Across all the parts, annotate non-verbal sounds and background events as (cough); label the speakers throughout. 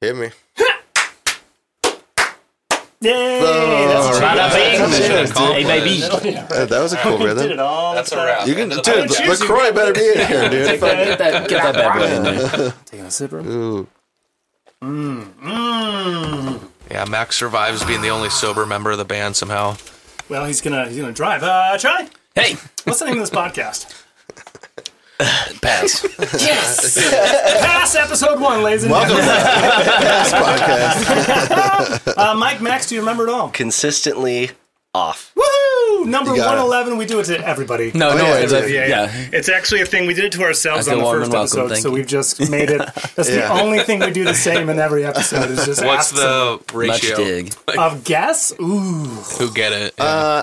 Speaker 1: Hit me.
Speaker 2: Yay! (laughs)
Speaker 1: Oh,
Speaker 2: That's
Speaker 1: right
Speaker 2: what
Speaker 1: up
Speaker 2: you
Speaker 1: in.
Speaker 2: got.
Speaker 1: That's
Speaker 2: That's
Speaker 1: it.
Speaker 2: what you got. Hey,
Speaker 3: Accomplished.
Speaker 2: baby.
Speaker 1: Uh, That was a
Speaker 2: (laughs)
Speaker 1: cool
Speaker 2: We did it
Speaker 1: rhythm.
Speaker 2: all.
Speaker 3: That's
Speaker 2: the
Speaker 3: a
Speaker 2: time.
Speaker 3: wrap.
Speaker 1: You can,
Speaker 3: Another
Speaker 1: dude.
Speaker 3: one.
Speaker 2: choose you,
Speaker 1: Lacroix better be in here,
Speaker 2: (laughs)
Speaker 1: dude. Fuck.
Speaker 2: Get that, get that bad boy.
Speaker 3: Taking a sip, bro.
Speaker 1: Ooh.
Speaker 3: Yeah, Max survives being the only sober member of the band somehow.
Speaker 2: Well, he's gonna he's gonna drive. Uh, try.
Speaker 3: Hey,
Speaker 2: What's the name of this podcast?
Speaker 3: pass.
Speaker 2: Yes. Pass episode one, ladies and
Speaker 1: Welcome to
Speaker 2: gentlemen.
Speaker 1: this podcast.
Speaker 2: (laughs) Uh, Mike Max, do you remember it all?
Speaker 4: consistently off.
Speaker 2: Woohoo! Number
Speaker 1: You got it.
Speaker 2: 111. We do it to everybody.
Speaker 4: No, no,
Speaker 1: yeah,
Speaker 4: it's
Speaker 1: yeah,
Speaker 4: a-
Speaker 2: Yeah,
Speaker 4: yeah,
Speaker 2: yeah. It's actually a thing. We did it to ourselves
Speaker 4: I
Speaker 2: on
Speaker 4: feel
Speaker 2: the
Speaker 4: warm
Speaker 2: first
Speaker 4: and welcome,
Speaker 2: episode,
Speaker 4: thank
Speaker 2: so
Speaker 4: you.
Speaker 2: we've just made (laughs) it. That's
Speaker 1: Yeah.
Speaker 2: the only thing we do the same in every episode is just
Speaker 3: What's
Speaker 2: ask some-
Speaker 3: the
Speaker 4: much
Speaker 3: ratio
Speaker 4: dig.
Speaker 2: of guess? Ooh,
Speaker 3: who get it?
Speaker 1: Uh,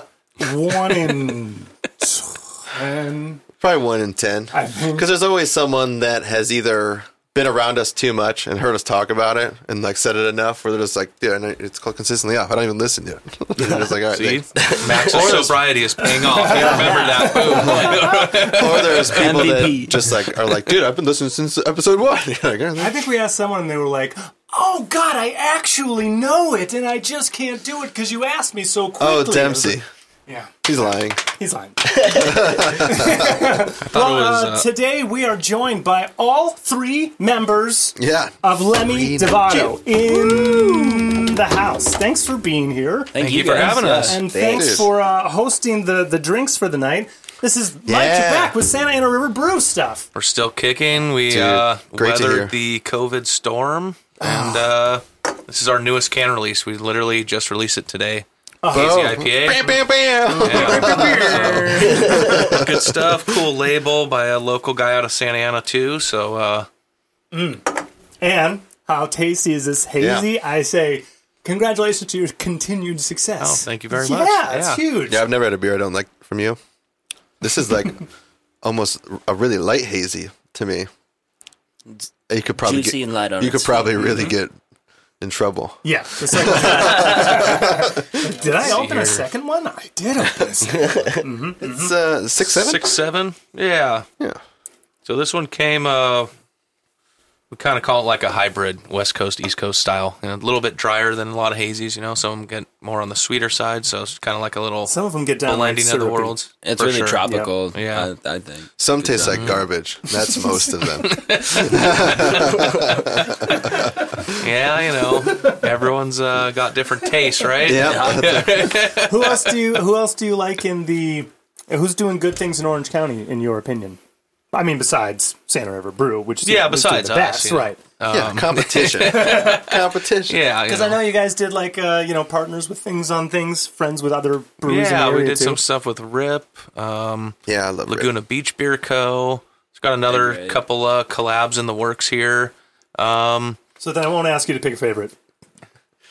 Speaker 2: one in ten.
Speaker 1: probably one in ten.
Speaker 2: I think-
Speaker 1: Because there's always someone that has either been around us too much and heard us talk about it and like said it enough where they're just like, dude, I know it's called consistently off. I don't even listen to it. (laughs) And they're just like, all right, (laughs)
Speaker 3: See,
Speaker 1: thanks.
Speaker 3: Max's sobriety is
Speaker 1: (laughs)
Speaker 3: paying off. You remember that? Boom.
Speaker 1: Or
Speaker 2: (laughs)
Speaker 1: there's people
Speaker 4: MVP.
Speaker 1: that just like are like, dude, I've been listening since episode one. (laughs) You're like, all
Speaker 2: I
Speaker 1: right,
Speaker 2: think we asked someone, and they were like, "Oh God, I actually know it, and I just can't do it because you asked me so quickly."
Speaker 1: oh,
Speaker 2: (laughs)
Speaker 1: Dempsey.
Speaker 2: Yeah,
Speaker 1: He's lying.
Speaker 2: he's lying.
Speaker 3: Thought it was,
Speaker 2: Uh,
Speaker 3: uh,
Speaker 2: today we are joined by all three members
Speaker 1: Yeah.
Speaker 2: of Lemmy
Speaker 1: Three
Speaker 2: Devato in the house. Thanks for being here.
Speaker 3: Thank you for
Speaker 4: guys.
Speaker 3: having
Speaker 4: Yeah.
Speaker 3: us.
Speaker 2: and thanks
Speaker 1: Thanks.
Speaker 2: for uh, hosting the, the drinks for the night. This is Mike
Speaker 1: Yeah.
Speaker 2: back with Santa Ana River Brew stuff.
Speaker 3: We're still kicking. We
Speaker 1: Dude,
Speaker 3: uh,
Speaker 1: great to hear.
Speaker 3: weathered the COVID storm,
Speaker 1: (sighs)
Speaker 3: and uh, this is our newest can release. We literally just released it today.
Speaker 1: Oh.
Speaker 3: Hazy
Speaker 1: Bam,
Speaker 3: IPA.
Speaker 1: bam,
Speaker 2: Mm.
Speaker 1: bam. (laughs)
Speaker 3: Yeah. So, good stuff. Cool label by a local guy out of Santa Ana too. So uh,
Speaker 2: And how tasty is this hazy?
Speaker 1: Yeah.
Speaker 2: I say, congratulations to your continued success.
Speaker 3: oh, thank you very
Speaker 2: yeah,
Speaker 3: much.
Speaker 2: it's huge.
Speaker 1: Yeah, I've never had a beer I don't like from you. This is
Speaker 3: (laughs)
Speaker 1: like almost a really light hazy to me. You could probably
Speaker 4: Juicy
Speaker 1: get,
Speaker 4: and light on
Speaker 1: You
Speaker 4: it.
Speaker 1: could probably really get in trouble.
Speaker 2: Yeah. just like-
Speaker 3: (laughs)
Speaker 2: did I open
Speaker 3: here.
Speaker 2: a second one? I did open a
Speaker 3: (laughs)
Speaker 2: second
Speaker 1: It's uh, six seven.
Speaker 3: Mm-hmm. Six seven. Yeah.
Speaker 1: Yeah.
Speaker 3: So this one came. Uh, we kind of call it like a hybrid West Coast East Coast style, and a little bit drier than a lot of hazies. You know, some of them get more on the sweeter side. So it's kind of like a little
Speaker 2: Some of them get down like
Speaker 3: blending of the
Speaker 2: syrupy.
Speaker 3: worlds.
Speaker 4: It's
Speaker 3: for
Speaker 4: really
Speaker 3: sure.
Speaker 4: tropical.
Speaker 3: Yeah.
Speaker 4: I, I think.
Speaker 1: Some taste like garbage.
Speaker 3: (laughs)
Speaker 1: That's most of them.
Speaker 3: Yeah, you
Speaker 2: (laughs)
Speaker 3: know, everyone's uh, got different tastes, right?
Speaker 1: yeah.
Speaker 2: who else do you who else do you like in the who's doing good things in Orange County in your opinion? I mean besides Santa River Brew, which is
Speaker 3: Yeah,
Speaker 2: which is doing
Speaker 3: besides
Speaker 2: the
Speaker 3: us,
Speaker 2: best,
Speaker 3: yeah.
Speaker 2: right?
Speaker 1: yeah.
Speaker 3: (laughs)
Speaker 1: Competition. competition.
Speaker 3: Um, Yeah, you
Speaker 2: Because I know you guys did like uh, you know partners with things on things, friends with other breweries. in
Speaker 3: Yeah,
Speaker 2: the
Speaker 3: we
Speaker 2: area,
Speaker 3: did
Speaker 2: too.
Speaker 3: some stuff with Rip, um,
Speaker 1: Yeah, I love Rip.
Speaker 3: Laguna Beach Beer Co. It's got another
Speaker 4: Great.
Speaker 3: couple uh, collabs in the works here.
Speaker 2: So then I won't ask you to pick a favorite.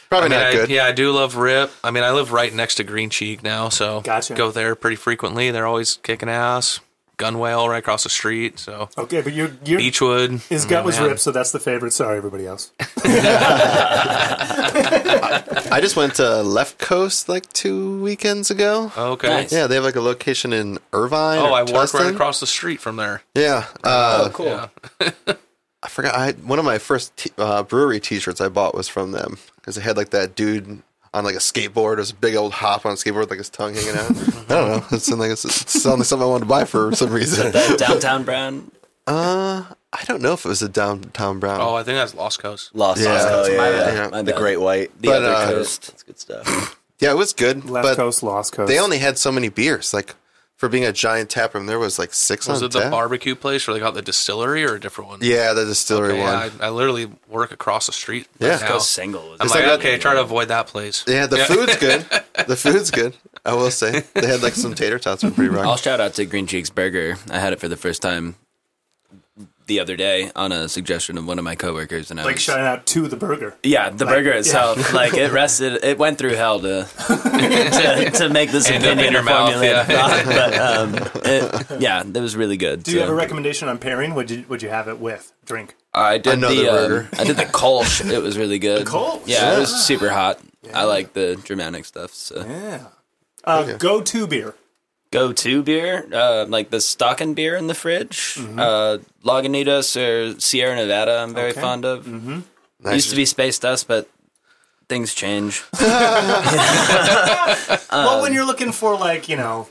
Speaker 1: Probably
Speaker 3: I mean,
Speaker 1: not
Speaker 3: I-
Speaker 1: good.
Speaker 3: Yeah, I do love Rip. I mean, I live right next to Green Cheek now, so
Speaker 2: Gotcha.
Speaker 3: go there pretty frequently. They're always kicking ass. Gunwale right across the street. So
Speaker 2: Okay, but your your
Speaker 3: Beechwood Oh,
Speaker 2: his gut was ripped, so that's the favorite. Sorry,
Speaker 1: (laughs)
Speaker 2: everybody else.
Speaker 1: I just went to Left Coast like two weekends ago.
Speaker 3: Okay.
Speaker 4: Nice.
Speaker 1: Yeah, they have like a location in Irvine.
Speaker 3: Oh,
Speaker 1: or
Speaker 3: I walk right
Speaker 1: Tustin.
Speaker 3: across the street from there.
Speaker 1: Yeah. Uh,
Speaker 4: Oh, cool.
Speaker 3: Yeah.
Speaker 1: I forgot. I one of my first t- uh, brewery T-shirts I bought was from them because they had like that dude on like a skateboard. It was a big old hop on a skateboard, with, like his tongue hanging out. I don't know. It seemed like it's, it's the only something I wanted to buy for some reason.
Speaker 4: Downtown Brown
Speaker 1: I don't know if it was a downtown brown.
Speaker 3: Oh, I think that's Lost Coast.
Speaker 5: Lost
Speaker 1: Yeah.
Speaker 5: Lost Coast.
Speaker 4: Yeah,
Speaker 5: my
Speaker 4: yeah,
Speaker 5: bad.
Speaker 1: yeah.
Speaker 5: My
Speaker 4: The
Speaker 5: the Great White. The
Speaker 1: But,
Speaker 5: other
Speaker 1: uh,
Speaker 5: coast. That's good stuff.
Speaker 1: yeah, it was good.
Speaker 2: Left
Speaker 1: but
Speaker 2: coast, lost coast.
Speaker 1: they only had so many beers. Like for being a giant tap room, there was like six
Speaker 3: Was
Speaker 1: on
Speaker 3: it the
Speaker 1: tap.
Speaker 3: barbecue place where they got the distillery or a different one?
Speaker 1: yeah, the distillery
Speaker 3: Okay,
Speaker 1: one.
Speaker 3: yeah, I, I literally work across the street.
Speaker 1: Yeah.
Speaker 3: Right now.
Speaker 4: Go single. was
Speaker 3: I'm
Speaker 4: it?
Speaker 3: like,
Speaker 1: like-
Speaker 3: okay, try to avoid that place.
Speaker 1: yeah, the food's good. The food's good. I will say they had like some tater tots were pretty
Speaker 4: I'll
Speaker 1: rock.
Speaker 4: shout out to Green Cheeks Burger. I had it for the first time the other day on a suggestion of one of my coworkers, and I
Speaker 2: like
Speaker 4: was
Speaker 2: shouting out to the burger.
Speaker 4: yeah, the burger
Speaker 2: (laughs)
Speaker 4: itself, like it rested, it went through hell to (laughs) to, to make this
Speaker 3: End up in
Speaker 4: opinion
Speaker 3: your
Speaker 4: or
Speaker 3: mouth,
Speaker 4: formulate
Speaker 3: yeah.
Speaker 4: a (laughs) thought, but um, it, yeah, that was really good.
Speaker 2: Do you have a recommendation on pairing? Would you would you have it with drink?
Speaker 4: I did
Speaker 1: Another
Speaker 4: the um,
Speaker 1: burger.
Speaker 4: I did the (laughs) Kolsch. It was really good. The
Speaker 2: Kolsch? Ah.
Speaker 4: Yeah,
Speaker 1: Yeah.
Speaker 4: it was super hot. I like the Germanic stuff. So.
Speaker 2: Yeah. Uh, Go to beer.
Speaker 4: Go to beer, uh, like the Stockin beer in the fridge, uh, Lagunitas or Sierra Nevada. I'm very
Speaker 2: Mm-hmm. Okay.
Speaker 4: fond of. Mm-hmm.
Speaker 1: Nice.
Speaker 4: Used to be Space Dust, but things change.
Speaker 2: well,
Speaker 4: Um,
Speaker 2: when you're looking for like you know,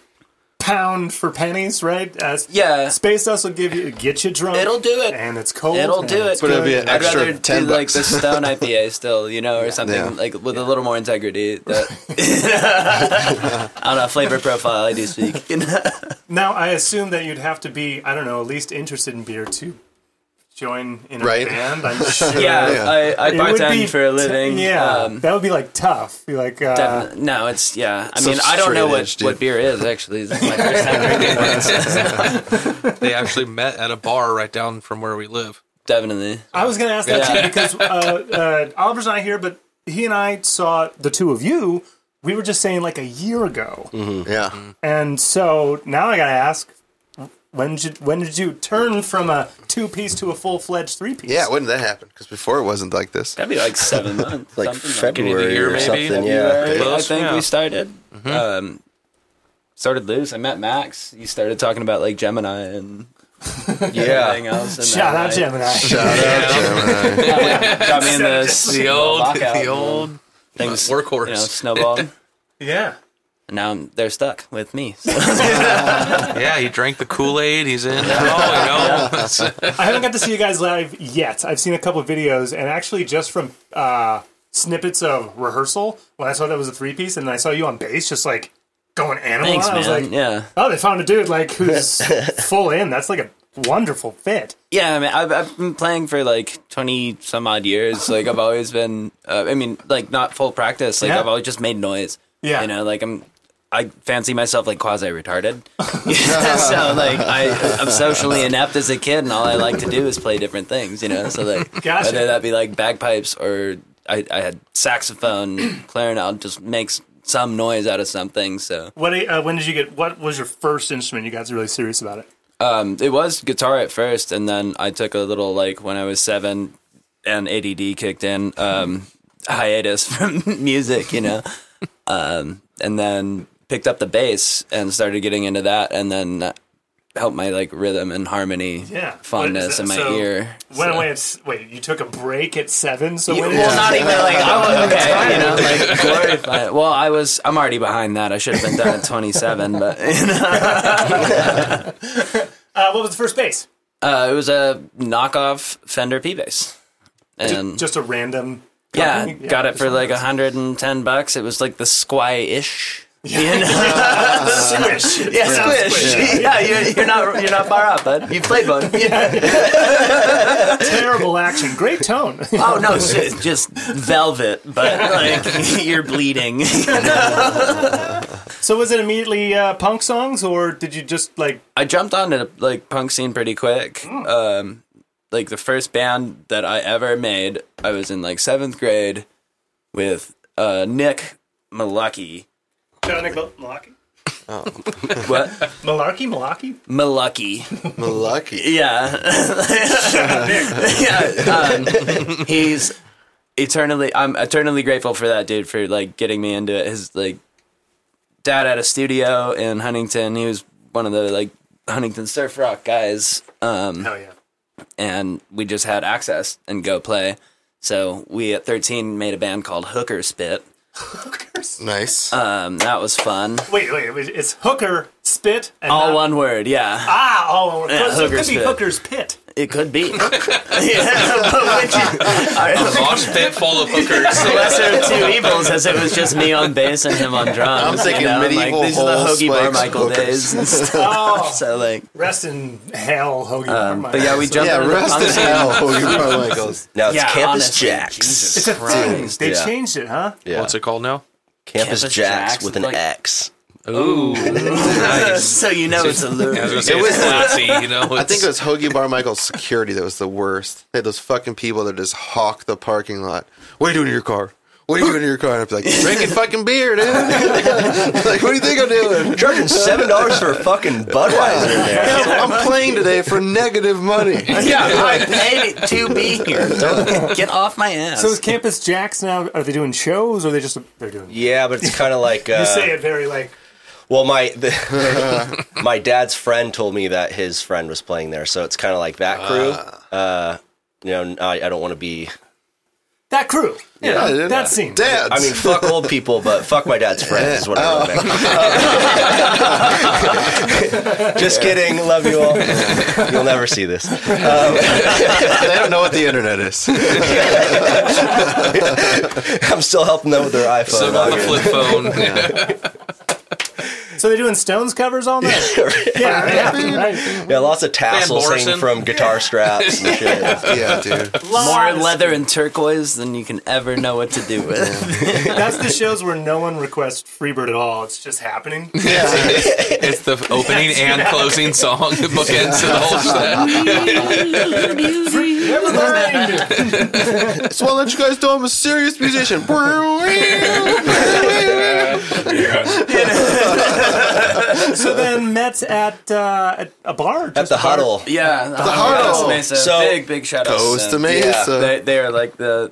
Speaker 2: pound for pennies, right? Uh,
Speaker 4: Yeah.
Speaker 2: Space Dust will give you get you drunk.
Speaker 4: It'll do it.
Speaker 2: and it's cold.
Speaker 4: It'll
Speaker 2: and
Speaker 4: do it.
Speaker 2: it's
Speaker 1: But it'll be
Speaker 2: good.
Speaker 1: an extra
Speaker 4: I'd rather
Speaker 1: 10
Speaker 4: do like
Speaker 1: bucks.
Speaker 4: the
Speaker 1: (laughs)
Speaker 4: Stone IPA still, you know, or something
Speaker 1: Yeah.
Speaker 4: like with a little more integrity. that- (laughs) I don't know flavor profile. I do speak. (laughs) You know?
Speaker 2: Now, I assume that you'd have to be, I don't know, at least interested in beer to join in a
Speaker 1: Right. (laughs)
Speaker 2: band. I'm sure.
Speaker 4: yeah,
Speaker 1: Yeah.
Speaker 4: I, I
Speaker 2: It would be
Speaker 4: bartend for a
Speaker 2: t-
Speaker 4: living.
Speaker 2: yeah,
Speaker 4: um,
Speaker 2: that would be like tough. Be like, uh,
Speaker 4: definite- no, it's yeah. I mean, I don't
Speaker 1: straight
Speaker 4: know what,
Speaker 1: edge, dude.
Speaker 4: what beer is actually. This is my first time drinking.
Speaker 3: (laughs) they actually met at a bar right down from where we live.
Speaker 1: (laughs)
Speaker 4: Definitely.
Speaker 2: I was going to ask that
Speaker 4: Yeah.
Speaker 2: too because uh, uh, Oliver's not here, but he and I saw the two of you. We were just saying like a year ago,
Speaker 4: Mm-hmm.
Speaker 1: yeah.
Speaker 3: Mm.
Speaker 2: and so now I got to ask. When did you, when did you turn from a two piece to a full fledged three piece?
Speaker 1: Yeah, when did that happen? Because before it wasn't like this.
Speaker 4: That'd be like seven months.
Speaker 5: like
Speaker 4: something
Speaker 5: February
Speaker 3: year,
Speaker 5: or
Speaker 3: maybe.
Speaker 5: something. Yeah.
Speaker 4: February, I
Speaker 3: Close,
Speaker 4: think
Speaker 3: yeah. Mm-hmm.
Speaker 4: we started. Um, started loose. I met Max. You started talking about like Gemini
Speaker 3: (laughs)
Speaker 4: and everything else. And
Speaker 2: Shout
Speaker 4: then
Speaker 2: out
Speaker 4: I-
Speaker 2: Gemini.
Speaker 4: Got me in (laughs) the,
Speaker 3: The old, the old
Speaker 4: things,
Speaker 3: workhorse.
Speaker 4: You know, snowballed. and
Speaker 2: (laughs) yeah.
Speaker 4: now I'm- they're stuck with (laughs) me. So
Speaker 3: Yeah, he drank the Kool Aid. He's in. now, you know.
Speaker 2: I haven't got to see you guys live yet. I've seen a couple of videos, and actually, just from uh, snippets of rehearsal, when I saw that was a three piece, and then I saw you on bass, just like going animal.
Speaker 4: thanks,
Speaker 2: on it, I
Speaker 4: man.
Speaker 2: was like,
Speaker 4: yeah,
Speaker 2: oh, they found a dude like
Speaker 4: (laughs)
Speaker 2: who's full in. That's like a wonderful fit.
Speaker 4: yeah. I mean, I've, I've been playing for like twenty some odd years. Like I've always been. Uh, I mean, like not full practice. Like
Speaker 2: Yeah.
Speaker 4: I've always just made noise.
Speaker 2: Yeah.
Speaker 4: you know, like I'm. I fancy myself like
Speaker 2: (laughs)
Speaker 4: quasi retarded. (laughs) so like I, I'm socially inept as a kid, and all I like to do is play different things. You know, so like
Speaker 2: Gotcha.
Speaker 4: whether that be like bagpipes or I, I had saxophone, clarinet, I'll just makes some noise out of something. So
Speaker 2: What? Uh, when did you get? What was your first instrument? You guys are really serious about it.
Speaker 4: Um, it was guitar at first, and then I took a little like when I was seven, and ADD kicked in. Um, hiatus (laughs) from music, you know, um, and then picked up the bass and started getting into that, and then that helped my like rhythm and harmony
Speaker 2: Yeah.
Speaker 4: fondness in my
Speaker 2: So,
Speaker 4: ear.
Speaker 2: Went
Speaker 4: so.
Speaker 2: away. It's, wait, you took a break at seven. So when
Speaker 4: Well,
Speaker 2: did
Speaker 4: not
Speaker 2: you-
Speaker 4: even (laughs) like I was Oh, okay, you know, (laughs) like glorify. it. Well, I was. I'm already behind that. I should have been done at 27, but (laughs) you know.
Speaker 2: uh, what was the first bass?
Speaker 4: uh, it was a knockoff Fender P bass. And
Speaker 2: Just a random. uh,
Speaker 4: Yeah,
Speaker 2: company?
Speaker 4: got it
Speaker 2: just
Speaker 4: for
Speaker 2: one of
Speaker 4: like
Speaker 2: those.
Speaker 4: 110 bucks. It was like the squay ish. Yeah,
Speaker 2: Squish.
Speaker 4: (laughs) yeah, (laughs) squish. Yeah, you're, you're not you're not far off, bud. You played (laughs) one.
Speaker 2: Terrible action. Great
Speaker 4: (laughs)
Speaker 2: tone.
Speaker 4: Oh no, shit, just velvet, (laughs) but like you're bleeding. (laughs)
Speaker 2: So was it immediately uh, punk songs, or did you just like?
Speaker 4: I jumped onto like punk scene pretty quick. Um, like the first band that I ever made, I was in like seventh grade with uh, Nick Malucky.
Speaker 2: Malarkey,
Speaker 4: What (laughs)
Speaker 2: Malarkey,
Speaker 4: Mm-hmm. Malucky?
Speaker 1: Lucky.
Speaker 4: Yeah. (laughs) yeah. Um, he's eternally I'm eternally grateful for that dude for like getting me into it. His like dad had a studio in Huntington. He was one of the like Huntington surf rock guys. Um
Speaker 2: Hell Oh, yeah!
Speaker 4: and we just had access and go play. So we at 13 made a band called Hooker Spit.
Speaker 1: Nice.
Speaker 4: Um that was fun.
Speaker 2: Wait, wait, wait, it's hooker spit and
Speaker 4: All
Speaker 2: not-
Speaker 4: one word, yeah.
Speaker 2: Ah, all one.
Speaker 4: Oh.
Speaker 2: so it
Speaker 4: Yeah,
Speaker 2: could
Speaker 4: hooker's
Speaker 2: be
Speaker 4: pit.
Speaker 2: hooker's
Speaker 4: (laughs)
Speaker 2: pit.
Speaker 4: It could be. yeah, but would you-
Speaker 3: Lost pit full of
Speaker 4: (laughs)
Speaker 3: hookers.
Speaker 4: the lesser
Speaker 3: (laughs)
Speaker 4: of two evils, as it was just me on bass and him on drums.
Speaker 1: I'm thinking medieval
Speaker 4: Like, these are the
Speaker 1: whole
Speaker 4: Hoagie Bar
Speaker 1: spikes
Speaker 4: Michael
Speaker 1: hookers.
Speaker 4: days (laughs) and stuff.
Speaker 2: (laughs) Oh,
Speaker 4: So like,
Speaker 2: rest in hell, Hoagie. Never mind.
Speaker 4: Um, but yeah, we jumped.
Speaker 1: yeah,
Speaker 4: into the
Speaker 1: rest
Speaker 4: punk
Speaker 1: in
Speaker 4: scene.
Speaker 1: hell. Hoagie Bar Michaels.
Speaker 5: Now it's
Speaker 4: Yeah,
Speaker 5: Campus
Speaker 4: honestly,
Speaker 5: Jacks.
Speaker 4: Jesus.
Speaker 2: It's a thing. They
Speaker 5: Yeah.
Speaker 2: changed it, huh?
Speaker 5: Yeah.
Speaker 3: What's it called now?
Speaker 4: Campus
Speaker 5: Campus, Jacks,
Speaker 4: Jacks
Speaker 5: with
Speaker 4: with
Speaker 5: an
Speaker 4: like-
Speaker 5: X.
Speaker 4: (laughs) so you know it's a loop.
Speaker 3: Yeah, I was gonna say it's classy. You know,
Speaker 1: I think it was Hoagie Bar Michael's security that was the worst. They had those fucking people that just hawk the parking lot. What are you doing in your car? What are you doing in your car? And I'd be like, drinking fucking beer, dude. (laughs) like, what do you think I'm doing?
Speaker 5: Charging seven dollars for a
Speaker 2: (laughs)
Speaker 5: fucking Budweiser in there.
Speaker 1: I'm playing today for negative money.
Speaker 4: Yeah, I paid it to be here. Don't get off my ass.
Speaker 2: So is Campus Jacks now? Are they doing shows, or are they just they're doing?
Speaker 5: Yeah, but it's kind of like uh,
Speaker 2: (laughs) You say it very like.
Speaker 5: Well, my
Speaker 2: (laughs)
Speaker 5: the, my dad's friend told me that his friend
Speaker 2: Ah.
Speaker 5: was playing there, so it's kind of like that crew. Uh, you know, I, I don't want to be
Speaker 2: that crew.
Speaker 1: Yeah, dude.
Speaker 2: that scene.
Speaker 1: Dads.
Speaker 5: I
Speaker 1: (laughs)
Speaker 5: mean, fuck old people, but fuck my dad's friends is what I wrote
Speaker 2: Oh.
Speaker 5: back. (laughs) Just kidding. Love you all. You'll never see this.
Speaker 1: they don't know what the internet (laughs) is.
Speaker 5: I'm still helping them with their iPhone.
Speaker 3: So
Speaker 5: I'll
Speaker 3: got the
Speaker 5: get-
Speaker 3: flip phone. Yeah.
Speaker 2: So they're doing Stones covers all
Speaker 4: (laughs)
Speaker 2: night. yeah, yeah, right.
Speaker 5: Yeah, lots of tassels hanging
Speaker 3: Morrison.
Speaker 5: from guitar straps and shit.
Speaker 1: yeah,
Speaker 2: (laughs)
Speaker 1: dude.
Speaker 4: More leather and turquoise than you can ever know what to do with.
Speaker 2: That's the shows where no one requests Freebird at all. It's just happening.
Speaker 3: (laughs) It's the opening and closing song that bookends the whole set.
Speaker 2: (laughs) Never mind.
Speaker 1: So I'll let you guys know I'm a serious musician. yeah,
Speaker 2: (laughs) so then Mets at uh, at a bar.
Speaker 5: At the huddle.
Speaker 4: yeah, the
Speaker 1: Harlow.
Speaker 4: Mesa.
Speaker 5: So-
Speaker 4: big, big shout out. to
Speaker 1: Costa
Speaker 4: them.
Speaker 1: Mesa.
Speaker 4: Yeah, they, they are like the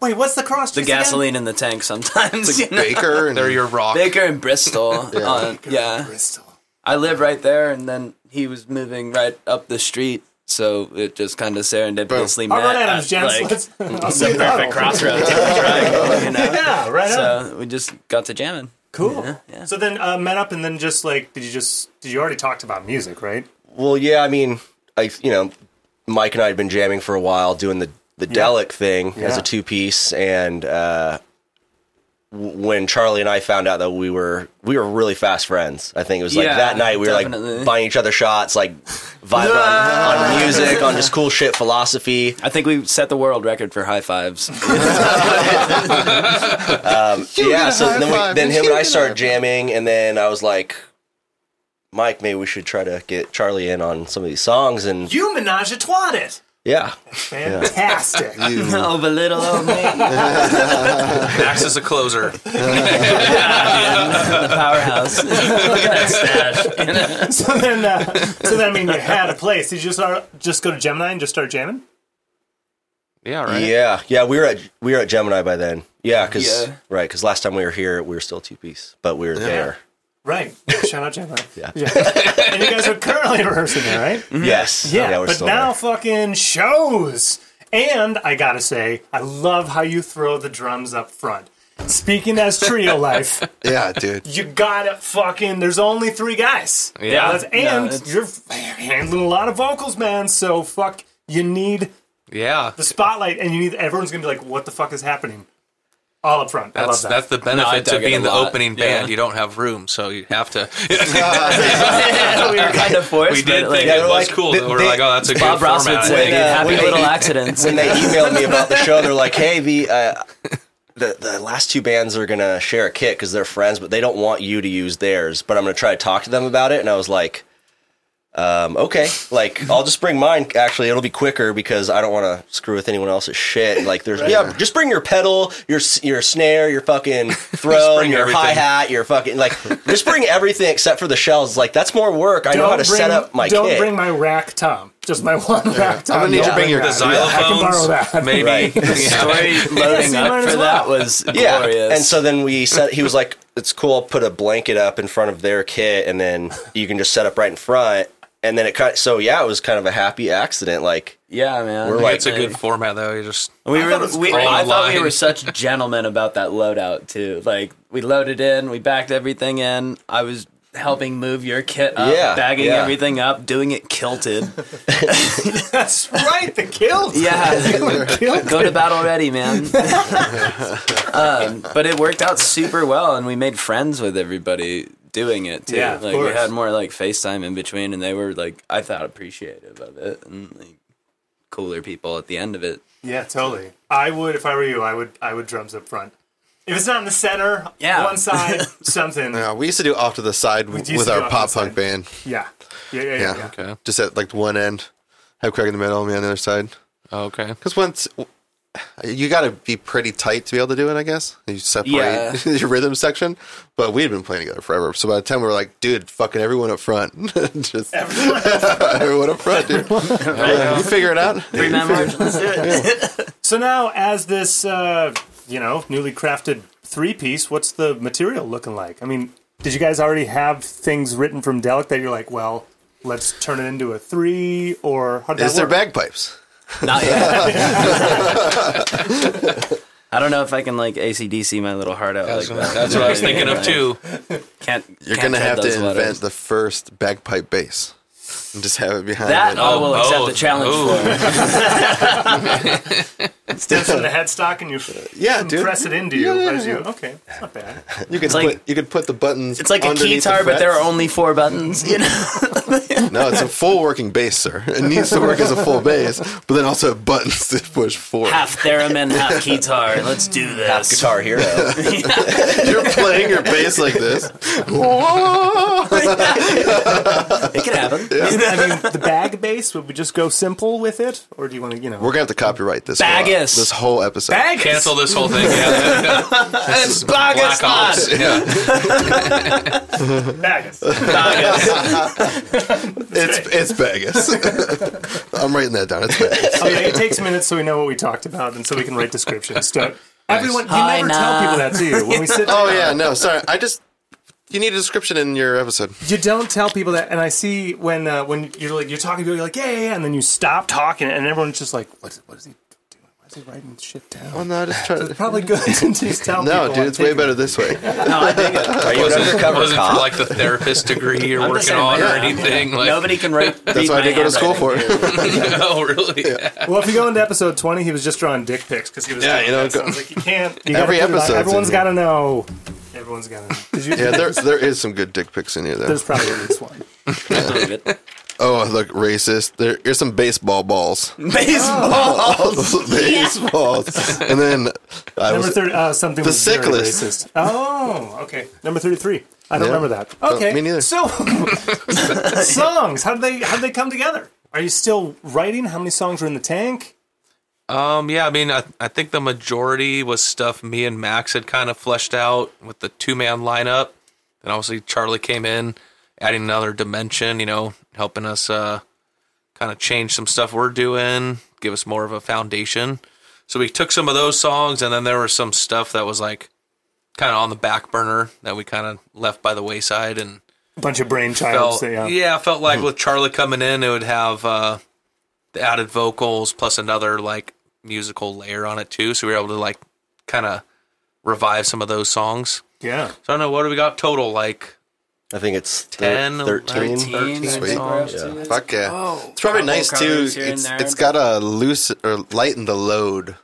Speaker 2: Wait, what's the cross?
Speaker 4: the gasoline in the tank sometimes. (laughs) you know?
Speaker 1: Baker and
Speaker 3: They're your rock.
Speaker 4: Baker in Bristol. yeah. yeah,
Speaker 2: Bristol.
Speaker 4: I live right there, and then he was moving right up the street, so it just kind of serendipitously met.
Speaker 2: All right, Adams,
Speaker 4: at,
Speaker 2: gents.
Speaker 4: like,
Speaker 2: let's. I'll
Speaker 4: the
Speaker 2: (laughs) see you at
Speaker 4: perfect
Speaker 2: the huddle.
Speaker 4: (laughs) crossroads. in the triangle, you know?
Speaker 2: Yeah, right on.
Speaker 4: So uh, we just got to jamming.
Speaker 2: Cool. So then uh, met up, and then just like, did you just did you already talked about music, right?
Speaker 5: Well, yeah, I mean, I you know, Mike and I had been jamming for a while, doing the the Delic thing as
Speaker 2: Yeah.
Speaker 5: a two piece, and uh, w- when Charlie and I found out that we were we were really fast friends, I think it was like
Speaker 4: Yeah,
Speaker 5: that night we were
Speaker 4: definitely.
Speaker 5: like buying each other shots, like vibing on, on music, on just cool shit, philosophy.
Speaker 4: I think we set the world record for high (laughs) fives.
Speaker 5: yeah,
Speaker 1: get a
Speaker 5: so
Speaker 1: high
Speaker 5: then, we,
Speaker 1: five,
Speaker 5: then
Speaker 1: and
Speaker 5: him
Speaker 1: you get
Speaker 5: and I
Speaker 1: a high
Speaker 5: started
Speaker 2: (laughs)
Speaker 1: five.
Speaker 5: jamming, and then I was like, Mike, maybe we should try to get Charlie in on some of these songs, and
Speaker 2: You menage a trois it.
Speaker 5: yeah,
Speaker 2: Fantastic.
Speaker 4: Over little old me, (laughs)
Speaker 3: Max is a closer.
Speaker 4: the (laughs) powerhouse. Look at that stash. You
Speaker 2: (laughs)
Speaker 4: know?
Speaker 2: so then, uh, so then, I mean, you had a place. Did you just start, just go to Gemini and just start jamming?
Speaker 3: Yeah, right.
Speaker 5: yeah, yeah. We were at we were at Gemini by then, yeah, because
Speaker 4: Yeah.
Speaker 5: right, because last time we were here, we were still two piece, but we were
Speaker 1: Uh-huh.
Speaker 5: there.
Speaker 2: Right. Shout out Gemini. yeah. And you guys are currently rehearsing there, right?
Speaker 5: Yes,
Speaker 2: Mm-hmm. Yeah.
Speaker 5: Mm-hmm. we're
Speaker 2: but
Speaker 5: still
Speaker 2: now
Speaker 5: there.
Speaker 2: fucking shows. And I gotta say, I love how you throw the drums up front. Speaking as trio life,
Speaker 1: yeah, dude.
Speaker 2: you gotta fucking. There's only three guys.
Speaker 3: Yeah.
Speaker 2: That's- and
Speaker 4: No, it's-
Speaker 2: you're f- handling a lot of vocals, man. So fuck. You need
Speaker 3: Yeah.
Speaker 2: the spotlight, and you need everyone's gonna be like, "What the fuck is happening?" All up front. I love
Speaker 3: That's
Speaker 2: that.
Speaker 3: that's the
Speaker 4: No, I
Speaker 3: benefit
Speaker 4: dug
Speaker 3: to
Speaker 4: it
Speaker 3: being
Speaker 4: a
Speaker 3: the
Speaker 4: lot.
Speaker 3: opening
Speaker 4: Yeah.
Speaker 3: band. You don't have room, so you have to. (laughs)
Speaker 4: we were kind of forced.
Speaker 3: we did
Speaker 4: but,
Speaker 3: think
Speaker 4: like,
Speaker 5: Yeah,
Speaker 3: it was
Speaker 5: like,
Speaker 3: cool.
Speaker 5: they-
Speaker 3: though. We're
Speaker 5: they-
Speaker 3: like, oh, that's a good
Speaker 4: Bob Ross would
Speaker 3: format. I
Speaker 4: say,
Speaker 3: think.
Speaker 5: Yeah.
Speaker 4: "Happy
Speaker 5: when
Speaker 4: (laughs) little
Speaker 5: they-
Speaker 4: accidents."
Speaker 5: when they emailed me about the show, they're like, "Hey, the uh, the the last two bands are gonna share a kit because they're friends, but they don't want you to use theirs. But I'm gonna try to talk to them about it." And I was like, um, "Okay, like I'll just bring mine. Actually, it'll be quicker because I don't want to screw with anyone else's shit. Like, there's yeah, just bring your pedal, your s- your snare,
Speaker 2: (laughs)
Speaker 5: your fucking throne,
Speaker 3: bring
Speaker 5: your
Speaker 3: everything.
Speaker 5: hi hat, your fucking like, just bring everything except for the shells. Like, that's more work. I know how to set up my
Speaker 2: Don't
Speaker 5: kit.
Speaker 2: bring my rack tom. Just my (laughs) one rack tom.
Speaker 1: I'm gonna need you to
Speaker 2: Don't
Speaker 1: bring your
Speaker 2: that.
Speaker 3: xylophones.
Speaker 2: I can borrow that. (laughs)
Speaker 3: Maybe. (laughs)
Speaker 5: Right.
Speaker 3: Yeah.
Speaker 4: loading
Speaker 2: Yeah, mine
Speaker 4: up
Speaker 2: as well.
Speaker 4: for that was
Speaker 5: Yeah,
Speaker 4: glorious.
Speaker 5: and so then we set. He was like, "It's cool. I'll put a blanket up in front of their kit, and then you can just set up right in front." And then it kind. Of, so yeah, it was kind of a happy accident. Like
Speaker 4: yeah, man,
Speaker 5: We're like-
Speaker 3: It's a good format, though. You just
Speaker 4: We were,
Speaker 2: thought it was
Speaker 4: we,
Speaker 3: great.
Speaker 4: I thought we
Speaker 3: Online.
Speaker 4: were such gentlemen about that loadout too. Like we loaded in, we backed everything in. I was helping move your kit up,
Speaker 5: Yeah,
Speaker 4: bagging
Speaker 5: yeah.
Speaker 4: everything up, doing it kilted.
Speaker 2: That's right. The
Speaker 5: (laughs)
Speaker 2: kill.
Speaker 4: yeah,
Speaker 2: Kill.
Speaker 4: (laughs) go to battle ready, man. um, but it worked out super well, and we made friends with everybody doing it too.
Speaker 2: Yeah, of
Speaker 4: like we
Speaker 2: course.
Speaker 4: had more like FaceTime in between, and they were like, I thought appreciative of it, and like cooler people at the end of it.
Speaker 2: Yeah, totally. I would if I were you. I would. I would drums up front. If it's not in the center,
Speaker 4: Yeah.
Speaker 2: one side, something. Yeah.
Speaker 1: Uh, we used to do off to the side
Speaker 2: used
Speaker 1: with
Speaker 2: to do
Speaker 1: our
Speaker 2: off to the
Speaker 1: pop punk
Speaker 2: side.
Speaker 1: band.
Speaker 2: Yeah. Yeah. Yeah.
Speaker 1: Yeah.
Speaker 2: yeah.
Speaker 3: okay.
Speaker 1: Just at like one end, have Craig in the middle, me on the other side.
Speaker 3: Okay.
Speaker 1: Because once you got to be pretty tight to be able to do it, I guess. You separate
Speaker 4: Yeah.
Speaker 1: (laughs) your rhythm section. But we had been playing together forever. So by the time we were like, dude, fucking everyone up front, (laughs) just (laughs) everyone up front, dude. you figure it out.
Speaker 4: Three man march, let's do it.
Speaker 2: (laughs) So now, as this, uh, you know, newly crafted three piece, what's the material looking like? I mean, did you guys already have things written from Delic that you're like, well, let's turn it into a three, or how did
Speaker 1: Is
Speaker 2: that
Speaker 1: there
Speaker 2: work?
Speaker 1: bagpipes?
Speaker 4: Not yet. I don't know if I can like ACDC my little heart out like that.
Speaker 3: That's what I was thinking of too.
Speaker 4: Can't
Speaker 1: You're
Speaker 4: can't
Speaker 1: gonna
Speaker 4: tread
Speaker 1: have to
Speaker 4: those
Speaker 1: invent
Speaker 4: letters.
Speaker 1: the first bagpipe bass and just have it behind.
Speaker 4: that.
Speaker 1: it.
Speaker 4: I
Speaker 3: Oh,
Speaker 4: will accept
Speaker 3: both.
Speaker 4: the challenge
Speaker 3: Ooh.
Speaker 4: for.
Speaker 2: Steps in the headstock and you
Speaker 1: (laughs) Yeah, dude.
Speaker 2: press it into you. as you okay, it's
Speaker 1: (laughs)
Speaker 2: not bad.
Speaker 1: You could put
Speaker 4: like-
Speaker 1: you could put the buttons.
Speaker 4: It's like a
Speaker 1: underneath the
Speaker 4: keytar, but there are
Speaker 1: frets.
Speaker 4: only
Speaker 1: (laughs)
Speaker 4: four buttons. You know.
Speaker 1: No,
Speaker 4: (laughs)
Speaker 1: it's a full working bass, sir. It needs to work as a full bass, but then also buttons to push forward.
Speaker 4: half theremin, half guitar. Let's do this.
Speaker 5: Half guitar hero.
Speaker 1: You're playing your bass like
Speaker 4: (laughs)
Speaker 1: this.
Speaker 4: It can happen.
Speaker 1: (laughs)
Speaker 2: I mean, the bag base. Would we just go simple with it, or do you want to, you know,
Speaker 1: We're gonna have to copyright this.
Speaker 4: Bagus.
Speaker 1: This whole episode.
Speaker 2: bag
Speaker 3: Cancel this whole thing. Yeah.
Speaker 4: It's Bagus
Speaker 3: Black Ops. Yeah.
Speaker 1: (laughs)
Speaker 2: Bagus.
Speaker 1: It's it's Bagus. (laughs) I'm writing that down. It's Bagus.
Speaker 2: Okay, it takes minutes so we know what we talked about and so we can write descriptions. Don't, Everyone, you
Speaker 4: Hi,
Speaker 2: never
Speaker 4: nah.
Speaker 2: tell people that, do you? When we
Speaker 4: (laughs)
Speaker 2: sit,
Speaker 1: Oh yeah, no, sorry. I just you need a description in your episode.
Speaker 2: you don't tell people that. And I see when uh, when you're like you're talking to people, you're like yeah, yeah, yeah, and then you stop talking, and everyone's just like, what, what is he doing? Why is he writing shit down?
Speaker 1: No, just try to.
Speaker 2: Probably good to just tell people.
Speaker 1: No, dude,
Speaker 2: I'm
Speaker 1: it's way
Speaker 2: taking-
Speaker 1: better this way.
Speaker 5: Are you an
Speaker 3: Wasn't,
Speaker 5: undercover
Speaker 3: wasn't for
Speaker 5: cop?
Speaker 3: like the therapist degree or working
Speaker 4: saying,
Speaker 3: on or
Speaker 4: yeah.
Speaker 3: anything. Like,
Speaker 4: Nobody can write.
Speaker 1: That's why I didn't go to school for it.
Speaker 3: (laughs) no, really.
Speaker 2: Well, if you go into episode twenty, he was just drawing dick pics because he was.
Speaker 1: Yeah,
Speaker 2: doing
Speaker 1: you know,
Speaker 2: that, so
Speaker 1: go-
Speaker 2: I was like, you can't. You
Speaker 1: Every
Speaker 2: gotta put
Speaker 1: episode's
Speaker 2: it on-
Speaker 1: in
Speaker 2: Everyone's
Speaker 1: here.
Speaker 2: got to know. Everyone's got to know. Did you,
Speaker 1: Yeah, there there is some good dick pics in here though.
Speaker 2: (laughs) There's probably at least one.
Speaker 1: Oh, look, racist. There, here's some baseball balls.
Speaker 4: (laughs)
Speaker 1: (laughs)
Speaker 4: Baseball.
Speaker 1: baseballs. And then I
Speaker 2: Number
Speaker 1: was.
Speaker 2: thirty, uh, something was
Speaker 1: sick
Speaker 2: very
Speaker 1: list.
Speaker 2: Racist. Oh, okay. Number thirty-three. I don't
Speaker 1: Yeah.
Speaker 2: remember that. Okay,
Speaker 1: me neither.
Speaker 2: So, (laughs) songs. How did they how did they come together? Are you still writing? How many songs were in the tank?
Speaker 3: Um, yeah, I mean, I, I think the majority was stuff me and Max had kind of fleshed out with the two man lineup. And obviously, Charlie came in, adding another dimension, you know, helping us uh, kind of change some stuff we're doing, give us more of a foundation. So we took some of those songs, and then there was some stuff that was like kind of on the back burner that we kind of left by the wayside and
Speaker 2: A bunch of uh, brain
Speaker 3: felt
Speaker 2: childs.
Speaker 3: yeah. Hmm.
Speaker 2: yeah.
Speaker 3: I felt like with Charlie coming in, it would have uh, the added vocals plus another like musical layer on it too. So we were able to like kind of revive some of those songs.
Speaker 2: yeah.
Speaker 3: So I don't know what do we got total like
Speaker 5: I think it's thir-
Speaker 3: 10,
Speaker 5: 13.
Speaker 3: 13,
Speaker 1: Sweet.
Speaker 3: songs.
Speaker 1: Fuck yeah. it's probably
Speaker 4: Oh, Couple
Speaker 1: nice too.
Speaker 4: covers here and
Speaker 1: It's,
Speaker 4: there.
Speaker 1: it's got to loosen or lighten the load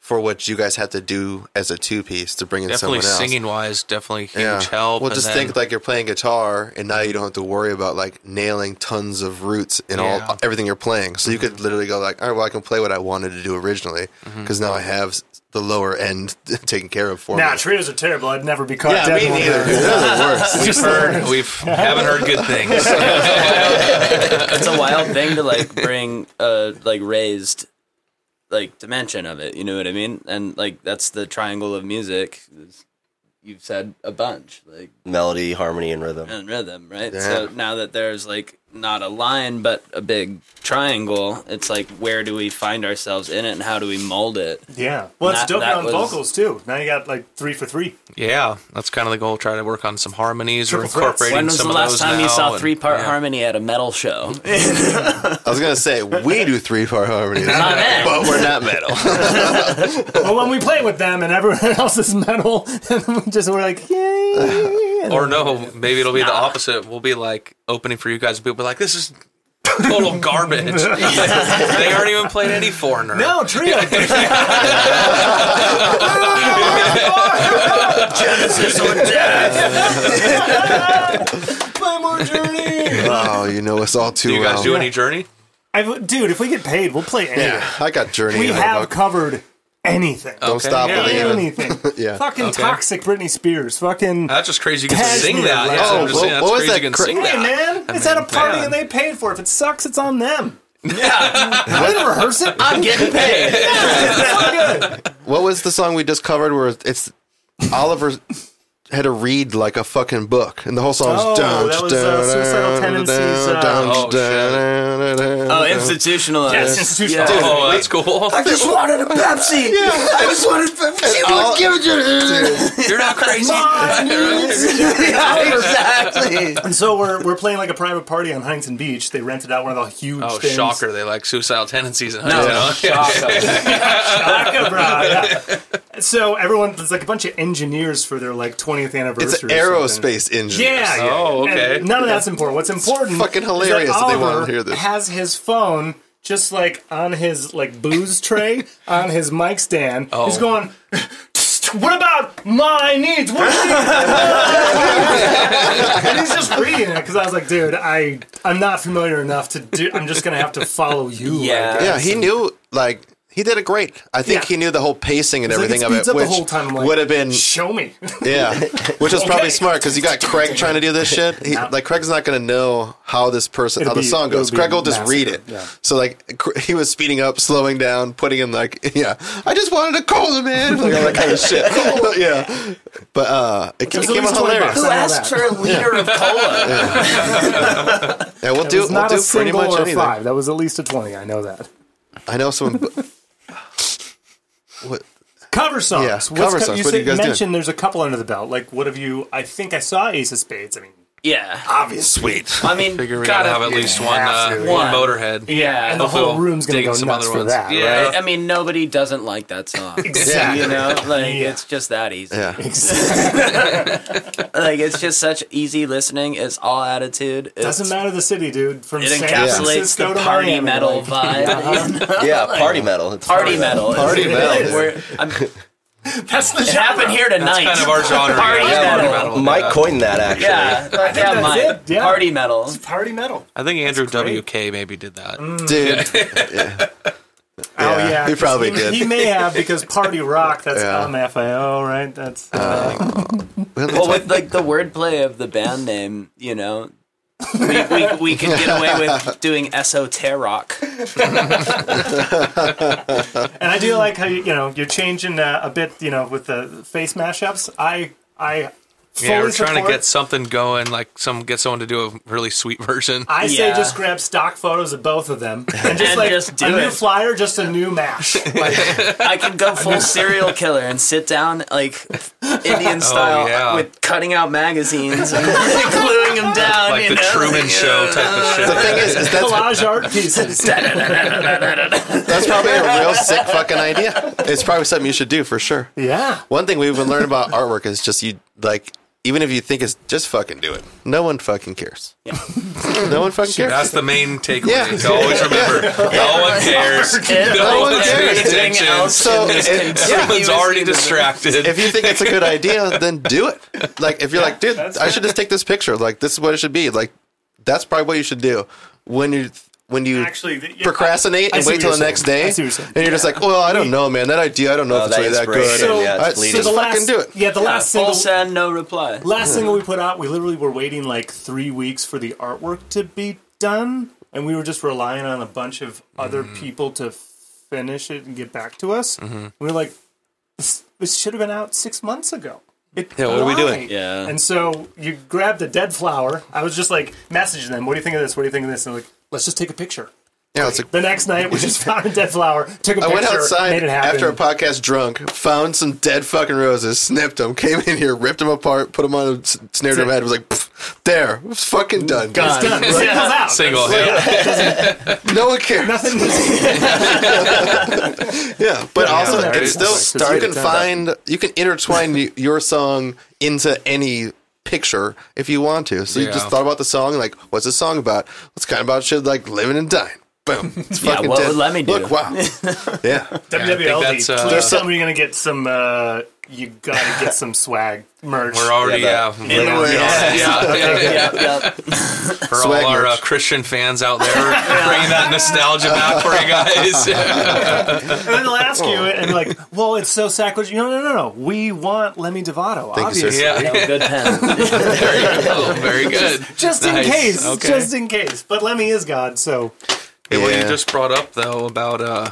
Speaker 1: for what you guys have to do as a two piece to bring in
Speaker 3: Definitely
Speaker 1: someone else.
Speaker 3: singing wise, definitely huge
Speaker 1: yeah.
Speaker 3: help.
Speaker 1: Well,
Speaker 3: and
Speaker 1: just
Speaker 3: then-
Speaker 1: think like you're playing guitar, and now you don't have to worry about like nailing tons of roots in
Speaker 3: Yeah. Mm-hmm.
Speaker 1: all everything you're playing. So you could literally go like, all right, well, I can play what I wanted to do originally because now I have s- the lower end (laughs) taken care of for
Speaker 2: Nah,
Speaker 1: me.
Speaker 2: trios are terrible. I'd never be caught
Speaker 1: Yeah,
Speaker 2: dead
Speaker 1: me
Speaker 2: one
Speaker 1: neither.
Speaker 2: time.
Speaker 1: Dude, they're the
Speaker 3: (laughs)
Speaker 1: worst.
Speaker 3: We've heard, we've haven't heard good
Speaker 1: (laughs)
Speaker 3: things.
Speaker 4: It's a wild thing to like bring a like raised like dimension of it. You know what I mean? And like that's the triangle of music. is- You've said a bunch like
Speaker 5: Melody, harmony, and rhythm.
Speaker 4: and rhythm, right?
Speaker 1: Yeah.
Speaker 4: So now that there's like not a line but a big triangle, it's like where do we find ourselves in it and how do we mold it?
Speaker 2: Yeah. Well, it's
Speaker 4: That-
Speaker 2: dope
Speaker 4: that
Speaker 2: on
Speaker 4: was-
Speaker 2: vocals too. Now you got like three for three.
Speaker 3: Yeah, that's kind of the goal. Try to work on some harmonies or
Speaker 2: Triple threats.
Speaker 3: incorporating
Speaker 4: When was
Speaker 3: some
Speaker 4: the
Speaker 3: of
Speaker 4: last
Speaker 3: those
Speaker 4: time you
Speaker 3: now,
Speaker 4: saw
Speaker 3: and-
Speaker 4: three part
Speaker 3: yeah.
Speaker 4: harmony at a metal show?
Speaker 1: I was gonna say we do three part harmonies,
Speaker 4: man.
Speaker 1: but we're not metal.
Speaker 2: well, when we play with them and everyone (laughs) else is metal, and we just we're like, yay.
Speaker 3: Or no, maybe it'll be the opposite. We'll be like opening for you guys. We'll be like, this is (laughs) total garbage. they aren't even playing any foreigner.
Speaker 2: No, Ah, trio. (laughs) My more journey.
Speaker 1: Oh, you know us all too
Speaker 3: Do you
Speaker 1: well.
Speaker 3: guys do any journey?
Speaker 2: I, dude, if we get paid, we'll play anything.
Speaker 1: Yeah, Oh, I got Journey.
Speaker 2: We
Speaker 1: in my
Speaker 2: have
Speaker 1: book.
Speaker 2: covered anything.
Speaker 1: Don't
Speaker 3: Okay.
Speaker 1: stop
Speaker 3: Yeah.
Speaker 1: believing.
Speaker 2: Anything.
Speaker 1: (laughs) Yeah.
Speaker 2: Fucking toxic Britney Spears. Fucking.
Speaker 3: That's just crazy. You can
Speaker 2: Cashmere,
Speaker 3: sing that.
Speaker 2: right?
Speaker 3: Yeah,
Speaker 2: Oh,
Speaker 3: I'm just
Speaker 1: what-
Speaker 3: saying, that's
Speaker 1: what was
Speaker 3: crazy.
Speaker 1: that
Speaker 3: you can
Speaker 1: cra-
Speaker 3: sing
Speaker 2: Hey
Speaker 3: that.
Speaker 2: man, it's at a party
Speaker 3: man.
Speaker 2: and they paid for it. If it sucks, it's on them. (laughs) Yeah, I didn't rehearse it. (laughs)
Speaker 4: I'm getting paid.
Speaker 1: (laughs) What was the song we just covered? Where it's Oliver had to read like a fucking book, and the whole song
Speaker 2: Oh,
Speaker 1: was down.
Speaker 2: that was, uh, Suicidal Tendencies, uh,
Speaker 3: Oh,
Speaker 4: Oh, institutionalized.
Speaker 2: Yes, institutionalized.
Speaker 4: Yeah.
Speaker 2: Dude.
Speaker 3: Oh, that's cool.
Speaker 5: just wanted a Pepsi. yeah, I just wanted
Speaker 1: (laughs)
Speaker 5: Pepsi.
Speaker 1: I'll give it
Speaker 3: You're not crazy.
Speaker 2: (laughs)
Speaker 4: exactly.
Speaker 2: And so we're we're playing like a private party on Huntington Beach. They rented out one of the huge
Speaker 3: Oh,
Speaker 2: things. (laughs)
Speaker 3: shocker. They like suicidal tendencies. And
Speaker 4: No, shocker.
Speaker 2: Shaka, bro,
Speaker 3: (laughs)
Speaker 2: yeah. So everyone, there's like a bunch of engineers for their like 20th anniversary.
Speaker 1: It's an
Speaker 2: or something.
Speaker 1: aerospace engine.
Speaker 2: Yeah, yeah.
Speaker 3: Oh,
Speaker 2: yeah. And
Speaker 3: okay.
Speaker 2: none of that's important. What's important?
Speaker 1: fucking
Speaker 2: is that
Speaker 1: hilarious that they wanted to
Speaker 2: Oliver
Speaker 1: hear this.
Speaker 2: Has his phone just like on his like
Speaker 1: (laughs)
Speaker 2: booze tray on his mic stand?
Speaker 1: Oh.
Speaker 2: He's going. What about my needs? What do you
Speaker 1: (laughs)
Speaker 2: need?" and he's just reading it because I was like, dude, I I'm not familiar enough to do. I'm just gonna have to follow you.
Speaker 4: Yeah.
Speaker 1: Yeah, he knew like he did it great. I think
Speaker 2: Yeah.
Speaker 1: he knew the whole pacing and
Speaker 2: It's like,
Speaker 1: everything of
Speaker 2: it speeds
Speaker 1: it,
Speaker 2: up the
Speaker 1: which
Speaker 2: whole time, I'm like,
Speaker 1: would have been
Speaker 2: Show me.
Speaker 1: (laughs)
Speaker 2: (laughs)
Speaker 1: yeah, which was
Speaker 2: Okay.
Speaker 1: probably smart because you got Craig trying to do this shit. He, Like Craig's not going to know how this person
Speaker 2: It'll
Speaker 1: how the
Speaker 2: be-
Speaker 1: song goes.
Speaker 2: it'll be
Speaker 1: Craig will just
Speaker 2: massive,
Speaker 1: read it.
Speaker 2: yeah.
Speaker 1: So like cr- he was speeding up, slowing down, putting in like (laughs) yeah, I just wanted a cola,
Speaker 2: (laughs)
Speaker 1: man, like all that kind of shit. (laughs) yeah, but uh, it,
Speaker 2: was
Speaker 1: it
Speaker 2: at
Speaker 1: came
Speaker 2: least
Speaker 1: out
Speaker 2: 20
Speaker 1: hilarious.
Speaker 2: bucks.
Speaker 4: Who asked for a liter of cola?
Speaker 1: Yeah, we'll
Speaker 2: It
Speaker 1: do
Speaker 2: was
Speaker 1: we'll
Speaker 2: not
Speaker 1: do
Speaker 2: a
Speaker 1: pretty
Speaker 2: single
Speaker 1: much
Speaker 2: or a
Speaker 1: anything.
Speaker 2: five. That was at least a twenty. I know that.
Speaker 1: I know
Speaker 2: (laughs)
Speaker 1: someone. what
Speaker 2: Cover songs.
Speaker 1: Yeah,
Speaker 2: What's
Speaker 1: cover songs.
Speaker 2: You,
Speaker 1: What are you
Speaker 2: said-
Speaker 1: guys doing?
Speaker 2: mentioned there's a couple under the belt. Like, what have you? I think I saw Ace of Spades. I mean,
Speaker 4: Yeah.
Speaker 2: obviously.
Speaker 1: sweet?
Speaker 4: I mean,
Speaker 3: Figure we
Speaker 4: gotta
Speaker 3: gotta have at least one,
Speaker 2: have
Speaker 3: uh,
Speaker 2: to.
Speaker 3: one
Speaker 4: One.
Speaker 3: motorhead.
Speaker 4: Yeah.
Speaker 2: And the
Speaker 3: Hopefully
Speaker 2: whole
Speaker 3: we'll
Speaker 2: room's gonna
Speaker 3: dig in
Speaker 2: go
Speaker 3: some
Speaker 2: nuts
Speaker 3: other
Speaker 2: for
Speaker 3: ones.
Speaker 2: that.
Speaker 3: Yeah.
Speaker 2: right?
Speaker 4: I mean, nobody doesn't like that song.
Speaker 2: (laughs) Exactly.
Speaker 4: You know, like
Speaker 2: Yeah.
Speaker 4: it's just that easy.
Speaker 1: Yeah.
Speaker 4: Like it's just such easy listening. It's all attitude. It's,
Speaker 2: Doesn't matter the city, dude. From
Speaker 4: It
Speaker 2: San
Speaker 4: encapsulates
Speaker 2: Francisco
Speaker 4: the
Speaker 2: to
Speaker 4: party
Speaker 2: Miami,
Speaker 4: metal
Speaker 2: like, (laughs) Uh-huh.
Speaker 4: vibe.
Speaker 5: Yeah, party metal. It's
Speaker 4: Party metal.
Speaker 1: Party
Speaker 4: It's-
Speaker 1: metal,
Speaker 4: it's-
Speaker 1: dude.
Speaker 2: (laughs)
Speaker 4: We're, I'm,
Speaker 2: That's the
Speaker 4: it
Speaker 2: genre.
Speaker 4: happened here tonight.
Speaker 3: Kind of our genre.
Speaker 4: Party
Speaker 3: yeah,
Speaker 4: metal.
Speaker 3: party
Speaker 5: metal. Mike
Speaker 3: yeah.
Speaker 5: coined that actually.
Speaker 4: yeah, like, yeah,
Speaker 2: that's
Speaker 4: Mike.
Speaker 2: it, yeah.
Speaker 4: Party metal.
Speaker 2: Party metal.
Speaker 3: I think Andrew WK maybe did that.
Speaker 1: dude.
Speaker 2: oh
Speaker 1: Yeah,
Speaker 2: yeah,
Speaker 1: he probably did.
Speaker 2: (laughs) He may have because party rock. That's
Speaker 1: Yeah.
Speaker 2: LMFAO, right? That's
Speaker 4: Well, with like the wordplay of the band name, you know, we, we, we could get away with doing esoteric.
Speaker 2: And I do like how you, you know you're changing uh, a bit, you know, with the face mashups. I I fully
Speaker 3: Yeah, we're trying to
Speaker 2: support-
Speaker 3: get something going, like some get someone to do a really sweet version.
Speaker 2: I say
Speaker 4: Yeah.
Speaker 2: just grab stock photos of both of them and just
Speaker 4: And
Speaker 2: like
Speaker 4: just do
Speaker 2: a new
Speaker 4: it.
Speaker 2: flyer, just a new mash. Like,
Speaker 4: I could
Speaker 3: (laughs)
Speaker 4: go full serial killer and sit down like Indian style
Speaker 3: Oh, yeah.
Speaker 4: with cutting out
Speaker 3: (laughs)
Speaker 4: magazines and gluing them down.
Speaker 3: like
Speaker 4: you
Speaker 3: the
Speaker 4: know?
Speaker 3: Truman Show type of shit.
Speaker 1: The thing is, is (laughs) that's
Speaker 2: collage art pieces.
Speaker 1: That's probably a
Speaker 2: (laughs)
Speaker 1: real sick fucking idea. It's probably something you should do for sure.
Speaker 2: yeah.
Speaker 1: One thing we've been learning about artwork is just you like even if you think it's just fucking do it. No one fucking cares. (laughs) no one fucking cares.
Speaker 3: That's the main
Speaker 1: (laughs)
Speaker 3: takeaway.
Speaker 1: Yeah.
Speaker 3: To always remember, no one cares.
Speaker 4: And
Speaker 3: No
Speaker 1: one
Speaker 3: one's
Speaker 1: cares,
Speaker 3: paying
Speaker 1: dude.
Speaker 3: attention.
Speaker 1: So if, yeah,
Speaker 3: Everyone's already distracted.
Speaker 1: if you think it's a good idea, then do it. Like if you're like, dude, I should just take this picture. Like this is what it should be. Like that's probably what you should do when you when you
Speaker 2: Actually, th- yeah,
Speaker 1: procrastinate
Speaker 2: I- I
Speaker 1: and
Speaker 2: see
Speaker 1: wait
Speaker 2: what
Speaker 1: till the
Speaker 2: you're
Speaker 1: next
Speaker 2: saying.
Speaker 1: day,
Speaker 2: I see what you're saying.
Speaker 1: and you're just like, well, I don't know, man. That idea, I don't know
Speaker 5: Oh,
Speaker 1: if it's
Speaker 5: that
Speaker 1: really that good.
Speaker 5: inspiration,
Speaker 1: And
Speaker 5: yeah,
Speaker 1: I-
Speaker 5: it's
Speaker 1: so
Speaker 5: bleeding.
Speaker 1: just
Speaker 2: uh, the
Speaker 1: fucking
Speaker 2: last,
Speaker 1: do it.
Speaker 2: Yeah, the last
Speaker 4: Full
Speaker 2: single.
Speaker 4: send, no reply.
Speaker 2: Last single we put out, we literally were waiting like three weeks for the artwork to be done, and we were just relying on a bunch of other
Speaker 1: Mm-hmm.
Speaker 2: people to finish it and get back to us. We were like, this, this should have been out six months ago. It, yeah,
Speaker 1: what are we doing?
Speaker 4: Yeah.
Speaker 2: And so you grabbed a dead flower. I was just like messaging them, "What do you think of this? What do you think of this?" And they're like, "Let's just take a picture."
Speaker 1: Yeah, it's like
Speaker 2: The next night,
Speaker 1: (laughs)
Speaker 2: we just found a dead flower, took a
Speaker 1: I
Speaker 2: picture,
Speaker 1: went outside
Speaker 2: made it happen.
Speaker 1: after a podcast drunk, found some dead fucking roses, snipped them, came in here, ripped them apart, put them on a s- snare drum head, was like, "Pff, there, it's fucking done.
Speaker 2: Mm, it's done.
Speaker 1: Like, (laughs)
Speaker 2: Single's out.
Speaker 3: Single hit.
Speaker 1: No one cares.
Speaker 2: Nothing.
Speaker 1: Yeah, but also
Speaker 2: yeah,
Speaker 1: it's
Speaker 2: right.
Speaker 1: still
Speaker 2: It's like,
Speaker 1: you can
Speaker 2: it's done.
Speaker 1: find you can intertwine y- your song into any picture if you want to. So you just
Speaker 3: Yeah.
Speaker 1: thought about the song, like, what's this song about? It's kind of about shit like living and dying. Boom.
Speaker 2: (laughs)
Speaker 1: It's
Speaker 4: Yeah,
Speaker 1: fucking
Speaker 4: what
Speaker 1: dead.
Speaker 4: would Lemmy do?
Speaker 1: Look, wow. yeah.
Speaker 3: I think
Speaker 2: WWLD.
Speaker 3: that's, uh,
Speaker 2: Please
Speaker 1: There's
Speaker 2: tell
Speaker 1: some-
Speaker 2: me you're gonna get some. Uh, you gotta get some swag merch.
Speaker 3: We're already
Speaker 5: Yeah,
Speaker 3: yeah.
Speaker 5: that-
Speaker 3: yeah.
Speaker 1: Anyway,
Speaker 3: yeah, yeah.
Speaker 4: Yep, yep.
Speaker 3: For
Speaker 1: Swag
Speaker 3: all our uh,
Speaker 1: merch.
Speaker 3: Christian fans
Speaker 1: (laughs)
Speaker 3: out there, bringing that nostalgia back for you guys. (laughs)
Speaker 2: And then they'll ask you, and like, well, it's so sacrilegious. No, no, no, no. We want Lemmy Devato,
Speaker 1: Thank you, sir.
Speaker 2: obviously.
Speaker 3: yeah.
Speaker 4: Oh,
Speaker 3: (laughs)
Speaker 4: good pen.
Speaker 3: Oh, very good.
Speaker 2: Just in
Speaker 3: Nice.
Speaker 2: case,
Speaker 3: Okay.
Speaker 2: just in case. But Lemmy is God, so
Speaker 3: Hey, What
Speaker 1: Yeah.
Speaker 3: you just brought up though about uh,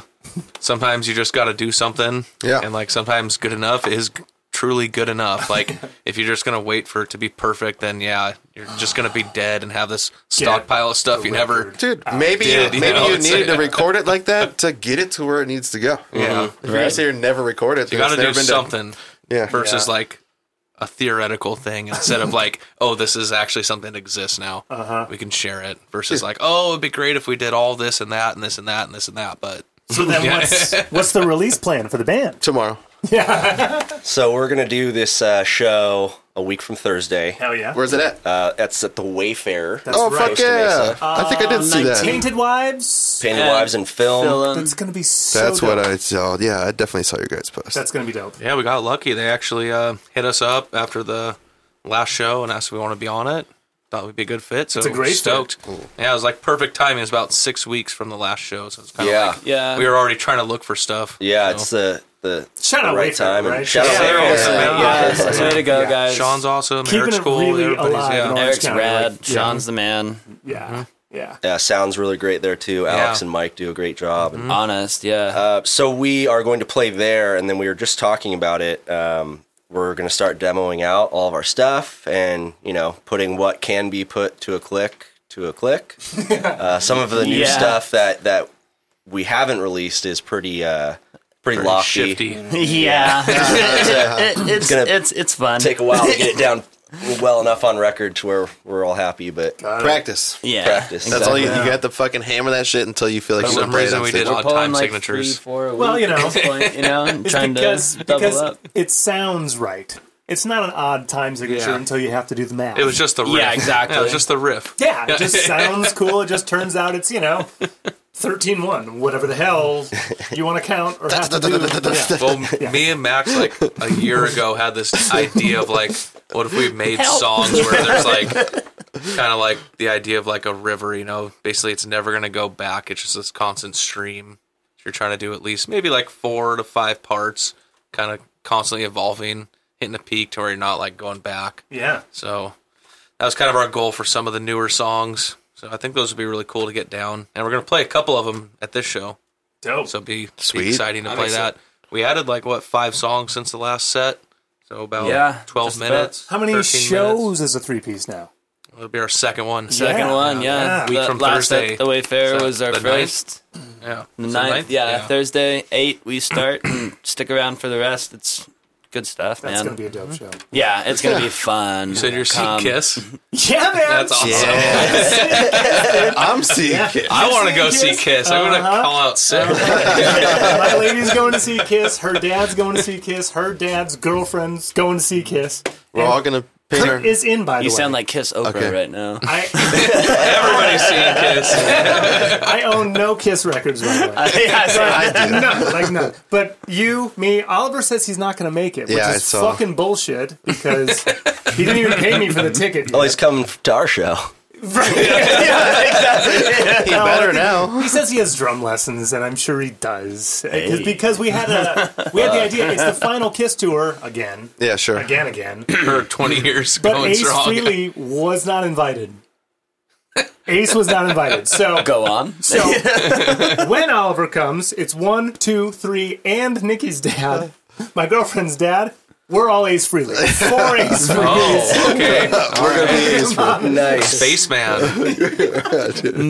Speaker 3: sometimes you just got to do something.
Speaker 1: Yeah.
Speaker 3: And like sometimes good enough is g- truly good
Speaker 1: (laughs)
Speaker 3: enough. Like if you're just gonna wait for it to be perfect, then yeah, you're just gonna be dead and have this stockpile of stuff you never.
Speaker 1: Dude, maybe
Speaker 3: did,
Speaker 1: you,
Speaker 3: Oh, you
Speaker 1: maybe
Speaker 3: know,
Speaker 1: you
Speaker 3: it's
Speaker 1: needed
Speaker 3: like-
Speaker 1: to record it like that to get it to where it needs to go. Mm-hmm.
Speaker 3: Yeah.
Speaker 1: If you're gonna say you're never record it,
Speaker 3: You
Speaker 1: then it's
Speaker 3: got to do
Speaker 1: never been done.
Speaker 3: something
Speaker 1: Yeah.
Speaker 3: versus like a theoretical thing instead of (laughs) like, oh, this is actually something that exists now. Uh-huh. We can share it versus like, oh, it'd be great if we did all this and that and this and that and this and that. But
Speaker 2: So then what's what's the release plan for the band?
Speaker 1: Tomorrow.
Speaker 5: So we're gonna do this uh, show a week from Thursday.
Speaker 2: Hell yeah.
Speaker 1: Where's it at?
Speaker 5: Uh, that's at the Wayfarer.
Speaker 1: oh
Speaker 2: right.
Speaker 1: fuck yeah! I think I did see that.
Speaker 4: 19.
Speaker 2: Painted Wives.
Speaker 5: Painted Wives and film.
Speaker 4: Film.
Speaker 2: That's gonna be so.
Speaker 1: That's what
Speaker 2: dope.
Speaker 1: I saw. Yeah, I definitely saw your guys' post.
Speaker 2: That's gonna be dope.
Speaker 3: yeah, we got lucky. They actually uh, hit us up after the last show and asked if we want to be on it. Thought we'd be a good fit. So
Speaker 2: a great fit.
Speaker 3: stoked. Yeah, it was like perfect timing. It was about six weeks from the last show, so it's kind of
Speaker 5: Yeah.
Speaker 3: like
Speaker 4: Yeah.
Speaker 3: we were already trying to look for stuff. you
Speaker 5: Yeah,
Speaker 3: know.
Speaker 5: it's the the,
Speaker 2: Shout
Speaker 5: the
Speaker 2: out
Speaker 5: right
Speaker 2: Wayfarer,
Speaker 5: time. and
Speaker 2: right?
Speaker 5: Shout out
Speaker 2: Yeah.
Speaker 5: Wayfarer.
Speaker 4: Yeah.
Speaker 5: Yeah.
Speaker 4: Guys, Way to go, guys.
Speaker 3: Sean's awesome.
Speaker 2: Keeping
Speaker 3: Eric's
Speaker 2: it
Speaker 3: cool.
Speaker 2: really
Speaker 3: Everybody's
Speaker 2: alive
Speaker 3: yeah.
Speaker 2: and all Orange
Speaker 4: Eric's
Speaker 2: County,
Speaker 4: rad.
Speaker 2: like, yeah.
Speaker 4: Sean's the man.
Speaker 2: Yeah. Yeah.
Speaker 5: Yeah, sounds really great there too. Alex
Speaker 3: Yeah.
Speaker 5: and Mike do a great job.
Speaker 4: Mm-hmm.
Speaker 3: Mm-hmm.
Speaker 5: And,
Speaker 4: Honest, yeah.
Speaker 5: uh, so we are going to play there, and then we were just talking about it. Um, we're going to start demoing out all of our stuff, and you know, putting what can be put to a click to
Speaker 2: (laughs)
Speaker 5: a click. uh, some of the new
Speaker 4: Yeah.
Speaker 5: stuff that that we haven't released is pretty uh, pretty,
Speaker 3: Pretty
Speaker 5: lofty.
Speaker 3: Shifty.
Speaker 4: yeah. It- it- it's,
Speaker 5: gonna
Speaker 4: it's, it's fun.
Speaker 5: Take a while to get
Speaker 2: (laughs)
Speaker 5: it down well enough on record to where we're all happy, but.
Speaker 1: Practice.
Speaker 4: yeah.
Speaker 5: practice.
Speaker 1: That's all you, you got to fucking hammer that shit until you feel like
Speaker 3: For
Speaker 1: you
Speaker 3: some
Speaker 1: can play it
Speaker 3: reason
Speaker 1: on
Speaker 3: we
Speaker 1: stage.
Speaker 3: did
Speaker 4: We're
Speaker 3: odd
Speaker 4: pulling
Speaker 3: time
Speaker 4: like
Speaker 3: signatures.
Speaker 4: three, four a
Speaker 2: Well,
Speaker 4: week
Speaker 2: you know.
Speaker 4: at this point, you know, and
Speaker 2: It's
Speaker 4: trying
Speaker 2: because
Speaker 4: to double
Speaker 2: because
Speaker 4: up.
Speaker 2: it sounds right. It's not an odd time signature
Speaker 3: Yeah.
Speaker 2: until you have to do the math.
Speaker 3: It was just the riff.
Speaker 4: Yeah, exactly.
Speaker 3: it was just the riff.
Speaker 2: yeah, it just sounds cool. It just turns out it's you know. 13-1, whatever the hell you want to count or have to do. Yeah.
Speaker 3: Well, me and Max like a year ago had this idea of like, what if we made
Speaker 4: Help.
Speaker 3: songs where there's like, kind of like the idea of like a river. You know, basically it's never gonna go back. It's just this constant stream. You're trying to do at least maybe like four to five parts, kind of constantly evolving, hitting a peak to where you're not like going back.
Speaker 2: Yeah.
Speaker 3: So that was kind of our goal for some of the newer songs. So I think those would be really cool to get down, and we're gonna play a couple of them at this show.
Speaker 2: Dope.
Speaker 3: So it'd be,
Speaker 1: Sweet.
Speaker 3: be exciting to
Speaker 4: I'm
Speaker 3: play
Speaker 4: excited.
Speaker 3: that. We added like what five songs since the last set, so about
Speaker 4: Yeah,
Speaker 3: twelve
Speaker 4: just about.
Speaker 3: minutes.
Speaker 2: How many
Speaker 3: 13
Speaker 2: shows
Speaker 3: Minutes.
Speaker 2: is a three-piece now?
Speaker 3: It'll be our second one.
Speaker 4: Second
Speaker 2: Yeah.
Speaker 4: one, yeah.
Speaker 2: Yeah.
Speaker 3: Week
Speaker 4: The
Speaker 3: from
Speaker 4: last at
Speaker 3: Thursday.
Speaker 4: The Wayfair
Speaker 3: So,
Speaker 4: was our
Speaker 3: the ninth?
Speaker 4: first.
Speaker 3: Yeah,
Speaker 4: The
Speaker 3: Is it
Speaker 4: ninth, yeah,
Speaker 3: Yeah.
Speaker 4: Thursday eight we start and stick around for the rest. It's good stuff,
Speaker 2: That's
Speaker 4: man.
Speaker 2: going to be a dope show.
Speaker 4: yeah, it's gonna
Speaker 2: (laughs)
Speaker 4: be fun. You
Speaker 3: So you're seeing
Speaker 4: (laughs)
Speaker 3: Kiss.
Speaker 2: Yeah, man.
Speaker 3: That's awesome.
Speaker 1: I'm seeing it.
Speaker 3: I want to go
Speaker 2: Kiss. Uh-huh.
Speaker 3: see Kiss. I'm gonna call out sick.
Speaker 2: My lady's going to see Kiss. Her dad's going to see Kiss. Her dad's girlfriend's going to see Kiss.
Speaker 1: We're all gonna pay her.
Speaker 2: Kurt is in, by the
Speaker 4: You
Speaker 2: way.
Speaker 4: sound like Kiss Oprah
Speaker 1: Okay.
Speaker 4: right
Speaker 3: (laughs)
Speaker 4: now.
Speaker 2: I,
Speaker 3: Everybody's seeing
Speaker 4: (laughs)
Speaker 3: Kiss.
Speaker 2: I (laughs) own no Kiss records, by the way.
Speaker 4: Yeah,
Speaker 1: (laughs)
Speaker 4: so-
Speaker 2: No, like no. But you, me, Oliver says he's not going to make it, which
Speaker 1: Yeah, I
Speaker 2: is
Speaker 1: saw.
Speaker 2: fucking bullshit because he didn't even pay me for the ticket.
Speaker 5: Oh,
Speaker 2: yet.
Speaker 5: he's coming to our show.
Speaker 1: He better now.
Speaker 3: (laughs)
Speaker 2: He says he has drum lessons, and I'm sure he does 'Cause- because we had a we had the idea. It's the final Kiss tour again,
Speaker 1: Yeah, sure. (clears throat)
Speaker 2: again, again.
Speaker 3: For 20 years
Speaker 2: But
Speaker 3: going
Speaker 2: Ace
Speaker 3: strong.
Speaker 2: Frehley was not invited. Ace was not invited. So
Speaker 4: Go on.
Speaker 1: (laughs)
Speaker 2: So (laughs) when Oliver comes, it's one, two, three, and Nikki's dad, my girlfriend's dad. We're all Ace Freely. Four
Speaker 3: (laughs)
Speaker 2: Ace Freelys. (laughs)
Speaker 3: (laughs) Oh, okay.
Speaker 1: We're gonna be ace for
Speaker 5: Nice.
Speaker 3: Baseman.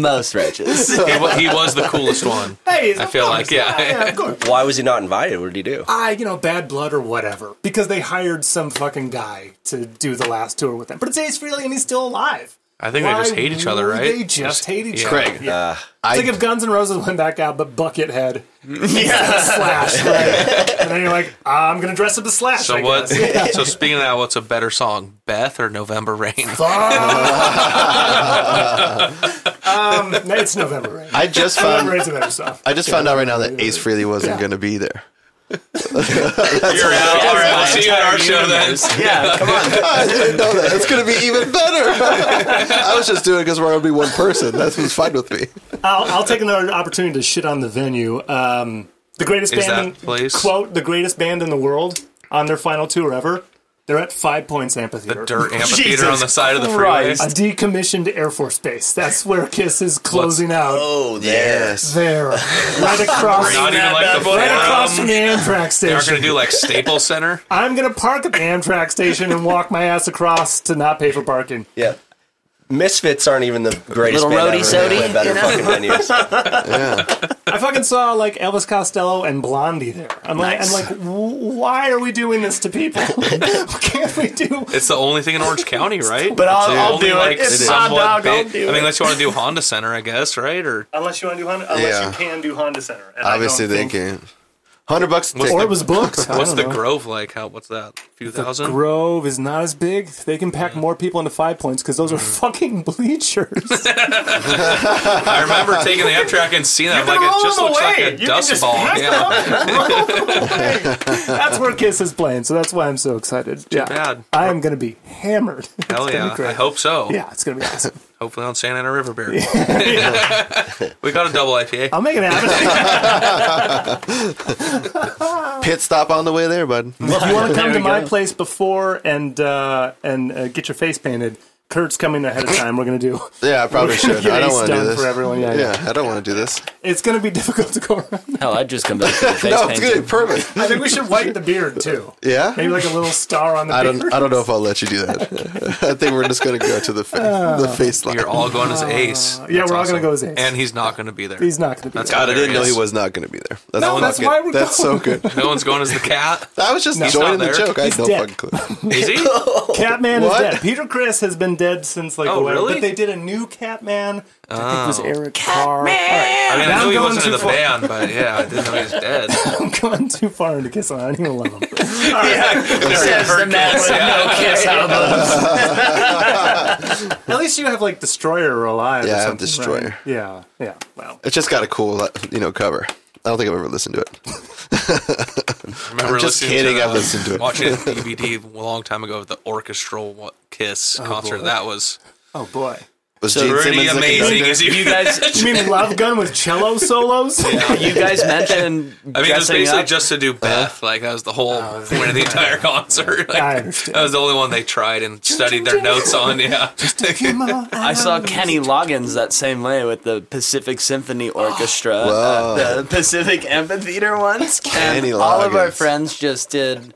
Speaker 4: Most wretches.
Speaker 3: He, wa- he was the coolest one.
Speaker 2: Hey, of
Speaker 3: I feel
Speaker 2: course,
Speaker 3: like, yeah. (laughs)
Speaker 2: of course.
Speaker 5: (laughs) Why was he not invited? What did he do?
Speaker 2: I, you know, bad blood or whatever, because they hired some fucking guy to do the last tour with them. But it's Ace Freely, and he's still alive.
Speaker 3: I think they just hate each other, right?
Speaker 2: They just hate each
Speaker 3: yeah.
Speaker 2: other.
Speaker 1: Craig.
Speaker 2: Yeah.
Speaker 1: I,
Speaker 2: It's like if Guns N' Roses went back out, but
Speaker 1: (laughs)
Speaker 2: Buckethead (laughs) slash, right? and then you're like, I'm gonna dress up as Slash.
Speaker 3: So
Speaker 2: I
Speaker 3: what?
Speaker 2: guess. (laughs)
Speaker 3: So speaking of that, what's a better song, Beth or November Rain?
Speaker 2: um, no, it's November Rain.
Speaker 1: I just found
Speaker 2: November Rain's a better song.
Speaker 1: I just found out right now that Ace Freely wasn't gonna be there.
Speaker 3: You're out. All right, we'll see you at our show then.
Speaker 4: yeah, come on.
Speaker 1: I didn't know that. It's gonna be even better. I was just doing it because we're gonna be one person. That's what's fine with me.
Speaker 2: I'll, I'll take another opportunity to shit on the venue. Um, the greatest
Speaker 3: Is
Speaker 2: band,
Speaker 3: that place?
Speaker 2: quote, the greatest band in the world on their final tour ever. They're at Five Points Amphitheater.
Speaker 3: The dirt amphitheater on the side of the freeway.
Speaker 4: Christ.
Speaker 2: A decommissioned Air Force base. That's where Kiss is closing out.
Speaker 5: Oh, there.
Speaker 1: Yes.
Speaker 3: (laughs)
Speaker 2: There. Right across,
Speaker 3: Not
Speaker 2: right
Speaker 3: even like the
Speaker 2: across from
Speaker 3: forum.
Speaker 2: the Amtrak
Speaker 3: They aren't
Speaker 2: station.
Speaker 3: going to do like Staples Center.
Speaker 2: I'm going to park at the Amtrak station and walk my ass across to not pay for parking.
Speaker 5: Yeah. Misfits aren't even the greatest
Speaker 4: Little
Speaker 5: band
Speaker 4: roadie
Speaker 5: ever.
Speaker 4: sodie,
Speaker 5: They play better fucking venues.
Speaker 4: (laughs)
Speaker 2: I fucking saw like Elvis Costello and Blondie there. I'm
Speaker 4: Nice.
Speaker 2: like, I'm like, "W- why are we doing this to
Speaker 3: (laughs)
Speaker 2: people? What can't we do?
Speaker 3: It's the only thing in Orange County, right?
Speaker 4: But I'll- I'll
Speaker 3: Only,
Speaker 4: do it. It's
Speaker 1: my
Speaker 3: somewhat
Speaker 4: dog,
Speaker 3: big-
Speaker 4: I'll do
Speaker 3: I mean,
Speaker 4: it.
Speaker 3: unless you want to do Honda Center, I guess, right? Or
Speaker 2: Unless you want to do Honda, unless
Speaker 1: Yeah.
Speaker 2: you can do Honda Center. And I don't
Speaker 1: Obviously they
Speaker 2: think-
Speaker 1: can't. Hundred bucks a
Speaker 2: Or it
Speaker 1: ticket.
Speaker 2: was booked. I
Speaker 3: what's
Speaker 2: don't
Speaker 3: the
Speaker 2: know.
Speaker 3: Grove like? How what's that? A few thousand?
Speaker 2: Grove is not as big. They can pack more people into five points because those are fucking (laughs) bleachers.
Speaker 3: I remember taking the Amtrak and seeing that. I'm like, it just looks like a dust ball. Yeah, (laughs)
Speaker 2: that's where Kiss is playing, so that's why I'm so excited. yeah,
Speaker 3: bad.
Speaker 2: I am going to be hammered. (laughs) It's
Speaker 3: hell
Speaker 2: gonna be
Speaker 3: yeah.
Speaker 2: great.
Speaker 3: I hope so.
Speaker 2: Yeah, it's going to be awesome.
Speaker 3: Hopefully on Santa Ana River
Speaker 2: (laughs)
Speaker 3: Beer. (laughs) we got a double IPA.
Speaker 2: I'll make it
Speaker 3: (laughs)
Speaker 2: happen.
Speaker 1: Pit stop on the way there,
Speaker 2: (laughs)
Speaker 1: bud.
Speaker 2: If you want to come to
Speaker 4: we
Speaker 2: my
Speaker 4: go.
Speaker 2: place before and uh, and uh, get your face painted, Kurt's coming ahead of time. We're going to do.
Speaker 1: Yeah, I (laughs) probably
Speaker 2: We're gonna
Speaker 1: should.
Speaker 2: get
Speaker 1: I don't
Speaker 2: Ace
Speaker 1: want to do
Speaker 2: done
Speaker 1: this.
Speaker 2: for everyone, yeah, yeah.
Speaker 1: I don't want to do this.
Speaker 2: It's going to be (laughs) difficult to go around.
Speaker 4: Hell, I'd just come back
Speaker 3: (laughs)
Speaker 4: to the face
Speaker 1: No, it's
Speaker 4: painting.
Speaker 1: good.
Speaker 2: (laughs)
Speaker 1: Perfect.
Speaker 2: I think we should whiten the beard too.
Speaker 1: Yeah?
Speaker 2: maybe like a little star on the
Speaker 1: I
Speaker 2: beard.
Speaker 1: don't. I don't know if I'll let you
Speaker 2: (laughs)
Speaker 1: do that. I think we're just gonna go to the face, the
Speaker 2: Ah.
Speaker 1: face line.
Speaker 3: You're all going as Ace.
Speaker 2: Uh, yeah, we're all gonna go as Ace.
Speaker 3: And he's not going to be there.
Speaker 2: He's not going to be.
Speaker 3: That's
Speaker 2: there.
Speaker 1: God, I didn't know
Speaker 3: hilarious.
Speaker 1: he was not gonna be there. That's
Speaker 2: No,
Speaker 1: fucking-
Speaker 2: that's why we're
Speaker 1: That's so
Speaker 2: going.
Speaker 1: good.
Speaker 3: (laughs) No one's going as the cat.
Speaker 1: I was just
Speaker 3: He's
Speaker 1: joining
Speaker 3: not
Speaker 1: the
Speaker 3: there.
Speaker 1: joke. I had no
Speaker 2: dead.
Speaker 1: fucking clue.
Speaker 3: Is he?
Speaker 2: Catman is
Speaker 1: What?
Speaker 2: dead. Peter Chris has been dead since like
Speaker 3: Oh,
Speaker 2: a while,
Speaker 3: really?
Speaker 2: But they did a new Catman. which I think it was Eric Carr.
Speaker 3: I mean,
Speaker 2: Now
Speaker 3: I
Speaker 2: I'm
Speaker 3: knew he
Speaker 2: going
Speaker 3: wasn't in
Speaker 2: too
Speaker 3: the
Speaker 2: far.
Speaker 3: band, but yeah, I didn't know he was dead.
Speaker 2: (laughs) (laughs) I'm going too far into Kiss on. I don't even love him.
Speaker 4: Says the man with no
Speaker 3: (laughs)
Speaker 4: kiss album.
Speaker 2: At least you have like Destroyer alive.
Speaker 1: Yeah, I
Speaker 2: or
Speaker 1: have
Speaker 2: something,
Speaker 1: Destroyer.
Speaker 2: right? Yeah, yeah. Well,
Speaker 1: It's just got a cool, uh, you know, cover. I don't think I've ever listened to it.
Speaker 3: Remember
Speaker 1: just
Speaker 3: listening
Speaker 1: kidding,
Speaker 3: To
Speaker 1: I've listened to it.
Speaker 3: Watching a DVD a long time ago of the orchestral wa- Kiss concert. That was
Speaker 2: oh boy.
Speaker 1: Was
Speaker 4: So
Speaker 1: Gene
Speaker 3: pretty
Speaker 1: Simmons the
Speaker 3: amazing.
Speaker 1: conductor?
Speaker 3: As you, (laughs)
Speaker 4: You guys,
Speaker 2: You mean Love Gun with cello
Speaker 4: (laughs)
Speaker 2: solos?
Speaker 4: you guys mentioned
Speaker 3: I mean, it was
Speaker 4: dressing
Speaker 3: basically
Speaker 4: up.
Speaker 3: just to do Beth. like that was the whole point of the entire concert. (laughs)
Speaker 2: (laughs)
Speaker 3: Like,
Speaker 2: I understand.
Speaker 3: That was the only one they tried and studied their notes on. Yeah,
Speaker 4: I
Speaker 2: Um,
Speaker 4: saw Kenny Loggins that same way with the Pacific Symphony Orchestra, uh, the (laughs) Pacific Amphitheater once.
Speaker 1: Kenny
Speaker 4: and all of our
Speaker 1: Loggins.
Speaker 4: friends just did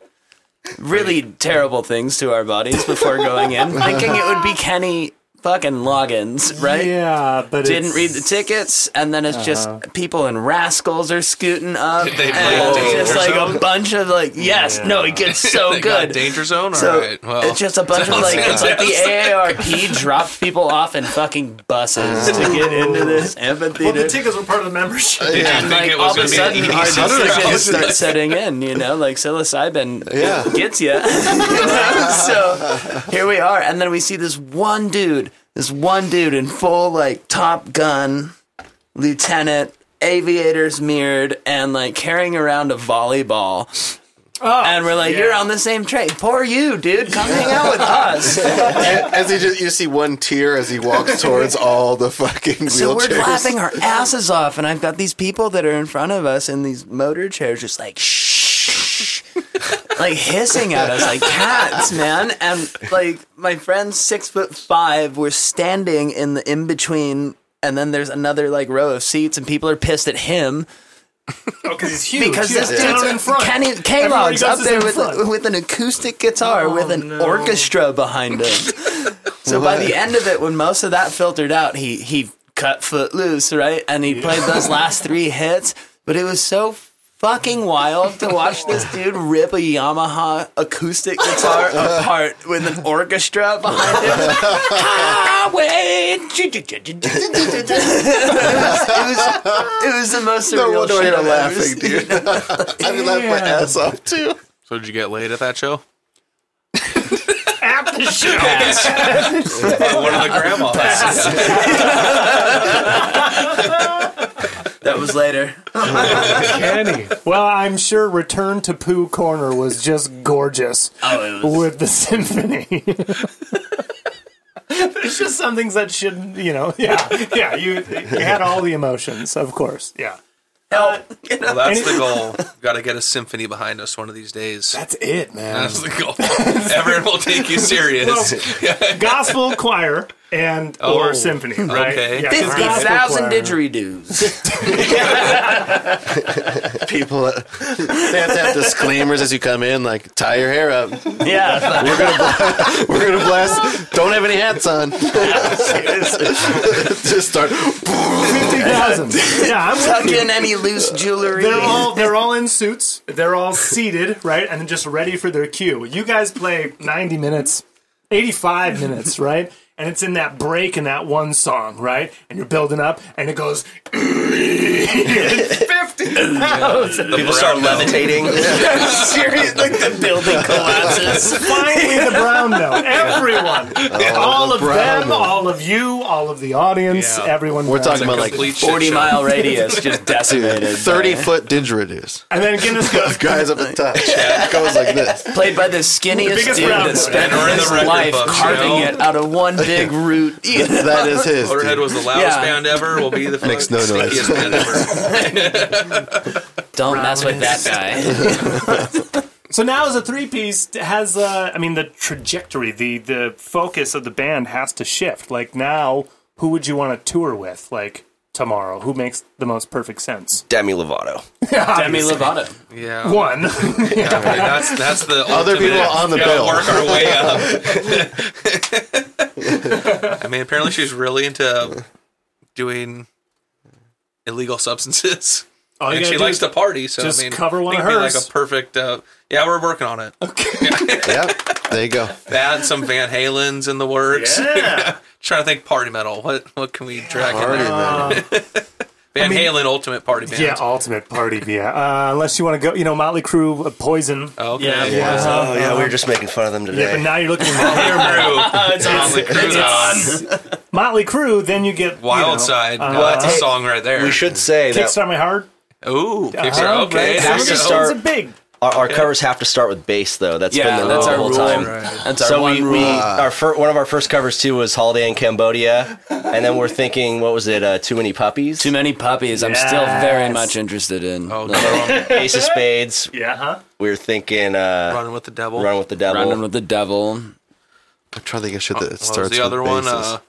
Speaker 4: really terrible things to our bodies before going
Speaker 1: (laughs)
Speaker 4: in, thinking it would be Kenny fucking Loggins, right?
Speaker 2: Yeah, but
Speaker 4: Didn't
Speaker 2: it's-
Speaker 4: read the tickets, and then it's
Speaker 1: Uh-huh.
Speaker 4: just people and rascals are scooting up.
Speaker 3: they
Speaker 4: and
Speaker 3: play
Speaker 4: it's just
Speaker 3: Danger
Speaker 4: like
Speaker 3: Zone?
Speaker 4: a bunch of like, yes, no, it gets
Speaker 3: (laughs)
Speaker 4: so
Speaker 3: They got
Speaker 4: good.
Speaker 3: Danger Zone. All right.
Speaker 4: So
Speaker 3: well,
Speaker 4: it's just a bunch of like it's like the (laughs) AARP dropped people off in fucking buses (laughs) to get into (laughs) this
Speaker 2: Well, the
Speaker 4: amphitheater.
Speaker 2: tickets were part of the membership.
Speaker 3: did you
Speaker 4: and
Speaker 3: think
Speaker 4: like
Speaker 3: it
Speaker 4: all
Speaker 3: was
Speaker 4: of a
Speaker 3: going to be
Speaker 4: sudden,
Speaker 3: an
Speaker 4: our
Speaker 3: (laughs) easy session? (laughs)
Speaker 4: decisions start setting in. You know, like psilocybin
Speaker 1: Yeah.
Speaker 4: gets you. (laughs) so here we are, and then we see this one dude, this one dude in full like Top Gun lieutenant, aviators mirrored, and like carrying around a volleyball.
Speaker 3: Oh,
Speaker 4: and we're like, you're on the same train. Poor you, dude. Come hang out with us.
Speaker 1: And as he just, you see one tear as he
Speaker 4: (laughs)
Speaker 1: walks towards all the fucking
Speaker 4: So we're
Speaker 1: wheelchairs.
Speaker 4: laughing our asses off, and I've got these people that are in front of us in these motor chairs, just like shh, like hissing at us like cats, man. And like my friend's six foot five, we're standing in the in between, and then there's another like row of seats, and people are pissed at him
Speaker 2: because it's huge.
Speaker 4: because
Speaker 2: yeah.
Speaker 4: this dude's
Speaker 2: Down in front.
Speaker 4: Kenny K
Speaker 2: Everybody
Speaker 4: Log's
Speaker 2: does
Speaker 4: up
Speaker 2: this
Speaker 4: there
Speaker 2: in
Speaker 4: with
Speaker 2: front.
Speaker 4: with an acoustic guitar
Speaker 2: Oh,
Speaker 4: with an
Speaker 2: no.
Speaker 4: orchestra behind him.
Speaker 2: (laughs)
Speaker 4: so by the end of it, when most of that filtered out, he he cut foot loose, right? And he played those last three hits, but it was so fucking wild to watch this dude rip a Yamaha acoustic guitar
Speaker 2: (laughs)
Speaker 4: apart with an orchestra behind him.
Speaker 2: (laughs)
Speaker 4: Highway. it, was, it was it was the most surreal
Speaker 1: No wonder
Speaker 4: shit
Speaker 1: you're
Speaker 4: I've ever
Speaker 1: laughing,
Speaker 4: seen. (laughs)
Speaker 1: dude. I've been laughing my ass off too.
Speaker 3: So did you get laid at that show?
Speaker 2: at the
Speaker 4: (laughs)
Speaker 2: show.
Speaker 3: One of the grandmas.
Speaker 4: That was (laughs) later.
Speaker 2: Kenny. Well, I'm sure Return to Pooh Corner was just gorgeous
Speaker 4: Oh, it was
Speaker 2: with the symphony. (laughs) There's just some things that shouldn't, you know. Yeah, yeah. You, you had all the emotions, of course. Yeah.
Speaker 3: Well, that's the goal. We've got to get a symphony behind us one of these days.
Speaker 2: That's it, man.
Speaker 3: That's the
Speaker 2: (laughs)
Speaker 3: goal. Everyone will take you serious. (laughs)
Speaker 2: Gospel choir and or
Speaker 3: Oh,
Speaker 2: symphony, right?
Speaker 3: okay.
Speaker 2: Yeah, 'cause gospel
Speaker 4: 50,000
Speaker 2: choir-
Speaker 4: didgeridoos.
Speaker 1: People that, they have to have disclaimers as you come in, like tie your hair up.
Speaker 4: yeah.
Speaker 1: We're gonna blast, (laughs) we're gonna blast. Don't have any hats on. (laughs) Just start.
Speaker 2: 50,000. Yeah, I'm
Speaker 4: Tuck
Speaker 2: with you.
Speaker 4: in any loose jewelry.
Speaker 2: They're all they're all in suits. They're all seated, right, and just ready for their cue. You guys play ninety minutes, eighty five minutes, right? And it's in that break in that one song, right? And you're building up, and it goes (laughs) fifty thousand.
Speaker 5: People start
Speaker 4: (laughs)
Speaker 5: levitating.
Speaker 4: serious. Like the building collapses.
Speaker 2: Finally, the brown note. Everyone, all
Speaker 1: the
Speaker 2: of
Speaker 1: brown
Speaker 2: them,
Speaker 1: note.
Speaker 2: all of you, all of the audience,
Speaker 3: Yeah.
Speaker 2: everyone.
Speaker 1: We're
Speaker 2: knows.
Speaker 1: talking about like
Speaker 3: Complete shit
Speaker 4: 40
Speaker 3: show.
Speaker 4: mile radius just decimated.
Speaker 1: thirty foot didgeridoos.
Speaker 2: and then (laughs) Guinness goes.
Speaker 1: Guys up at the top. It goes like this.
Speaker 4: Played by the skinniest
Speaker 2: biggest
Speaker 4: dude
Speaker 2: round
Speaker 4: that spent
Speaker 3: winner.
Speaker 4: his
Speaker 3: We're in the record
Speaker 4: life
Speaker 3: books, you
Speaker 4: carving
Speaker 3: know?
Speaker 4: it out of one big root.
Speaker 1: That is his.
Speaker 3: Motorhead
Speaker 1: dude.
Speaker 3: was the loudest
Speaker 4: Yeah.
Speaker 3: band ever. Will be the
Speaker 1: (laughs) Makes no
Speaker 3: fucking
Speaker 1: noise.
Speaker 3: stinkiest band
Speaker 1: (laughs)
Speaker 3: ever.
Speaker 4: Don't mess with that guy.
Speaker 2: So now, as a three piece, has uh, I mean the trajectory, the the focus of the band has to shift. Like now, who would you want to tour with? Like tomorrow, who makes the most perfect sense?
Speaker 5: Demi Lovato.
Speaker 4: Uh-huh. Demi Lovato.
Speaker 2: (laughs)
Speaker 3: Yeah,
Speaker 2: One, Oh,
Speaker 3: I mean, that's that's the
Speaker 1: Other
Speaker 3: ultimate.
Speaker 1: people on the
Speaker 3: Gotta
Speaker 1: bill.
Speaker 3: Work our way
Speaker 1: (laughs)
Speaker 3: up. I mean, apparently she's really into doing illegal substances.
Speaker 2: you
Speaker 3: and
Speaker 2: gotta
Speaker 3: she
Speaker 2: do
Speaker 3: likes
Speaker 2: is
Speaker 3: to party, so
Speaker 2: just
Speaker 3: I mean,
Speaker 2: cover one
Speaker 3: I think
Speaker 2: of
Speaker 3: it'd be
Speaker 2: hers.
Speaker 3: Like a perfect. Uh, yeah, we're working on it.
Speaker 1: Yep. There you go.
Speaker 3: That and some Van Halen's in the
Speaker 2: (laughs)
Speaker 3: works.
Speaker 2: yeah.
Speaker 3: Trying to think party metal. What what can we drag in
Speaker 1: Party
Speaker 3: there?
Speaker 4: Uh,
Speaker 1: man.
Speaker 3: Van Halen, ultimate party band.
Speaker 2: yeah, ultimate party, yeah. Uh, unless you want to go, you know, Motley Crue, uh, Poison.
Speaker 3: Okay.
Speaker 4: Yeah,
Speaker 2: Uh,
Speaker 5: Oh yeah, we were just making fun of them
Speaker 2: yeah, but
Speaker 5: today.
Speaker 2: now you're looking at (laughs)
Speaker 3: Crew. it's on the crew.
Speaker 2: Motley Crue. Then you get
Speaker 3: Wild
Speaker 2: you know,
Speaker 3: Side. Now that's a
Speaker 5: Hey,
Speaker 3: song right there.
Speaker 5: we should say that
Speaker 2: Kickstart my heart.
Speaker 3: Ooh, Kickstarter.
Speaker 2: Uh-huh,
Speaker 3: okay.
Speaker 2: right?
Speaker 3: there
Speaker 5: That's
Speaker 3: we
Speaker 5: the
Speaker 3: go.
Speaker 5: start.
Speaker 2: It's a big.
Speaker 5: our, our covers have to start with bass, though. That's
Speaker 4: Yeah,
Speaker 5: been the
Speaker 4: that's
Speaker 5: rule
Speaker 4: our
Speaker 5: the whole
Speaker 4: rule.
Speaker 5: time.
Speaker 4: That's our
Speaker 5: So
Speaker 4: one
Speaker 5: we,
Speaker 4: rule.
Speaker 5: we our fir- one of our first covers too was Holiday in Cambodia, and then we're thinking, what was it? Uh, Too many puppies,
Speaker 4: Too many puppies. I'm still very
Speaker 2: Yes.
Speaker 4: much interested in.
Speaker 3: Oh, no.
Speaker 5: (laughs) Ace
Speaker 4: (laughs)
Speaker 5: of Spades.
Speaker 2: Yeah, huh?
Speaker 5: We were thinking uh,
Speaker 3: Running with the Devil.
Speaker 5: Run, with the Devil.
Speaker 4: Running Oh, with the devil.
Speaker 1: I'm trying to think of shit that
Speaker 3: Uh, what was
Speaker 1: starts
Speaker 3: the other
Speaker 1: with
Speaker 3: one?
Speaker 1: bases.
Speaker 3: Uh,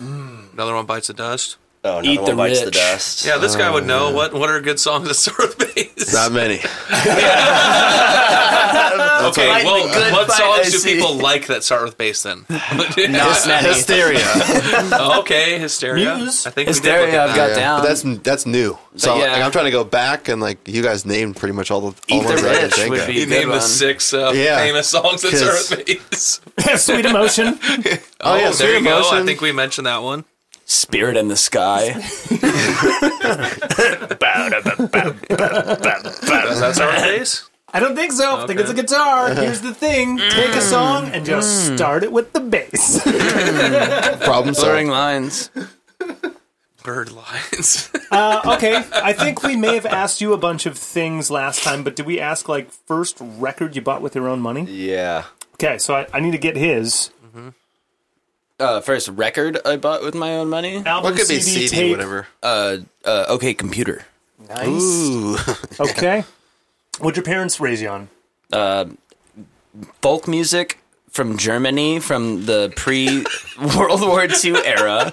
Speaker 3: hmm, another one bites the dust.
Speaker 5: oh, another
Speaker 4: Eat
Speaker 5: one
Speaker 4: the
Speaker 5: bites the
Speaker 4: Rich.
Speaker 5: dust.
Speaker 3: Yeah, this guy would know. What what are good songs that start with
Speaker 1: Uh,
Speaker 3: bass?
Speaker 1: Not many.
Speaker 3: okay,
Speaker 4: right,
Speaker 3: well,
Speaker 4: the good
Speaker 3: what
Speaker 4: fight, I
Speaker 3: songs do
Speaker 4: see.
Speaker 3: people like that start with bass then? (laughs)
Speaker 4: Not many. (laughs)
Speaker 1: Hysteria.
Speaker 3: okay, Hysteria.
Speaker 2: Muse?
Speaker 3: I think we did look
Speaker 4: Hysteria.
Speaker 3: at that.
Speaker 4: I've got
Speaker 1: Yeah,
Speaker 4: down.
Speaker 1: But that's that's new. So
Speaker 4: yeah.
Speaker 1: like, I'm trying to go back and like you guys named pretty much all the all
Speaker 4: Eat
Speaker 1: ones
Speaker 4: the
Speaker 1: I could
Speaker 4: Rich
Speaker 1: think
Speaker 4: would
Speaker 1: of.
Speaker 4: be
Speaker 3: You
Speaker 4: good
Speaker 3: named the
Speaker 4: one.
Speaker 3: six uh,
Speaker 1: Yeah.
Speaker 3: famous songs that
Speaker 1: Kiss.
Speaker 3: start (laughs) with bass.
Speaker 2: (laughs) Sweet emotion.
Speaker 1: oh, yeah,
Speaker 3: Oh, there
Speaker 1: Sweet
Speaker 3: you go. I
Speaker 1: Emotion.
Speaker 3: think we mentioned that one.
Speaker 4: Spirit in the sky.
Speaker 3: Does that start with
Speaker 4: (laughs)
Speaker 3: bass?
Speaker 2: I don't think so. I think it's a guitar. Here's the thing: take a song and
Speaker 4: Mm.
Speaker 2: just start it with the bass. (laughs)
Speaker 1: problem
Speaker 4: Blurring
Speaker 1: solved.
Speaker 4: lines.
Speaker 3: Bird lines.
Speaker 2: uh, okay, I think we may have asked you a bunch of things last time, but did we ask like first record you bought with your own money?
Speaker 5: Yeah.
Speaker 2: Okay, so I, I need to get his
Speaker 4: Uh, first record I bought with my own money.
Speaker 2: album,
Speaker 1: What could be CD,
Speaker 2: CD, tape.
Speaker 1: whatever.
Speaker 4: Uh, uh, okay, computer.
Speaker 2: Nice.
Speaker 1: Ooh,
Speaker 2: (laughs) Okay. What'd your parents raise you on?
Speaker 4: folk music from Germany from the pre World (laughs) War II era.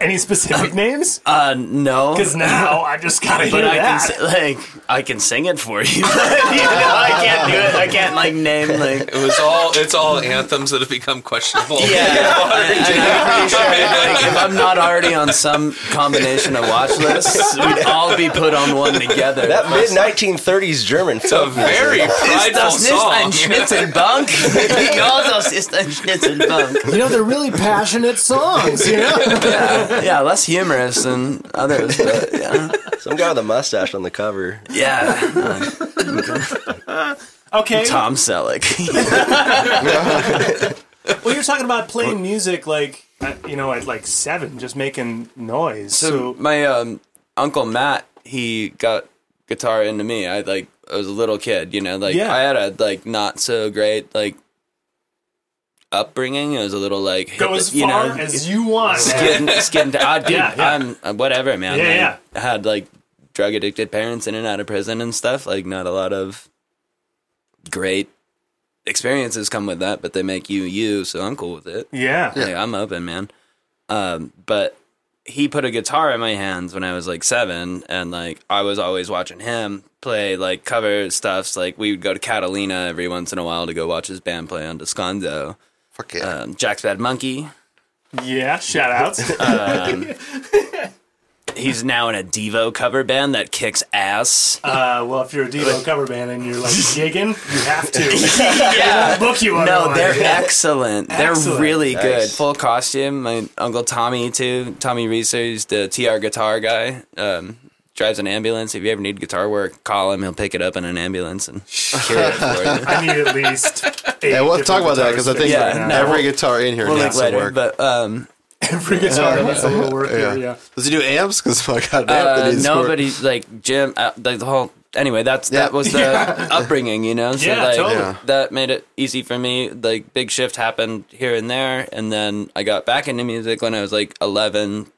Speaker 2: Any specific names?
Speaker 4: Uh, no,
Speaker 2: Because now I just gotta hear
Speaker 4: but I can
Speaker 2: that.
Speaker 4: si- like I can sing it for you. (laughs) you know, (laughs) I can't do it. I can't like name
Speaker 3: (laughs)
Speaker 4: like.
Speaker 3: It was all. It's all anthems that have become questionable. (laughs)
Speaker 4: Yeah, and- and (laughs) I'm pretty sure like, if I'm not already on some combination of watch lists, we'd all be put on one together.
Speaker 5: That mid 1930s German.
Speaker 3: It's a very
Speaker 4: ist
Speaker 3: prideful
Speaker 4: das nicht
Speaker 3: song.
Speaker 4: ein Schnitzelbank? ja, das ist ein Schnitzelbank.
Speaker 2: you know, they're really passionate songs, you know?
Speaker 4: Yeah, less humorous than others, but yeah.
Speaker 5: (laughs) Some guy with a mustache on the cover.
Speaker 4: Yeah,
Speaker 2: okay.
Speaker 4: Tom Selleck.
Speaker 2: Well, you're talking about playing music like uh, you know at like seven, just making noise.
Speaker 4: So
Speaker 2: So,
Speaker 4: (laughs) my um, uncle Matt, he got guitar into me. I like I was a little kid, you know, like
Speaker 2: Yeah.
Speaker 4: I had a like not so great like upbringing. It was a little like
Speaker 2: go as
Speaker 4: you
Speaker 2: far
Speaker 4: know,
Speaker 2: as you want. man.
Speaker 4: skin skin. I
Speaker 2: (laughs)
Speaker 4: did.
Speaker 2: Yeah, yeah.
Speaker 4: I'm uh, whatever, man.
Speaker 2: Yeah,
Speaker 4: Like,
Speaker 2: yeah.
Speaker 4: I had like drug addicted parents in and out of prison and stuff. Like, not a lot of great experiences come with that, but they make you you. So I'm cool with it.
Speaker 2: Yeah.
Speaker 4: Like, I'm open, man. Um, but he put a guitar in my hands when I was like seven, and like I was always watching him play like cover stuffs. Like we would go to Catalina every once in a while to go watch his band play on Descondo.
Speaker 1: Fuck yeah.
Speaker 4: Um, Jack's Bad Monkey.
Speaker 2: Yeah. Shout outs.
Speaker 4: (laughs) He's now in a Devo cover band that kicks ass.
Speaker 2: Uh, well, if you're a Devo cover band and you're like gigging, you have to.
Speaker 4: (laughs)
Speaker 2: They won't book you
Speaker 4: No,
Speaker 2: otherwise.
Speaker 4: they're excellent. They're
Speaker 2: Oh Excellent.
Speaker 4: really good.
Speaker 5: Nice.
Speaker 4: Full costume. My uncle Tommy too. Tommy Reeser, he's the TR guitar guy. Um, drives an ambulance. If you ever need guitar work, call him. He'll pick it up in an ambulance and cure it for you.
Speaker 2: I need at
Speaker 4: (laughs)
Speaker 2: least. Eight
Speaker 1: Yeah, we'll
Speaker 2: different
Speaker 1: talk about that because I
Speaker 2: guitarists
Speaker 1: think
Speaker 2: right
Speaker 4: Yeah,
Speaker 2: now.
Speaker 4: no,
Speaker 1: every
Speaker 4: we'll-
Speaker 1: guitar in here
Speaker 4: We'll link
Speaker 1: needs some
Speaker 4: (laughs) later,
Speaker 1: work.
Speaker 4: but um,
Speaker 2: (laughs) every guitar needs a little work here. Yeah.
Speaker 1: Does he do amps? (laughs) Because my god, damn,
Speaker 4: uh,
Speaker 1: that needs work.
Speaker 4: nobody's like Jim. Uh, like the whole. Anyway, that's that
Speaker 1: (laughs) Yeah.
Speaker 4: was the upbringing, you know. So
Speaker 2: Yeah,
Speaker 4: like,
Speaker 2: totally.
Speaker 1: Yeah.
Speaker 4: that made it easy for me. Like big shift happened here and there, and then I got back into music when I was like 11,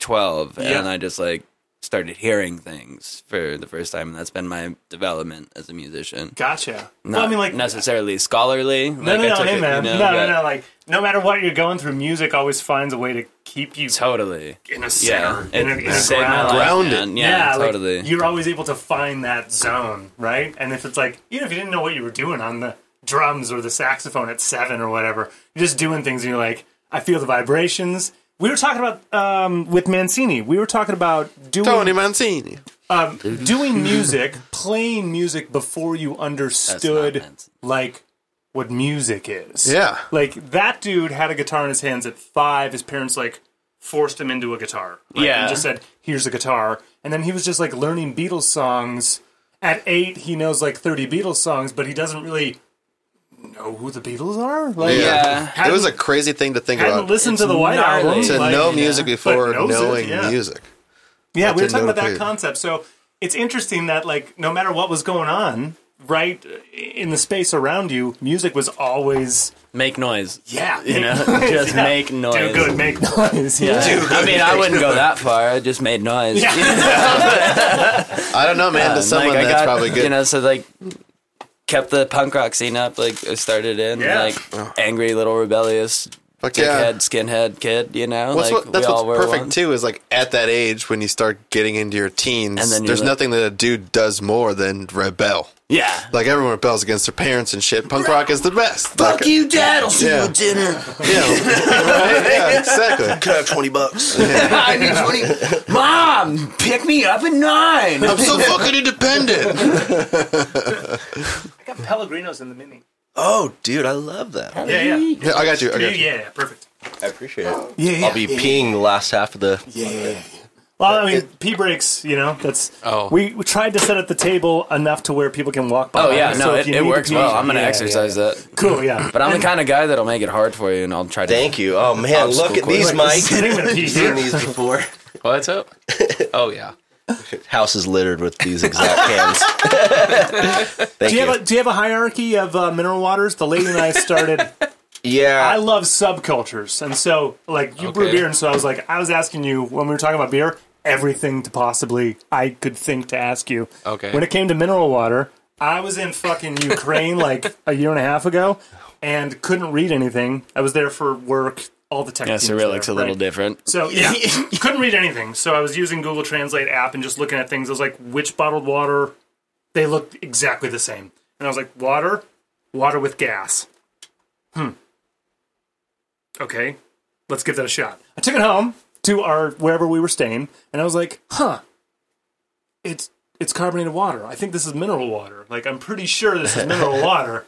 Speaker 4: 12,
Speaker 2: Yeah.
Speaker 4: and I just like started hearing things for the first time. And that's been my development as a musician.
Speaker 2: Gotcha.
Speaker 4: Not
Speaker 2: well, I mean, like,
Speaker 4: necessarily scholarly.
Speaker 2: no, no, no, hey, man. no, no,
Speaker 4: but-
Speaker 2: no. Like, no matter what you're going through, music always finds a way to keep you
Speaker 4: Totally.
Speaker 2: in a
Speaker 4: Yeah,
Speaker 2: center,
Speaker 4: it,
Speaker 2: in a, in
Speaker 4: it
Speaker 2: a
Speaker 4: saved my
Speaker 2: ground.
Speaker 4: life,
Speaker 1: Grounded.
Speaker 4: man. Yeah,
Speaker 2: like,
Speaker 4: totally.
Speaker 2: you're always able to find that zone, right? And if it's like, even if you didn't know what you were doing on the drums or the saxophone at seven or whatever, you're just doing things and you're like, I feel the vibrations. We were talking about um, with Mancini. We were talking about doing
Speaker 1: Tony Mancini. (laughs)
Speaker 2: doing music, playing music before you understood
Speaker 4: Manson.
Speaker 2: like what music is.
Speaker 1: Yeah.
Speaker 2: Like that dude had a guitar in his hands at five. His parents like forced him into a guitar. right?
Speaker 4: Yeah.
Speaker 2: And just said, here's a guitar. And then he was just like learning Beatles songs. At eight, he knows like 30 Beatles songs, but he doesn't really know who the Beatles are. Like,
Speaker 4: Yeah.
Speaker 1: it was a crazy thing to think
Speaker 2: hadn't
Speaker 1: about.
Speaker 2: listened to
Speaker 4: It's
Speaker 2: the White
Speaker 4: gnarly.
Speaker 2: Album.
Speaker 4: To
Speaker 1: To
Speaker 2: like-
Speaker 1: know music before
Speaker 2: knows it,
Speaker 1: knowing
Speaker 2: yeah.
Speaker 1: music.
Speaker 2: yeah, we
Speaker 1: to
Speaker 2: were talking
Speaker 1: know
Speaker 2: about that
Speaker 1: who-
Speaker 2: concept. So it's interesting that like no matter what was going on, right uh, in the space around you, music was always
Speaker 4: Make noise.
Speaker 2: (laughs) yeah,
Speaker 4: You know, (laughs) just make noise.
Speaker 2: do good,
Speaker 4: (laughs)
Speaker 2: make noise. Yeah.
Speaker 4: I mean, I wouldn't go that far. I just made noise. (laughs)
Speaker 2: Yeah.
Speaker 1: I don't know, man. to someone,
Speaker 4: Like, Uh, I
Speaker 1: that's
Speaker 4: got-
Speaker 1: probably good.
Speaker 4: You know, so like kept the punk rock scene up. Like I started in
Speaker 2: Yeah.
Speaker 4: like angry little rebellious
Speaker 1: Oh. Fuck yeah.
Speaker 4: dickhead skinhead kid. You know,
Speaker 1: What's,
Speaker 4: like
Speaker 1: what, that's
Speaker 4: we all
Speaker 1: what's
Speaker 4: were
Speaker 1: perfect
Speaker 4: one.
Speaker 1: too is like at that age when you start getting into your teens,
Speaker 4: And then you're
Speaker 1: there's
Speaker 4: like-
Speaker 1: nothing that a dude does more than rebel.
Speaker 4: Yeah.
Speaker 1: Like everyone rebels against their parents and shit. Punk rock is the best. Fuck
Speaker 4: you, Dad. I'll see
Speaker 1: Yeah.
Speaker 4: at dinner.
Speaker 1: Yeah, (laughs) right? yeah, exactly.
Speaker 5: Could have twenty bucks.
Speaker 4: (laughs) I need
Speaker 1: (laughs)
Speaker 4: twenty. Mom, pick me up at nine.
Speaker 1: I'm so fucking independent.
Speaker 2: I got Pellegrinos in the mini.
Speaker 5: (laughs) oh, dude, I love that.
Speaker 2: Yeah, yeah, yeah,
Speaker 1: Yeah, I got you. I got you.
Speaker 2: yeah, perfect.
Speaker 5: I appreciate it.
Speaker 2: Yeah, yeah.
Speaker 5: I'll be peeing the last half of the.
Speaker 2: well, I mean, pee breaks. You know, that's.
Speaker 3: Oh.
Speaker 2: We, we tried to set up the table enough to where people can walk by.
Speaker 4: Oh yeah,
Speaker 2: (laughs)
Speaker 4: no,
Speaker 2: so if
Speaker 4: it,
Speaker 2: you
Speaker 4: it
Speaker 2: need to
Speaker 4: works
Speaker 2: pee-
Speaker 4: well. I'm gonna
Speaker 2: yeah, yeah,
Speaker 4: exercise
Speaker 2: yeah.
Speaker 4: that.
Speaker 2: Cool, yeah.
Speaker 4: But I'm the kind of guy that'll make it hard for you, and I'll try to.
Speaker 5: Thank you. Oh man, look at these, Mike.
Speaker 2: I think I'm
Speaker 4: (laughs)
Speaker 2: gonna pee
Speaker 5: Seen
Speaker 2: here. (laughs)
Speaker 5: these before.
Speaker 3: What's up? oh yeah.
Speaker 5: House is littered with
Speaker 2: (laughs)
Speaker 5: these exact cans. (laughs) Thank
Speaker 2: Do
Speaker 5: you.
Speaker 2: you have a Do you have a hierarchy of uh, mineral waters? The lady and I
Speaker 4: (laughs)
Speaker 2: started. I
Speaker 5: yeah,
Speaker 2: love subcultures, and so like you brew
Speaker 3: Okay.
Speaker 2: beer, and so I was like, I was asking you when we were talking about beer, everything to possibly I could think to ask you.
Speaker 3: Okay.
Speaker 2: When it came to mineral water, I was in fucking Ukraine like a year and a half ago, and couldn't read anything. I was there for work. All the tech.
Speaker 4: Yeah,
Speaker 2: teams
Speaker 4: Cyrillic's
Speaker 2: there,
Speaker 4: a little
Speaker 2: right?
Speaker 4: different.
Speaker 2: So yeah, (laughs) couldn't read anything. So I was using Google Translate app and just looking at things. I was like, which bottled water? They looked exactly the same, and I was like, water, water with gas. Hmm. Okay, let's give that a shot. I took it home to our wherever we were staying, and I was like, huh, it's it's carbonated water. I think this is mineral water. Like I'm pretty sure this is mineral water.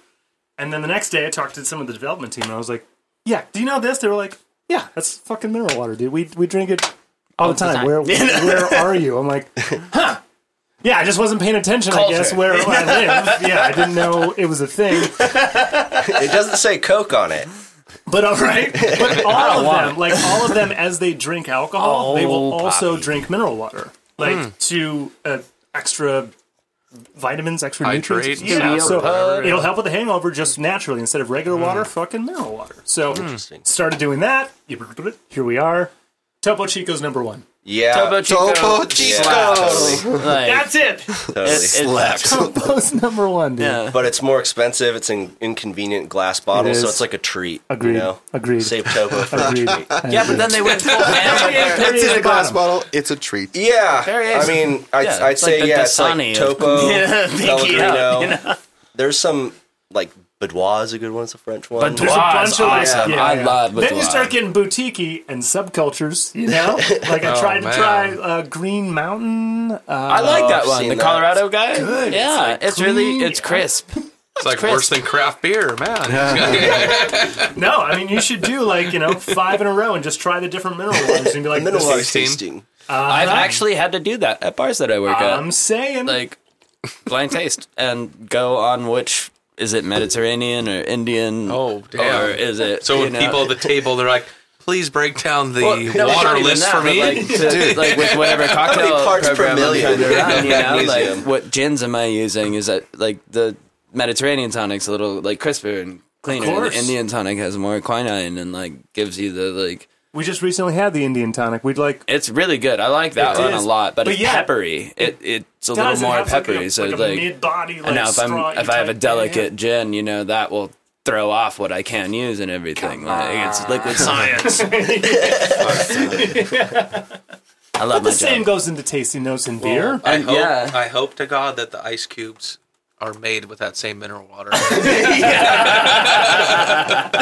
Speaker 2: And then the next day, I talked to some of the development team, and I was like, yeah, do you know this? They were like, yeah, that's fucking mineral water, dude. We we drink it all, the time. (laughs) Where where are you? I'm like, huh. Yeah, I just wasn't paying attention, I guess,
Speaker 4: Culture.
Speaker 2: where I live. Yeah, I didn't know it was a thing.
Speaker 5: it doesn't say Coke on it.
Speaker 2: But all right, (laughs) but all of them, like all of them, as they drink alcohol, they will also drink mineral water, like to uh, extra vitamins, extra nutrients.
Speaker 3: Hydrate,
Speaker 2: Yeah,
Speaker 3: stuff,
Speaker 2: so
Speaker 3: whatever, Hmm.
Speaker 2: it'll help with the hangover just naturally instead of regular water, fucking mineral water. So started doing that. Here we are. Topo Chico's number one.
Speaker 5: Yeah.
Speaker 4: Turbo Chico.
Speaker 1: Topo Chico.
Speaker 4: slaps. Like,
Speaker 2: (laughs)
Speaker 6: That's it.
Speaker 5: Totally.
Speaker 4: it- it-
Speaker 1: Slaps.
Speaker 2: Compose number one, dude.
Speaker 4: yeah.
Speaker 5: but it's more expensive. It's an inconvenient glass bottle,
Speaker 2: is.
Speaker 5: so it's like a treat.
Speaker 2: Agreed.
Speaker 5: You know?
Speaker 2: Agreed. (laughs)
Speaker 5: Save Tobo for a
Speaker 2: Agreed.
Speaker 5: treat.
Speaker 4: yeah,
Speaker 2: (laughs)
Speaker 4: but then they went full Panda.
Speaker 1: It's in a glass
Speaker 2: bottom.
Speaker 1: bottle. It's a treat.
Speaker 5: Yeah,
Speaker 4: Very
Speaker 5: I mean, I'd,
Speaker 4: Yeah,
Speaker 5: I'd
Speaker 4: it's
Speaker 5: say
Speaker 4: like the
Speaker 5: yeah, it's
Speaker 4: Dasani
Speaker 5: like
Speaker 4: of- (laughs)
Speaker 5: Topo,
Speaker 4: Yeah, pinky
Speaker 5: Pellegrino.
Speaker 4: out, (laughs) you
Speaker 5: There's some like Boudoir is a good one. It's a French one.
Speaker 4: Boudoir.
Speaker 2: There's a bunch
Speaker 4: Boudoir's
Speaker 2: of like,
Speaker 4: awesome. I love
Speaker 2: Then you
Speaker 4: boudoir.
Speaker 2: start getting boutiquey and subcultures, you
Speaker 4: (laughs)
Speaker 2: know. Like I tried to
Speaker 3: man.
Speaker 2: try uh, Green Mountain. Uh,
Speaker 4: I like that
Speaker 5: I've
Speaker 4: one.
Speaker 5: seen
Speaker 4: The
Speaker 5: that.
Speaker 4: Colorado guy. Yeah, it's, really
Speaker 2: clean.
Speaker 4: it's crisp.
Speaker 3: It's like
Speaker 4: crisp.
Speaker 3: worse than craft beer, man.
Speaker 2: no, I mean you should do like you
Speaker 4: (laughs)
Speaker 2: know five in a row and just try the different mineral ones and be like,
Speaker 5: Middle
Speaker 2: this
Speaker 5: of
Speaker 2: is-
Speaker 3: tasting.
Speaker 5: tasting.
Speaker 4: I've actually had to do that at bars that I work at.
Speaker 2: I'm saying
Speaker 4: like blind taste and go on which is it Mediterranean or Indian?
Speaker 3: Oh, damn.
Speaker 4: Or is it
Speaker 3: So
Speaker 4: you
Speaker 3: when
Speaker 4: know-
Speaker 3: people at the table, they're like, "Please break down the
Speaker 4: Well, no, it's not
Speaker 3: water
Speaker 4: even
Speaker 3: list
Speaker 4: that,
Speaker 3: for
Speaker 4: but,
Speaker 3: me."
Speaker 4: like, to- like
Speaker 5: (laughs)
Speaker 4: with whatever cocktail
Speaker 5: parts per
Speaker 4: program I'm trying
Speaker 5: million? (laughs)
Speaker 4: to run, you know,
Speaker 5: Magnesium.
Speaker 4: like what gins am I using? Is that like the Mediterranean tonic's a little like crisper and cleaner. and
Speaker 2: course.
Speaker 4: the Indian tonic has more quinine and like gives you the like.
Speaker 2: we just recently had the Indian tonic. We'd like
Speaker 4: It's really good. I like that
Speaker 2: It
Speaker 4: one
Speaker 2: is.
Speaker 4: a lot, but,
Speaker 2: But
Speaker 4: it's
Speaker 2: yeah,
Speaker 4: peppery. It it's a little
Speaker 2: does it
Speaker 4: more
Speaker 2: have, like,
Speaker 4: peppery.
Speaker 2: a-
Speaker 4: so
Speaker 2: like, a
Speaker 4: like
Speaker 2: mid-body, like
Speaker 4: and now if I'm
Speaker 2: straw-y
Speaker 4: if I have
Speaker 2: type thing,
Speaker 4: a
Speaker 2: yeah. (laughs)
Speaker 4: delicate gin, you know that will throw off what I can use and everything. Like, it's liquid (laughs) science. I love
Speaker 2: (laughs)
Speaker 4: my
Speaker 2: The same
Speaker 4: job.
Speaker 2: goes into tasting notes in beer.
Speaker 3: I
Speaker 4: And oh,
Speaker 3: hope,
Speaker 4: yeah.
Speaker 3: I hope to God that the ice cubes are made with that same mineral
Speaker 4: (laughs)
Speaker 3: water.
Speaker 1: They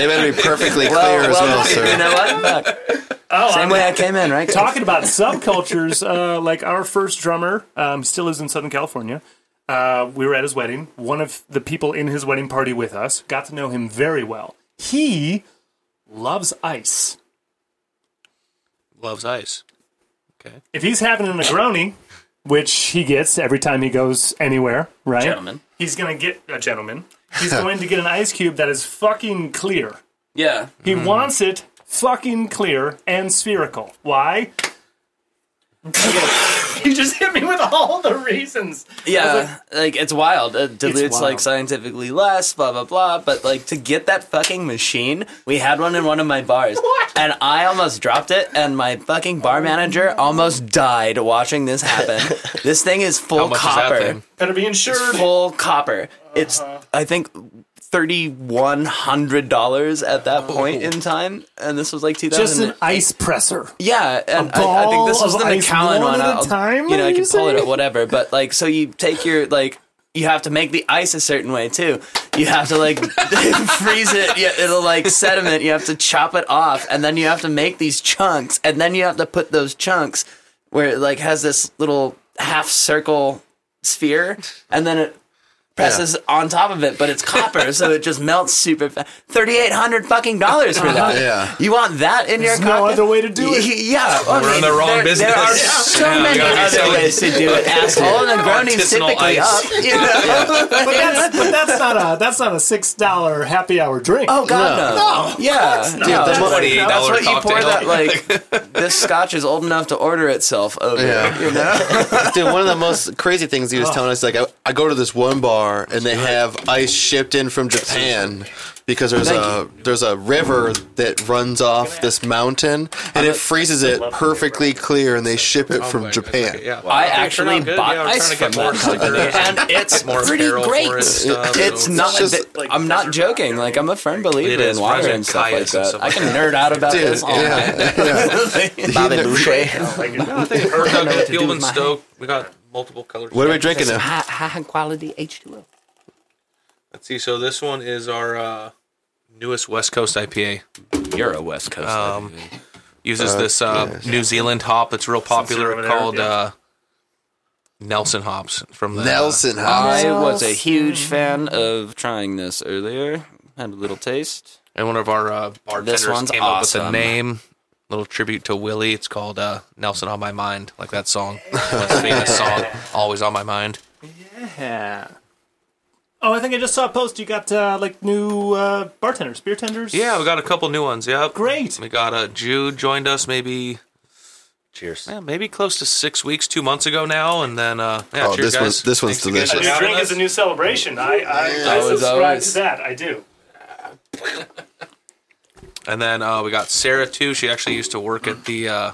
Speaker 1: better be perfectly clear as
Speaker 5: Oh,
Speaker 1: well,
Speaker 4: you
Speaker 1: sir.
Speaker 4: know what? Fuck.
Speaker 2: oh,
Speaker 4: Same
Speaker 2: I'm
Speaker 4: way I came in, right?
Speaker 2: talking about subcultures. Uh, like our first drummer um, still lives in Southern California. Uh, we were at his wedding. One of the people in his wedding party with us got to know him very well. He loves ice.
Speaker 3: Loves ice. Okay.
Speaker 2: if he's having a Negroni, which he gets every time he goes anywhere, right?
Speaker 4: Gentleman.
Speaker 2: He's gonna get a gentleman. He's (laughs) going to get an ice cube that is fucking clear.
Speaker 4: Yeah.
Speaker 2: He wants it fucking clear and spherical. (laughs) Why? you just hit me with all the reasons.
Speaker 4: Yeah, like it's wild. Uh, dilutes like
Speaker 2: wild.
Speaker 4: scientifically less, blah blah blah. But like to get that fucking machine, we had one in one of
Speaker 2: (laughs)
Speaker 4: my bars, and I almost dropped it, and my fucking
Speaker 2: Oh,
Speaker 4: bar manager almost died watching
Speaker 2: (laughs)
Speaker 4: this happen. this thing is full
Speaker 3: much is that
Speaker 4: copper.
Speaker 3: thing?
Speaker 2: Better be insured.
Speaker 4: full copper. It's
Speaker 2: Uh-huh.
Speaker 4: I think thirty one hundred dollars at that point in time, and this was like two
Speaker 2: Oh. Just
Speaker 4: thousand.
Speaker 2: an ice presser.
Speaker 4: Yeah, and I- I,
Speaker 2: ball
Speaker 4: think this was
Speaker 2: of
Speaker 4: the
Speaker 2: ice
Speaker 4: McAllen
Speaker 2: one
Speaker 4: one.
Speaker 2: at a
Speaker 4: I'll-
Speaker 2: time,
Speaker 4: you know,
Speaker 2: are
Speaker 4: I
Speaker 2: you
Speaker 4: can pull it
Speaker 2: saying?
Speaker 4: at whatever, but like, so you take your like. You have to make the ice a certain way too. You have to like (laughs) freeze it. Yeah, it'll like sediment. You have to chop it off, and then you have to make these chunks, and then you have to put those chunks where it like has this little half circle sphere, and then it presses on top of it, but it's copper, so it just melts super fast. Thirty eight hundred fucking dollars for that.
Speaker 1: Yeah.
Speaker 4: You want that in your
Speaker 2: no
Speaker 4: cocktail?
Speaker 2: other way to do it.
Speaker 4: Y- y- Yeah, I
Speaker 3: We're in
Speaker 4: mean,
Speaker 3: the wrong
Speaker 4: there,
Speaker 3: business.
Speaker 4: There are
Speaker 3: Yeah.
Speaker 4: so
Speaker 3: Yeah, we
Speaker 4: many
Speaker 3: gotta be
Speaker 4: other
Speaker 3: selling
Speaker 4: ways to do it, asshole. And the Negroni's
Speaker 3: Artisanal ice.
Speaker 4: typically up. You know?
Speaker 2: But that's, but that's not a that's not a six dollar happy hour drink.
Speaker 4: Oh God, no! yeah, dude, that's,
Speaker 3: not.
Speaker 4: that's
Speaker 3: $28
Speaker 4: what you pour
Speaker 3: cocktail.
Speaker 4: that
Speaker 3: (laughs)
Speaker 4: like. this scotch is old enough to order itself over.
Speaker 1: Yeah.
Speaker 4: You know?
Speaker 1: (laughs) Dude, one of the most crazy things he was telling us, like, I, I go to this one bar and they have ice shipped in from Japan because there's
Speaker 4: Thank
Speaker 1: a there's a river that runs off this mountain and it freezes it perfectly clear and they ship it from
Speaker 3: Oh Like,
Speaker 1: Japan.
Speaker 3: okay, yeah.
Speaker 4: I
Speaker 3: They're
Speaker 4: actually
Speaker 3: not good.
Speaker 4: bought
Speaker 3: Yeah, we're trying
Speaker 4: ice
Speaker 3: to
Speaker 4: from
Speaker 3: get more
Speaker 4: that company,
Speaker 3: stickers.
Speaker 4: and it's
Speaker 3: More
Speaker 4: pretty
Speaker 3: apparel for
Speaker 4: great.
Speaker 3: it, stuff,
Speaker 4: It's
Speaker 3: so-
Speaker 4: not.
Speaker 1: just-
Speaker 4: that- I'm not joking. Like I'm a firm believer
Speaker 3: is
Speaker 4: in water
Speaker 3: frozen
Speaker 4: and stuff like
Speaker 3: kayaks and
Speaker 4: that.
Speaker 3: stuff
Speaker 4: I
Speaker 3: like
Speaker 4: can nerd out about
Speaker 1: Dude,
Speaker 4: this
Speaker 3: (laughs)
Speaker 4: all (laughs) night.
Speaker 1: yeah, yeah.
Speaker 5: Bobby Boucher.
Speaker 3: Ergo,
Speaker 4: know what to do
Speaker 3: Thielman
Speaker 4: with my
Speaker 3: Stoke. We got multiple colors.
Speaker 1: What are we drinking now?
Speaker 4: High, high quality H2O.
Speaker 3: Let's see. So this one is our uh, newest West Coast IPA.
Speaker 4: You're a West Coast.
Speaker 3: Um, uses this uh, New Zealand hop that's real popular
Speaker 2: over there,
Speaker 3: called
Speaker 2: yeah.
Speaker 3: uh, Nelson hops from the uh,
Speaker 1: Nelson hops.
Speaker 4: I was a huge
Speaker 2: Hmm.
Speaker 4: fan of trying this earlier. Had a little taste.
Speaker 3: And one of our uh, bartenders
Speaker 4: one's
Speaker 3: came up with
Speaker 4: awesome.
Speaker 3: a name, little tribute to Willie. It's called uh, "Nelson on My Mind," like that song. That's being a
Speaker 4: (laughs)
Speaker 3: song, always on my mind.
Speaker 2: (laughs) Yeah. Oh, I think I just saw a post. You got uh, like new uh, bartenders, beer tenders.
Speaker 3: Yeah, we got a couple new ones. Yep,
Speaker 2: Great.
Speaker 3: We got a uh, Jude joined us maybe
Speaker 5: Cheers.
Speaker 3: yeah, maybe close to six weeks, two months ago now, and then uh, yeah,
Speaker 1: Oh,
Speaker 3: cheers,
Speaker 1: this one's-
Speaker 3: guys.
Speaker 1: this one's
Speaker 3: Thanks again for
Speaker 1: delicious.
Speaker 2: New
Speaker 3: having
Speaker 2: drink is
Speaker 3: us.
Speaker 2: a new celebration. I, I, I
Speaker 4: Always,
Speaker 2: subscribe
Speaker 4: always.
Speaker 2: to that. I do.
Speaker 3: And then uh, we got Sarah too. She actually used to work at the uh,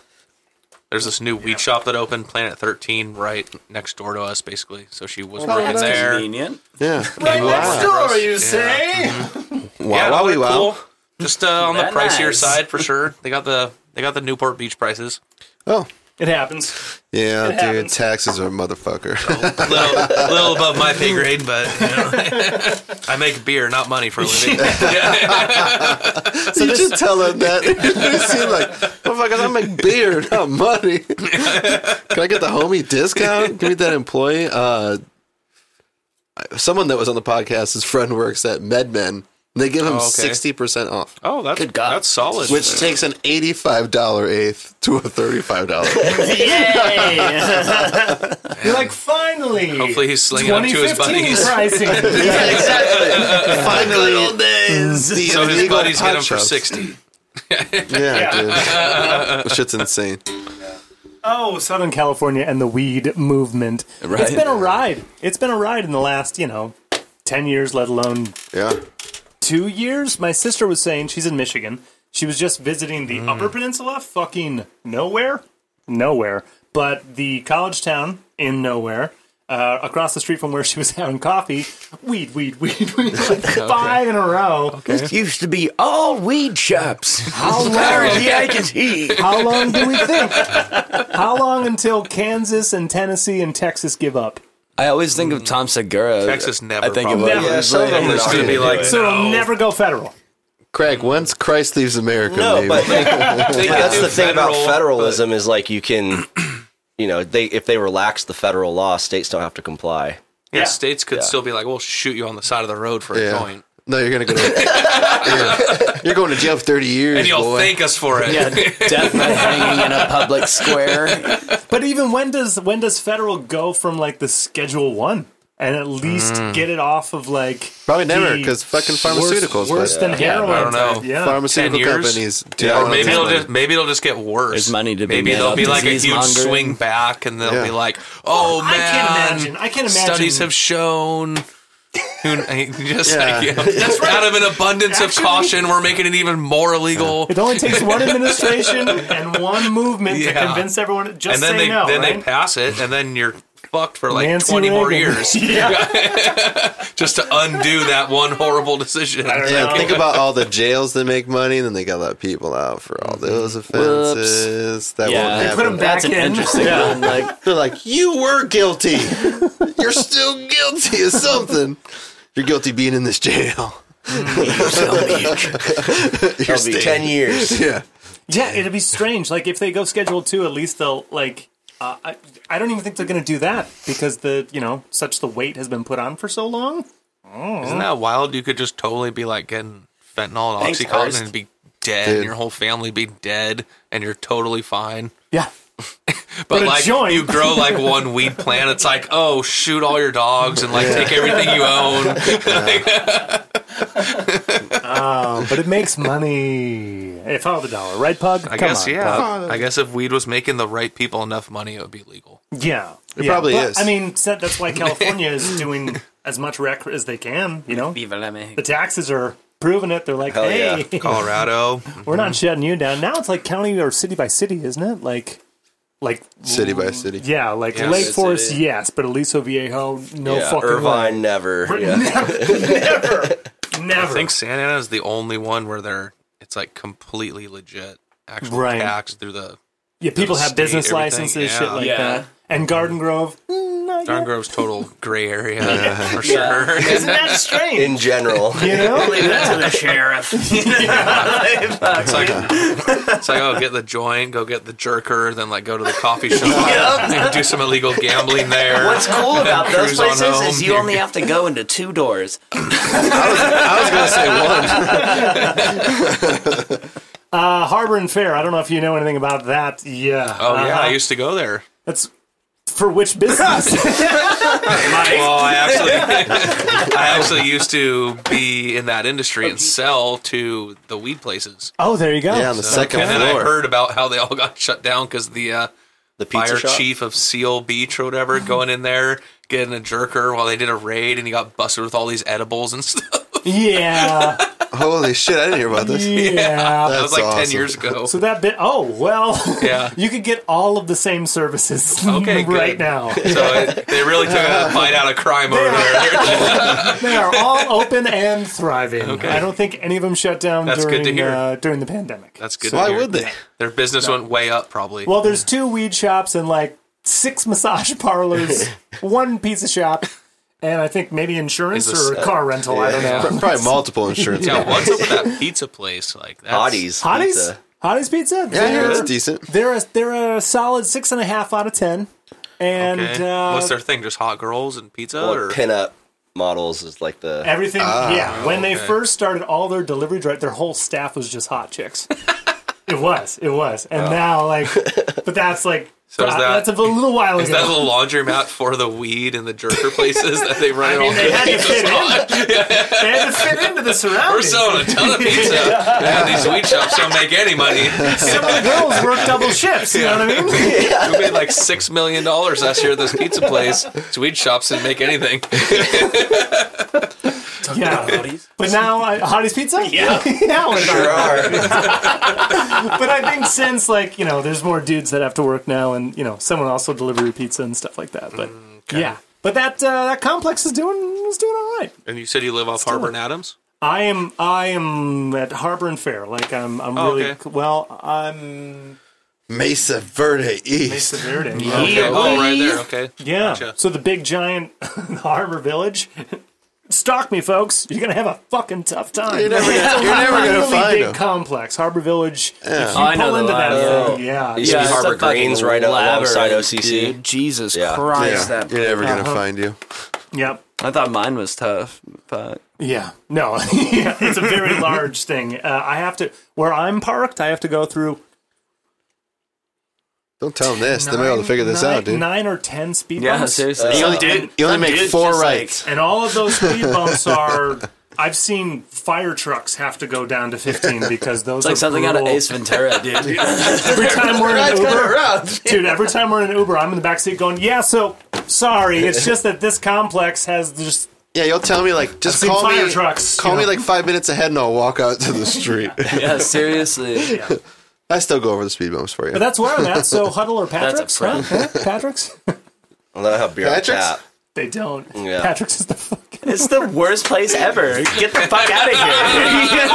Speaker 3: There's this new weed shop that opened, Planet 13, right next door to us, basically. So she was
Speaker 2: Oh,
Speaker 3: working
Speaker 2: that's
Speaker 3: there.
Speaker 4: Convenient.
Speaker 1: Yeah.
Speaker 2: Right next door, you
Speaker 3: Yeah.
Speaker 2: say?
Speaker 3: Yeah,
Speaker 1: Wow,
Speaker 3: no,
Speaker 1: wow, wow.
Speaker 3: cool. Just uh, on the
Speaker 4: That
Speaker 3: pricier
Speaker 4: nice.
Speaker 3: side for sure. They got the they got the Newport Beach prices.
Speaker 1: Oh,
Speaker 2: It happens.
Speaker 1: yeah, dude.
Speaker 2: happens.
Speaker 1: Taxes are a motherfucker.
Speaker 3: A little, little above my pay grade, but you know. (laughs) I make beer, not money for a
Speaker 1: (laughs)
Speaker 3: living.
Speaker 1: you should tell them (laughs) that. you seem like, motherfuckers, I make beer, not money. (laughs) Can I get the homie discount? Give me that employee. Uh, someone that was on the podcast, his friend works at MedMen. They give him
Speaker 3: Oh, okay.
Speaker 1: sixty percent off,
Speaker 3: Oh, that's
Speaker 4: Good God.
Speaker 3: That's solid.
Speaker 1: which takes an eighty-five dollar eighth to a thirty-five (laughs) dollar.
Speaker 2: Yay! You're like, finally.
Speaker 3: Hopefully he's slinging them to his
Speaker 2: 2015
Speaker 4: (laughs)
Speaker 3: buddies. (laughs)
Speaker 2: pricing.
Speaker 1: yeah, exactly. (laughs) Finally, old days. The
Speaker 3: so his
Speaker 1: illegal
Speaker 3: buddies get
Speaker 1: pot
Speaker 3: them for
Speaker 1: shops.
Speaker 3: sixty.
Speaker 1: Yeah, dude. Shit's
Speaker 3: (laughs)
Speaker 1: insane.
Speaker 2: oh, Southern California and the weed movement.
Speaker 4: Right.
Speaker 2: It's been a ride. It's been a ride in the last, you know, 10 years, let alone
Speaker 1: Yeah.
Speaker 2: two years. My sister was saying she's in Michigan. She was just visiting
Speaker 3: Mm.
Speaker 2: the Upper Peninsula, fucking nowhere, nowhere. But the college town in nowhere, uh, across the street from where she was (laughs) having coffee, weed, weed, weed, weed, like
Speaker 3: (laughs)
Speaker 2: five in a row.
Speaker 4: This used to be all weed shops. (laughs)
Speaker 2: How long?
Speaker 4: I can see.
Speaker 2: How long do we think? How long until Kansas and Tennessee and Texas give up?
Speaker 4: I always think of Tom Segura.
Speaker 3: Texas never
Speaker 4: I think of
Speaker 3: probably.
Speaker 4: him.
Speaker 2: Never.
Speaker 5: Yeah,
Speaker 4: He's
Speaker 5: some of
Speaker 4: like-
Speaker 5: them are
Speaker 3: It's gonna be like
Speaker 2: So it'll never go federal.
Speaker 1: Craig, once Christ leaves America,
Speaker 5: No,
Speaker 1: maybe.
Speaker 5: but
Speaker 3: They can
Speaker 5: that's
Speaker 3: do
Speaker 5: the thing about
Speaker 3: federal,
Speaker 5: federalism is like you can, (clears throat) you know, they if they relax the federal law, states don't have to comply.
Speaker 3: but- yeah,
Speaker 2: Yeah.
Speaker 3: states could still be like, "We'll shoot you on the side of the road for a
Speaker 1: yeah.
Speaker 3: joint,
Speaker 1: No, you're gonna go.
Speaker 3: (laughs)
Speaker 1: To, you're, you're going to jail for thirty years,
Speaker 3: and you'll
Speaker 1: boy.
Speaker 3: thank us for
Speaker 2: (laughs)
Speaker 3: it."
Speaker 4: Yeah, death by hanging in a public square.
Speaker 2: But even when does when does federal go from like the Schedule One and at least
Speaker 3: Mm.
Speaker 2: get it off of like
Speaker 1: Probably never,
Speaker 2: the
Speaker 1: because fucking pharmaceuticals.
Speaker 2: worse, worse
Speaker 1: but
Speaker 2: than heroin?
Speaker 3: I don't know.
Speaker 2: type, Yeah.
Speaker 1: pharmaceutical
Speaker 3: 10 years?
Speaker 1: companies do
Speaker 3: Or
Speaker 1: not want
Speaker 3: maybe it'll
Speaker 1: to take
Speaker 3: just maybe it'll just get worse.
Speaker 4: There's money to be
Speaker 3: maybe
Speaker 4: made
Speaker 3: therell
Speaker 4: up,
Speaker 3: be like a
Speaker 4: disease
Speaker 3: huge
Speaker 4: mongering.
Speaker 3: swing back, and they'll
Speaker 1: Yeah.
Speaker 3: be like, "Oh
Speaker 2: I
Speaker 3: man,
Speaker 2: can't imagine. I can't imagine.
Speaker 3: Studies have shown. Who, (laughs) just
Speaker 1: Yeah.
Speaker 3: like, you know, out of an abundance
Speaker 2: Actually-
Speaker 3: of caution, we're making it even more illegal.
Speaker 2: It only takes one
Speaker 3: (laughs)
Speaker 2: administration and one movement to
Speaker 3: Yeah.
Speaker 2: convince everyone. to Just
Speaker 3: and then
Speaker 2: say
Speaker 3: they
Speaker 2: no.
Speaker 3: then they
Speaker 2: right?
Speaker 3: pass it, and then you're fucked for like
Speaker 2: Nancy
Speaker 3: 20 more
Speaker 2: Reagan. (laughs)
Speaker 3: years
Speaker 2: yeah.
Speaker 3: just to undo that one horrible decision.
Speaker 2: don't
Speaker 1: Yeah,
Speaker 2: know.
Speaker 1: think about all the jails that make money, and then they got a lot of people out for all
Speaker 2: Mm-hmm.
Speaker 1: those offenses. That
Speaker 4: Yeah.
Speaker 1: won't
Speaker 4: They
Speaker 1: happen.
Speaker 4: put
Speaker 2: Put them back
Speaker 4: That's an
Speaker 2: in.
Speaker 4: interesting
Speaker 2: Yeah.
Speaker 4: one. Like,
Speaker 1: They're like, you were guilty. You're still guilty of something. You're guilty being in this jail. (laughs) You're
Speaker 5: It'll be ten
Speaker 1: staying. (laughs)
Speaker 5: years.
Speaker 1: Yeah.
Speaker 2: Yeah, it'd be strange. Like if they go schedule two, at least they'll like. Uh, I, I don't even think they're going to do that because the you know such the weight has been put on for so long.
Speaker 3: Isn't that wild? You could just totally be like getting fentanyl and
Speaker 4: Thanks,
Speaker 3: oxycontin
Speaker 4: Hearst.
Speaker 3: and be dead,
Speaker 1: Dude.
Speaker 3: and your whole family be dead, and you're totally fine.
Speaker 2: Yeah, (laughs)
Speaker 3: But
Speaker 2: a
Speaker 3: like
Speaker 2: joint.
Speaker 3: you grow like one weed plant, it's like oh shoot all your dogs and like take everything you own.
Speaker 2: but it makes money. Hey, follow the dollar, right, Pug?
Speaker 3: I guess yeah. I guess if weed was making the right people enough money, it would be legal.
Speaker 2: Yeah, it
Speaker 1: probably is.
Speaker 2: I mean, said- that's why California is doing as much rec as they can. You know,
Speaker 4: Viva la
Speaker 2: the
Speaker 4: Mexico.
Speaker 2: (laughs) (laughs)
Speaker 3: (laughs)
Speaker 2: Uh,
Speaker 3: Oh,
Speaker 2: Oh,
Speaker 3: Uh-huh. (laughs) Oh,
Speaker 2: Oh,
Speaker 3: uh, (laughs)
Speaker 1: Holy shit! I didn't hear about this.
Speaker 2: Yeah.
Speaker 3: (laughs) That was
Speaker 1: That's
Speaker 3: like ten
Speaker 1: awesome.
Speaker 3: years ago.
Speaker 2: So that bit. Oh well.
Speaker 3: Yeah.
Speaker 2: (laughs) you could get all of the same services
Speaker 3: Okay, good.
Speaker 2: (laughs) right now.
Speaker 3: So it, they really took a bite out of crime over
Speaker 2: (laughs)
Speaker 3: there.
Speaker 2: They are
Speaker 3: (laughs)
Speaker 2: all open and thriving. I don't think any of them shut down
Speaker 3: That's good to
Speaker 2: during
Speaker 3: hear.
Speaker 2: Uh, during the pandemic.
Speaker 3: That's good. to
Speaker 1: Why
Speaker 3: hear.
Speaker 1: would they?
Speaker 3: Their business went way up, probably.
Speaker 2: well, there's two weed shops and like six massage
Speaker 3: (laughs)
Speaker 2: parlors, one pizza shop, and I think maybe insurance
Speaker 3: Is
Speaker 2: or
Speaker 3: this-
Speaker 2: car rental. I don't know.
Speaker 1: Pro- Probably multiple insurance.
Speaker 3: (laughs) yeah, Oh, what's up with that pizza place? Like that's,
Speaker 5: Hotties.
Speaker 2: Hotties,
Speaker 5: pizza.
Speaker 2: Hotties Pizza.
Speaker 1: Yeah, I hear
Speaker 2: They're-
Speaker 1: that's decent.
Speaker 2: They're a they're a solid six and a half out of ten. And
Speaker 3: Okay.
Speaker 2: uh,
Speaker 3: What's their thing? Just hot girls and pizza,
Speaker 5: Or
Speaker 3: or
Speaker 5: pinup models is like the
Speaker 2: everything, yeah. When they
Speaker 3: Ah, okay.
Speaker 2: first started all their delivery drive, their whole staff was just hot chicks. (laughs) it was, it was, and now like, but that's like,
Speaker 3: So is
Speaker 2: uh,
Speaker 3: that-
Speaker 2: that's a little while
Speaker 3: is that a
Speaker 2: ago.
Speaker 3: little laundromat for the weed and the jerker places that they run
Speaker 2: I
Speaker 3: all
Speaker 2: mean, they had to
Speaker 3: (laughs)
Speaker 2: fit in. They had to fit into the
Speaker 3: We're
Speaker 2: surroundings. (laughs)
Speaker 3: selling a ton of pizza. Yeah, these weed shops don't make any money.
Speaker 2: Some of the girls work double shifts. You know
Speaker 3: (laughs)
Speaker 2: what I mean?
Speaker 3: We made like six million dollars last year at this pizza place. These weed shops didn't make anything.
Speaker 2: Yeah. But now, uh, Hotties Pizza? (laughs) Yeah. now we're sure (laughs) but I think since, like, you know, there's more dudes that have to work now and, you know, someone also delivery pizza and stuff like that. But,
Speaker 3: Mm,
Speaker 2: yeah. But that uh, that complex is doing is doing all right.
Speaker 3: And you said you live off Harbor and Adams.
Speaker 2: I am I am at Harbor and Fair. Like I'm I'm
Speaker 3: Oh,
Speaker 2: really
Speaker 3: okay.
Speaker 2: well. I'm
Speaker 1: Mesa Verde East.
Speaker 3: (laughs)
Speaker 2: Verde.
Speaker 3: Okay. Oh, right there. Okay.
Speaker 2: Yeah.
Speaker 3: Gotcha.
Speaker 2: So the big giant (laughs) Harbor Village. Stalk me, folks. You're gonna have a fucking tough time.
Speaker 1: You're never gonna, you're never
Speaker 2: really
Speaker 1: gonna find
Speaker 2: big
Speaker 1: them.
Speaker 2: complex. Harbor Village. If you
Speaker 4: Oh, I know
Speaker 2: pull
Speaker 4: the
Speaker 2: into that
Speaker 4: line,
Speaker 2: thing, yeah.
Speaker 5: Yeah.
Speaker 4: it's
Speaker 5: Harbor
Speaker 4: a fucking
Speaker 5: Greens right up
Speaker 4: labyrinth,
Speaker 5: alongside OCC.
Speaker 4: dude. Jesus
Speaker 5: Yeah.
Speaker 4: Christ,
Speaker 1: Yeah,
Speaker 4: that.
Speaker 1: you're never gonna
Speaker 2: Uh-huh.
Speaker 1: find you.
Speaker 2: Yep.
Speaker 4: I thought mine was tough, but
Speaker 2: Yeah. No. (laughs) yeah. It's
Speaker 1: (laughs)
Speaker 2: a very large thing. Uh, I have to where I'm parked. I have to go through.
Speaker 1: Don't tell them this. They might be able to figure this
Speaker 2: nine-
Speaker 1: out, dude.
Speaker 2: Nine or ten speed
Speaker 4: yeah,
Speaker 2: bumps.
Speaker 4: seriously,
Speaker 1: You only, you only make four rights.
Speaker 2: And all of those speed bumps are. I've seen fire trucks have to go down to 15 because those
Speaker 4: It's like
Speaker 2: are
Speaker 4: something out
Speaker 2: brutal.
Speaker 4: of Ace Ventura,
Speaker 3: (laughs)
Speaker 4: dude.
Speaker 2: Every time we're in an Uber, dude. Every time we're in an Uber, I'm in the back seat going, "Yeah, so sorry.
Speaker 4: (laughs)
Speaker 2: It's just that this complex has just
Speaker 1: yeah, you'll tell me like just
Speaker 2: seen
Speaker 1: call
Speaker 2: fire
Speaker 1: me.
Speaker 2: trucks,
Speaker 1: call
Speaker 2: you
Speaker 1: me
Speaker 2: know.
Speaker 1: like five minutes ahead, and I'll walk out to the
Speaker 2: (laughs)
Speaker 1: street. (laughs)
Speaker 4: yeah, seriously.
Speaker 1: I still go over the speed bumps for you.
Speaker 2: But that's where I'm at. So Huddle
Speaker 4: (laughs)
Speaker 2: or
Speaker 4: a
Speaker 2: Patrick's? Huh? Huh? Patrick's? (laughs)
Speaker 5: I don't have beer
Speaker 1: Patrick's?
Speaker 5: on tap.
Speaker 2: They don't.
Speaker 5: Yeah.
Speaker 2: Patrick's is the (laughs) fucking.
Speaker 4: It's the worst place ever. Get the fuck out of here.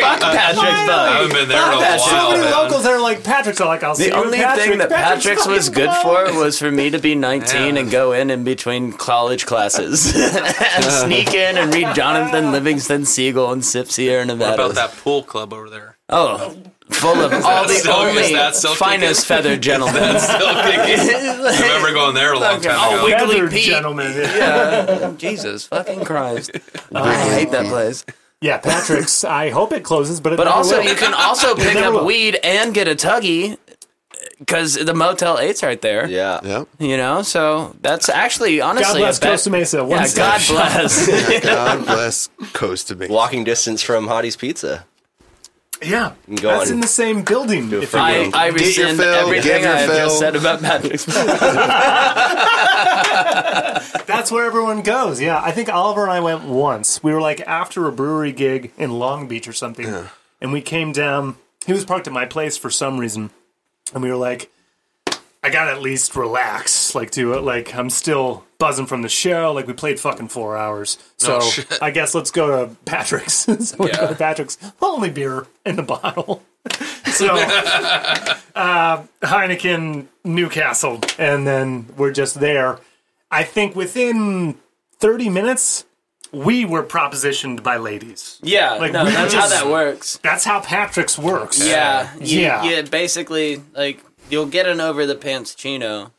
Speaker 4: fuck Patrick's
Speaker 3: I
Speaker 4: Bug.
Speaker 3: haven't been there in a
Speaker 4: Fuck that shit.
Speaker 2: So
Speaker 3: while.
Speaker 2: many
Speaker 3: man.
Speaker 2: locals that are like Patrick's. Are like I'll see
Speaker 4: The
Speaker 2: you at
Speaker 4: only
Speaker 2: Patrick.
Speaker 4: thing that Patrick's was
Speaker 2: fucking
Speaker 4: good
Speaker 2: blown.
Speaker 4: for was for me to be 19
Speaker 3: Yeah.
Speaker 4: and go in in between college classes (laughs) and sneak in and read Jonathan Livingston Siegel and Sip Sierra
Speaker 3: What
Speaker 4: Nevada.
Speaker 3: about that pool club over there? (laughs)
Speaker 4: Oh, full of all the
Speaker 3: still- is
Speaker 4: only
Speaker 3: that still
Speaker 4: finest feathered gentlemen.
Speaker 3: Still kicking. I remember going there a long
Speaker 4: Okay.
Speaker 3: time ago.
Speaker 4: Oh, we-
Speaker 2: Feathered
Speaker 4: Wiggly Pete. (laughs)
Speaker 2: gentlemen. Yeah.
Speaker 4: Jesus fucking Christ.
Speaker 3: (laughs)
Speaker 4: I hate that place.
Speaker 2: Yeah, Patrick's. I hope it closes, but it
Speaker 4: But
Speaker 2: never
Speaker 4: also,
Speaker 2: will.
Speaker 4: you
Speaker 1: (laughs)
Speaker 4: can also pick
Speaker 2: never
Speaker 4: up
Speaker 2: will.
Speaker 4: weed and get a tuggy because the Motel 8's right there.
Speaker 5: Yeah.
Speaker 1: yeah.
Speaker 4: You know, so that's actually
Speaker 2: God
Speaker 4: honestly.
Speaker 2: bless
Speaker 4: a bet-
Speaker 2: Costa Mesa. One
Speaker 4: Yeah,
Speaker 2: step
Speaker 4: God
Speaker 2: short. (laughs)
Speaker 4: bless.
Speaker 1: God bless Costa Mesa.
Speaker 5: Walking distance from Hottie's Pizza.
Speaker 2: Yeah,
Speaker 5: go
Speaker 2: that's
Speaker 5: on.
Speaker 2: in the same building. If you
Speaker 4: I, I
Speaker 1: Get your
Speaker 4: rescind
Speaker 1: fill, give
Speaker 4: everything
Speaker 1: your
Speaker 4: I have just
Speaker 1: fill.
Speaker 4: said about Patrick's.
Speaker 2: (laughs) That's where everyone goes. Yeah, I think Oliver and I went once. We were like after a brewery gig in Long Beach or something, and we came down. He was parked at my place for some reason, and we were like, "I gotta at least relax, like do it. Like I'm still buzzing from the show. Like we played fucking four hours, so
Speaker 3: shit.
Speaker 2: I guess let's go to Patrick's. (laughs) so we go to Patrick's. Only beer in the bottle. (laughs) so uh, Heineken, Newcastle, and then we're just there. I think within 30 minutes, we were propositioned by ladies.
Speaker 4: yeah,
Speaker 2: Like,
Speaker 4: no,
Speaker 2: we
Speaker 4: that's
Speaker 2: just-
Speaker 4: how that works.
Speaker 2: That's how Patrick's works.
Speaker 4: Yeah, you,
Speaker 2: Yeah.
Speaker 4: You basically like you'll get an over the
Speaker 2: (laughs)
Speaker 4: pants chino.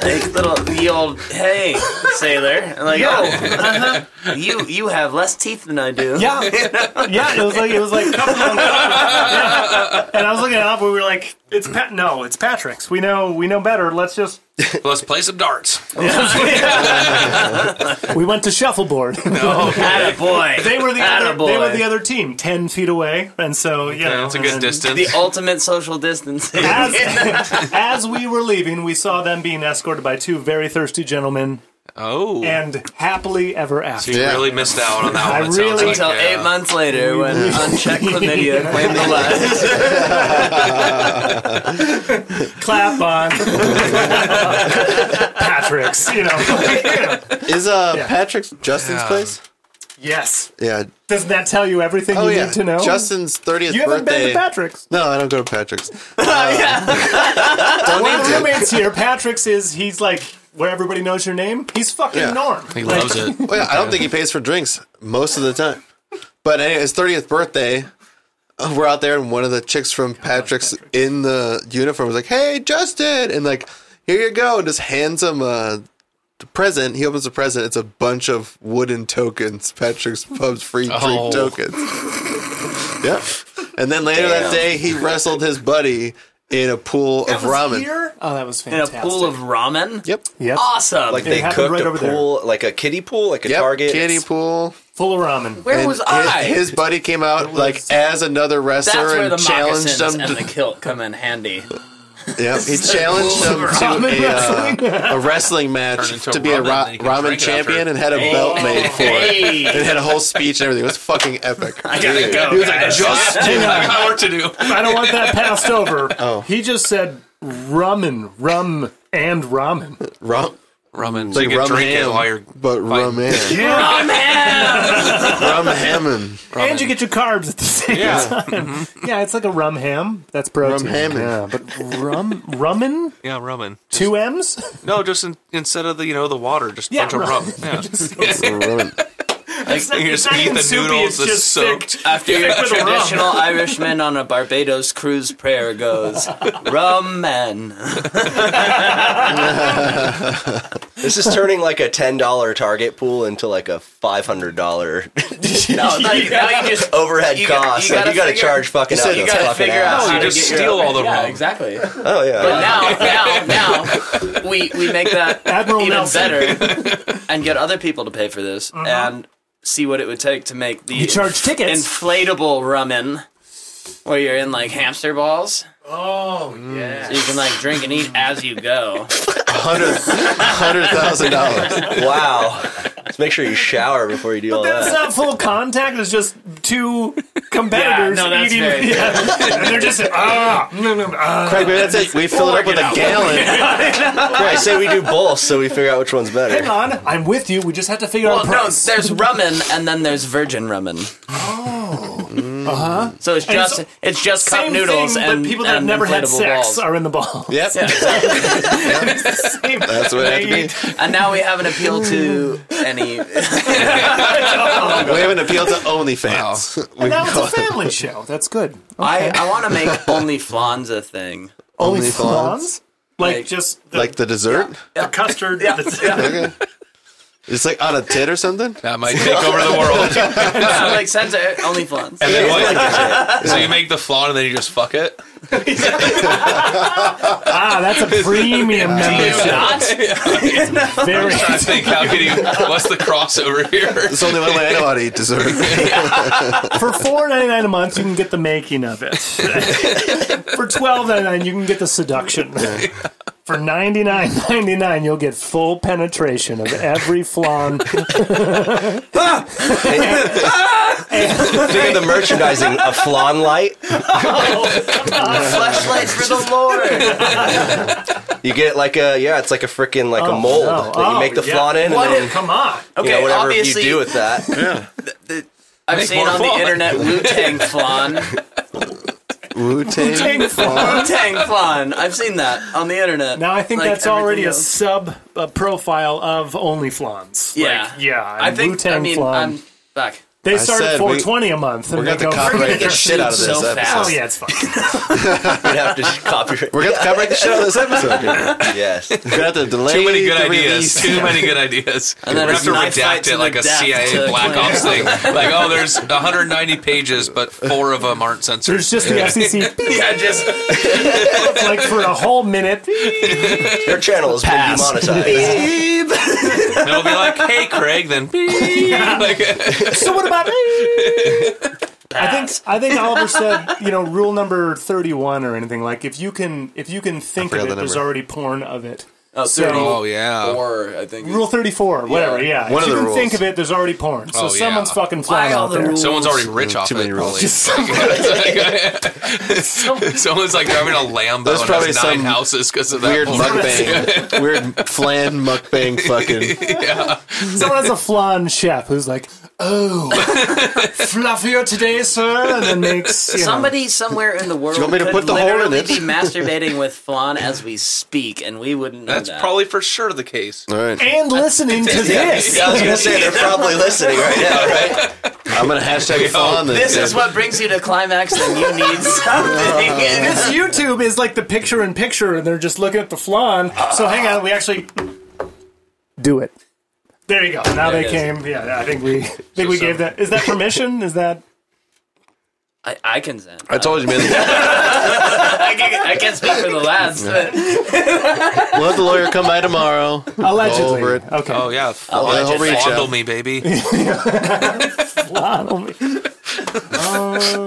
Speaker 4: like little the old hey sailor, and like oh uh-huh, you you have less teeth than I do.
Speaker 2: Yeah, (laughs) yeah. It was like it was like, couple on yeah. and I was looking it up. and We were like, "It's Pat? No, it's Patrick's. We know, we know better. Let's just."
Speaker 3: Let's play some darts.
Speaker 2: (laughs) We went to (laughs) shuffleboard.
Speaker 4: Atta boy.
Speaker 2: they were the other,
Speaker 4: Attaboy.
Speaker 2: they were the other team, ten feet away, and so yeah,
Speaker 3: Yeah, it's a good distance.
Speaker 4: Oh, the ultimate social
Speaker 2: (laughs)
Speaker 3: (laughs)
Speaker 4: distancing.
Speaker 2: As, as we were leaving, we saw them being escorted by two very thirsty gentlemen
Speaker 3: Oh,
Speaker 2: and happily ever after.
Speaker 3: you
Speaker 1: Yeah.
Speaker 3: really missed out on that
Speaker 2: I
Speaker 3: one. it sounds
Speaker 2: really-
Speaker 3: like,
Speaker 4: Until
Speaker 3: yeah.
Speaker 4: eight months later, when unchecked chlamydia claimed the lives.
Speaker 2: Clap on (laughs) Patrick's, you know.
Speaker 1: Is uh
Speaker 2: Yeah.
Speaker 1: Patrick's Justin's
Speaker 3: Yeah.
Speaker 1: place?
Speaker 2: yes.
Speaker 1: Yeah.
Speaker 2: Doesn't that tell you everything
Speaker 1: Oh
Speaker 2: you
Speaker 1: yeah.
Speaker 2: need to know?
Speaker 1: Justin's thirtieth
Speaker 2: you haven't
Speaker 1: birthday.
Speaker 2: been to Patrick's.
Speaker 1: no, I don't go to
Speaker 2: (laughs)
Speaker 1: Patrick's. Uh,
Speaker 2: One of the roommates here, Patrick's is he's like where everybody knows your name. He's fucking
Speaker 1: Yeah.
Speaker 2: Norm.
Speaker 3: He
Speaker 2: Like,
Speaker 3: loves
Speaker 4: (laughs)
Speaker 3: it.
Speaker 1: Well, yeah, I don't think he pays for drinks most of the time. But anyway, his thirtieth birthday, uh, we're out there, and one of the chicks from Patrick's in the uniform was like, "Hey, Justin," and like, "Here you go," and just hands him a present. He opens the present. It's a bunch of wooden tokens, Patrick's Pub's free
Speaker 3: Oh.
Speaker 1: drink tokens. yeah. And then later that
Speaker 4: Damn.
Speaker 1: day, he wrestled his buddy in a pool
Speaker 2: that
Speaker 1: of
Speaker 2: was
Speaker 1: ramen.
Speaker 2: here? Oh, that was
Speaker 4: In a
Speaker 2: fantastic.
Speaker 4: pool of Ah. ramen?
Speaker 1: Yep.
Speaker 2: yep.
Speaker 4: Awesome.
Speaker 5: Like they
Speaker 2: happened
Speaker 5: cooked
Speaker 2: right
Speaker 5: a
Speaker 2: over there.
Speaker 5: pool, like a kiddie pool, like a
Speaker 1: Yep.
Speaker 5: Target.
Speaker 1: Kiddie pool.
Speaker 2: full of ramen.
Speaker 4: Where
Speaker 1: And
Speaker 4: was
Speaker 1: his,
Speaker 4: I?
Speaker 1: his buddy came out like as another
Speaker 4: That's
Speaker 1: wrestler
Speaker 4: where the
Speaker 1: and challenged
Speaker 4: moccasins
Speaker 1: him. (laughs)
Speaker 4: and the
Speaker 1: To,
Speaker 4: kilt come in handy.
Speaker 1: yep, he challenged him to
Speaker 2: Ramen
Speaker 1: a, uh, a wrestling match
Speaker 3: Turned into
Speaker 1: to
Speaker 3: a
Speaker 1: be a
Speaker 3: ramen,
Speaker 1: ra-
Speaker 3: then you
Speaker 1: ramen
Speaker 3: can drink it after.
Speaker 1: champion and had a belt (laughs) made for it. And had a whole speech and everything. It was fucking epic.
Speaker 4: (laughs) I gotta go.
Speaker 3: He was like,
Speaker 4: guys. (laughs)
Speaker 3: Justin, I got work to do.
Speaker 2: I don't want that passed over. Oh. He just said ramen, rum, and ramen.
Speaker 1: Rum,
Speaker 3: Ramen. So
Speaker 1: like
Speaker 3: you can
Speaker 1: rum
Speaker 3: drink it
Speaker 1: ham,
Speaker 3: while you're
Speaker 1: but rum
Speaker 3: (laughs)
Speaker 1: ham,
Speaker 2: Yeah.
Speaker 1: rum hammond.
Speaker 2: And you get your carbs at the same
Speaker 3: Yeah.
Speaker 2: time.
Speaker 4: Mm-hmm.
Speaker 2: Yeah, it's like a rum ham. That's protein.
Speaker 1: Rum ham.
Speaker 2: Yeah, but rum, rummin?
Speaker 3: Yeah, ramen.
Speaker 2: Two M's? (laughs)
Speaker 3: No, just in, instead of the you know the water, just a
Speaker 2: Yeah,
Speaker 3: bunch of
Speaker 2: rum.
Speaker 3: rum. Yeah.
Speaker 1: (laughs) Rum.
Speaker 2: It's not-
Speaker 3: you
Speaker 2: it's
Speaker 3: just
Speaker 2: not
Speaker 3: eat
Speaker 2: even
Speaker 3: the
Speaker 2: soupy,
Speaker 3: noodles
Speaker 2: it's
Speaker 3: that's
Speaker 2: just thick.
Speaker 3: soaked.
Speaker 4: After your
Speaker 2: with rum.
Speaker 4: traditional Irishman on a Barbados cruise prayer goes, rum man.
Speaker 5: (laughs) This is turning like a ten dollar Target pool into like a five hundred
Speaker 4: (laughs)
Speaker 5: dollar (laughs)
Speaker 4: No, now you now you just
Speaker 5: overhead
Speaker 4: You gotta-
Speaker 5: cost.
Speaker 4: you
Speaker 5: like
Speaker 4: gotta
Speaker 5: you got to
Speaker 4: figure-
Speaker 5: charge fucking
Speaker 1: You
Speaker 5: out.
Speaker 1: said you
Speaker 5: those
Speaker 1: gotta
Speaker 5: fucking
Speaker 4: figure out
Speaker 5: apps.
Speaker 4: how
Speaker 3: you
Speaker 4: to
Speaker 3: just
Speaker 4: get your-
Speaker 3: steal all the
Speaker 4: yeah,
Speaker 3: rum.
Speaker 4: exactly.
Speaker 5: Oh yeah.
Speaker 4: But now, now, now, we we make that
Speaker 2: Admiral
Speaker 4: even
Speaker 2: Nelson. Uh-huh.
Speaker 4: better
Speaker 2: (laughs)
Speaker 4: and get other people to pay for this and see what it would take to make the
Speaker 2: You charge tickets.
Speaker 4: inflatable ramen where you're in like hamster balls.
Speaker 2: oh, yeah.
Speaker 4: So you can like drink and eat as you go.
Speaker 1: Hundred thousand
Speaker 4: (laughs)
Speaker 1: dollars.
Speaker 5: wow. Just make sure you shower before you do all
Speaker 2: That's
Speaker 5: that.
Speaker 2: not full contact. It's just
Speaker 4: (laughs)
Speaker 2: two competitors
Speaker 4: Yeah, no, that's
Speaker 2: eating. (laughs)
Speaker 4: very
Speaker 2: yeah. And they're just
Speaker 4: (laughs)
Speaker 2: ah, mm, mm, ah.
Speaker 1: Craig, maybe that's it. We fill it up with a gallon.
Speaker 5: I say we do both, so we figure out which one's better.
Speaker 2: Hang on, I'm with you. We just have to figure
Speaker 4: Well,
Speaker 2: out
Speaker 4: no,
Speaker 2: price.
Speaker 4: there's ramen and then there's virgin ramen. Oh. Uh huh. So it's just
Speaker 2: it's
Speaker 4: it's just cup
Speaker 2: Mm. Same
Speaker 4: noodles
Speaker 2: thing,
Speaker 4: and
Speaker 2: but people that have
Speaker 4: and
Speaker 2: never had
Speaker 4: inflatable
Speaker 2: sex
Speaker 4: balls.
Speaker 2: are in the ball.
Speaker 1: Yep.
Speaker 2: (laughs) Same.
Speaker 1: That's what it had to
Speaker 4: And now we have an appeal
Speaker 2: (laughs)
Speaker 4: to any
Speaker 1: be. We have an appeal to OnlyFans. We
Speaker 2: Now it's a
Speaker 1: call it
Speaker 2: family show. That's good.
Speaker 4: I, I want to make only flans a
Speaker 2: (laughs)
Speaker 4: thing.
Speaker 2: Only
Speaker 1: OnlyFans?
Speaker 2: Like,
Speaker 4: Like-
Speaker 2: just the,
Speaker 1: (laughs) Like the dessert?
Speaker 2: the custard. Yeah.
Speaker 1: (laughs) Okay. It's like on a tit or something?
Speaker 3: That might take over the (laughs) world.
Speaker 4: So, like send it only flans.
Speaker 3: And then (laughs) what? so you make the flan and then you just fuck it.
Speaker 2: ah, (laughs) that's a premium membership. (laughs) Very.
Speaker 3: I think how can you? What's the crossover here?
Speaker 1: It's only one way I know how to eat
Speaker 3: (laughs)
Speaker 1: dessert.
Speaker 2: (laughs) For four ninety nine a month, you can get the making of it. For twelve ninety nine, you can get the seduction. For ninety nine ninety nine, you'll get full penetration of every flan.
Speaker 5: Think of the merchandising a flan light.
Speaker 2: (laughs)
Speaker 4: Flashlights for the Lord.
Speaker 5: You get like a yeah, it's like a freaking like a
Speaker 2: Oh,
Speaker 5: mold
Speaker 2: no.
Speaker 5: that
Speaker 2: Oh,
Speaker 5: you make the
Speaker 2: yeah.
Speaker 5: flan in,
Speaker 4: What
Speaker 5: and then,
Speaker 4: if-
Speaker 2: Come on.
Speaker 5: you know,
Speaker 4: Okay,
Speaker 5: whatever you
Speaker 4: obviously
Speaker 5: do with that.
Speaker 4: I've
Speaker 3: Make
Speaker 4: seen
Speaker 3: more
Speaker 4: on
Speaker 3: flan.
Speaker 4: the internet Wu
Speaker 2: (laughs)
Speaker 4: Tang flan. Wu
Speaker 1: Wu Tang.
Speaker 4: Tang flan. I've seen that on the internet.
Speaker 2: Now I think
Speaker 4: Like
Speaker 2: that's already
Speaker 4: everything
Speaker 2: a
Speaker 4: else.
Speaker 2: sub uh, profile of only flans. Like,
Speaker 4: Yeah.
Speaker 2: yeah.
Speaker 4: I
Speaker 2: I'm
Speaker 4: think.
Speaker 2: Wu-Tang
Speaker 4: I mean,
Speaker 2: flan.
Speaker 4: I'm back.
Speaker 2: they start at
Speaker 1: said we-
Speaker 2: 420 a month. And
Speaker 1: We're going
Speaker 2: they
Speaker 1: to
Speaker 2: go,
Speaker 1: copyright the shit out of this
Speaker 4: so
Speaker 1: episode.
Speaker 4: fast.
Speaker 2: Oh yeah, it's fine.
Speaker 5: We'd have to just copyright.
Speaker 1: We're going to copyright the shit
Speaker 3: (laughs)
Speaker 1: out of this episode. We're
Speaker 5: (laughs) Yes.
Speaker 1: going to have to delay
Speaker 3: Too many good
Speaker 1: the
Speaker 3: ideas.
Speaker 1: release.
Speaker 3: Too many
Speaker 1: (laughs)
Speaker 3: good ideas.
Speaker 4: And then
Speaker 3: we have
Speaker 4: it's
Speaker 3: to
Speaker 4: knife fights
Speaker 3: redact
Speaker 4: in
Speaker 3: it
Speaker 4: the
Speaker 3: like a
Speaker 4: depth
Speaker 3: CIA
Speaker 4: to
Speaker 3: Black
Speaker 4: clear.
Speaker 3: Ops thing. Like, oh, there's 190 pages, but four of them aren't censored.
Speaker 2: There's
Speaker 1: (laughs)
Speaker 2: just the FCC
Speaker 4: Yeah, just
Speaker 2: like for a whole
Speaker 1: (laughs)
Speaker 2: minute.
Speaker 5: Your channel has
Speaker 4: Pass.
Speaker 5: been demonetized.
Speaker 3: And it'll be like, hey, Craig, then beep. Like,
Speaker 2: So what about me? I think I think
Speaker 4: (laughs)
Speaker 2: Oliver said, you know, rule number thirty-one or anything like if you can if you can think of
Speaker 1: forgot
Speaker 2: it,
Speaker 1: the
Speaker 2: there's
Speaker 1: number.
Speaker 2: already porn of it.
Speaker 4: Oh,
Speaker 2: So-
Speaker 4: 30
Speaker 3: Oh yeah.
Speaker 4: or I think.
Speaker 2: Rule 34, whatever, yeah.
Speaker 1: One
Speaker 2: if
Speaker 1: of
Speaker 2: you
Speaker 1: the
Speaker 2: can think
Speaker 1: rules.
Speaker 2: of it, there's already porn. So
Speaker 3: Oh, yeah.
Speaker 2: someone's fucking flying
Speaker 4: all
Speaker 2: out
Speaker 4: the
Speaker 2: there.
Speaker 4: rules?
Speaker 3: Someone's already rich off
Speaker 1: Too many
Speaker 3: it.
Speaker 1: rules.
Speaker 3: Probably. (laughs) Someone's like driving a Lambo
Speaker 1: There's
Speaker 3: and
Speaker 1: probably
Speaker 3: has nine
Speaker 1: some
Speaker 3: houses because of that.
Speaker 1: Weird
Speaker 3: porn.
Speaker 1: mukbang. (laughs) Weird flan mukbang
Speaker 3: (laughs)
Speaker 1: fucking.
Speaker 2: Someone has a flan chef who's like,
Speaker 4: (laughs)
Speaker 2: oh, fluffier today, sir, and then makes you know,
Speaker 4: Somebody somewhere
Speaker 2: (laughs)
Speaker 4: in the world
Speaker 1: want me to
Speaker 4: could
Speaker 1: put the hole in
Speaker 4: literally
Speaker 1: it?
Speaker 4: be masturbating with flan as we speak, and we wouldn't know
Speaker 3: That's
Speaker 4: that.
Speaker 3: probably for sure the case.
Speaker 1: All right.
Speaker 2: and listening
Speaker 1: (laughs)
Speaker 2: to this.
Speaker 5: I was gonna say they're probably listening right now, right?
Speaker 1: I'm going to hashtag flan
Speaker 4: This is what brings you to climax, and you
Speaker 2: (laughs)
Speaker 4: need something.
Speaker 2: This (laughs) YouTube is like the picture in picture, and they're just looking at the flan. So hang on, we actually do it. There you go. Now
Speaker 4: There
Speaker 2: they
Speaker 4: it is.
Speaker 2: came. Yeah, I think
Speaker 4: (laughs)
Speaker 2: we I think we
Speaker 3: So-
Speaker 2: gave that. Is that permission? Is that
Speaker 4: I, I consent.
Speaker 1: I told you, man.
Speaker 4: I can, I can speak for the lads. but
Speaker 1: We'll have the lawyer come by
Speaker 3: (laughs)
Speaker 1: tomorrow.
Speaker 2: allegedly?
Speaker 1: Go over it.
Speaker 2: Okay.
Speaker 3: Oh yeah, fondle,
Speaker 1: I'll reach
Speaker 3: fondle
Speaker 1: out.
Speaker 3: me, baby.
Speaker 2: Ah,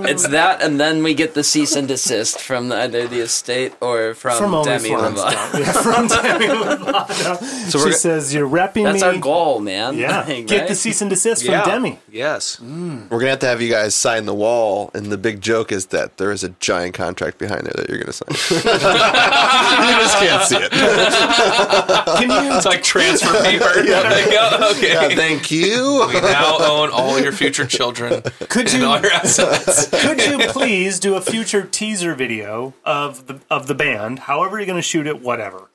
Speaker 4: It's that, and then we get the cease and desist from the- either the estate or from,
Speaker 2: From
Speaker 4: Demi Lovato.
Speaker 2: OnlyFans. Yeah, from Demi Lovato. she
Speaker 1: go-
Speaker 2: says, "You're repping
Speaker 4: That's
Speaker 2: me."
Speaker 4: our goal, man.
Speaker 2: Yeah,
Speaker 4: (laughs) Like,
Speaker 2: get
Speaker 4: right?
Speaker 2: the cease and desist
Speaker 3: Yeah.
Speaker 2: from Demi.
Speaker 3: Yes.
Speaker 1: We're going to have to have you guys sign the wall. And the big joke is that there is a giant contract behind there that you're
Speaker 3: (laughs)
Speaker 1: going to sign. (laughs) you just can't see it.
Speaker 2: Can you?
Speaker 3: It's like transfer
Speaker 1: (laughs)
Speaker 3: paper. (laughs) okay.
Speaker 1: Yeah, thank you.
Speaker 3: We now own all your future children
Speaker 2: Could
Speaker 3: and
Speaker 2: you?
Speaker 3: all your assets.
Speaker 2: (laughs) could you please do a future teaser video of the of the band? However, you're going to shoot it, whatever,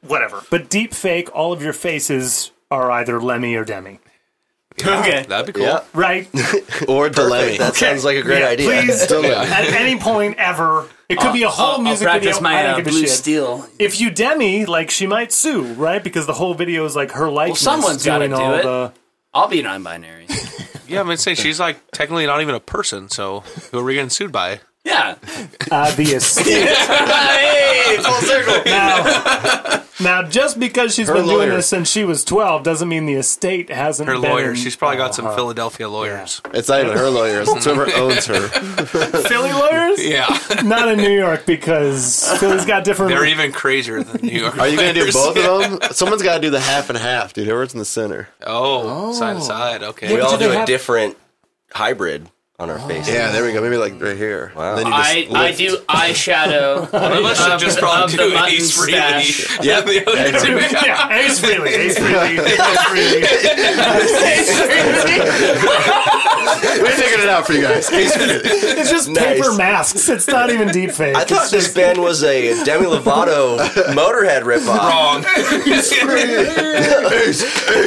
Speaker 2: whatever. But deep fake all of your faces are either Lemmy or Demi,
Speaker 4: okay.
Speaker 3: That'd be cool.
Speaker 5: Yeah.
Speaker 3: (laughs)
Speaker 2: right?
Speaker 1: Or delay.
Speaker 5: That sounds like a great
Speaker 2: Yeah,
Speaker 5: idea. (laughs)
Speaker 2: Please,
Speaker 1: Delay.
Speaker 2: at any point ever, it could be a whole
Speaker 4: I'll
Speaker 2: music
Speaker 4: practice
Speaker 2: video. I
Speaker 4: my
Speaker 2: don't
Speaker 4: uh,
Speaker 2: give a
Speaker 4: blue
Speaker 2: shit.
Speaker 4: steel.
Speaker 2: If you Demi, like she might sue, right? Because the whole video is like her likeness.
Speaker 4: someone's gotta
Speaker 2: doing
Speaker 4: do
Speaker 2: all
Speaker 4: it.
Speaker 2: the.
Speaker 4: I'll be non-binary. (laughs)
Speaker 3: Yeah, I'm saying she's like technically not even a person. So who are we getting sued by?
Speaker 4: yeah.
Speaker 2: obvious.
Speaker 4: (laughs) hey, full circle.
Speaker 2: now, now, just because she's
Speaker 1: Her
Speaker 2: been doing
Speaker 1: lawyer.
Speaker 2: this since she was 12 doesn't mean the estate hasn't
Speaker 3: Her
Speaker 2: been.
Speaker 3: lawyer. She's probably got
Speaker 2: uh-huh.
Speaker 3: some Philadelphia lawyers.
Speaker 1: It's not even her lawyers. It's whoever owns her.
Speaker 2: Philly lawyers?
Speaker 3: Yeah,
Speaker 2: Not in New York because Philly's got different.
Speaker 3: (laughs) they're even crazier than New York.
Speaker 1: Are you going to do
Speaker 3: lawyers.
Speaker 1: both of them? Someone's got to do the half and half, dude. Whoever's in the center.
Speaker 3: Oh, side to side. Okay.
Speaker 5: We
Speaker 2: But
Speaker 5: all
Speaker 2: do they
Speaker 5: do a
Speaker 2: have-
Speaker 5: different hybrid on our faces.
Speaker 1: Yeah, there we go. Maybe like right here. Wow. Then you just
Speaker 4: I, I
Speaker 1: lift. (laughs)
Speaker 4: do (laughs) eyeshadow.
Speaker 3: One of us should just
Speaker 4: of
Speaker 3: probably
Speaker 4: the
Speaker 3: do
Speaker 4: mutton
Speaker 3: Ace Freely. (laughs)
Speaker 4: stash.
Speaker 3: Yeah, the other two.
Speaker 2: (laughs)
Speaker 3: (laughs)
Speaker 2: yeah, Ace Freely, Ace Freely, Ace Freely.
Speaker 5: (laughs)
Speaker 1: We figured it out for you guys.
Speaker 2: It's just
Speaker 5: Nice.
Speaker 2: paper masks. It's not even deep fake.
Speaker 5: I thought this band was a Demi Lovato Motorhead ripoff.
Speaker 3: Wrong.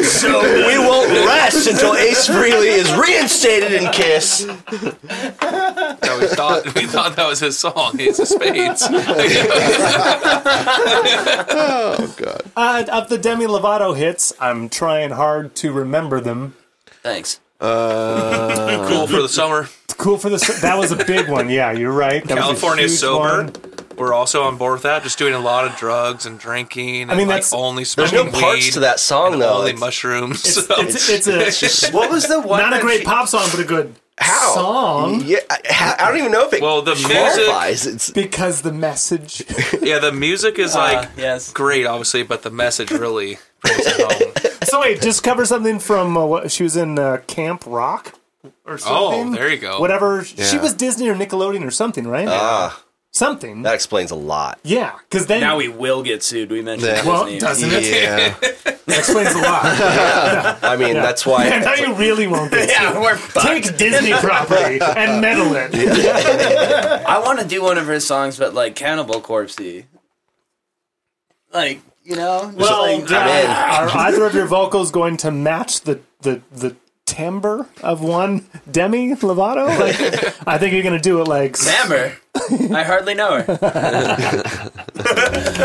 Speaker 5: So we won't rest until Ace Frehley is reinstated in Kiss.
Speaker 3: Yeah, we thought we thought that was his song. Ace of Spades. (laughs)
Speaker 2: Uh, of the Demi Lovato hits, I'm trying hard to remember them.
Speaker 4: Thanks.
Speaker 3: cool for the summer.
Speaker 2: Cool for the. That was a big one. Yeah, you're right. That was a
Speaker 3: California's
Speaker 2: huge
Speaker 3: sober.
Speaker 2: one.
Speaker 3: We're also on board with that. Just doing a lot of drugs and drinking. And I
Speaker 2: mean,
Speaker 3: mean, like
Speaker 2: that's-
Speaker 3: only
Speaker 5: There's
Speaker 3: smoking
Speaker 5: no
Speaker 3: weed,
Speaker 5: parts to that song though.
Speaker 3: Only
Speaker 5: It's-
Speaker 3: mushrooms.
Speaker 2: It's, it's
Speaker 5: (laughs)
Speaker 2: a.
Speaker 5: what was the one?
Speaker 2: not a
Speaker 5: that
Speaker 2: great
Speaker 5: she-
Speaker 2: pop song, but a good
Speaker 5: How?
Speaker 2: song
Speaker 5: Yeah, I, I don't even know if it
Speaker 3: Well, the
Speaker 5: qualifies. It's
Speaker 2: because the message.
Speaker 3: yeah, the music is like
Speaker 4: Uh, yes.
Speaker 3: great, obviously, but the message really brings it
Speaker 2: (laughs)
Speaker 3: home.
Speaker 2: so wait, just cover something from uh, what she was in uh, Camp Rock or something.
Speaker 3: there you go.
Speaker 2: Whatever she
Speaker 1: Yeah.
Speaker 2: was Disney or Nickelodeon or something, right?
Speaker 5: Ah.
Speaker 2: something.
Speaker 5: that explains a lot.
Speaker 2: yeah, because then
Speaker 4: Now we will get sued. We mentioned
Speaker 1: Yeah.
Speaker 4: that.
Speaker 2: well doesn't it
Speaker 1: Yeah.
Speaker 2: explains a lot. (laughs)
Speaker 5: I mean, that's why.
Speaker 2: And now you really won't
Speaker 1: (laughs)
Speaker 2: get sued.
Speaker 4: Yeah, we're
Speaker 2: Take Disney property and meddle it.
Speaker 4: I want to do one of her songs, but like Cannibal Corpsey. Like you know, just
Speaker 2: Well,
Speaker 4: like,
Speaker 2: uh, are either of your vocals going to match the the the timbre of one Demi Lovato? Like, I think you're going to do it like
Speaker 4: Amber. I hardly (laughs) know her.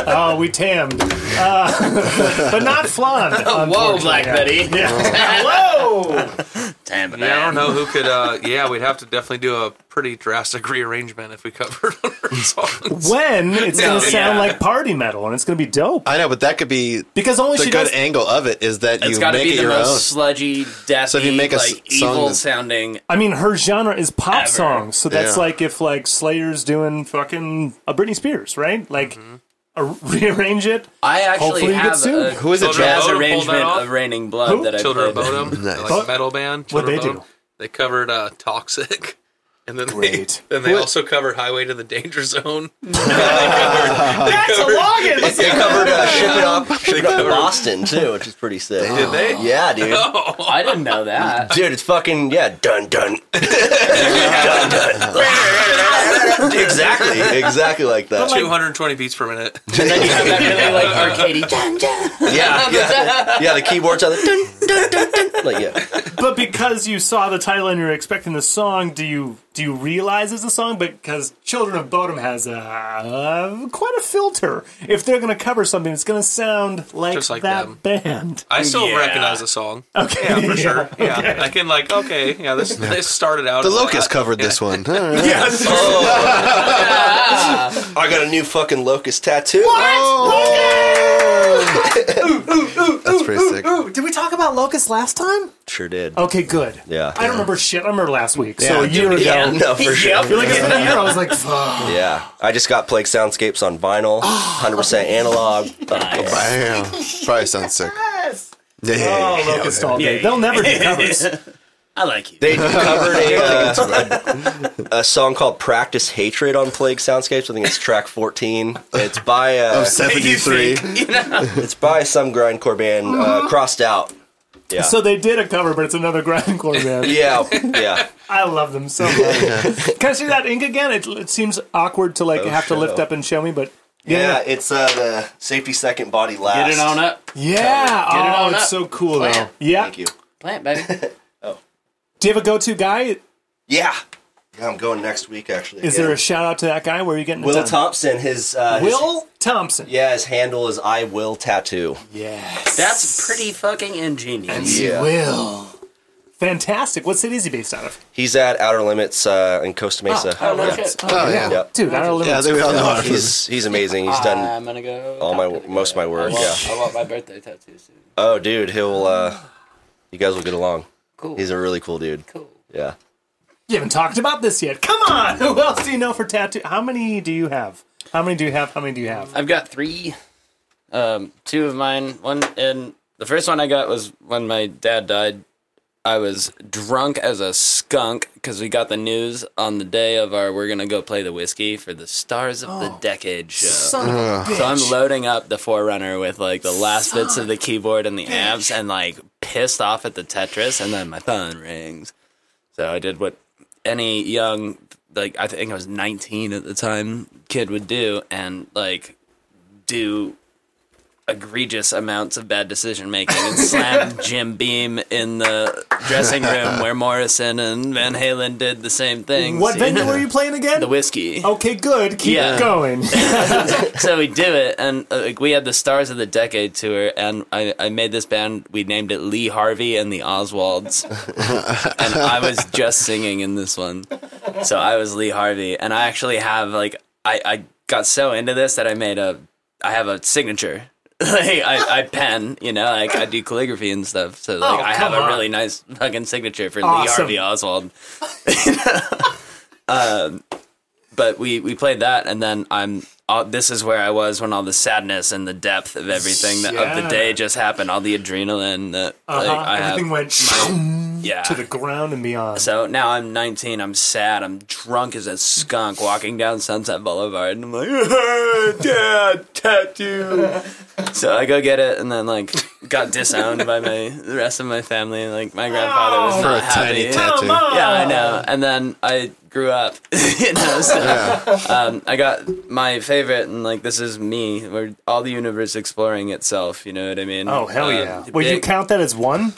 Speaker 2: Oh, we tammed. Uh, (laughs) but not flan.
Speaker 4: Whoa,
Speaker 2: unfortunately.
Speaker 4: Black Betty.
Speaker 2: Yeah. Whoa!
Speaker 4: Damn it.
Speaker 3: Yeah, I don't know who could. uh Yeah, we'd have to definitely do a pretty drastic (laughs) rearrangement if we covered (laughs) one of her
Speaker 2: (laughs)
Speaker 3: songs.
Speaker 2: When it's
Speaker 3: No,
Speaker 2: going to sound
Speaker 4: yeah.
Speaker 2: like party metal and it's going to be dope.
Speaker 1: (laughs) I know, but that could be
Speaker 2: Because only
Speaker 1: the
Speaker 2: she
Speaker 1: good
Speaker 2: does.
Speaker 1: angle of it is that
Speaker 4: It's
Speaker 1: you
Speaker 4: got to
Speaker 1: make
Speaker 4: be
Speaker 1: it
Speaker 4: the
Speaker 1: your
Speaker 4: most
Speaker 1: own.
Speaker 4: sludgy, deathy,
Speaker 1: if you make a s-
Speaker 4: like
Speaker 1: song
Speaker 4: evil
Speaker 1: that's-
Speaker 4: sounding.
Speaker 2: I mean, her genre is pop
Speaker 4: Ever.
Speaker 2: songs, so that's
Speaker 1: Yeah.
Speaker 2: like if like Slayer's doing fucking a Britney Spears, right? Like a- (laughs) rearrange it.
Speaker 4: I
Speaker 2: Hopefully
Speaker 4: actually
Speaker 2: you get
Speaker 4: have
Speaker 2: sued.
Speaker 4: a
Speaker 1: Who is it?
Speaker 3: Children
Speaker 1: Jazz?
Speaker 4: jazz
Speaker 3: Bodum pulled that
Speaker 4: arrangement
Speaker 3: off?
Speaker 4: of Raining Blood
Speaker 2: Who?
Speaker 4: that I
Speaker 3: Children
Speaker 4: played.
Speaker 3: Bodum,
Speaker 1: Nice.
Speaker 3: like
Speaker 1: But-
Speaker 3: metal band.
Speaker 2: What'd
Speaker 3: Children
Speaker 2: they
Speaker 3: of
Speaker 2: do?
Speaker 3: Bodum. They covered uh, Toxic, (laughs) and then
Speaker 2: Great.
Speaker 3: they then they
Speaker 1: What?
Speaker 3: also covered Highway to the Danger Zone.
Speaker 2: That's a login.
Speaker 3: They covered.
Speaker 5: Uh,
Speaker 3: Uh,
Speaker 5: ship it up, ship it up to Boston too, which is pretty sick.
Speaker 3: did they? Oh. (laughs)
Speaker 5: Yeah, dude.
Speaker 4: I didn't
Speaker 1: (laughs)
Speaker 4: know that.
Speaker 5: Dude, it's fucking yeah,
Speaker 3: (laughs)
Speaker 5: dun dun, (laughs)
Speaker 3: (laughs)
Speaker 5: dun dun. (laughs) exactly, exactly like that.
Speaker 2: like-
Speaker 3: 220 beats per minute.
Speaker 4: and then you have that really like arcadey dun dun.
Speaker 5: (laughs) yeah, yeah, yeah. The keyboards are the dun dun dun dun. Like yeah,
Speaker 2: but because you saw the title and you're expecting the song, do you do you realize it's a song? But because Children of Bodom has a, quite a filter. If they're going to cover something, it's going to sound like,
Speaker 3: Just like
Speaker 2: that
Speaker 3: them.
Speaker 2: band.
Speaker 3: I still
Speaker 4: Yeah.
Speaker 3: recognize the
Speaker 4: (laughs)
Speaker 3: song.
Speaker 2: Okay,
Speaker 3: Yeah, for sure.
Speaker 2: Yeah.
Speaker 3: Yeah. I can like, okay, yeah, this this started out.
Speaker 1: The
Speaker 3: as
Speaker 4: (laughs)
Speaker 1: Locust
Speaker 3: that.
Speaker 1: covered this one. All right.
Speaker 2: Yes.
Speaker 5: I got a new fucking locust tattoo.
Speaker 1: That's pretty sick.
Speaker 2: Ooh, did we talk about Locust last time?
Speaker 5: Sure did.
Speaker 4: Oh,
Speaker 2: Okay, good.
Speaker 5: Yeah.
Speaker 2: I don't remember shit. I remember last week. so a year ago.
Speaker 5: (laughs) Yeah, no, for sure.
Speaker 2: You're like, it's been a year. I was
Speaker 5: (laughs)
Speaker 2: like, fuck.
Speaker 5: Yeah, I just got Plague Soundscapes on vinyl, 100% analog.
Speaker 1: Bam. Probably sounds
Speaker 4: (laughs)
Speaker 1: sick.
Speaker 4: Oh,
Speaker 2: Yes.
Speaker 1: Yeah, yeah, yeah,
Speaker 2: Oh,
Speaker 1: yeah,
Speaker 2: Locust
Speaker 1: yeah.
Speaker 2: all day. They'll never do covers.
Speaker 4: I like you.
Speaker 5: (laughs) They covered a, uh, a, a song called Practice Hatred on Plague Soundscapes. I think it's track 14. It's by
Speaker 4: Oh,
Speaker 1: (laughs)
Speaker 5: uh,
Speaker 1: 73.
Speaker 5: it's by some grindcore band, uh, Crossed Out. Yeah.
Speaker 2: So they did a cover, but it's another (laughs) grindcore band.
Speaker 5: yeah, yeah.
Speaker 2: I love them so much. Can I see that ink again? It, it seems awkward to like have to
Speaker 5: shut
Speaker 2: lift
Speaker 5: up.
Speaker 2: up and show me, but
Speaker 5: Oh, Yeah,
Speaker 2: yeah,
Speaker 5: it's uh, the Safety Second Body
Speaker 4: Get
Speaker 5: Last.
Speaker 4: it on up.
Speaker 2: yeah.
Speaker 4: Get it
Speaker 2: oh,
Speaker 4: on
Speaker 2: it's
Speaker 4: up.
Speaker 2: so cool though.
Speaker 4: Plant.
Speaker 2: Yeah.
Speaker 5: Thank you.
Speaker 4: Plant, baby.
Speaker 2: Do you have a go-to guy?
Speaker 5: Yeah. Yeah, I'm going next week, actually.
Speaker 2: Is
Speaker 5: again.
Speaker 2: there a shout out to that guy? Where are you getting it
Speaker 5: Will
Speaker 2: done?
Speaker 5: Thompson, his. Uh, his-
Speaker 2: Will Thompson.
Speaker 5: yeah, his handle is I Will Tattoo.
Speaker 2: Yes.
Speaker 4: (laughs) That's pretty fucking ingenious.
Speaker 5: Yeah.
Speaker 2: Will. Fantastic. What city is he based out of?
Speaker 5: He's at Outer Limits uh, in Costa Mesa.
Speaker 4: Oh, no shit.
Speaker 1: Oh, yeah.
Speaker 2: Dude, I don't live
Speaker 1: Yeah, I
Speaker 2: in
Speaker 1: think we all know how it is.
Speaker 5: He's he's amazing. He's done
Speaker 4: I'm gonna go.
Speaker 5: all my
Speaker 4: talk to the
Speaker 5: most of my
Speaker 4: guy.
Speaker 5: work.
Speaker 4: I
Speaker 5: Yeah.
Speaker 4: want, I want my birthday tattoo soon.
Speaker 5: Oh, dude, he'll. uh You guys will get along.
Speaker 4: Cool.
Speaker 5: He's a really cool dude.
Speaker 4: cool.
Speaker 5: Yeah.
Speaker 2: You haven't talked about this yet. Come on. (laughs) Who else do you know for tattoo? How many do you have? How many do you have? How many do you have?
Speaker 4: I've got three. Um, two of mine. One and the first one I got was when my dad died. I was drunk as a skunk because we got the news on the day of our we're gonna go play the whiskey for the Stars of the
Speaker 5: Oh.
Speaker 4: Decade show.
Speaker 2: Son of a bitch.
Speaker 4: So I'm loading up the Forerunner with like the last bits of the keyboard and the amps and like pissed off at the Tetris and then my phone rings. So I did what any young like I think I was 19 at the time kid would do and like do egregious amounts of bad decision making and
Speaker 2: (laughs)
Speaker 4: slam Jim Beam in the dressing room where Morrison and Van Halen did the same thing.
Speaker 2: What
Speaker 4: (laughs)
Speaker 2: venue were you playing again?
Speaker 4: The whiskey
Speaker 2: Okay, good. Keep
Speaker 4: Yeah. (laughs)
Speaker 2: going.
Speaker 4: so we do it, and uh, like we had the Stars of the Decade tour, and I, I made this band. We named it Lee Harvey and the Oswalds, and I was just singing in this one, so I was Lee Harvey, and I actually have like I, I got so into this that I made a I have a signature. (laughs) like I, I pen, you know, like I do calligraphy and stuff. So like
Speaker 2: Oh,
Speaker 4: I have
Speaker 2: come
Speaker 4: a
Speaker 2: on.
Speaker 4: really nice fucking signature for
Speaker 2: Awesome.
Speaker 4: Lee Harvey Oswald but we we played that and then i'm uh, this is where i was when all the sadness and the depth of everything that, of
Speaker 2: Yeah.
Speaker 4: the day just happened all the adrenaline that like,
Speaker 2: Uh-huh.
Speaker 4: i
Speaker 2: Everything
Speaker 4: have
Speaker 2: went
Speaker 4: yeah
Speaker 2: to the ground and beyond.
Speaker 4: so now i'm 19 i'm sad i'm drunk as a skunk walking down sunset boulevard and i'm like dad tattoo
Speaker 2: (laughs)
Speaker 4: so i go get it and then like got disowned by my the rest of my family like my grandfather was
Speaker 2: For
Speaker 4: not
Speaker 1: a tiny
Speaker 4: happy
Speaker 1: tattoo.
Speaker 2: Come on.
Speaker 4: yeah, I know. And then I grew up, (laughs) you know. So, um, I got my favorite, and like this is me, where all the universe exploring itself. You know what I mean?
Speaker 2: Oh hell
Speaker 4: Um,
Speaker 2: yeah! Would you
Speaker 4: big-
Speaker 2: count that as one?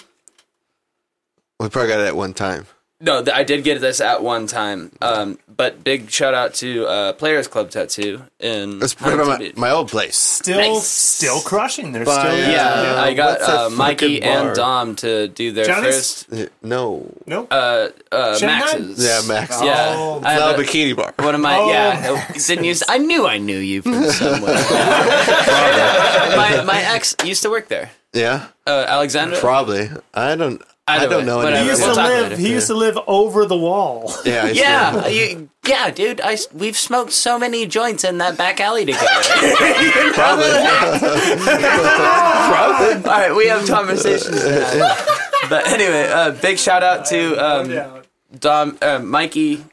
Speaker 1: We probably got it at one time.
Speaker 4: No, th- I did get this at one time. Um, but big shout out to uh, Players Club Tattoo in
Speaker 1: It's right by
Speaker 4: Huntington
Speaker 1: my,
Speaker 4: Beach.
Speaker 1: my old place.
Speaker 2: Still,
Speaker 4: Nice.
Speaker 2: still crushing. They're
Speaker 1: Bye.
Speaker 2: still
Speaker 4: yeah,
Speaker 1: Uh,
Speaker 4: I got
Speaker 1: what's that
Speaker 4: uh, Mikey
Speaker 1: fucking bar?
Speaker 4: and Dom to do their
Speaker 2: Johnny's?
Speaker 4: first
Speaker 1: Uh, No.
Speaker 2: Nope.
Speaker 4: uh, uh,
Speaker 2: Shanghai?
Speaker 4: Max's.
Speaker 1: Yeah, Max.
Speaker 4: Yeah,
Speaker 2: Oh,
Speaker 4: I
Speaker 1: Now
Speaker 4: have a-
Speaker 1: bikini bar.
Speaker 4: One of my
Speaker 2: Oh,
Speaker 4: yeah, didn't you? I knew I knew you from somewhere. my, my ex used to work there.
Speaker 1: Yeah,
Speaker 4: Uh, Alexandra.
Speaker 1: probably. I don't. I don't know
Speaker 4: whatever.
Speaker 1: anymore.
Speaker 2: He used
Speaker 4: We'll
Speaker 2: to
Speaker 4: talk
Speaker 2: live.
Speaker 4: later.
Speaker 2: He used to live over the wall.
Speaker 4: (laughs)
Speaker 1: Yeah, it's, uh,
Speaker 4: Yeah, you, yeah, dude. I s- we've smoked so many joints in that back alley together.
Speaker 1: probably.
Speaker 4: All right, we have conversations. now. But anyway, uh, big shout out to
Speaker 2: (laughs)
Speaker 4: um, Dom, uh, Mikey,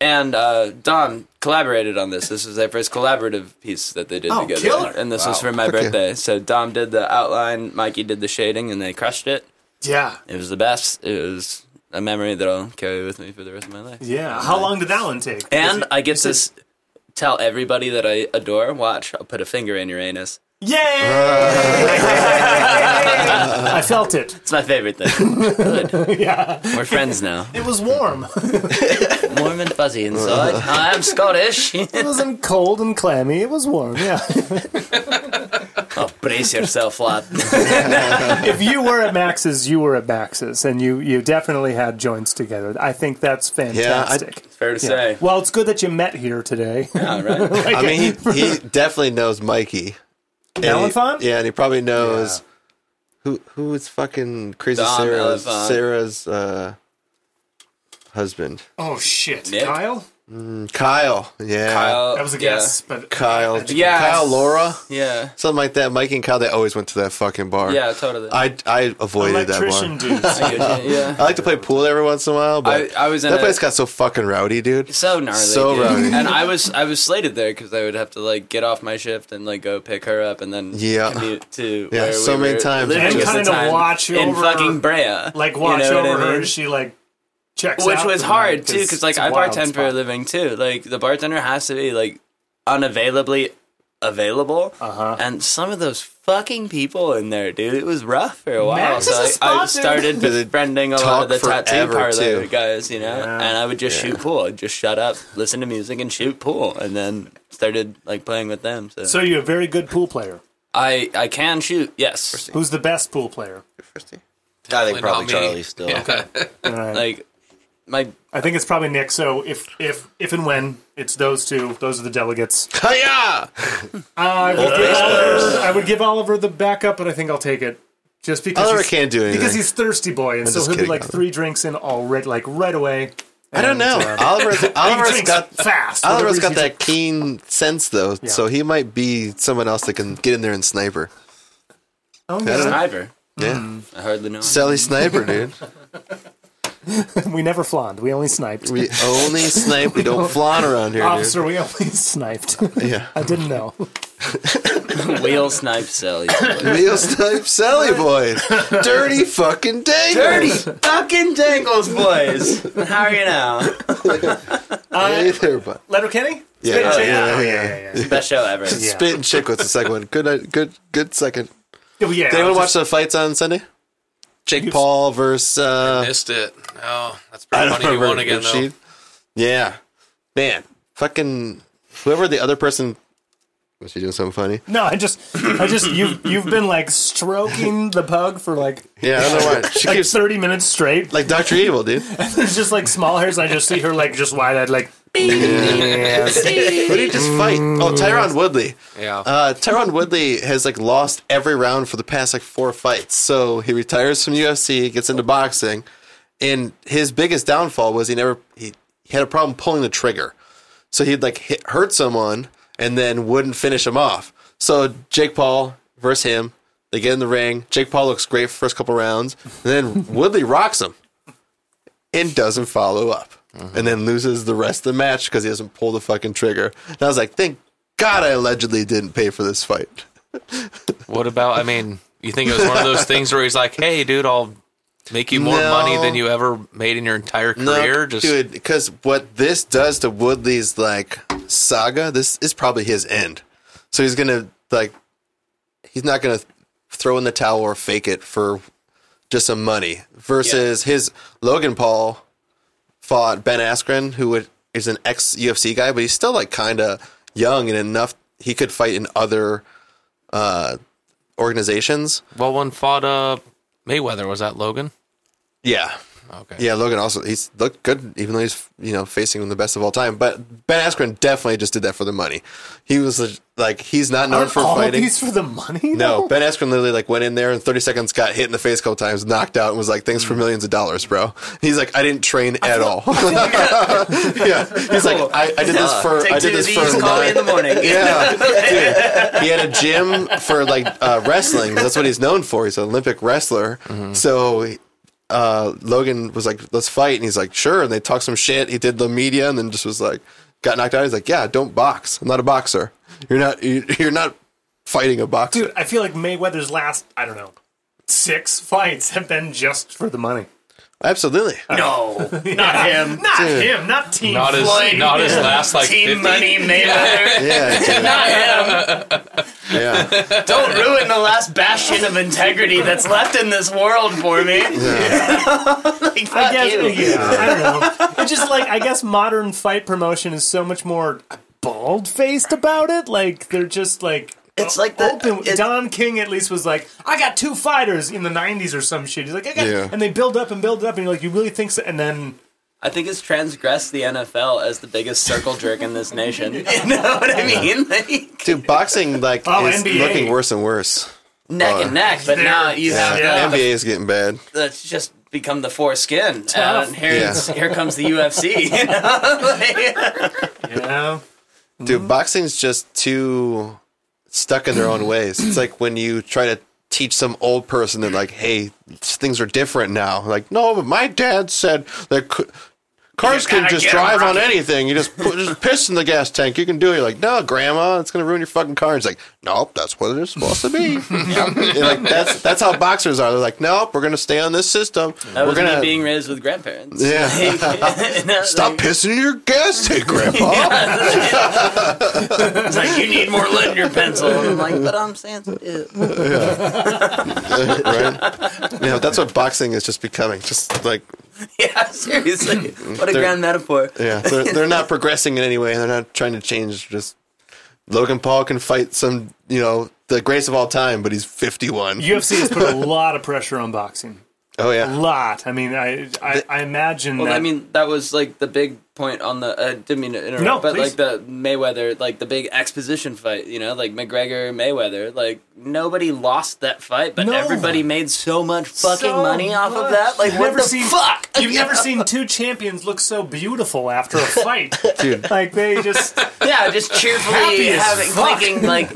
Speaker 4: and uh, Dom collaborated on this. This was their first collaborative piece that they did
Speaker 2: Oh,
Speaker 4: together,
Speaker 2: killer.
Speaker 4: and this was for my birthday. So Dom did the outline, Mikey did the shading, and they crushed it.
Speaker 2: Yeah.
Speaker 4: It was the best. It was a memory that I'll carry with me for the rest of my life.
Speaker 2: Yeah. How long did that one take?
Speaker 4: And I get to s- tell everybody that I adore, watch, I'll put a finger in your anus.
Speaker 2: Yay!
Speaker 4: (laughs)
Speaker 2: (laughs) I felt it.
Speaker 4: It's my favorite
Speaker 2: (laughs)
Speaker 4: thing. Good. We're friends now.
Speaker 2: It was warm. (laughs)
Speaker 4: Warm and fuzzy inside. I'm Scottish. (laughs)
Speaker 2: It wasn't cold and clammy. It was warm. Yeah. (laughs)
Speaker 4: oh, brace yourself, lad.
Speaker 2: if you were at Max's, you were at Max's, and you you definitely had joints together. I think that's fantastic.
Speaker 4: Fair to say.
Speaker 2: well, it's good that you met here
Speaker 4: (laughs)
Speaker 2: today. (laughs)
Speaker 4: All right.
Speaker 1: I mean, he, he definitely knows Mikey. And he-
Speaker 2: Elephant?
Speaker 1: Yeah, and he probably knows who who is fucking crazy
Speaker 4: Dom
Speaker 1: Sarah's
Speaker 4: Elephant.
Speaker 1: Sarah's uh, husband.
Speaker 2: oh shit,
Speaker 4: Nick? Oh,
Speaker 2: Kyle.
Speaker 1: Kyle. Yeah. Kyle.
Speaker 2: That was a guess, but
Speaker 1: Kyle.
Speaker 4: Yeah.
Speaker 1: Kyle Laura.
Speaker 4: Yeah.
Speaker 1: Something like that. Mikey and Kyle they always went to that fucking bar.
Speaker 4: Yeah, totally.
Speaker 1: I I avoided that
Speaker 2: electrician
Speaker 1: bar.
Speaker 2: dudes.
Speaker 4: I get (laughs) you,
Speaker 1: I
Speaker 4: yeah.
Speaker 1: (laughs) like to play pool every once in a while, but
Speaker 4: I- I was in
Speaker 1: that
Speaker 4: a-
Speaker 1: place got so fucking rowdy, dude.
Speaker 4: So gnarly,
Speaker 1: So
Speaker 4: dude.
Speaker 1: rowdy.
Speaker 4: and I was I was slated there because I would have to like get off my shift and like go pick her up and then
Speaker 1: Yeah.
Speaker 4: commute to
Speaker 1: Yeah,
Speaker 4: where
Speaker 1: so
Speaker 4: we
Speaker 1: many
Speaker 4: were
Speaker 1: times.
Speaker 4: living
Speaker 2: And
Speaker 4: at the
Speaker 2: kinda
Speaker 4: time
Speaker 2: watch
Speaker 4: in
Speaker 2: over-
Speaker 4: fucking Brea,
Speaker 2: Like
Speaker 4: You
Speaker 2: watch
Speaker 4: know what
Speaker 2: over
Speaker 4: I
Speaker 2: her
Speaker 4: mean?
Speaker 2: as she like checks
Speaker 4: which
Speaker 2: out
Speaker 4: was
Speaker 2: for
Speaker 4: hard
Speaker 2: them,
Speaker 4: too because like
Speaker 2: it's
Speaker 4: i
Speaker 2: a wild
Speaker 4: bartend for a
Speaker 2: spot.
Speaker 4: living too like the bartender has to be like unavailably available uh-huh. and some of those fucking people in there dude it was rough for a while
Speaker 2: Max
Speaker 4: so
Speaker 2: is a
Speaker 4: I,
Speaker 2: spot,
Speaker 4: I
Speaker 2: dude. (laughs)
Speaker 4: started
Speaker 1: Did they
Speaker 4: befriending a lot
Speaker 1: talk
Speaker 4: of the tattoo
Speaker 1: forever,
Speaker 4: parlor
Speaker 1: too?
Speaker 4: guys you know and i would just shoot pool I'd just shut up listen to music and shoot pool and then started like playing with them so,
Speaker 2: So you're a very good pool player.
Speaker 4: i i can shoot yes
Speaker 2: Who's the best pool player?
Speaker 5: I think
Speaker 3: Definitely
Speaker 5: probably
Speaker 3: not me.
Speaker 5: Charlie still.
Speaker 3: Yeah.
Speaker 4: like my
Speaker 2: I think it's probably Nick. So if if if and when it's those two, those are the delegates.
Speaker 1: Hiya!
Speaker 2: I would, give Oliver, I would give Oliver the backup, but I think I'll take it just because
Speaker 1: Oliver
Speaker 2: he's-
Speaker 1: can't do anything.
Speaker 2: because he's thirsty boy, and so
Speaker 1: just
Speaker 2: he'll be
Speaker 1: kidding,
Speaker 2: like
Speaker 1: Oliver.
Speaker 2: three drinks in already, like right away.
Speaker 1: I don't know.
Speaker 2: uh, (laughs)
Speaker 1: Oliver's
Speaker 2: He
Speaker 1: Oliver's
Speaker 2: drinks
Speaker 1: got
Speaker 2: fast. for
Speaker 1: Oliver's
Speaker 2: whatever
Speaker 1: got
Speaker 2: reason.
Speaker 1: that keen sense though, so he might be someone else that can get in there and sniper.
Speaker 2: Oh,
Speaker 4: sniper
Speaker 1: Yeah,
Speaker 2: Mm.
Speaker 4: i hardly know him.
Speaker 1: Sally Sniper,
Speaker 2: (laughs)
Speaker 1: dude.
Speaker 2: yeah. we never flaunt. We only sniped.
Speaker 1: We only snipe. We don't flaunt around here,
Speaker 2: (laughs) Officer, we only (laughs) sniped.
Speaker 1: dude. Yeah,
Speaker 2: (laughs) I didn't know.
Speaker 4: wheel snipe (coughs) sally
Speaker 1: real snipe, Sally boy.
Speaker 2: (laughs)
Speaker 1: Dirty fucking day.
Speaker 4: Dirty fucking dangles, boys. (laughs) How are you now?
Speaker 1: (laughs) Hey there, bud.
Speaker 2: Letter Kenny. Oh,
Speaker 1: Yeah, Oh, yeah, yeah, yeah.
Speaker 4: Best show ever.
Speaker 2: Yeah.
Speaker 1: Spit and chick was the second one. Good, night- good, good second.
Speaker 2: Yeah, well, yeah,
Speaker 1: Did anyone
Speaker 2: just-
Speaker 1: watch the fights on Sunday? Jake Paul versus uh,
Speaker 3: Missed it. Oh, that's
Speaker 1: I
Speaker 3: pretty
Speaker 1: don't
Speaker 3: funny.
Speaker 1: (laughs)
Speaker 3: You
Speaker 1: remember.
Speaker 3: won again, though.
Speaker 1: Rashid? Yeah, man, fucking whoever the other person was she doing something funny?
Speaker 2: No, I just, I just, you've you've been like stroking the pug for like
Speaker 1: Yeah, I don't know
Speaker 3: (laughs)
Speaker 1: why. She
Speaker 2: like
Speaker 1: keeps
Speaker 2: thirty minutes straight.
Speaker 1: like Doctor Evil, dude. What
Speaker 2: There's just like small hairs. And I just see her like just wide eyed, like
Speaker 1: did he just fight? Oh, Tyron Woodley.
Speaker 3: Yeah.
Speaker 1: Uh, Tyron Woodley has like lost every round for the past like four fights. So he retires from UFC, gets into boxing, and his biggest downfall was he never he, he had a problem pulling the trigger. So he'd like hit, hurt someone and then wouldn't finish him off. So Jake Paul versus him, they get in the ring. Jake Paul looks great for first couple rounds, and then Woodley rocks him and doesn't follow up, and then loses the rest of the match because he doesn't pull the fucking trigger. And I was like, thank God I allegedly didn't pay for this fight.
Speaker 3: What about? I mean, you think it was one of those things where he's like, "Hey, dude, I'll make you more
Speaker 1: No.
Speaker 3: money than you ever made in your entire career." Just
Speaker 1: dude, because what this does to Woodley's like saga, this is probably his end. So he's gonna like, he's not gonna throw in the towel or fake it for just some money. Versus his Logan Paul fought Ben Askren, who would, is an ex UFC guy, but he's still like kind of young and enough. He could fight in other uh, organizations.
Speaker 3: well, one fought uh Mayweather. Was that Logan?
Speaker 1: Yeah.
Speaker 3: Okay.
Speaker 1: Yeah, Logan also he's looked good, even though he's you know facing the best of all time. But Ben Askren definitely just did that for the money. He was Like he's not known
Speaker 2: Aren't
Speaker 1: for
Speaker 2: all
Speaker 1: fighting.
Speaker 2: these for the money?
Speaker 1: No,
Speaker 2: though?
Speaker 1: Ben Askren literally like went in there and 30 seconds got hit in the face a couple times, knocked out, and was like, "Thanks for millions of dollars, bro." He's like, "I didn't train at all." (laughs) yeah, he's like, "I, I did this for I did this for my-
Speaker 4: morning. (laughs)
Speaker 1: yeah, dude. (laughs) He had a gym for like uh, wrestling. That's what he's known for. He's an Olympic wrestler. So uh, Logan was like, "Let's fight," and he's like, "Sure." And they talked some shit. He did the media, and then just was like, got knocked out. He's like, "Yeah, don't box. I'm not a boxer. You're not. you- You're not fighting a boxer."
Speaker 2: Dude, I feel like Mayweather's last, I don't know, six fights have been just for the money.
Speaker 1: Absolutely.
Speaker 6: No, not
Speaker 2: (laughs)
Speaker 6: him.
Speaker 2: Not
Speaker 1: Dude.
Speaker 2: him, not Team
Speaker 3: Not his,
Speaker 6: Floyd.
Speaker 3: not his last like 50.
Speaker 6: Team Money Mayweather.
Speaker 1: Yeah, dude.
Speaker 6: Not him.
Speaker 1: yeah.
Speaker 6: Don't ruin the last bastion of integrity that's left in this world for
Speaker 1: (laughs)
Speaker 6: me. like, fuck
Speaker 2: I guess,
Speaker 6: you.
Speaker 2: yeah, I (laughs) don't know. It's just like, I guess modern fight promotion is so much more bald faced about it. Like, they're just like.
Speaker 5: (laughs) It's like the-
Speaker 2: open-
Speaker 5: it-
Speaker 2: Don King at least was like, I got two fighters in the '90s or some shit. He's like, I got,
Speaker 1: Yeah.
Speaker 2: and they build up and build up, and you're like, you really think so? And then
Speaker 4: I think it's transgressed the NFL as the biggest circle jerk in this nation. (laughs)
Speaker 6: You know what I mean? Like,
Speaker 1: Dude, boxing like
Speaker 2: Oh,
Speaker 1: is
Speaker 2: NBA.
Speaker 1: looking worse and worse.
Speaker 4: Neck and neck, but now you have
Speaker 1: Uh, Yeah.
Speaker 4: yeah.
Speaker 1: NBA is getting bad.
Speaker 4: that's just become the foreskin.
Speaker 2: Tough.
Speaker 4: And here,
Speaker 1: Yeah.
Speaker 4: here comes the UFC. (laughs) You know? Like,
Speaker 2: yeah,
Speaker 6: Mm-hmm.
Speaker 1: Dude, boxing's just too stuck in their
Speaker 6: (clears throat)
Speaker 1: own ways. It's like when you try to teach some old person that, like, hey, things are different now. Like, no, but my dad said that c- cars can
Speaker 6: gotta
Speaker 1: just
Speaker 6: get 'em
Speaker 1: drive on
Speaker 6: rocking."
Speaker 1: anything. You just put just piss in the gas tank. You can do it. You're like, no, grandma, it's gonna ruin your fucking car. It's like, nope, that's what it's supposed to
Speaker 6: (laughs)
Speaker 1: be. And, like that's that's how boxers are. They're like, nope, we're gonna stay on this system.
Speaker 4: that
Speaker 1: we're
Speaker 4: was
Speaker 1: gonna
Speaker 4: me being raised with grandparents. (laughs)
Speaker 1: yeah. Stop pissing in your gas tank, Grandpa.
Speaker 2: (laughs)
Speaker 4: It's like you need more lead in your pencil. And I'm like, but I'm sensitive.
Speaker 1: (laughs) right? Yeah, that's what boxing is just becoming. Just like,
Speaker 4: (laughs) Yeah, seriously. What a
Speaker 1: They're-
Speaker 4: grand metaphor.
Speaker 1: yeah, they're, they're not progressing in any way. They're not trying to change. Just Logan Paul can fight some, you know, the greatest of all time, but he's 51.
Speaker 2: UFC has put a lot of pressure on boxing.
Speaker 1: oh, yeah.
Speaker 2: lot. I mean, I I, I imagine
Speaker 4: Well,
Speaker 2: that.
Speaker 4: I mean, that was like the big point on the. I didn't mean to interrupt,
Speaker 2: No,
Speaker 4: but
Speaker 2: please.
Speaker 4: like the Mayweather, like the big exposition fight, you know, like McGregor Mayweather, like nobody lost that fight, but
Speaker 2: No.
Speaker 4: everybody made so much fucking
Speaker 2: So
Speaker 4: money off
Speaker 2: much.
Speaker 4: of that. Like,
Speaker 2: You've
Speaker 4: what
Speaker 2: never
Speaker 4: the
Speaker 2: seen-
Speaker 4: fuck? (laughs)
Speaker 2: (laughs) You've never seen two champions look so beautiful after
Speaker 1: (laughs)
Speaker 2: a fight. Like they just
Speaker 4: yeah, just cheerfully
Speaker 2: Happy as
Speaker 4: having
Speaker 2: fuck. (laughs)
Speaker 4: clicking like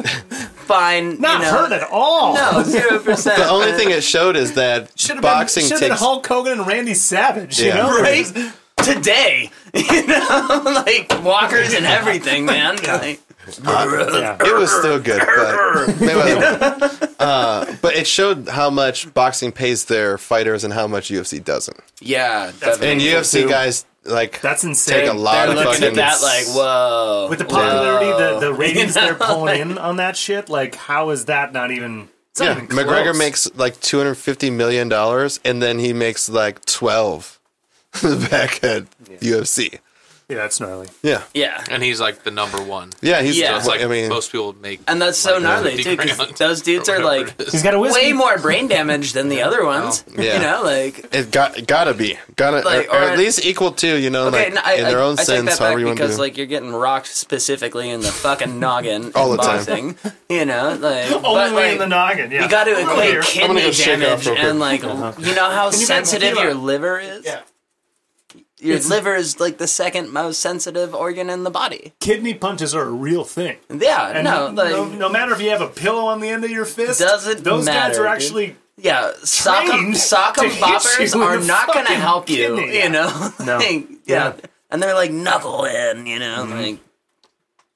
Speaker 4: fine,
Speaker 2: not
Speaker 4: you know,
Speaker 2: hurt at all.
Speaker 4: No, zero percent.
Speaker 1: The only thing it showed is
Speaker 2: (laughs)
Speaker 1: that
Speaker 2: Should have
Speaker 1: boxing
Speaker 2: been, should have been
Speaker 1: takes.
Speaker 2: Hulk Hogan and Randy Savage.
Speaker 1: Yeah.
Speaker 2: You know,
Speaker 4: right today, (laughs) you know, (laughs) like walkers and
Speaker 2: (laughs) Oh
Speaker 4: everything, man. Like,
Speaker 2: Yeah.
Speaker 1: It was still
Speaker 2: (laughs)
Speaker 1: good, but (laughs) Mayweather won. uh, but it showed how much boxing pays their fighters and how much UFC doesn't.
Speaker 4: yeah,
Speaker 1: And
Speaker 4: definitely.
Speaker 1: UFC
Speaker 2: too.
Speaker 1: guys like
Speaker 2: That's insane.
Speaker 1: take a lot
Speaker 4: They're
Speaker 1: of
Speaker 4: looking
Speaker 1: fucking
Speaker 4: at that like, whoa.
Speaker 2: With the popularity, the, the
Speaker 4: (laughs)
Speaker 2: ratings they're pulling in on that shit, like how is that not even? It's not
Speaker 1: Yeah,
Speaker 2: even close.
Speaker 1: McGregor makes like two hundred fifty million dollars, and then he makes like twelve (laughs) back at UFC.
Speaker 2: Yeah, that's gnarly.
Speaker 1: Yeah,
Speaker 4: yeah.
Speaker 3: And he's like the number one.
Speaker 1: yeah, he's.
Speaker 4: Yeah.
Speaker 3: It's like
Speaker 1: I mean,
Speaker 3: most people would make.
Speaker 4: And that's so gnarly
Speaker 3: fifty
Speaker 4: too, because
Speaker 3: grand.
Speaker 4: those dudes are
Speaker 3: whatever
Speaker 1: (laughs)
Speaker 4: like
Speaker 3: it is.
Speaker 2: He's got a whiskey.
Speaker 4: way more brain damage than the other ones. (laughs)
Speaker 1: Yeah.
Speaker 4: You know, like
Speaker 1: it got it gotta be gotta
Speaker 4: Like,
Speaker 1: or, or
Speaker 4: or-
Speaker 1: at least equal to you know
Speaker 4: okay,
Speaker 1: like
Speaker 4: no, I,
Speaker 1: in their
Speaker 4: I-
Speaker 1: own
Speaker 4: I take
Speaker 1: sense.
Speaker 4: that back
Speaker 1: However you want to
Speaker 4: because
Speaker 1: do.
Speaker 4: like you're getting rocked specifically in the
Speaker 1: (laughs)
Speaker 4: fucking noggin
Speaker 1: All
Speaker 4: in
Speaker 1: the time.
Speaker 4: boxing, You know, like
Speaker 2: Only
Speaker 4: but, like,
Speaker 2: in the noggin. Yeah,
Speaker 4: You got to equate
Speaker 2: here.
Speaker 1: I'm gonna
Speaker 4: kidney
Speaker 1: go shake it up
Speaker 4: damage
Speaker 1: real quick. Uh-huh.
Speaker 4: and like you know how
Speaker 2: you make
Speaker 4: sensitive
Speaker 2: tequila?
Speaker 4: your liver is.
Speaker 2: Yeah.
Speaker 4: Your liver is like the second most sensitive organ in the body.
Speaker 2: kidney punches are a real thing.
Speaker 4: Yeah,
Speaker 2: And
Speaker 4: no,
Speaker 2: no,
Speaker 4: like
Speaker 2: no, matter if you have a pillow on the end of your fist,
Speaker 4: Doesn't
Speaker 2: those guys
Speaker 4: matter,
Speaker 2: are
Speaker 4: dude.
Speaker 2: actually
Speaker 4: Yeah, sock'em
Speaker 2: trained to
Speaker 4: sock'em
Speaker 2: hit
Speaker 4: boppers
Speaker 2: you in
Speaker 4: are
Speaker 2: the
Speaker 4: not going to
Speaker 2: fucking
Speaker 4: help you.
Speaker 2: kidney.
Speaker 4: You know,
Speaker 2: No.
Speaker 4: (laughs) Like, yeah.
Speaker 2: Yeah. Mm-hmm.
Speaker 4: and they're like knuckle in, you know, like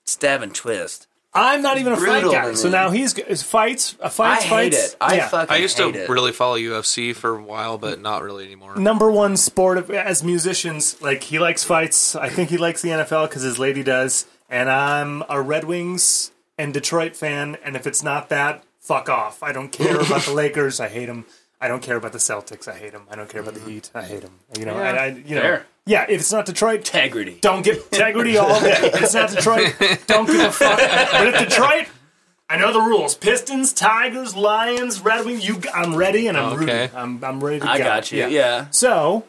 Speaker 4: stab and twist.
Speaker 2: I'm not even a
Speaker 4: Brutal,
Speaker 2: fight guy. So
Speaker 4: man.
Speaker 2: now he's g- is fights. A
Speaker 4: I
Speaker 2: fight
Speaker 4: hate
Speaker 2: fights.
Speaker 4: it. I
Speaker 2: yeah.
Speaker 4: fucking
Speaker 3: I used to
Speaker 4: hate it.
Speaker 3: really follow UFC for a while, but not really anymore.
Speaker 2: number one sport of, as musicians. Like he likes fights. I think he likes the NFL because his lady does. And I'm a Red Wings and Detroit fan. And if it's not that, fuck off. I don't care about
Speaker 4: (laughs)
Speaker 2: the Lakers. I hate them. I don't care about the Celtics. I hate them. I don't care about the Heat. I hate them. You know. I, I, you know.
Speaker 4: fair.
Speaker 2: Yeah. If it's not Detroit,
Speaker 4: integrity.
Speaker 2: don't give integrity all day.
Speaker 4: (laughs)
Speaker 2: If It's not Detroit. Don't give a fuck. But if Detroit, I know the rules: Pistons, Tigers, Lions, Red Wings. You, I'm ready and I'm
Speaker 3: Okay.
Speaker 2: rooting. I'm, I'm ready to
Speaker 4: I
Speaker 2: go.
Speaker 4: got you. Yeah.
Speaker 2: So,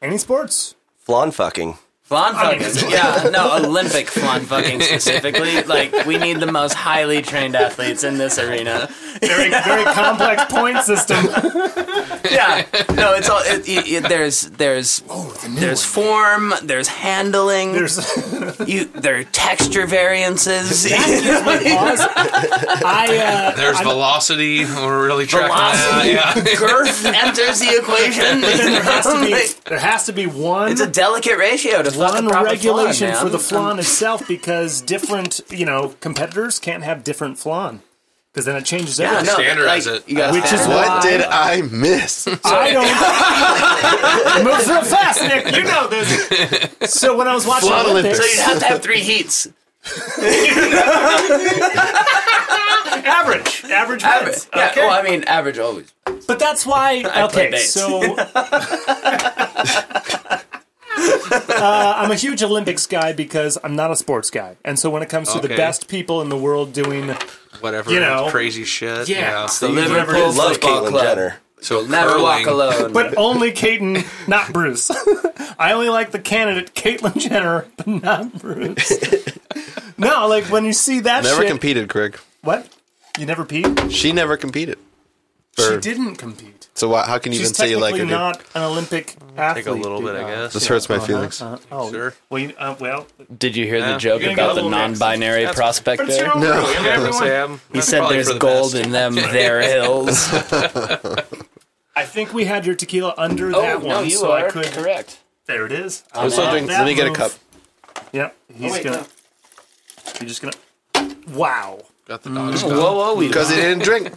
Speaker 2: any sports?
Speaker 5: Flan fucking.
Speaker 4: Flan
Speaker 2: I mean,
Speaker 4: fucking. Yeah, no, Olympic flan fucking specifically. Like, we need the most highly trained athletes in this arena.
Speaker 2: Very, very complex point system.
Speaker 4: Yeah, no, it's all. It, it, it- there's there's
Speaker 2: Oh,
Speaker 4: there's form. There's handling.
Speaker 2: There's
Speaker 4: you. There are texture variances.
Speaker 2: I uh,
Speaker 3: There's velocity. We're
Speaker 4: (laughs)
Speaker 3: really tracking that. Yeah.
Speaker 4: Girth (laughs) enters the
Speaker 2: (laughs)
Speaker 4: equation.
Speaker 2: there has
Speaker 4: (laughs)
Speaker 2: to be there has to be one
Speaker 4: It's a delicate ratio to fuck
Speaker 2: one
Speaker 4: a proper
Speaker 2: regulation
Speaker 4: flan,
Speaker 2: for the
Speaker 4: man.
Speaker 2: flan itself because different you know competitors can't have different flan because then it changes
Speaker 4: Yeah,
Speaker 2: everything.
Speaker 4: no,
Speaker 3: Standardize
Speaker 4: like, uh, Oh,
Speaker 3: it.
Speaker 4: You gotta
Speaker 2: Which (laughs) is
Speaker 1: What
Speaker 4: standardize
Speaker 2: Why?
Speaker 1: did I
Speaker 4: (laughs)
Speaker 1: miss?
Speaker 2: I don't. it (laughs) moves real fast, Nick. You know this. (laughs) So when I was watching
Speaker 1: Flan
Speaker 2: Olympics,
Speaker 1: Olympics.
Speaker 6: You'd have to have three heats.
Speaker 2: average, average,
Speaker 4: average.
Speaker 2: average.
Speaker 4: Yeah, well, I mean, average always.
Speaker 2: But that's why.
Speaker 4: play
Speaker 2: okay, (laughs)
Speaker 4: bass.
Speaker 2: so. uh, Uh, I'm a huge Olympics guy because I'm not a sports guy, and so when it comes to the
Speaker 3: Okay.
Speaker 2: best people in the world doing,
Speaker 3: Whatever.
Speaker 2: You know.
Speaker 3: Crazy shit.
Speaker 2: Yeah.
Speaker 4: The Liverpool
Speaker 5: Love
Speaker 4: Football
Speaker 5: Caitlyn
Speaker 4: Club.
Speaker 5: Jenner.
Speaker 3: So
Speaker 4: Never walk
Speaker 3: curling-
Speaker 4: alone.
Speaker 2: but only Caton, not Bruce. (laughs) I only like the candidate Caitlyn Jenner, but not (laughs) Bruce. no, like when you see that
Speaker 1: Never
Speaker 2: shit,
Speaker 1: competed, Craig.
Speaker 2: what you never peed.
Speaker 1: She never competed.
Speaker 2: She
Speaker 1: Or-
Speaker 2: didn't compete.
Speaker 1: So why, how can you
Speaker 2: She's
Speaker 1: even say you
Speaker 2: technically
Speaker 1: like her? dude?
Speaker 2: not an Olympic athlete.
Speaker 3: Take a little
Speaker 2: dude.
Speaker 3: bit, I guess.
Speaker 1: This hurts my feelings.
Speaker 2: Uh, oh,
Speaker 3: Sure.
Speaker 2: Well, you, uh, well,
Speaker 7: Did you hear the
Speaker 3: Yeah.
Speaker 7: joke
Speaker 2: You're gonna
Speaker 7: about the
Speaker 2: get a little
Speaker 7: non-binary prospect
Speaker 2: but it's your
Speaker 7: there?
Speaker 2: own
Speaker 1: No.
Speaker 2: room,
Speaker 3: Yeah, (laughs) that's what I
Speaker 2: everyone-
Speaker 3: am.
Speaker 7: He said there's gold in them
Speaker 2: (laughs)
Speaker 7: there hills.
Speaker 2: I think we had your tequila under
Speaker 3: Oh,
Speaker 2: that one, so I could.
Speaker 7: correct.
Speaker 2: There it is.
Speaker 1: I'm still
Speaker 2: Love
Speaker 1: drinking.
Speaker 2: that
Speaker 1: Let me get a
Speaker 2: move.
Speaker 1: cup.
Speaker 2: Yep. He's gonna. You're just gonna. Wow.
Speaker 3: Got the dog's
Speaker 7: Whoa, whoa, we
Speaker 2: (laughs)
Speaker 1: Because he didn't drink.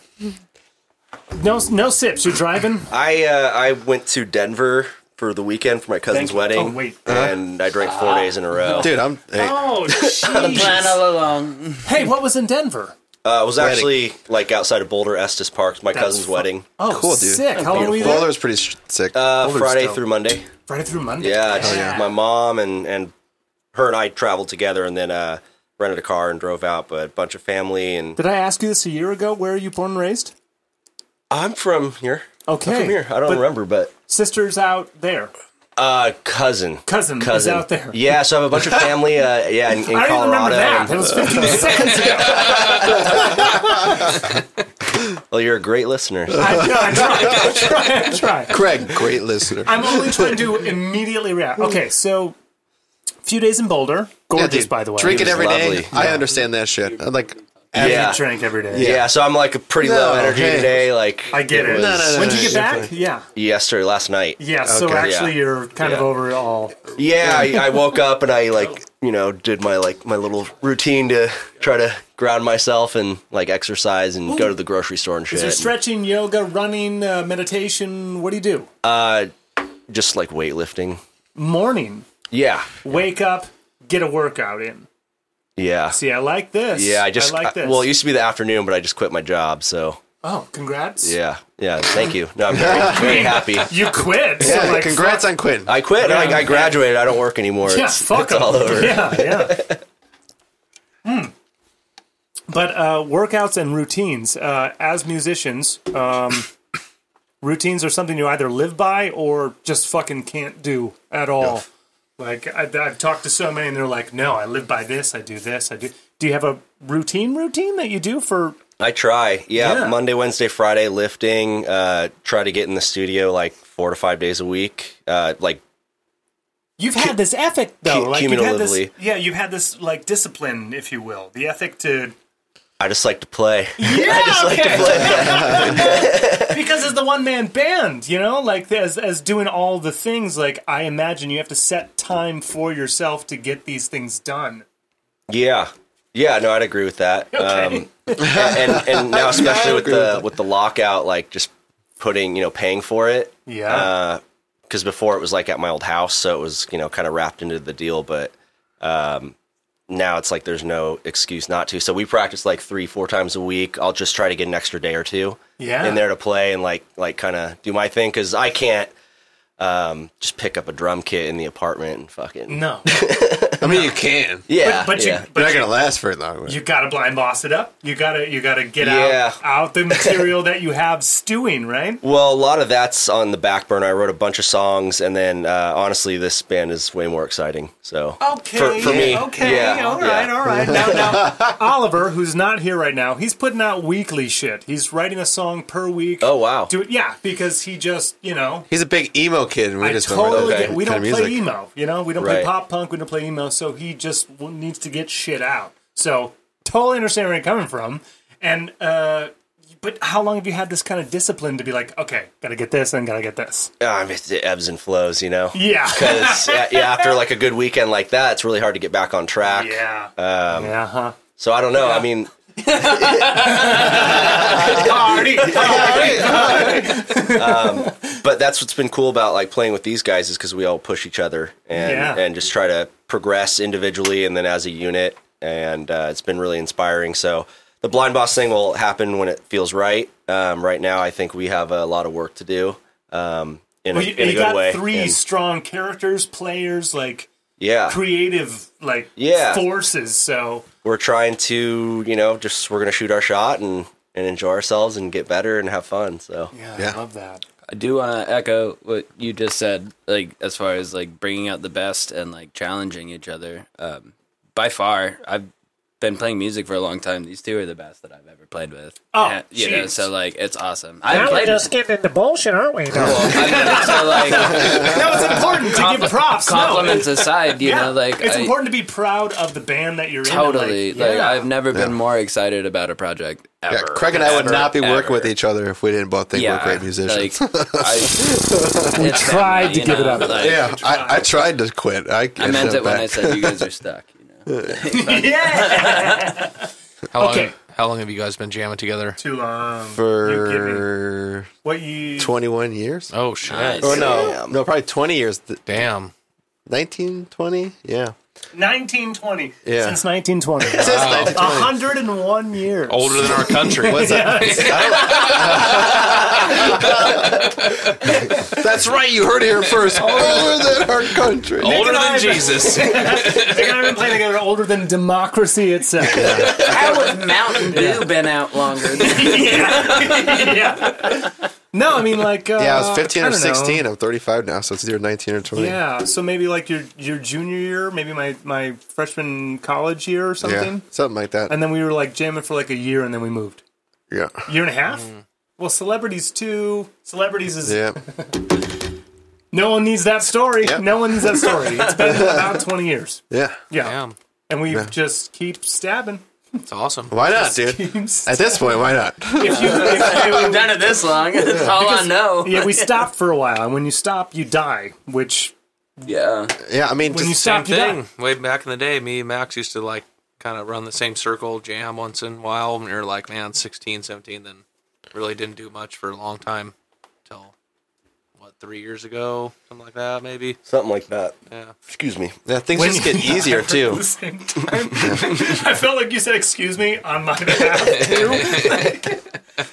Speaker 2: No, no sips. You're
Speaker 1: (laughs)
Speaker 2: driving.
Speaker 5: I uh, I went to Denver for the weekend for my cousin's
Speaker 2: Thank you.
Speaker 5: wedding.
Speaker 2: Oh, wait.
Speaker 5: and I drank four days in a row.
Speaker 1: Dude, I'm. Hey,
Speaker 2: (laughs) Oh, jeez.
Speaker 4: Plan all along.
Speaker 2: hey, what was in Denver?
Speaker 5: Uh, it was actually like outside of Boulder Estes Park, my cousin's
Speaker 2: fu-
Speaker 5: wedding.
Speaker 2: Oh,
Speaker 1: Cool, dude.
Speaker 2: Sick. How long were you there?
Speaker 1: Boulder's pretty sh- sick.
Speaker 5: Uh, Friday
Speaker 3: dope.
Speaker 5: through Monday.
Speaker 2: Friday through Monday.
Speaker 5: Yeah, just
Speaker 2: yeah.
Speaker 5: my mom and and her and I traveled together, and then uh, rented a car and drove out. But a bunch of family and
Speaker 2: Did I ask you this a year ago? Where are you born and raised?
Speaker 5: I'm from here.
Speaker 2: Okay.
Speaker 5: I'm from here. I don't
Speaker 2: But
Speaker 5: remember, but
Speaker 2: Sisters out there.
Speaker 5: uh, cousin,
Speaker 2: Cousin is out there.
Speaker 5: Yeah, so I have a bunch of family. Uh, yeah, in,
Speaker 2: (laughs)
Speaker 5: in
Speaker 2: I don't even remember
Speaker 5: Colorado.
Speaker 2: that.
Speaker 5: and-
Speaker 2: That was 15 seconds
Speaker 5: (laughs)
Speaker 2: ago.
Speaker 5: well, you're a great listener.
Speaker 2: I, no, I try. I try. I try.
Speaker 1: Craig, great listener.
Speaker 2: I'm only trying to immediately react. Okay, so a few days in Boulder.
Speaker 1: Yeah,
Speaker 2: Gorgeous,
Speaker 1: dude,
Speaker 2: by the way.
Speaker 1: Drink it every day.
Speaker 5: lovely.
Speaker 1: I understand that shit. I'm like,
Speaker 5: yeah.
Speaker 2: Drink every day.
Speaker 5: Yeah, so I'm like a pretty low
Speaker 1: No,
Speaker 5: energy
Speaker 1: hey.
Speaker 5: today. Like
Speaker 2: I get it.
Speaker 5: was
Speaker 1: No, no, no,
Speaker 2: When did
Speaker 1: no,
Speaker 2: you get
Speaker 1: no,
Speaker 2: back? Yeah.
Speaker 5: yesterday, last night.
Speaker 2: Yeah, so
Speaker 1: Okay.
Speaker 2: actually
Speaker 5: Yeah.
Speaker 2: you're kind of
Speaker 5: Yeah.
Speaker 2: over it all.
Speaker 5: Yeah, I, I woke up and
Speaker 2: (laughs)
Speaker 5: I like you know did my like my little routine to try to ground myself and like exercise and go to the grocery store and shit.
Speaker 2: Is there stretching, yoga, running, uh, meditation? What do you do?
Speaker 5: and just like weightlifting.
Speaker 2: Morning.
Speaker 5: Yeah,
Speaker 2: Wake up, get a workout in.
Speaker 5: yeah,
Speaker 2: See, I like this.
Speaker 5: yeah. I just
Speaker 2: I like
Speaker 5: I-
Speaker 2: this.
Speaker 5: well, it used to be the afternoon, but I just quit my job. So
Speaker 2: oh, congrats.
Speaker 5: yeah, yeah. Thank you. No,
Speaker 2: (laughs)
Speaker 5: I'm very, very happy.
Speaker 2: You quit. so,
Speaker 1: yeah,
Speaker 2: like,
Speaker 1: congrats on quitting.
Speaker 5: I quit. I, I graduated. I don't work anymore.
Speaker 2: Yeah,
Speaker 5: it's,
Speaker 2: fuck
Speaker 5: it's
Speaker 2: 'em.
Speaker 5: all over.
Speaker 2: (laughs) Yeah, yeah.
Speaker 5: (laughs)
Speaker 2: Hmm. But uh, workouts and routines, uh, as musicians, um, (coughs) routines are something you either live by or just fucking can't do at all. Like I, I've talked to so many, and they're like, "No, I live by this. I do this. I do." Do you have a routine routine that you do for?
Speaker 5: I try. Yeah,
Speaker 2: Yeah.
Speaker 5: Monday, Wednesday, Friday lifting. Uh, try to get in the studio like four to five days a week. Uh, like
Speaker 2: You've had this ethic though,
Speaker 5: cu-
Speaker 2: like you've had this,
Speaker 5: cumulatively.
Speaker 2: yeah, you've had this like discipline, if you will, the ethic to
Speaker 5: I just like to play.
Speaker 2: (laughs) because as the one man band, you know, like as as doing all the things, like I imagine you have to set time for yourself to get these things done.
Speaker 5: Yeah. Yeah, no, I'd agree with that.
Speaker 2: (laughs) Okay.
Speaker 5: Um, and,
Speaker 2: (laughs)
Speaker 5: and and now especially with the with the lockout, like just putting you know paying for it
Speaker 2: Yeah.
Speaker 5: Uh, because before it was like at my old house, so it was you know kind of wrapped into the deal, but um, now it's like there's no excuse not to. So we practice like three four times a week. I'll just try to get an extra day or two
Speaker 2: Yeah.
Speaker 5: in there to play and like like kind of do my thing because
Speaker 2: (laughs)
Speaker 5: I can't um, just pick up a drum kit in the apartment and fucking
Speaker 2: no.
Speaker 1: I mean, you can.
Speaker 8: Yeah,
Speaker 2: but you
Speaker 8: yeah.
Speaker 1: You're
Speaker 2: but
Speaker 1: not
Speaker 2: you,
Speaker 1: gonna last very long.
Speaker 2: you gotta blind boss it up. You gotta you gotta get
Speaker 5: Yeah.
Speaker 2: out out
Speaker 5: (laughs)
Speaker 2: the material that you have stewing, right?
Speaker 5: Well, a lot of that's on the back burner. I wrote a bunch of songs, and then uh, honestly, this band is way more exciting. So
Speaker 2: Oh. Okay,
Speaker 5: for me,
Speaker 2: okay,
Speaker 5: yeah,
Speaker 2: all right,
Speaker 5: yeah.
Speaker 2: all right. Now,
Speaker 5: (laughs)
Speaker 2: now, Oliver, who's not here right now, he's putting out weekly shit. He's writing a song per week.
Speaker 5: Oh, wow.
Speaker 2: do it, yeah, because he just you know.
Speaker 1: He's a big emo kid. And we
Speaker 2: I
Speaker 1: just
Speaker 2: totally
Speaker 1: okay.
Speaker 2: get. We don't
Speaker 1: kind of
Speaker 2: play
Speaker 1: music.
Speaker 2: emo, you know. We don't play
Speaker 5: Right.
Speaker 2: pop punk. We don't play emo. So he just w- needs to get shit out. So totally understand where you're coming from. And uh, but how long have you had this kind of discipline to be like, okay, gotta get this and gotta get this?
Speaker 5: uh, I mean, it ebbs and flows, you know.
Speaker 2: Yeah,
Speaker 5: 'Cause, yeah, yeah, after like a good weekend like that, it's really hard to get back on track.
Speaker 2: yeah,
Speaker 5: Um,
Speaker 2: yeah.
Speaker 5: (laughs)
Speaker 2: Huh?
Speaker 5: So I don't know. I mean,
Speaker 2: Party,
Speaker 5: (laughs) Um, but that's what's been cool about like playing with these guys is because we all push each other and
Speaker 2: Yeah.
Speaker 5: and just try to progress individually and then as a unit and uh, it's been really inspiring so the blind boss thing will happen when it feels right um, right now i think we have a lot of work to do um, in,
Speaker 2: Well,
Speaker 5: a,
Speaker 2: you,
Speaker 5: in a
Speaker 2: you
Speaker 5: good
Speaker 2: got
Speaker 5: way
Speaker 2: three
Speaker 5: And-
Speaker 2: strong characters, players, like
Speaker 5: yeah
Speaker 2: creative, like
Speaker 5: Yeah.
Speaker 2: forces. So
Speaker 5: we're trying to you know just we're gonna shoot our shot and and enjoy ourselves and get better and have fun so
Speaker 2: yeah, I
Speaker 1: Yeah.
Speaker 2: love that.
Speaker 4: I do want to echo what you just said, like as far as like bringing out the best and like challenging each other. Um, by far, I've been playing music for a long time. These two are the best that I've ever played with.
Speaker 2: Oh,
Speaker 4: And, you know,
Speaker 2: jeez.
Speaker 4: so like it's awesome. (laughs) I haven't played with-
Speaker 2: getting into bullshit, aren't we? (laughs)
Speaker 4: I mean, so like
Speaker 2: no, it's important to give props. No,
Speaker 4: compliments aside, you
Speaker 2: yeah,
Speaker 4: know, like
Speaker 2: it's
Speaker 4: I-
Speaker 2: important to be proud of the band that you're
Speaker 4: Totally.
Speaker 2: in.
Speaker 4: Like,
Speaker 2: yeah. (laughs)
Speaker 4: I've never been more excited about a project ever.
Speaker 1: Yeah, Craig and I would
Speaker 4: Ever,
Speaker 1: not be working
Speaker 4: ever.
Speaker 1: with each other if we didn't both think we're great musicians.
Speaker 4: Like,
Speaker 1: (laughs)
Speaker 4: I we
Speaker 2: tried to give it up.
Speaker 1: yeah, I, I tried to quit. I,
Speaker 4: I meant it
Speaker 1: back.
Speaker 4: when I said you guys are stuck. (laughs) You know? (laughs)
Speaker 3: How long,
Speaker 2: Okay.
Speaker 3: how long have you guys been jamming together?
Speaker 2: too long. You give me-
Speaker 1: for
Speaker 2: what you
Speaker 1: 21 years.
Speaker 3: Oh shit!
Speaker 1: Or no, no, probably 20 years. Th-
Speaker 3: Damn.
Speaker 1: 19, 20? Yeah.
Speaker 2: 1920
Speaker 1: Yeah.
Speaker 2: since 1920.
Speaker 1: (laughs) Since 1920.
Speaker 2: 101 years.
Speaker 3: Older than our (laughs) country.
Speaker 1: What's (laughs)
Speaker 2: (laughs)
Speaker 1: that? That's right. You heard it here first. Older than our country.
Speaker 3: Older
Speaker 2: I-
Speaker 3: than
Speaker 2: (laughs)
Speaker 3: Jesus.
Speaker 2: They haven't been playing together older than democracy itself. (laughs)
Speaker 4: How has Mountain Dew been out longer? Than-
Speaker 1: (laughs)
Speaker 2: No, I mean like uh,
Speaker 1: Yeah, I was 15
Speaker 2: I
Speaker 1: or
Speaker 2: don't know.
Speaker 1: 16. I'm 35 now, so it's either 19 or 20.
Speaker 2: Yeah, so maybe like your your junior year, maybe my my freshman college year or
Speaker 1: Yeah,
Speaker 2: something.
Speaker 1: something like that.
Speaker 2: And then we were like jamming for like a year, and then we moved.
Speaker 1: yeah,
Speaker 2: Year and a half. Well, celebrities too. Celebrities is
Speaker 1: Mm. yeah.
Speaker 2: (laughs) no one needs that story.
Speaker 1: Yep.
Speaker 2: No one needs that story.
Speaker 1: (laughs)
Speaker 2: It's been about 20 years.
Speaker 1: Yeah.
Speaker 2: Yeah,
Speaker 3: Damn.
Speaker 2: and we just keep stabbing. (laughs)
Speaker 3: It's awesome.
Speaker 1: Why not, dude?
Speaker 2: Keep
Speaker 1: At this point, why not?
Speaker 2: if you, if you-
Speaker 4: (laughs) None of this long. That's all I know.
Speaker 2: yeah, (laughs) we stopped for a while, and when you stop, you die. Which
Speaker 4: Yeah.
Speaker 1: Yeah, I mean,
Speaker 2: when you
Speaker 1: just,
Speaker 2: stop, you
Speaker 3: Thing
Speaker 2: die.
Speaker 3: way back in the day, me and Max used to like kind of run the same circle, jam once in a while. And we were like, man, 16, 17, then really didn't do much for a long time till what three years ago, something like that, maybe.
Speaker 5: something like that
Speaker 3: Yeah.
Speaker 5: excuse me
Speaker 1: yeah, things just
Speaker 2: (laughs)
Speaker 1: get easier
Speaker 2: At
Speaker 1: too.
Speaker 2: the same time. I felt like you said "excuse me" on my behalf too.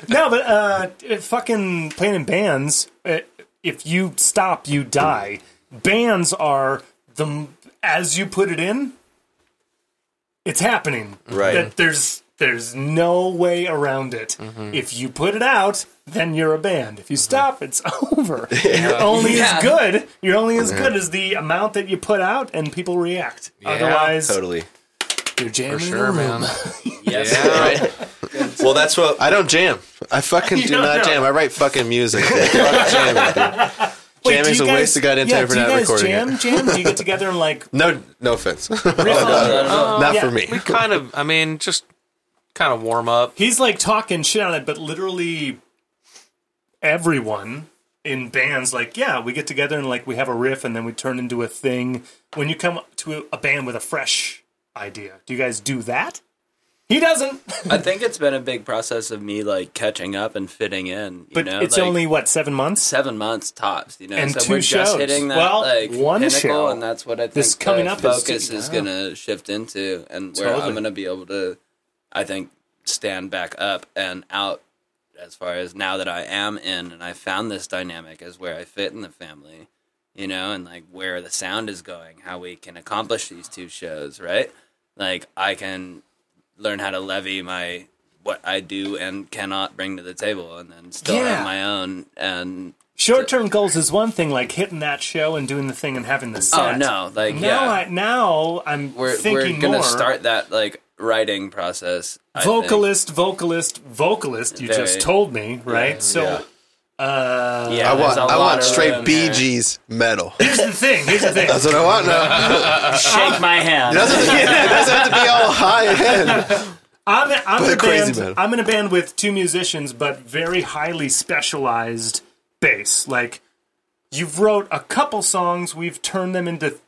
Speaker 2: no, but uh, it- fucking playing in bands. uh, If you stop, you die. Bands are the m- as you put it in. It's happening.
Speaker 5: Right.
Speaker 2: That there's there's no way around it.
Speaker 1: Mm-hmm.
Speaker 2: If you put it out, then you're a band. If you stop, it's (laughs)
Speaker 1: (laughs)
Speaker 2: over. You're only as good. You're only as good as the amount that you put out, and people react. Otherwise,
Speaker 5: totally
Speaker 2: you're jamming.
Speaker 3: For sure, man.
Speaker 4: Yes.
Speaker 3: Yeah.
Speaker 5: (laughs) well that's what
Speaker 1: I don't jam. I
Speaker 2: (laughs)
Speaker 1: fucking do
Speaker 2: don't
Speaker 1: not
Speaker 2: know.
Speaker 1: jam. I write fucking music. dude.
Speaker 2: (laughs)
Speaker 1: Fuck jamming, dude. Jamming's a waste of goddamn time for
Speaker 2: do you
Speaker 1: not
Speaker 2: guys
Speaker 1: recording
Speaker 2: jam,
Speaker 1: it.
Speaker 2: Jam, do you get together and
Speaker 1: (laughs)
Speaker 2: like
Speaker 1: No, no offense.
Speaker 7: Oh,
Speaker 2: riff on-
Speaker 1: not
Speaker 2: yeah.
Speaker 1: for me.
Speaker 3: We kind of, I mean, just kind of warm up.
Speaker 2: He's like talking shit on it, but literally everyone in bands like yeah, we get together and like we have a riff and then we turn into a thing. When you come to a band with a fresh idea, do you guys do that?
Speaker 7: (laughs)
Speaker 2: He doesn't.
Speaker 4: I think it's been a big process of me like catching up and fitting in. You
Speaker 2: But
Speaker 4: know?
Speaker 2: it's
Speaker 4: like,
Speaker 2: only what seven months.
Speaker 4: seven months tops. You know,
Speaker 2: And
Speaker 4: so
Speaker 2: two
Speaker 4: we're
Speaker 2: shows.
Speaker 4: just hitting that
Speaker 2: Well,
Speaker 4: like
Speaker 2: one
Speaker 4: pinnacle,
Speaker 2: show.
Speaker 4: and that's what I think
Speaker 2: This
Speaker 4: the
Speaker 2: coming up is
Speaker 4: focus
Speaker 2: to-
Speaker 4: is
Speaker 2: yeah.
Speaker 4: going to shift into, and where
Speaker 2: Totally.
Speaker 4: I'm going to be able to, I think, stand back up and out as far as now that I am in, and I found this dynamic as where I fit in the family.
Speaker 7: you know, and like where the sound is going, how we can accomplish these two shows, right? Like I can learn how to levy my what I do and cannot bring to the table, and then still
Speaker 2: Yeah.
Speaker 7: have my own. And
Speaker 2: Short term goals is one thing, like hitting that show and doing the thing and having the
Speaker 7: oh
Speaker 2: set.
Speaker 7: no, like
Speaker 2: Now,
Speaker 7: yeah,
Speaker 2: I, now I'm
Speaker 7: we're we're
Speaker 2: thinking
Speaker 7: gonna
Speaker 2: more.
Speaker 7: start that like writing process. I think.
Speaker 2: vocalist, vocalist, vocalist. You
Speaker 7: Very.
Speaker 2: just told me, right? So
Speaker 7: Yeah,
Speaker 1: I
Speaker 7: there's
Speaker 1: want,
Speaker 7: a
Speaker 1: I
Speaker 7: lot
Speaker 1: want
Speaker 7: of
Speaker 1: straight
Speaker 7: room
Speaker 1: Bee
Speaker 7: there.
Speaker 1: Gees metal.
Speaker 2: here's the thing. Here's the thing.
Speaker 1: That's what I
Speaker 7: (laughs)
Speaker 1: want now.
Speaker 6: Shake my hand.
Speaker 1: Doesn't have to be- it doesn't have to be all high end.
Speaker 2: I'm, I'm in a
Speaker 1: crazy
Speaker 2: band.
Speaker 1: metal.
Speaker 2: I'm in a band with two musicians, but very highly specialized bass. Like you've wrote a couple songs, we've turned them into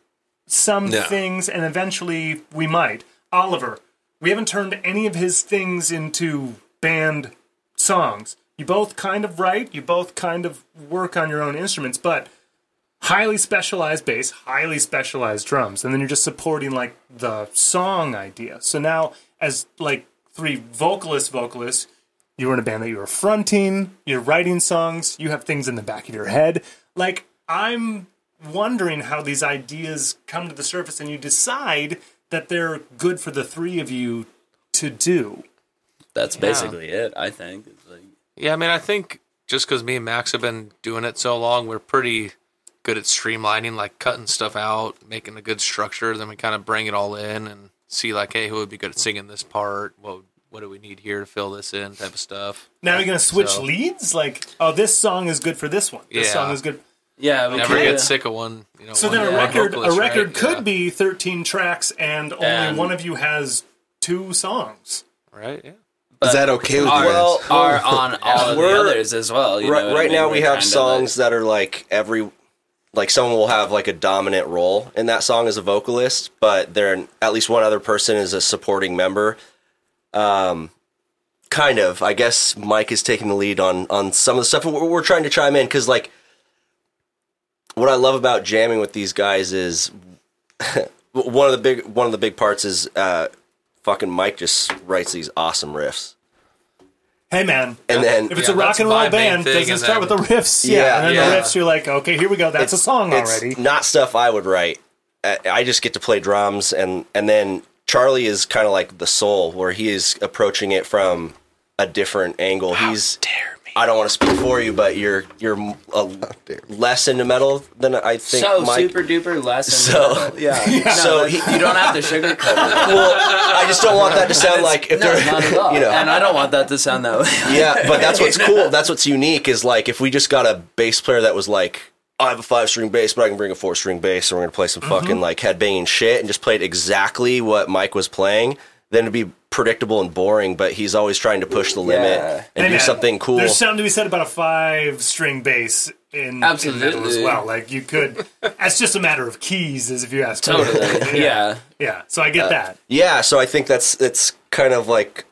Speaker 2: some
Speaker 1: Yeah.
Speaker 2: things, and eventually we might. Oliver, we haven't turned any of his things into band songs. You both kind of write, you both kind of work on your own instruments, but highly specialized bass, highly specialized drums, and then you're just supporting like the song idea. So now, as like three vocalist vocalists, you were in a band that you were fronting, you're writing songs, you have things in the back of your head. Like, I'm wondering how these ideas come to the surface and you decide that they're good for the three of you to do.
Speaker 7: That's basically it. I think. It's like,
Speaker 3: Yeah, I mean, I think just because me and Max have been doing it so long, we're pretty good at streamlining, like cutting stuff out, making a good structure. Then we kind of bring it all in and see, like, hey, who would be good at singing this part? What what do we need here to fill this in? Type of stuff.
Speaker 2: Now you're going to switch
Speaker 3: So-
Speaker 2: leads? Like, oh, this song is good for this one. This
Speaker 3: Yeah.
Speaker 2: song is good.
Speaker 7: yeah, we
Speaker 3: Never
Speaker 7: kinda-
Speaker 3: get sick of one. You know,
Speaker 2: So
Speaker 3: one
Speaker 2: then a
Speaker 3: one
Speaker 2: record a
Speaker 3: vocalist,
Speaker 2: record
Speaker 3: right?
Speaker 2: could
Speaker 3: Yeah.
Speaker 2: be 13 tracks and only
Speaker 7: And-
Speaker 2: one of you has two songs.
Speaker 3: right. Yeah.
Speaker 1: Is that okay with you
Speaker 7: are,
Speaker 1: guys?
Speaker 7: are
Speaker 5: (laughs)
Speaker 7: on all of the
Speaker 5: We're-
Speaker 7: others as well. you know
Speaker 5: right,
Speaker 7: what I
Speaker 5: right
Speaker 7: mean?
Speaker 5: now we
Speaker 7: We're kinda
Speaker 5: have
Speaker 7: like-
Speaker 5: songs that are like every like someone will have like a dominant role in that song as a vocalist but they're at least one other person is a supporting member um kind of i guess mike is taking the lead on on some of the stuff we're, we're trying to chime in because like what i love about jamming with these guys is (laughs) one of the big one of the big parts is uh fucking mike just writes these awesome riffs
Speaker 2: Hey man,
Speaker 5: and then
Speaker 2: if it's
Speaker 3: Yeah,
Speaker 2: a rock
Speaker 3: that's
Speaker 2: and roll
Speaker 3: my main
Speaker 2: band, they
Speaker 3: thing
Speaker 2: can
Speaker 3: is
Speaker 2: start with
Speaker 3: that-
Speaker 2: the riffs. Yeah,
Speaker 5: Yeah,
Speaker 2: and then
Speaker 3: yeah.
Speaker 2: the riffs, you're like, okay, here we go. That's a song already.
Speaker 5: It's not stuff I would write. I I just get to play drums, and and then Charlie is kind of like the soul, where he is approaching it from a different angle. He's I don't want to speak for you, but you're you're a, less into metal than I think.
Speaker 7: So
Speaker 5: Mike.
Speaker 7: super duper less.
Speaker 5: So yeah. (laughs) so he,
Speaker 7: you don't have to sugarcoat it.
Speaker 5: well, I just don't want that to sound like if
Speaker 7: (laughs) No,
Speaker 5: they're
Speaker 7: not at all.
Speaker 5: (laughs) you know
Speaker 7: And I don't want that to sound that
Speaker 5: (laughs)
Speaker 7: way.
Speaker 5: yeah, but that's what's cool. That's what's unique is like if we just got a bass player that was like, I have a five string bass, but I can bring a four string bass, and we're gonna play
Speaker 7: Mm-hmm.
Speaker 5: some fucking like head banging shit, and just played exactly what Mike was playing. Then it'd be predictable and boring. But he's always trying to push the limit
Speaker 7: Yeah.
Speaker 5: and
Speaker 2: Hey,
Speaker 5: do
Speaker 2: man,
Speaker 5: something cool.
Speaker 2: There's something to be said about a five string bass in, in metal as
Speaker 7: Absolutely.
Speaker 2: well. Like you could. that's just a matter of keys, as if you ask. me.
Speaker 7: Totally. Yeah.
Speaker 2: yeah. So I get
Speaker 5: Uh,
Speaker 2: that.
Speaker 5: yeah, so I think that's it's kind of like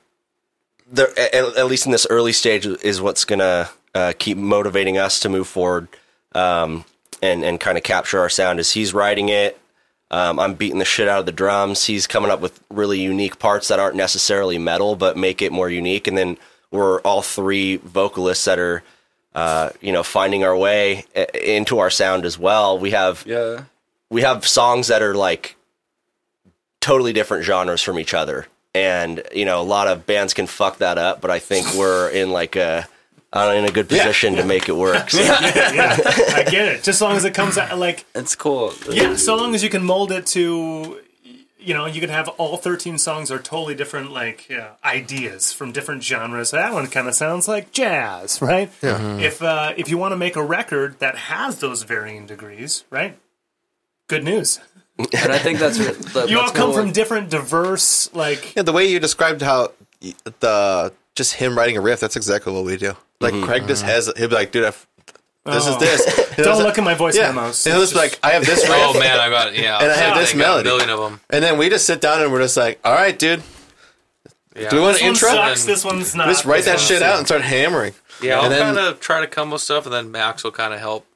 Speaker 5: the at, at least in this early stage is what's gonna uh, keep motivating us to move forward um, and and kind of capture our sound. Is he's writing it, um, I'm beating the shit out of the drums. He's coming up with really unique parts that aren't necessarily metal, but make it more unique. And then we're all three vocalists that are. Uh, you know, finding our way uh, into our sound as well. We have
Speaker 7: (laughs) Yeah.
Speaker 5: we have songs that are like totally different genres from each other and you know a lot of bands can fuck that up but i think we're in like a uh, in a good position to make it work so,
Speaker 2: Yeah, I get it. Just as long as it comes out like
Speaker 7: It's cool.
Speaker 2: Yeah, so long as you can mold it to, you know, you can have all 13 songs are totally different, like, yeah, ideas from different genres. That one kind of sounds like jazz, right? Yeah.
Speaker 1: Mm-hmm.
Speaker 2: If, uh, if you want to make a record that has those varying degrees, right? Good news.
Speaker 7: And I think
Speaker 5: (laughs)
Speaker 7: that's what- that-
Speaker 2: You all
Speaker 7: that's
Speaker 2: come
Speaker 7: cool.
Speaker 2: from different, diverse, like,
Speaker 1: Yeah, the way you described how y- the just him writing a riff, that's exactly what we do. Like Craig just has, he'll be like, dude, I f- this
Speaker 2: Oh.
Speaker 1: is this.
Speaker 2: don't look at my voice
Speaker 1: yeah.
Speaker 2: memos.
Speaker 1: And he'll just be like, I have this riff.
Speaker 3: Oh man, I got it. Yeah,
Speaker 1: And I have
Speaker 3: They
Speaker 1: this
Speaker 3: got
Speaker 1: melody.
Speaker 3: a million of them.
Speaker 1: And then we just sit down and we're just like, all right, dude,
Speaker 3: Yeah.
Speaker 1: do we want
Speaker 2: this
Speaker 1: an
Speaker 2: one
Speaker 1: intro?
Speaker 2: sucks, this one's not.
Speaker 1: Just write
Speaker 2: this
Speaker 1: that
Speaker 2: one's-
Speaker 1: shit out and start hammering.
Speaker 3: Yeah, I'll
Speaker 1: And then-
Speaker 3: kind of try to come with stuff, and then Max will kind of help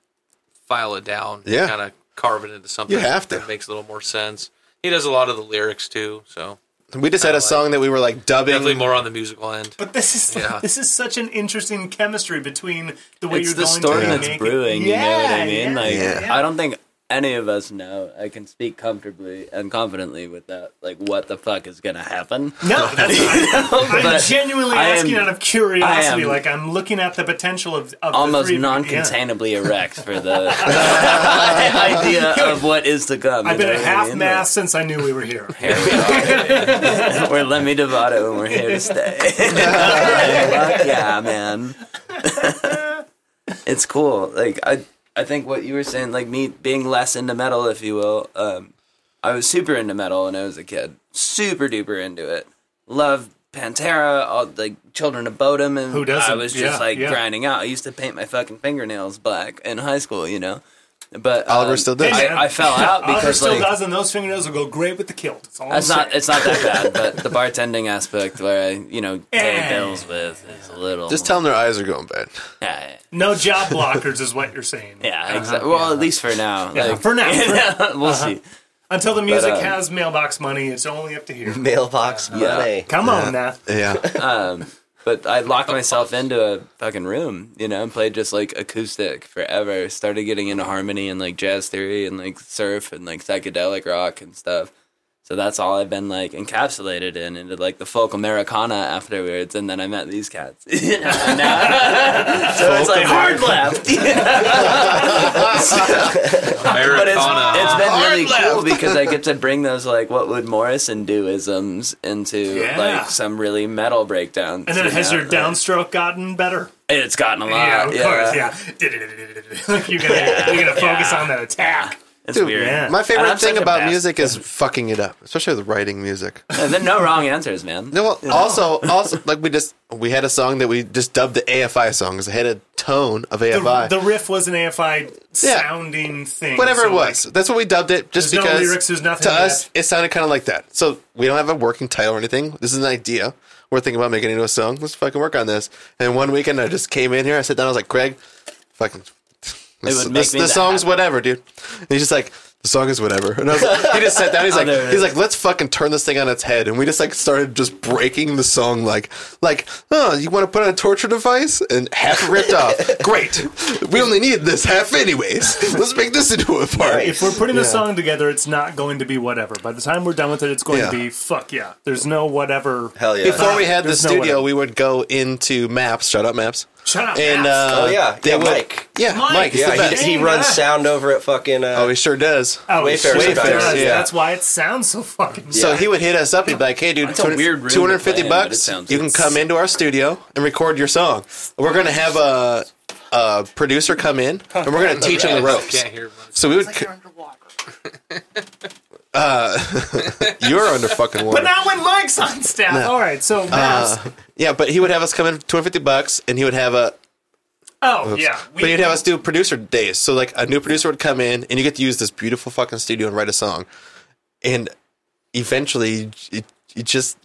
Speaker 3: file it down.
Speaker 1: Yeah.
Speaker 3: kind of carve it into something.
Speaker 1: You have to.
Speaker 3: that makes a little more sense. He does a lot of the lyrics too, so
Speaker 1: We just had a song that we were like
Speaker 3: Definitely
Speaker 1: dubbing.
Speaker 3: more on the musical end.
Speaker 2: (laughs) But this is
Speaker 3: Yeah.
Speaker 2: this is such an interesting chemistry between the way
Speaker 4: it's
Speaker 2: you're
Speaker 4: the
Speaker 2: going
Speaker 4: storm
Speaker 2: to
Speaker 4: that's
Speaker 2: make
Speaker 4: brewing.
Speaker 2: It.
Speaker 4: you know what I
Speaker 2: Yeah,
Speaker 4: mean?
Speaker 2: yeah,
Speaker 4: like,
Speaker 1: yeah,
Speaker 2: yeah.
Speaker 4: I don't think any of us know. I can speak comfortably and confidently with that. Like, what the fuck is gonna happen? (laughs)
Speaker 2: no, that's (laughs) I'm
Speaker 4: But
Speaker 2: genuinely
Speaker 4: I am-
Speaker 2: asking out of curiosity.
Speaker 4: I am-
Speaker 2: like I'm looking at the potential of, of the
Speaker 4: Almost
Speaker 2: three of you. Yeah.
Speaker 4: non-containably erect
Speaker 2: (laughs)
Speaker 4: for the (laughs) idea of what is to come.
Speaker 2: I've been
Speaker 4: you know
Speaker 2: at
Speaker 4: what I
Speaker 2: half
Speaker 4: mean? Like,
Speaker 2: mast since I knew we were
Speaker 4: (laughs)
Speaker 2: here.
Speaker 4: We're Lemmy Devato and we're here to stay. (laughs) Fuck yeah, man. (laughs) it's cool. Like I I think what you were saying, like me being less into metal, if you will, um, I was super into metal when I was a kid. Super duper into it. Loved Pantera, all like children of Bodom and
Speaker 2: Who doesn't?
Speaker 4: I was just
Speaker 2: Yeah,
Speaker 4: like
Speaker 2: yeah.
Speaker 4: grinding out. I used to paint my fucking fingernails black in high school, you know. But um,
Speaker 1: Oliver still does.
Speaker 2: Hey, man.
Speaker 4: I, I fell out
Speaker 2: Oliver
Speaker 4: because
Speaker 2: still
Speaker 4: like
Speaker 2: does, and those fingernails will go great with the kilt. It's all
Speaker 4: it's
Speaker 2: I'm
Speaker 4: not.
Speaker 2: saying.
Speaker 4: It's
Speaker 2: (laughs)
Speaker 4: not that bad, but the bartending aspect where I, you know, pay
Speaker 2: Eh.
Speaker 4: bills with is a little.
Speaker 1: Just tell them their eyes are going bad.
Speaker 4: yeah,
Speaker 2: No job blockers is what you're saying.
Speaker 4: (laughs) yeah, exactly. Well, at least for now.
Speaker 2: uh-huh. Yeah,
Speaker 4: Like,
Speaker 2: for now, for now.
Speaker 4: (laughs)
Speaker 2: Uh-huh.
Speaker 4: we'll see.
Speaker 2: until the music
Speaker 4: um,
Speaker 2: has mailbox money, it's only up to
Speaker 4: (laughs)
Speaker 2: here.
Speaker 5: (laughs) Mailbox money.
Speaker 2: Come on now.
Speaker 1: Yeah.
Speaker 4: But I locked myself into a fucking room, you know, and played just like acoustic forever. Started getting into harmony and like jazz theory and like surf and like psychedelic rock and stuff. So that's all I've been like encapsulated in into like the folk Americana afterwards, and then I met these cats. (laughs) You know, and now- (laughs) so it's like hard left. (laughs) but it's,
Speaker 3: Americana.
Speaker 4: it's been really cool because I get to bring those like what would Morrison do isms into
Speaker 2: Yeah.
Speaker 4: like some really metal breakdowns.
Speaker 2: And then
Speaker 4: you
Speaker 2: has
Speaker 4: know,
Speaker 2: your
Speaker 4: like-
Speaker 2: downstroke gotten better?
Speaker 4: It's gotten a lot.
Speaker 2: yeah, (laughs) of
Speaker 4: yeah.
Speaker 2: course. Yeah, like you're gonna you're
Speaker 4: (laughs)
Speaker 2: gonna focus on that attack.
Speaker 4: It's weird.
Speaker 2: yeah.
Speaker 1: My
Speaker 4: And
Speaker 1: favorite
Speaker 4: I'm
Speaker 1: thing
Speaker 4: such a
Speaker 1: about
Speaker 4: bastard.
Speaker 1: music is fucking it up, especially with writing music.
Speaker 4: And then no wrong answers, man.
Speaker 1: No, well, also, also, like we just we had a song that we just dubbed the AFI song because it had a tone of
Speaker 2: The,
Speaker 1: AFI,
Speaker 2: the riff was an AFI
Speaker 1: Yeah.
Speaker 2: sounding thing.
Speaker 1: whatever
Speaker 2: so,
Speaker 1: it was. That's what we dubbed it, just
Speaker 2: there's no
Speaker 1: because
Speaker 2: lyrics, there's nothing
Speaker 1: to
Speaker 2: yet.
Speaker 1: us it sounded kind of like that. So we don't have a working title or anything. This is an idea. We're thinking about making it into a song. Let's fucking work on this. And one weekend, I just came in here. I sat down. I was like, Greg, fucking. This,
Speaker 4: would make
Speaker 1: this,
Speaker 4: me
Speaker 1: the
Speaker 4: that
Speaker 1: song's
Speaker 4: happy.
Speaker 1: whatever, dude. And he's just like, the song is whatever. And I was
Speaker 4: (laughs)
Speaker 1: like, he just sat down. He's like,
Speaker 4: Oh, there it
Speaker 1: he's
Speaker 4: is.
Speaker 1: like, let's fucking turn this thing on its head. And we just like started just breaking the song, like, like, oh, you want to put on a torture device and half ripped off. Great. We only need this half anyways. Let's make this into a part.
Speaker 5: Nice.
Speaker 2: If we're putting a song together, it's not going to be whatever. By the time we're done with it, it's going
Speaker 1: Yeah.
Speaker 2: to be fuck yeah. There's no whatever.
Speaker 5: Hell yeah.
Speaker 1: Before we had the
Speaker 2: There's no
Speaker 1: studio, we
Speaker 2: way.
Speaker 1: would go into Maps. Shut up, Maps.
Speaker 2: Shut up.
Speaker 1: And
Speaker 2: Max.
Speaker 1: uh,
Speaker 5: Oh, yeah.
Speaker 1: they
Speaker 5: Yeah,
Speaker 1: would-
Speaker 5: Mike.
Speaker 1: Yeah, Mike.
Speaker 2: Mike.
Speaker 1: he's the
Speaker 5: Yeah,
Speaker 1: best.
Speaker 5: he, he runs sound over at fucking. Uh,
Speaker 1: oh, he sure does.
Speaker 2: Oh,
Speaker 5: Wayfair
Speaker 2: shit,
Speaker 5: sometimes,
Speaker 2: guys,
Speaker 1: yeah.
Speaker 2: That's why it sounds so fucking.
Speaker 1: So (laughs) he would hit us up. He'd be like, "Hey, dude,
Speaker 4: a weird room to
Speaker 1: two hundred fifty
Speaker 4: play in, but it
Speaker 1: bucks.
Speaker 4: sounds-
Speaker 1: You can come into our studio and record your song. We're gonna have a, a producer come in, and we're
Speaker 2: (laughs)
Speaker 1: gonna teach him the ropes.
Speaker 3: Can't hear much.
Speaker 1: So we would. uh, you're under fucking water.
Speaker 2: But not when Mike's on staff. All right,
Speaker 1: Uh,
Speaker 2: so Max.
Speaker 1: yeah, but he would have us come in two hundred fifty bucks, and he would have a
Speaker 2: oh yeah, we,
Speaker 1: But you'd have us do producer days. So like a new producer would come in and you get to use this beautiful fucking studio and write a song. And eventually it, it just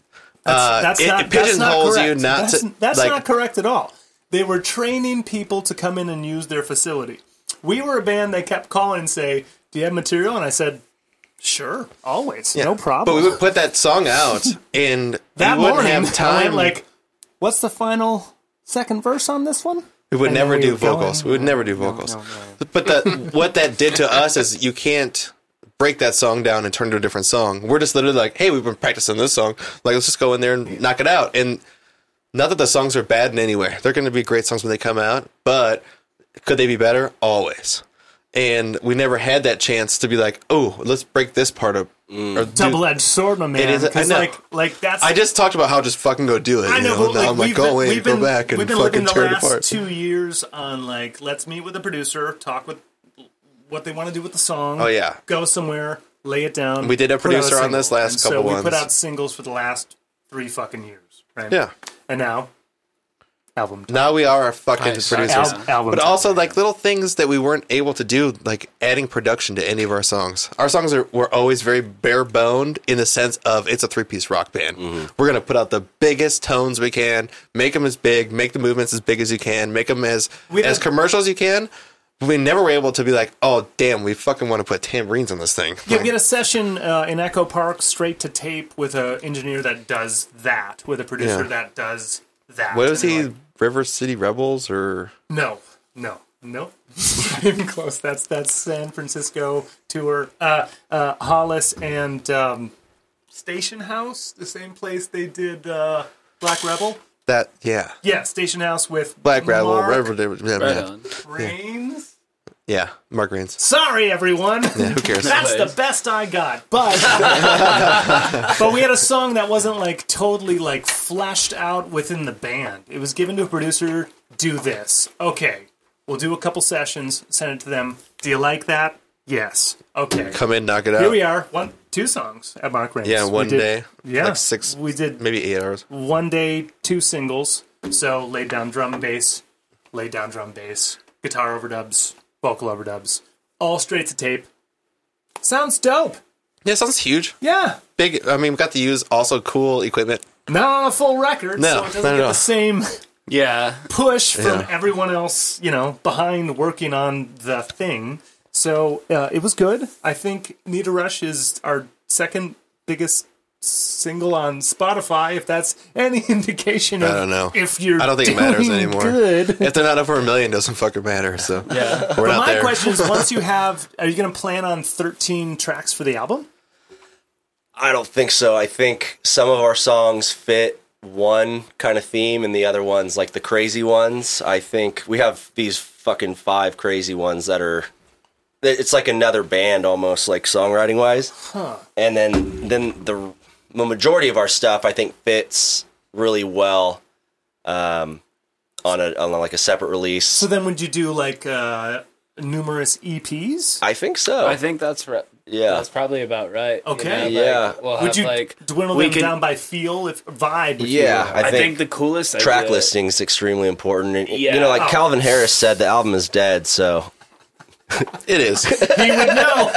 Speaker 1: uh,
Speaker 2: that's
Speaker 1: it,
Speaker 2: not,
Speaker 1: it
Speaker 2: that's not
Speaker 1: pigeonholes
Speaker 2: correct.
Speaker 1: you not
Speaker 2: that's,
Speaker 1: to
Speaker 2: that's
Speaker 1: like
Speaker 2: not correct at all. They were training people to come in and use their facility. We were a band they kept calling and say, "Do you have material?" And I said, "Sure, always, no problem."
Speaker 1: But we would put that song
Speaker 2: (laughs)
Speaker 1: out and
Speaker 2: that
Speaker 1: we wouldn't
Speaker 2: (laughs) morning,
Speaker 1: have
Speaker 2: I
Speaker 1: time
Speaker 2: went like, "What's the final second verse on this one?"
Speaker 1: we would
Speaker 2: and
Speaker 1: never
Speaker 2: we
Speaker 1: do
Speaker 2: would go
Speaker 1: vocals.
Speaker 2: in-
Speaker 1: We would never do vocals. But the what that did to us is you can't break that song down and turn it to a different song. We're just literally like, hey, we've been practicing this song. Like, let's just go in there and knock it out. And not that the songs are bad in any way. They're going to be great songs when they come out, but could they be better? Always. And we never had that chance to be like, oh, let's break this part up. Or do-
Speaker 2: Double-edged sword, my man.
Speaker 1: is- I
Speaker 2: 'cause,
Speaker 1: know.
Speaker 2: like, like that's
Speaker 1: I just talked about how just fucking go do it.
Speaker 2: I
Speaker 1: you
Speaker 2: know,
Speaker 1: know?
Speaker 2: but
Speaker 1: Now
Speaker 2: like,
Speaker 1: I'm like,
Speaker 2: we've
Speaker 1: go
Speaker 2: been,
Speaker 1: away,
Speaker 2: we've
Speaker 1: go
Speaker 2: been,
Speaker 1: back, and
Speaker 2: we've been
Speaker 1: fucking
Speaker 2: living
Speaker 1: tear
Speaker 2: the
Speaker 1: it
Speaker 2: last
Speaker 1: apart.
Speaker 2: two years on like, let's meet with a producer, talk with what they want to do with the song.
Speaker 1: Oh, yeah.
Speaker 2: go somewhere, lay it down.
Speaker 1: We did a
Speaker 2: put out
Speaker 1: producer on
Speaker 2: single.
Speaker 1: this last
Speaker 2: And
Speaker 1: couple
Speaker 2: So we put
Speaker 1: ones.
Speaker 2: out singles for the last three fucking years, right?
Speaker 1: Yeah.
Speaker 2: and now album.
Speaker 1: Now we are fucking producers.
Speaker 2: Al- album
Speaker 1: but
Speaker 2: time.
Speaker 1: also like little things that we weren't able to do, like adding production to any of our songs. Our songs are were always very bare boned in the sense of it's a three piece rock band.
Speaker 2: Mm-hmm.
Speaker 1: We're gonna put out the biggest tones we can, make them as big, make the movements as big as you can, make them as
Speaker 2: We
Speaker 1: as
Speaker 2: did-
Speaker 1: commercial as you can. But we never were able to be like, oh damn, we fucking want to put tambourines on this thing.
Speaker 2: Yeah,
Speaker 1: Like,
Speaker 2: we get a session uh, in Echo Park straight to tape with an engineer that does that, with a producer
Speaker 1: Yeah.
Speaker 2: that does that.
Speaker 1: what was
Speaker 2: And
Speaker 1: he?
Speaker 2: like,
Speaker 1: River City Rebels or
Speaker 2: no, no, no. (laughs) Not even close. That's that's San Francisco tour. Uh, uh, Hollis and um, Station House, the same place they did uh, Black Rebel.
Speaker 1: that? Yeah,
Speaker 2: Yeah, Station House with
Speaker 1: Black Rebel,
Speaker 2: Mark
Speaker 1: Rebel, yeah, yeah,
Speaker 4: on.
Speaker 2: Rains.
Speaker 1: yeah, Mark Rains.
Speaker 2: Sorry, everyone.
Speaker 1: Who
Speaker 2: (laughs)
Speaker 1: cares?
Speaker 2: That's the best I got. (laughs) But but we had a song that wasn't like totally like fleshed out within the band. It was given to a producer. Do this. Okay, we'll do a couple sessions. Send it to them. Do you like that? Yes. Okay.
Speaker 1: Come in, knock it out.
Speaker 2: Here we are. One, two songs at Mark Rains.
Speaker 1: Yeah,
Speaker 2: We
Speaker 1: one
Speaker 2: did-
Speaker 1: day.
Speaker 2: Yeah,
Speaker 1: like six,
Speaker 2: We did
Speaker 1: maybe eight hours.
Speaker 2: one day, two singles. So laid down drum bass, laid down drum bass, guitar overdubs, vocal overdubs, all straight to tape. Sounds dope.
Speaker 1: Yeah, sounds huge.
Speaker 2: Yeah.
Speaker 1: Big. I mean, we got to use also cool equipment.
Speaker 2: Not on a full record,
Speaker 1: No,
Speaker 2: so it doesn't
Speaker 1: not at
Speaker 2: get
Speaker 1: all.
Speaker 2: the same
Speaker 4: Yeah.
Speaker 2: push from
Speaker 1: Yeah.
Speaker 2: everyone else, you know, behind working on the thing. So uh, it was good. I think Need a Rush is our second biggest single on Spotify, if that's any (laughs) indication of
Speaker 1: I don't know.
Speaker 2: if you're
Speaker 1: I don't think it
Speaker 2: doing
Speaker 1: matters anymore.
Speaker 2: good.
Speaker 1: If they're not over a million, it doesn't fucking matter.
Speaker 2: (laughs)
Speaker 1: So yeah, we're not
Speaker 2: My
Speaker 1: there.
Speaker 2: question is: Once you have, are you going to plan on thirteen tracks for the album?
Speaker 5: I don't think so. I think some of our songs fit one kind of theme and the other ones like the crazy ones. I think we have these fucking five crazy ones that are it's like another band almost like songwriting wise. And then then the the majority of our stuff I think fits really well um on a on like a separate release.
Speaker 2: So then, would you do like uh, numerous E EPs?
Speaker 5: I think so.
Speaker 4: I think that's right.
Speaker 5: Yeah.
Speaker 4: That's probably about right. you
Speaker 2: Okay.
Speaker 4: know, like,
Speaker 5: Yeah.
Speaker 4: we'll
Speaker 2: Would
Speaker 4: have,
Speaker 2: you
Speaker 4: Uh, like
Speaker 2: dwindle
Speaker 4: we
Speaker 2: them
Speaker 4: could-
Speaker 2: down by feel, if vibe? if you
Speaker 5: yeah,
Speaker 2: will?
Speaker 5: I
Speaker 4: I
Speaker 5: think
Speaker 4: think the coolest
Speaker 5: track
Speaker 4: idea-
Speaker 5: listing is extremely important. And, You
Speaker 4: Yeah.
Speaker 5: know, like
Speaker 2: Oh.
Speaker 5: Calvin Harris said, the album is dead. So
Speaker 1: It is.
Speaker 2: he would know.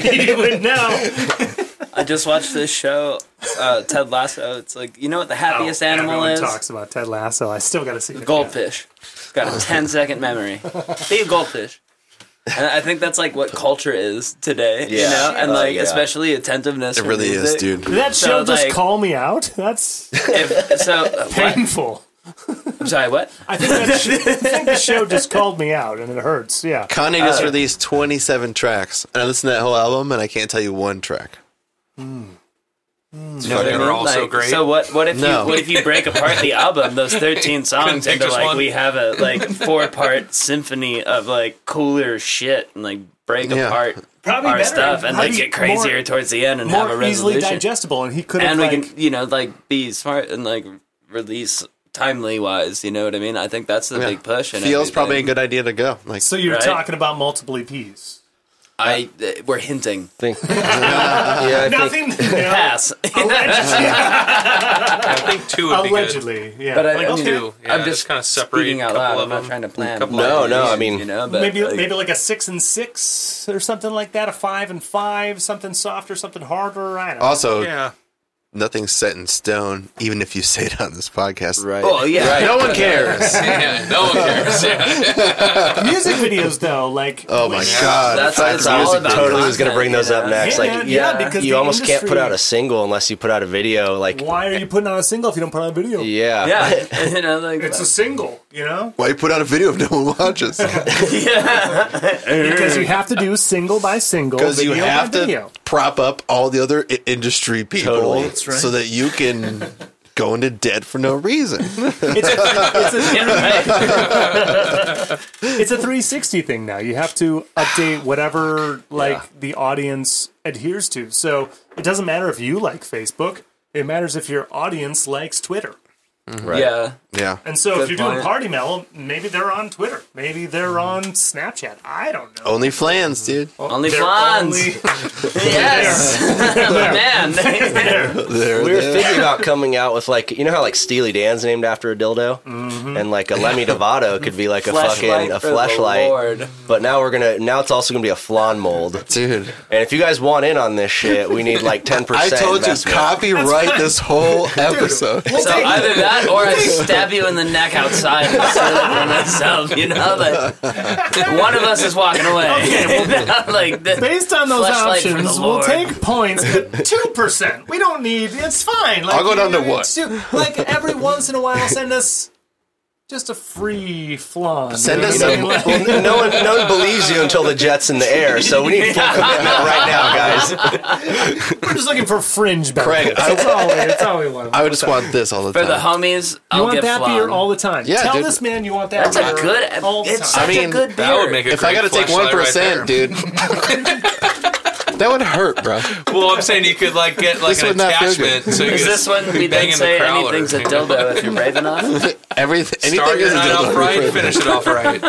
Speaker 2: he would know.
Speaker 4: I just watched this show, uh, Ted Lasso. It's like you know what the happiest
Speaker 2: Oh,
Speaker 4: animal
Speaker 2: everyone
Speaker 4: is?
Speaker 2: talks about Ted Lasso. I still got to see it.
Speaker 4: Goldfish.
Speaker 1: (laughs)
Speaker 4: It's got a 10 second memory. Be a goldfish. And I think that's like what culture is today, you
Speaker 5: Yeah.
Speaker 4: know, and
Speaker 5: Oh,
Speaker 4: like
Speaker 5: yeah.
Speaker 4: especially attentiveness.
Speaker 1: It
Speaker 2: (laughs)
Speaker 1: really is, dude.
Speaker 2: Did that
Speaker 4: So,
Speaker 2: show just
Speaker 4: like-
Speaker 2: call me out? That's
Speaker 4: If, so, uh, what?
Speaker 2: painful.
Speaker 4: I'm sorry, what?
Speaker 2: (laughs) I think, that sh- I think the show just called me out, and it hurts. Yeah.
Speaker 1: Kanye just released 27 tracks, and I listened to that whole album, and I can't tell you one track.
Speaker 2: Hmm.
Speaker 3: Hmm. It's fucking are all so
Speaker 4: Like,
Speaker 3: great.
Speaker 4: So what? What if
Speaker 1: No.
Speaker 4: you what if you break apart
Speaker 1: (laughs)
Speaker 4: the album, those thirteen songs,
Speaker 3: pick
Speaker 4: into
Speaker 3: just
Speaker 4: like
Speaker 3: one.
Speaker 4: we have a like four part symphony of like cooler shit, and like break
Speaker 1: Yeah.
Speaker 4: apart
Speaker 2: Probably
Speaker 4: our
Speaker 2: better
Speaker 4: stuff,
Speaker 2: and
Speaker 4: and like
Speaker 2: probably
Speaker 4: get crazier
Speaker 2: more-
Speaker 4: towards the end, and have a
Speaker 2: More easily
Speaker 4: resolution,
Speaker 2: digestible, and he could have
Speaker 4: and
Speaker 2: like.
Speaker 4: we can you know like be smart and like release timely wise. You know what I mean? I think that's the
Speaker 1: Yeah.
Speaker 4: big push. And
Speaker 1: Feels probably a
Speaker 4: everything.
Speaker 1: good idea to go. Like,
Speaker 2: so you're
Speaker 4: Right?
Speaker 2: talking about multiple E EPs.
Speaker 4: I uh, we're hinting
Speaker 5: think, (laughs) yeah, I think
Speaker 4: (laughs)
Speaker 2: Nothing. you know?
Speaker 4: pass.
Speaker 2: Allegedly,
Speaker 3: I think two would be
Speaker 2: allegedly, yeah.
Speaker 4: But I,
Speaker 2: Like,
Speaker 4: I
Speaker 2: okay.
Speaker 4: mean,
Speaker 3: two, yeah,
Speaker 4: I'm
Speaker 3: just
Speaker 4: just
Speaker 3: kinda
Speaker 4: kind of
Speaker 3: separating
Speaker 4: separating out
Speaker 3: a couple
Speaker 4: loud.
Speaker 3: of
Speaker 4: I'm not
Speaker 3: them.
Speaker 4: trying to plan.
Speaker 3: Couple
Speaker 5: No, no, I
Speaker 4: ideas,
Speaker 5: mean-
Speaker 4: you know,
Speaker 1: uh,
Speaker 4: but
Speaker 2: maybe
Speaker 4: like,
Speaker 2: maybe like a six and six or something like that, a five and five, something softer, something harder. I don't know.
Speaker 1: also,
Speaker 3: good. Yeah.
Speaker 1: nothing's set in stone, even if you say it on this podcast.
Speaker 5: right.
Speaker 4: Oh yeah,
Speaker 1: No one cares.
Speaker 3: (laughs) yeah. No
Speaker 2: (laughs)
Speaker 3: one cares. Yeah.
Speaker 1: (laughs)
Speaker 2: Music videos, though, like
Speaker 1: Uh, Oh my god!
Speaker 4: That's-
Speaker 1: Fuck
Speaker 4: that's all
Speaker 1: music.
Speaker 4: about
Speaker 5: totally was going
Speaker 4: content,
Speaker 5: to bring those
Speaker 4: you
Speaker 5: up
Speaker 4: know?
Speaker 5: next.
Speaker 2: Yeah,
Speaker 5: like,
Speaker 2: man,
Speaker 5: yeah,
Speaker 2: yeah, because
Speaker 5: you
Speaker 2: the
Speaker 5: almost can't put
Speaker 2: industry-
Speaker 5: out a single unless you put out a video. Like,
Speaker 2: why are you putting out a single if you don't put out a video?
Speaker 5: yeah,
Speaker 4: Yeah, (laughs) you know, like
Speaker 2: It's a single, you know,
Speaker 1: Why you put out a video if no one watches?
Speaker 2: because you have to do single by single.
Speaker 1: Because you
Speaker 2: video
Speaker 1: have
Speaker 2: by
Speaker 1: to
Speaker 2: video.
Speaker 1: prop up all the other I- industry people,
Speaker 5: Totally.
Speaker 2: That's right.
Speaker 1: so that you can go into debt for no reason.
Speaker 2: It's a, it's, a,
Speaker 4: right.
Speaker 2: it's a 360 thing now. You have to update whatever like the audience adheres to. So it doesn't matter if you like Facebook. It matters if your audience likes Twitter.
Speaker 5: right.
Speaker 4: yeah.
Speaker 1: yeah,
Speaker 2: And so if
Speaker 4: Good
Speaker 2: you're doing
Speaker 4: point.
Speaker 2: party mail, maybe they're on Twitter. Maybe they're on Snapchat. I don't know.
Speaker 1: only flans, dude.
Speaker 4: Only
Speaker 2: They're
Speaker 4: Flans.
Speaker 2: only-
Speaker 4: (laughs)
Speaker 2: (laughs)
Speaker 4: Yes. (laughs) Man.
Speaker 1: There,
Speaker 5: We were (laughs) thinking about coming out with like you know how like Steely Dan's named after a dildo,
Speaker 2: Mm-hmm.
Speaker 5: and like a (laughs) Lemmy Dovato could be like a fucking a
Speaker 4: for the
Speaker 5: flashlight.
Speaker 4: Lord.
Speaker 5: But now we're gonna now it's also gonna be a flan mold. And
Speaker 1: dude.
Speaker 5: if you guys want in on this (laughs) shit, we need like ten
Speaker 1: I
Speaker 5: percent.
Speaker 1: told you, copyright this whole episode.
Speaker 4: (laughs) So either that that, or I stab you in the neck outside and set it for myself. You know, like one of us is walking away. (laughs)
Speaker 2: Okay,
Speaker 4: like the,
Speaker 2: Based on those
Speaker 4: Fleshlight for the
Speaker 2: options, we'll
Speaker 4: Lord.
Speaker 2: take points,
Speaker 1: (laughs)
Speaker 2: but two percent. We don't need. It's fine. Like,
Speaker 1: I'll go down to
Speaker 2: you-
Speaker 1: what?
Speaker 2: two-
Speaker 1: (laughs)
Speaker 2: like every once in a while, send us just a free flan.
Speaker 1: Send us
Speaker 2: You know,
Speaker 1: some-
Speaker 2: like-
Speaker 5: Well, no one, no one believes you until the jet's in the air, so we need full commitment right now, guys.
Speaker 2: We're just looking for fringe
Speaker 1: Craig,
Speaker 2: benefits.
Speaker 1: I-
Speaker 2: That's all we, that's all we want.
Speaker 1: I would just want this all the
Speaker 4: for
Speaker 1: time.
Speaker 4: the homies.
Speaker 2: you
Speaker 4: I'll
Speaker 2: want
Speaker 4: get
Speaker 2: that
Speaker 4: flan.
Speaker 2: beer all the time.
Speaker 1: Yeah,
Speaker 2: Tell
Speaker 1: dude.
Speaker 2: this man you want that
Speaker 4: That's a
Speaker 2: beer
Speaker 4: good.
Speaker 2: all the
Speaker 4: it's
Speaker 2: time.
Speaker 4: such
Speaker 1: I
Speaker 4: a
Speaker 1: mean,
Speaker 4: good beer.
Speaker 3: That would make a
Speaker 1: if I got to take one percent, dude, (laughs) that would hurt, bro.
Speaker 3: Well, I'm saying you could like get like
Speaker 1: This
Speaker 3: an
Speaker 1: would not feel
Speaker 3: attachment.
Speaker 1: good.
Speaker 3: So you
Speaker 4: Is
Speaker 3: could
Speaker 4: this one we
Speaker 3: be
Speaker 4: then
Speaker 3: banging
Speaker 4: say
Speaker 3: the crowler.
Speaker 4: anything's a dildo if you're brave enough?
Speaker 1: Everything, anything
Speaker 3: Start your
Speaker 1: is a
Speaker 3: night
Speaker 1: dildo.
Speaker 3: off right, finish it
Speaker 2: (laughs)
Speaker 3: off right.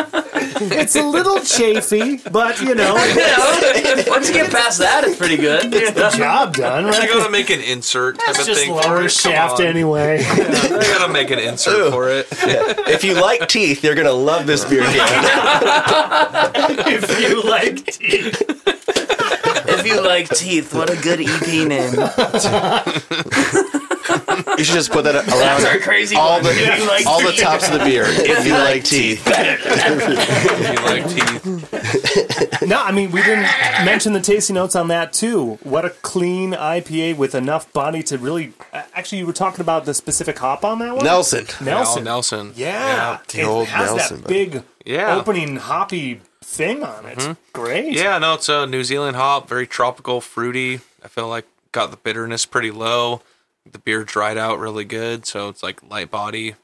Speaker 2: It's a
Speaker 4: (laughs)
Speaker 2: little chafy, but you know,
Speaker 4: You know, once you get past that, it's pretty good. You know?
Speaker 2: job done.
Speaker 3: I
Speaker 2: Right?
Speaker 3: gotta make an insert type
Speaker 2: It's
Speaker 3: of
Speaker 2: just
Speaker 3: thing. for
Speaker 2: lower
Speaker 3: it. Come
Speaker 2: shaft
Speaker 3: on.
Speaker 2: anyway.
Speaker 4: (laughs)
Speaker 3: I gotta make an insert for it.
Speaker 5: If you like teeth, you're gonna love this beer (laughs) can.
Speaker 2: if you like tea.
Speaker 4: If you like teeth, what a good EP name.
Speaker 1: You should just put that
Speaker 4: That's
Speaker 1: around
Speaker 4: our crazy
Speaker 1: all
Speaker 4: one.
Speaker 1: the
Speaker 4: If you like
Speaker 1: all the tops of the beer. If you like teeth,
Speaker 3: If you like teeth.
Speaker 2: No, I mean we didn't mention the tasting notes on that too. What a clean IPA with enough body to really. uh, Actually, you were talking about the specific hop on that one.
Speaker 1: Nelson.
Speaker 2: Nelson.
Speaker 3: Al Nelson.
Speaker 2: Yeah,
Speaker 1: the old
Speaker 2: it has
Speaker 1: Nelson,
Speaker 2: that
Speaker 1: buddy.
Speaker 2: big
Speaker 3: Yeah.
Speaker 2: opening hoppy thing on it. Great.
Speaker 3: Yeah, no, it's a New Zealand hop, very tropical, fruity. I feel like got the bitterness pretty low. The beer dried out really good, so it's like light body,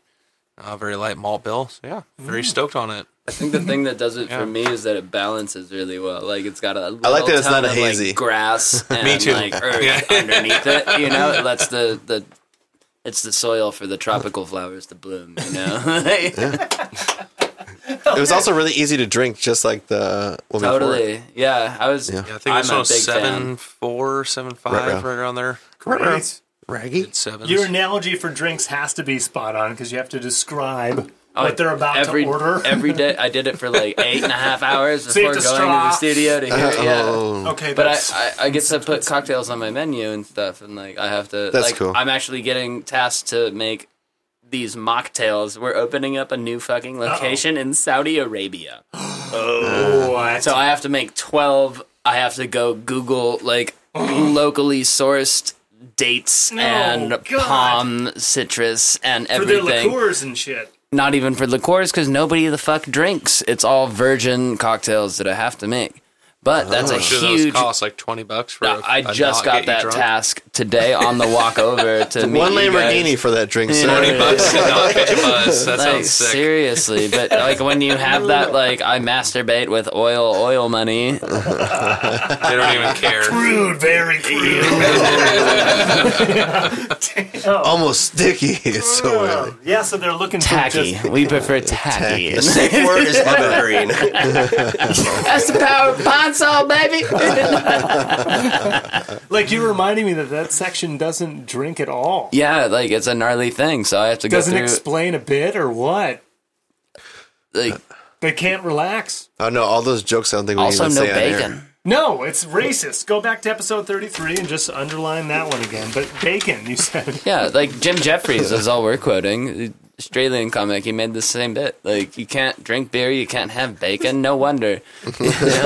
Speaker 3: uh, very light malt bill. So yeah,
Speaker 4: Mm.
Speaker 3: very stoked on it.
Speaker 4: I think the thing that does it for me is that it balances really well. Like it's got a
Speaker 1: I like that it's
Speaker 4: little
Speaker 1: not a
Speaker 4: ton of, like,
Speaker 1: hazy.
Speaker 4: grass
Speaker 3: (laughs)
Speaker 4: and
Speaker 3: too.
Speaker 4: like earth
Speaker 3: Yeah.
Speaker 4: (laughs) underneath it. You
Speaker 3: (laughs)
Speaker 4: know, it lets the the it's the soil for the tropical flowers to bloom.
Speaker 3: (laughs)
Speaker 4: You know, (laughs)
Speaker 1: It was also really easy to drink, just like the one before.
Speaker 4: totally. Yeah, I was.
Speaker 1: Yeah.
Speaker 3: Yeah, I think
Speaker 4: I'm
Speaker 3: this
Speaker 4: a
Speaker 3: one was
Speaker 4: big
Speaker 3: seven
Speaker 4: fan.
Speaker 3: four, seven five,
Speaker 1: Right
Speaker 3: right,
Speaker 1: around.
Speaker 3: around there.
Speaker 2: Great.
Speaker 1: Raggy.
Speaker 3: Sevens.
Speaker 2: Your analogy for drinks has to be spot on because you have to describe
Speaker 4: Like,
Speaker 2: what they're about
Speaker 4: every,
Speaker 2: to order.
Speaker 4: every day. I did it for like eight and
Speaker 2: (laughs)
Speaker 4: a half hours before
Speaker 2: the
Speaker 4: going to the
Speaker 2: straw.
Speaker 4: studio to hear. it. Yeah.
Speaker 1: (laughs) Oh,
Speaker 2: Mm. okay,
Speaker 4: But I,
Speaker 2: that's-
Speaker 4: I, I get to put cocktails on my menu and stuff, and like I have to.
Speaker 1: That's
Speaker 4: like,
Speaker 1: cool.
Speaker 4: I'm actually getting tasked to make these mocktails. We're opening up a new fucking location in Saudi Arabia,
Speaker 2: what?
Speaker 4: so I have to make twelve. I have to go Google
Speaker 2: (gasps)
Speaker 4: like locally sourced dates and
Speaker 2: God.
Speaker 4: palm citrus and
Speaker 2: for their
Speaker 4: everything
Speaker 2: liqueurs and shit.
Speaker 4: not even for liqueurs because nobody the fuck drinks. It's all virgin cocktails that I have to make. But
Speaker 2: Oh,
Speaker 4: that's a
Speaker 3: Sure those
Speaker 4: huge.
Speaker 3: cost like twenty bucks for. a-
Speaker 4: I
Speaker 3: a knot
Speaker 4: just got
Speaker 3: get you
Speaker 4: that
Speaker 3: drunk.
Speaker 4: task today on the walk over to meet
Speaker 1: one
Speaker 4: you guys.
Speaker 1: Lamborghini for that drink. sir.
Speaker 3: Twenty bucks to not get a buzz. That
Speaker 4: Like (laughs)
Speaker 3: sounds sick.
Speaker 4: seriously, but like when you have that, like I masturbate with oil, oil money.
Speaker 3: They don't even care.
Speaker 2: Rude, very crude.
Speaker 1: Almost sticky. (laughs) It's so oily.
Speaker 2: yeah, so they're looking for
Speaker 4: Tacky.
Speaker 2: just
Speaker 4: We prefer tacky.
Speaker 5: The safe word is
Speaker 4: (laughs)
Speaker 5: evergreen.
Speaker 4: That's the power of pine sol, baby. (laughs)
Speaker 2: like you're reminding me that that section doesn't drink at all.
Speaker 4: yeah, like it's a gnarly thing, so I have to go
Speaker 2: doesn't
Speaker 4: through.
Speaker 2: explain a bit or what.
Speaker 4: like,
Speaker 2: They can't relax.
Speaker 1: Oh no, all those jokes I don't think we
Speaker 4: also,
Speaker 1: even
Speaker 4: no
Speaker 1: say on air.
Speaker 4: bacon.
Speaker 2: No, it's racist. Go back to episode 33 and just underline that one again. But bacon, you
Speaker 4: (laughs)
Speaker 2: said.
Speaker 4: Yeah, like Jim Jeffries is all we're quoting. Australian comic, he made the same bit. Like you can't drink beer, you can't have bacon. No wonder.
Speaker 2: So they're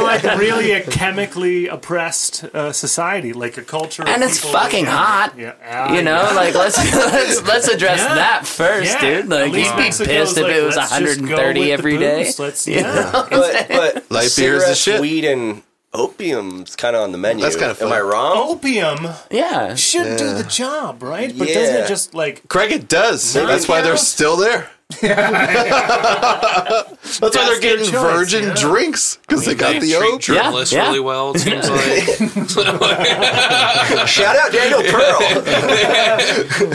Speaker 2: like really a chemically oppressed uh, society, like a culture. of
Speaker 4: And it's
Speaker 2: people that
Speaker 4: fucking
Speaker 2: can't-
Speaker 4: hot.
Speaker 2: Yeah, ah,
Speaker 4: You know,
Speaker 2: yeah.
Speaker 3: (laughs)
Speaker 4: like let's let's let's address
Speaker 2: Yeah.
Speaker 4: that first,
Speaker 2: Yeah,
Speaker 4: dude.
Speaker 2: at
Speaker 4: Like
Speaker 2: least
Speaker 4: you'd be
Speaker 2: Mexico's
Speaker 4: pissed if
Speaker 2: like,
Speaker 4: it was
Speaker 2: let's just go
Speaker 4: 130
Speaker 2: with the
Speaker 4: every day.
Speaker 2: booze.
Speaker 4: (laughs)
Speaker 2: Let's, yeah.
Speaker 5: (laughs) But, but
Speaker 1: Light beer is the shit.
Speaker 5: cigarettes, weed, and opium's kind of on the menu.
Speaker 1: That's kinda fun.
Speaker 5: Am I wrong?
Speaker 2: Opium
Speaker 4: Yeah,
Speaker 2: should do
Speaker 1: Yeah.
Speaker 2: the job, right? But doesn't
Speaker 5: Yeah.
Speaker 2: it just like
Speaker 1: Craig, it does. That's why they're still there. (laughs) That's, why they're
Speaker 2: That's their
Speaker 1: getting
Speaker 2: choice,
Speaker 1: virgin
Speaker 2: yeah.
Speaker 1: drinks because they got
Speaker 3: They
Speaker 1: the
Speaker 3: treat
Speaker 1: oak.
Speaker 3: journalists
Speaker 4: Yeah, yeah.
Speaker 3: really well. It
Speaker 4: (laughs)
Speaker 3: seems like
Speaker 5: Oh, Shout out Daniel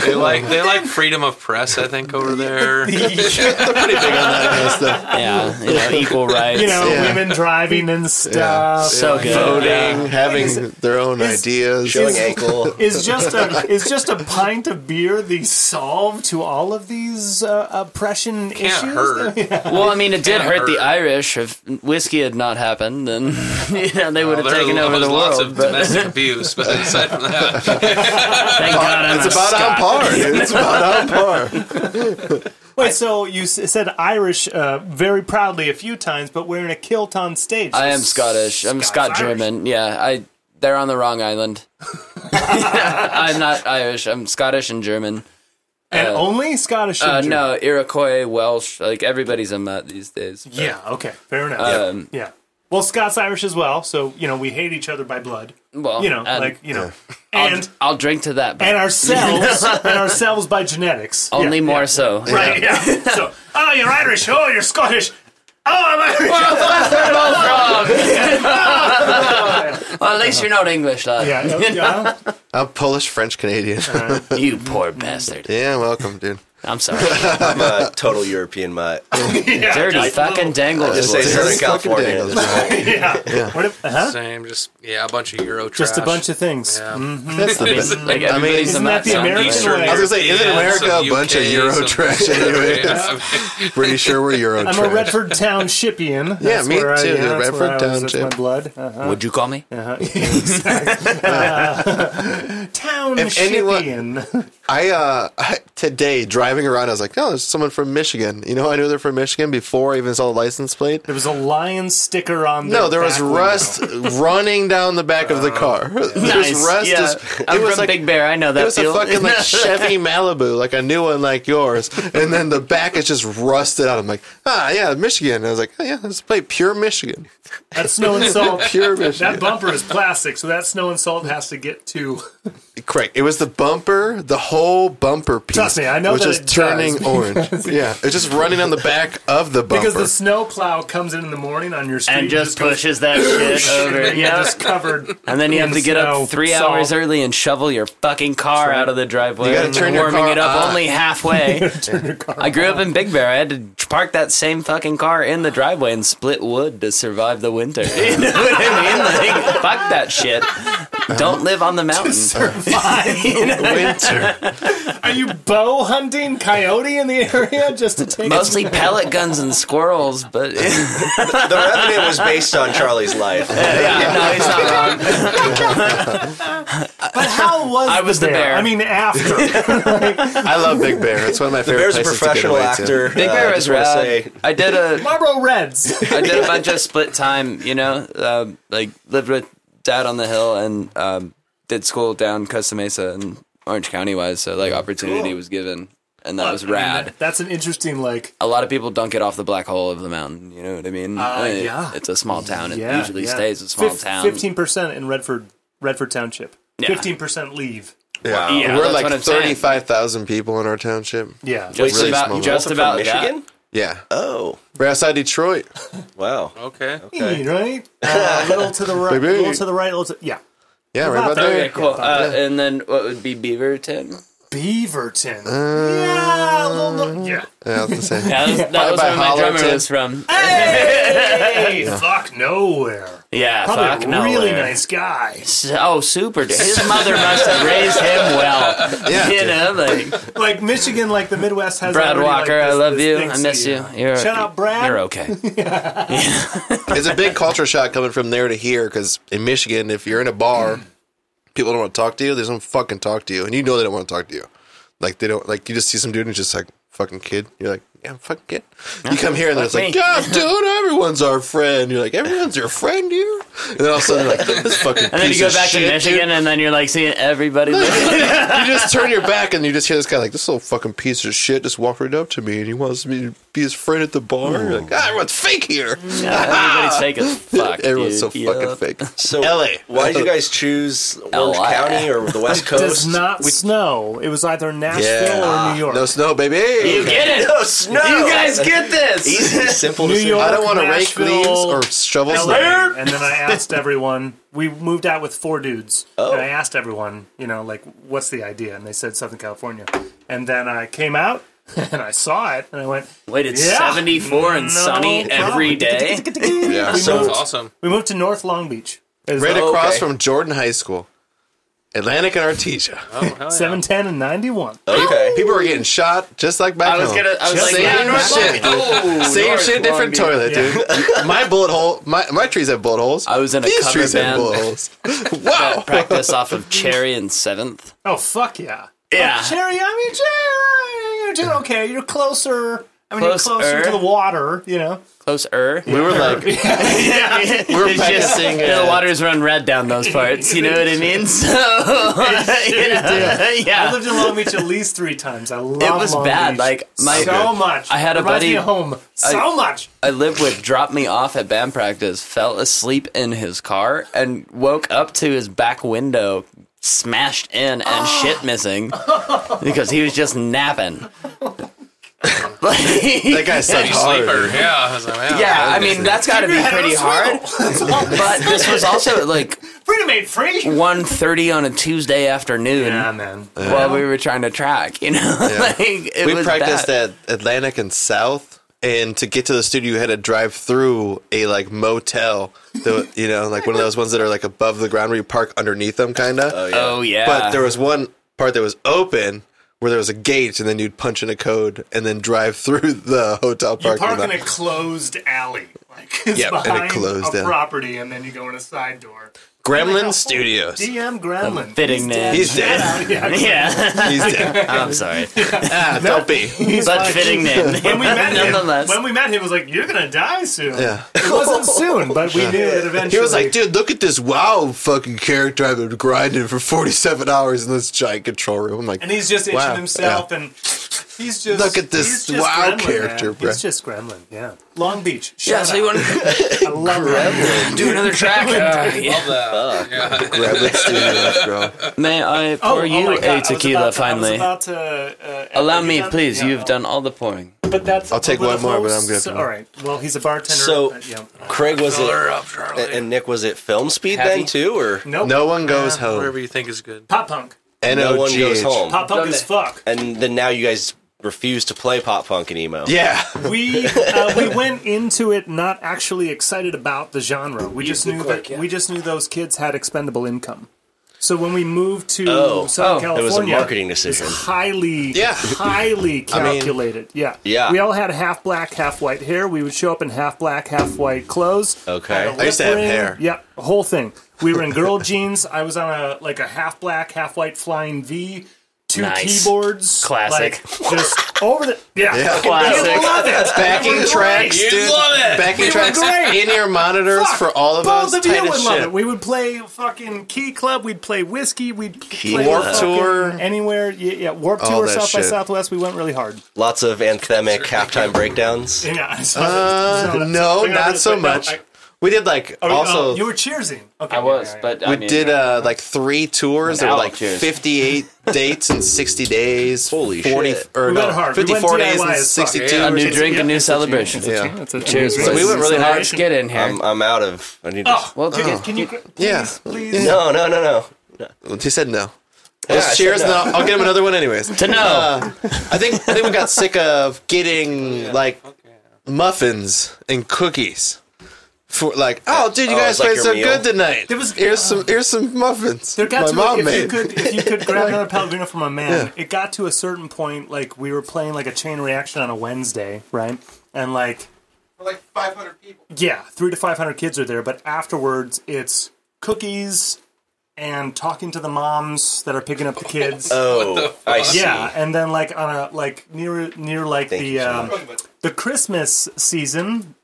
Speaker 5: (laughs) Pearl.
Speaker 3: they like
Speaker 2: (laughs)
Speaker 3: they like freedom of press. I think over there.
Speaker 1: they're pretty big on that kind of stuff.
Speaker 4: yeah, (laughs) you know, equal
Speaker 3: (laughs)
Speaker 4: rights.
Speaker 2: you know,
Speaker 1: Yeah.
Speaker 2: women driving and stuff.
Speaker 4: so good.
Speaker 1: Voting, having their own ideas.
Speaker 5: Showing ankle.
Speaker 2: Is just a is just a pint of beer the solve to all of these uh, oppression
Speaker 3: Can't
Speaker 2: issues.
Speaker 3: hurt.
Speaker 4: Well, I mean, it did
Speaker 3: Can't
Speaker 4: hurt the
Speaker 3: hurt.
Speaker 4: Irish. If whiskey had not happened, then (laughs) you know, they would have
Speaker 3: Well, there-
Speaker 4: taken over
Speaker 3: there's
Speaker 4: the
Speaker 3: lots
Speaker 4: world.
Speaker 3: of
Speaker 4: but-
Speaker 1: (laughs)
Speaker 3: domestic abuse, but aside from that,
Speaker 4: Thank God I'm
Speaker 1: It's
Speaker 4: a
Speaker 1: about on
Speaker 4: Scot.
Speaker 1: par. dude. It's about on par.
Speaker 2: Wait, so you s- said Irish uh, very proudly a few times, but we're in a kilt on stage.
Speaker 4: I am Scottish. I'm Scott
Speaker 2: Scots-Irish.
Speaker 4: German. Yeah, I. They're on the wrong
Speaker 2: (laughs)
Speaker 4: island. (laughs) I'm not Irish. I'm Scottish and German.
Speaker 2: and only Scottish.
Speaker 4: Uh,
Speaker 2: and German.
Speaker 4: no, Iroquois, Welsh. Like everybody's a mutt these days. but-
Speaker 2: Yeah. Okay. Fair enough.
Speaker 4: Um,
Speaker 2: yeah. Well, Scots Irish as well. So you know we hate each other by blood.
Speaker 4: Well,
Speaker 2: you know,
Speaker 4: and
Speaker 2: like you know,
Speaker 4: I'll,
Speaker 2: and
Speaker 4: I'll drink to that. But
Speaker 2: and ourselves and ourselves by genetics.
Speaker 4: (laughs) only
Speaker 2: Yeah,
Speaker 4: more
Speaker 2: yeah.
Speaker 4: so.
Speaker 2: Right. Yeah. So oh, you're Irish. Oh, you're Scottish. Oh, I'm Irish.
Speaker 4: (laughs) Well, at least you're not English, lad.
Speaker 2: (laughs) yeah, yeah.
Speaker 1: I'm Polish, French, Canadian.
Speaker 4: You poor bastard.
Speaker 1: yeah, welcome, dude.
Speaker 4: I'm
Speaker 1: (laughs)
Speaker 4: sorry.
Speaker 5: I'm a total European mutt.
Speaker 4: Dirty fucking dangle.
Speaker 5: Just say
Speaker 1: It's
Speaker 5: Southern
Speaker 1: just fucking
Speaker 5: California.
Speaker 1: dangles,
Speaker 5: is-
Speaker 1: bro.
Speaker 2: yeah. What if, huh?
Speaker 3: same, just yeah, a bunch of Euro
Speaker 2: Just a
Speaker 3: trash.
Speaker 2: bunch of
Speaker 1: (laughs)
Speaker 2: things.
Speaker 1: That's the
Speaker 4: (laughs)
Speaker 1: best.
Speaker 4: Like
Speaker 1: I mean,
Speaker 4: everybody's a
Speaker 1: isn't
Speaker 2: that
Speaker 4: mutt.
Speaker 2: the Mm-hmm. American
Speaker 4: someplace.
Speaker 2: way?
Speaker 1: I was gonna say, isn't
Speaker 3: Yeah,
Speaker 1: America
Speaker 3: some
Speaker 1: a bunch of
Speaker 3: UK,
Speaker 1: Euro
Speaker 3: some-
Speaker 1: trash anyway?
Speaker 3: (laughs) Yeah, I
Speaker 1: (laughs)
Speaker 3: mean,
Speaker 1: Pretty sure we're Euro
Speaker 2: I'm
Speaker 1: trash.
Speaker 2: a
Speaker 1: (laughs)
Speaker 2: Redford Townshipian.
Speaker 1: Yeah,
Speaker 2: That's
Speaker 1: me
Speaker 2: where I,
Speaker 1: too,
Speaker 2: yeah, that's where
Speaker 1: Redford
Speaker 2: I was. That's my
Speaker 1: Township.
Speaker 2: blood. Uh-huh.
Speaker 4: Would you call me?
Speaker 1: If anyone-
Speaker 2: Townshipian.
Speaker 1: I, uh, I today driving around, I was like, oh, there's someone from Michigan. You know, how I knew they're from Michigan before I even saw the license plate.
Speaker 2: (laughs) There was a lion sticker on.
Speaker 1: No,
Speaker 2: their
Speaker 1: there was
Speaker 2: back window.
Speaker 1: rust running down the back of the car. (laughs) There's
Speaker 4: Nice,
Speaker 1: rust.
Speaker 4: yeah.
Speaker 1: Just,
Speaker 4: I'm
Speaker 1: it was
Speaker 4: from
Speaker 1: like
Speaker 4: Big Bear. I know
Speaker 1: it
Speaker 4: that
Speaker 1: was a
Speaker 4: feel.
Speaker 1: fucking
Speaker 5: (laughs)
Speaker 4: (laughs)
Speaker 1: like Chevy Malibu, like a new one like yours, and then the back is just rusted out. I'm like, ah, yeah, Michigan. And I was like, oh, yeah, let's play pure Michigan,
Speaker 2: That's snow and salt.
Speaker 1: (laughs) pure Michigan.
Speaker 2: That bumper is plastic, so that snow and salt has to get to. (laughs)
Speaker 1: Correct. It was the bumper, the whole bumper piece.
Speaker 2: Trust me, I know
Speaker 1: was
Speaker 2: that
Speaker 1: just
Speaker 2: it
Speaker 1: turning
Speaker 2: does, (laughs)
Speaker 1: orange. yeah, it's just running on the back of the bumper.
Speaker 2: Because the snow plow comes in in the morning on your street
Speaker 4: and just
Speaker 2: goes
Speaker 4: pushes
Speaker 1: (laughs)
Speaker 4: that shit over.
Speaker 2: Yeah,
Speaker 4: Yeah.
Speaker 2: just covered.
Speaker 4: And then you have
Speaker 2: in
Speaker 4: to get
Speaker 2: snow,
Speaker 4: up three
Speaker 2: salt.
Speaker 4: hours early and shovel your fucking car out of the driveway.
Speaker 1: You gotta
Speaker 4: and
Speaker 1: turn your
Speaker 4: warming
Speaker 1: car
Speaker 4: it up
Speaker 1: on.
Speaker 4: only halfway. I grew up in Big Bear. I had to park that same fucking car in the driveway and split wood to survive the winter. (laughs) You know what I mean? Like, fuck that shit. Don't live on the mountain. (laughs)
Speaker 1: winter.
Speaker 2: Are you bow hunting coyote in the area just to take?
Speaker 4: Mostly pellet guns and squirrels,
Speaker 2: (laughs)
Speaker 4: but yeah,
Speaker 5: The revenue was based on Charlie's life.
Speaker 4: no, he's not wrong.
Speaker 2: But how was
Speaker 4: I was the bear.
Speaker 2: I mean, after
Speaker 4: (laughs)
Speaker 1: I love Big Bear. It's one of my favorite.
Speaker 5: Bear's a
Speaker 1: places to get
Speaker 5: professional
Speaker 1: away to.
Speaker 5: actor.
Speaker 4: Big
Speaker 5: uh,
Speaker 4: Bear
Speaker 5: I
Speaker 4: is
Speaker 5: just wanna
Speaker 4: rad.
Speaker 5: say-
Speaker 4: I did a
Speaker 2: Marlboro Reds.
Speaker 4: (laughs) I did a bunch of split time, you know, um, like lived with dad on the hill and um, did school down Costa Mesa and Orange County wise. So like opportunity was given, and that was rad.
Speaker 2: That's an interesting like.
Speaker 4: A lot of people don't get off the black hole of the mountain. You know what I mean? I mean,
Speaker 2: yeah.
Speaker 4: It's a small town. It
Speaker 2: Yeah,
Speaker 4: usually
Speaker 2: yeah.
Speaker 4: stays a small town.
Speaker 2: Fifteen percent in Redford, Redford Township. Fifteen percent leave.
Speaker 1: Yeah.
Speaker 4: Yeah,
Speaker 1: We're
Speaker 4: that's what
Speaker 1: like
Speaker 4: I'm saying.
Speaker 1: thirty-five thousand people in our township.
Speaker 2: Yeah,
Speaker 4: Just
Speaker 1: really
Speaker 4: about,
Speaker 1: small.
Speaker 4: just
Speaker 5: From
Speaker 4: about
Speaker 5: Michigan?
Speaker 4: that.
Speaker 1: Yeah,
Speaker 5: Oh,
Speaker 1: right outside Detroit.
Speaker 5: wow. Hmm.
Speaker 3: okay.
Speaker 4: (laughs)
Speaker 2: right? Uh, a little to the right, a
Speaker 1: Maybe.
Speaker 2: little to the right, a little to yeah.
Speaker 1: Yeah, right
Speaker 2: Not
Speaker 1: about
Speaker 2: that
Speaker 1: there.
Speaker 4: Okay, cool. Uh, and then what would be Beaverton?
Speaker 2: Beaverton. yeah, a little, no- yeah.
Speaker 1: Yeah, that's the same.
Speaker 4: (laughs) That was, that
Speaker 1: Probably
Speaker 4: was
Speaker 1: by
Speaker 4: where my drummer
Speaker 1: Hollerton.
Speaker 4: was from.
Speaker 2: Hey, fuck nowhere.
Speaker 4: Yeah,
Speaker 2: Probably
Speaker 4: fuck
Speaker 2: a really
Speaker 4: nowhere.
Speaker 2: nice guy.
Speaker 4: Oh, super. dude. His mother must have raised him well.
Speaker 1: Yeah,
Speaker 4: (laughs) you
Speaker 1: dude.
Speaker 4: know, like
Speaker 2: Like Michigan, like the Midwest has.
Speaker 4: Brad
Speaker 2: already, like,
Speaker 4: Walker,
Speaker 2: this-
Speaker 4: I love
Speaker 2: this
Speaker 4: you.
Speaker 2: thing
Speaker 4: I miss
Speaker 2: to
Speaker 4: you. You're
Speaker 2: Shout out, Brad.
Speaker 4: You're okay.
Speaker 1: It's a big culture shock coming from there to here because in Michigan, if you're in a bar, people don't want to talk to you. They just don't fucking talk to you, and you know they don't want to talk to you. Like they don't like you just see some dude and he's just like fucking kid. You're like, yeah, I'm fucking kid. You come here and they're just like,
Speaker 4: me.
Speaker 1: God, dude, everyone's our friend. You're like, everyone's your friend here. And then all of a sudden, like this fucking.
Speaker 4: And then you go back to Michigan, and then you're like seeing
Speaker 1: (laughs)
Speaker 4: everybody.
Speaker 1: you just turn your back and you just hear this guy like this little fucking piece of shit just walk right up to me and he wants me to be his friend at the bar. You're like, ah, everyone's fake here.
Speaker 4: Yeah, everybody's fake as fuck.
Speaker 1: everyone's so
Speaker 4: dude. Yeah.
Speaker 1: fucking fake.
Speaker 5: So,
Speaker 1: LA.
Speaker 5: Why did you guys choose Orange
Speaker 4: LA.
Speaker 5: County or the West Coast?
Speaker 2: Does not snow. It was either Nashville or New York.
Speaker 1: No snow, baby.
Speaker 4: You get it?
Speaker 5: No snow.
Speaker 4: You guys get this?
Speaker 5: Easy, simple
Speaker 2: New
Speaker 5: decision.
Speaker 2: York.
Speaker 1: I don't want to rake
Speaker 2: Nashville,
Speaker 1: leaves or shovel
Speaker 2: LA.
Speaker 1: snow.
Speaker 2: And then I asked everyone. We moved out with four dudes,
Speaker 5: Oh.
Speaker 2: and I asked everyone, you know, like, what's the idea? And they said Southern California. And then I came out (laughs) and I saw it, and I went,
Speaker 4: Wait, it's
Speaker 2: Yeah.
Speaker 4: 74 and sunny
Speaker 2: problem. (laughs)
Speaker 4: every day.
Speaker 1: Yeah.
Speaker 3: Sounds awesome.
Speaker 2: we moved to North Long Beach. It was
Speaker 1: Right
Speaker 2: like-
Speaker 1: across
Speaker 5: okay.
Speaker 1: from Jordan High School. Atlantic and Artesia.
Speaker 2: Seven, ten, and ninety-one.
Speaker 4: Oh,
Speaker 5: Okay.
Speaker 1: People were getting shot just like back
Speaker 6: I was
Speaker 1: home.
Speaker 6: gonna. I was
Speaker 1: Just
Speaker 6: like,
Speaker 1: same
Speaker 6: yeah, North
Speaker 1: shit.
Speaker 6: Long Beach. Oh,
Speaker 1: Same
Speaker 6: North
Speaker 1: shit, different
Speaker 6: Long
Speaker 1: toilet,
Speaker 6: Beach.
Speaker 1: dude. (laughs) my bullet hole. My, my trees have bullet holes.
Speaker 7: I was in a
Speaker 1: These
Speaker 7: cover
Speaker 1: trees have
Speaker 7: band.
Speaker 1: bullet holes. (laughs)
Speaker 4: (laughs)
Speaker 1: wow.
Speaker 7: Practice off of Cherry and Seventh.
Speaker 2: Oh fuck yeah!
Speaker 6: Yeah.
Speaker 2: Cherry, I mean, Cherry, you're doing okay. You're closer. I mean,
Speaker 7: Closer.
Speaker 2: you're closer to the water. You know.
Speaker 4: er.
Speaker 7: Closer.
Speaker 1: We were like,
Speaker 2: (laughs)
Speaker 6: Yeah.
Speaker 1: we
Speaker 4: (laughs)
Speaker 1: were
Speaker 7: It's just
Speaker 1: practicing. uh,
Speaker 7: the waters run red down those parts. You know what I
Speaker 4: (laughs)
Speaker 7: mean? So yeah,
Speaker 2: I lived in Long Beach at least three times. I love
Speaker 7: it was
Speaker 2: Long
Speaker 7: bad.
Speaker 2: Beach
Speaker 7: Like my
Speaker 2: so much.
Speaker 7: I had a
Speaker 2: Reminds
Speaker 7: buddy-
Speaker 2: me of home so much.
Speaker 7: I lived with dropped me off at band practice, fell asleep in his car, and woke up to his back window smashed in and
Speaker 2: Ah.
Speaker 7: shit missing because he was just napping.
Speaker 2: (laughs)
Speaker 1: That guy sucked hard.
Speaker 3: Sleeper. Yeah. I was like, yeah.
Speaker 7: yeah, I mean that's got to be
Speaker 2: Yeah,
Speaker 7: pretty
Speaker 2: that's
Speaker 7: hard. But this was also at like
Speaker 2: Freedom made
Speaker 7: Mm.
Speaker 2: free.
Speaker 7: 1.30 on a Tuesday afternoon
Speaker 2: man.
Speaker 7: while we were trying to track. You know, (laughs) like it
Speaker 1: we
Speaker 7: was
Speaker 1: practiced
Speaker 7: bad.
Speaker 1: at Atlantic and South, and to get to the studio, you had to drive through a like motel, the, you know, like one of those ones that are like above the ground where you park underneath them, kind of.
Speaker 7: Oh yeah,
Speaker 1: But there was one part that was open where there was a gate, and then you'd punch in a code and then drive (laughs) through the hotel
Speaker 2: You
Speaker 1: parking
Speaker 2: park in
Speaker 1: lot.
Speaker 2: a closed alley, like it's
Speaker 1: Yep, and it
Speaker 2: behind
Speaker 1: closed,
Speaker 2: a
Speaker 1: yeah.
Speaker 2: property, and then you go in a side door.
Speaker 1: Gremlin Studios.
Speaker 2: DM Gremlin.
Speaker 7: fitting name.
Speaker 1: He's dead.
Speaker 2: (laughs) Yeah,
Speaker 7: yeah,
Speaker 1: He's
Speaker 2: (laughs)
Speaker 1: dead.
Speaker 7: I'm sorry,
Speaker 1: ah, don't be.
Speaker 2: he's
Speaker 7: but
Speaker 2: like-
Speaker 7: fitting (laughs) name.
Speaker 2: When we met him,
Speaker 7: Nonetheless.
Speaker 2: when we met him, it was like you're gonna die soon.
Speaker 1: Yeah.
Speaker 2: It wasn't soon, but we knew that eventually.
Speaker 1: He was like, dude, look at this wow fucking character I've been grinding for 47 hours in this giant control room. I'm like,
Speaker 2: and he's just itching
Speaker 1: Wow,
Speaker 2: himself, and he's just
Speaker 1: Look at this
Speaker 2: he's just
Speaker 1: wow
Speaker 2: gremlin,
Speaker 1: character,
Speaker 2: man.
Speaker 1: bro.
Speaker 2: He's just Gremlin. Yeah, Long Beach.
Speaker 7: yeah,
Speaker 2: Shout
Speaker 7: so you
Speaker 2: out.
Speaker 7: want to
Speaker 2: I love Gremlin.
Speaker 7: do another track? Uh, yeah.
Speaker 2: (laughs)
Speaker 1: Gremlin Studios, bro.
Speaker 7: May I
Speaker 2: Oh,
Speaker 7: pour
Speaker 2: oh
Speaker 7: you
Speaker 2: my God, I
Speaker 7: a
Speaker 2: was
Speaker 7: tequila
Speaker 2: about to- I was
Speaker 7: finally?
Speaker 2: about to, uh,
Speaker 7: Allow
Speaker 2: you
Speaker 7: me,
Speaker 2: done?
Speaker 7: please.
Speaker 2: Yeah.
Speaker 7: You've done all the pouring.
Speaker 2: But that's
Speaker 1: I'll take
Speaker 2: with
Speaker 1: one
Speaker 2: a
Speaker 1: more, but
Speaker 2: host,
Speaker 1: I'm good
Speaker 2: So,
Speaker 1: for
Speaker 2: all right. Well, he's a bartender.
Speaker 5: So-
Speaker 2: but, yeah.
Speaker 5: Craig was
Speaker 3: Fill her
Speaker 5: it,
Speaker 3: up, Charlie.
Speaker 5: and Nick was it film speed
Speaker 7: Happy?
Speaker 5: then too, or
Speaker 2: Nope.
Speaker 1: No one goes
Speaker 3: Yeah,
Speaker 1: home.
Speaker 3: Whatever you think is good.
Speaker 2: Pop punk.
Speaker 5: no one
Speaker 1: NOGH.
Speaker 5: goes home?
Speaker 2: Pop punk as fuck.
Speaker 5: And then now you guys refuse to play pop punk and emo.
Speaker 2: (laughs)
Speaker 1: Yeah. (laughs)
Speaker 2: We uh, we went into it not actually excited about the genre. We just knew that we just knew those kids had expendable income. So when we moved to
Speaker 5: Oh.
Speaker 2: Southern
Speaker 7: Oh.
Speaker 2: California,
Speaker 5: It was a marketing decision.
Speaker 2: It's highly,
Speaker 1: Yeah.
Speaker 5: (laughs)
Speaker 2: highly
Speaker 1: mean-
Speaker 2: calculated. yeah,
Speaker 5: Yeah.
Speaker 2: We all had half black, half white hair. We would show up in half black, half white clothes.
Speaker 5: Okay.
Speaker 2: Had a
Speaker 5: I
Speaker 1: used to
Speaker 2: lip
Speaker 1: have
Speaker 2: ring.
Speaker 1: hair.
Speaker 2: Yeah, the whole thing. We were in girl (laughs) jeans. I was on a like a half black, half white flying V. Two
Speaker 7: Nice.
Speaker 2: keyboards,
Speaker 7: Classic.
Speaker 2: like, just over the yeah.
Speaker 1: Yeah.
Speaker 2: Classic. love it.
Speaker 1: Backing tracks,
Speaker 3: You'd
Speaker 1: dude.
Speaker 3: love it.
Speaker 1: Backing tracks
Speaker 2: great.
Speaker 1: in your monitors
Speaker 2: Fuck,
Speaker 1: for all of
Speaker 2: both
Speaker 1: us.
Speaker 2: of
Speaker 1: Tight
Speaker 2: you would
Speaker 1: as
Speaker 2: love
Speaker 1: shit.
Speaker 2: it. We would play fucking Key Club. We'd play Whiskey. We'd play
Speaker 1: Warped
Speaker 2: fucking
Speaker 1: Tour.
Speaker 2: anywhere. Yeah, yeah. Warp
Speaker 1: All
Speaker 2: Tour,
Speaker 1: that
Speaker 2: South by
Speaker 1: shit.
Speaker 2: Southwest. We went really hard.
Speaker 5: Lots of anthemic halftime breakdowns.
Speaker 2: Yeah, I saw that.
Speaker 1: Uh,
Speaker 2: Saw that.
Speaker 1: no,
Speaker 2: Bring it up
Speaker 1: not
Speaker 2: this
Speaker 1: so
Speaker 2: way. No,
Speaker 1: much.
Speaker 2: I-
Speaker 1: We did like
Speaker 2: oh,
Speaker 1: also.
Speaker 2: oh, you were cheersing. Okay,
Speaker 7: I was,
Speaker 2: yeah, yeah,
Speaker 7: but I
Speaker 1: we
Speaker 7: mean,
Speaker 1: did uh, like three tours. There were
Speaker 7: hour,
Speaker 1: like
Speaker 7: cheers.
Speaker 2: (laughs)
Speaker 1: 58 dates in 60 days.
Speaker 5: Holy
Speaker 1: 40,
Speaker 5: shit.
Speaker 1: Or
Speaker 2: We
Speaker 1: no,
Speaker 2: went hard. We went
Speaker 1: 54 days
Speaker 2: DIY
Speaker 1: and
Speaker 2: as fuck.
Speaker 1: 62.
Speaker 7: a new
Speaker 1: or
Speaker 7: drink,
Speaker 2: yeah,
Speaker 7: a new
Speaker 2: it's a change.
Speaker 7: celebration.
Speaker 1: Yeah.
Speaker 2: yeah. That's a-
Speaker 7: Cheers,
Speaker 2: that's
Speaker 7: boys.
Speaker 1: we went really hard.
Speaker 7: Let's get in here.
Speaker 5: I'm, uh, I'm out of. I need to.
Speaker 2: Oh,
Speaker 7: well, dude,
Speaker 2: can you please,
Speaker 1: Yeah.
Speaker 2: please?
Speaker 5: No, no, no, no.
Speaker 1: something. He said no.
Speaker 5: I
Speaker 1: Let's
Speaker 5: said
Speaker 1: cheers, and
Speaker 5: no.
Speaker 1: I'll, I'll get him another one anyways.
Speaker 2: (laughs)
Speaker 7: to know.
Speaker 1: I think I think we got sick of
Speaker 2: Oh,
Speaker 1: getting like muffins and cookies. For like, oh dude, you
Speaker 5: Oh,
Speaker 1: guys
Speaker 5: it's like
Speaker 1: played
Speaker 5: your
Speaker 1: so
Speaker 5: meal.
Speaker 1: good tonight.
Speaker 2: There was- uh,
Speaker 1: here's some here's some muffins
Speaker 2: There got
Speaker 1: my
Speaker 2: to
Speaker 1: mom
Speaker 2: if
Speaker 1: made.
Speaker 2: you could if you could
Speaker 9: (laughs)
Speaker 2: grab another Pellegrino from a man. It got to a certain point, like we were playing like a chain reaction on a Wednesday, right? And like
Speaker 9: like 500 people.
Speaker 2: yeah, three to five hundred kids are there, but afterwards it's cookies and talking to the moms that are picking up
Speaker 9: (laughs)
Speaker 2: the kids.
Speaker 5: Oh, I see.
Speaker 2: yeah, and then like on a like near near like
Speaker 5: Thank you
Speaker 2: the
Speaker 5: so
Speaker 2: um,
Speaker 9: Wrong, but
Speaker 2: the Christmas season,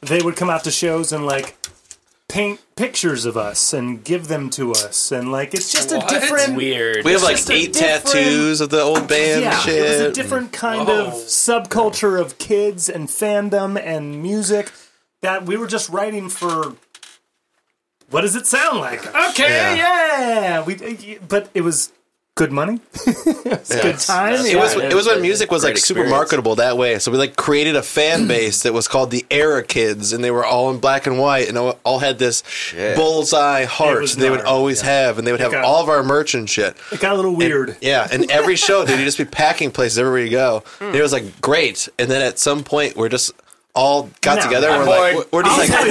Speaker 2: they would come out to shows and like paint pictures of us and give them to us, and like it's just
Speaker 3: What?
Speaker 2: a different
Speaker 7: Weird.
Speaker 1: we have like
Speaker 2: just a
Speaker 1: eight
Speaker 2: different-
Speaker 1: tattoos of the old band
Speaker 2: yeah,
Speaker 1: shit.
Speaker 2: it was a different kind of
Speaker 3: Whoa.
Speaker 2: subculture of kids and fandom and music that we were just writing for. What does it sound like? Okay, yeah, we. But it was good money, (laughs) It's good time.
Speaker 1: it was
Speaker 7: Yeah, it
Speaker 1: it was when
Speaker 7: was
Speaker 1: music was like super
Speaker 5: experience.
Speaker 1: marketable that way. So we like created a (clears throat) fan base that was called the Era Kids, and they were all in black and white, and all all had this bullseye
Speaker 2: It
Speaker 1: heart
Speaker 2: was
Speaker 1: that they would
Speaker 2: gnarly,
Speaker 1: always have, and they would have
Speaker 2: got-
Speaker 1: all of our merch and shit.
Speaker 2: It got a little weird.
Speaker 1: Yeah, and every show, dude, you just be packing places everywhere you go. And it was like great, and then at some point, we're just all got
Speaker 2: No,
Speaker 1: together. We're
Speaker 2: I'm
Speaker 1: like, we're- we're just like,
Speaker 2: We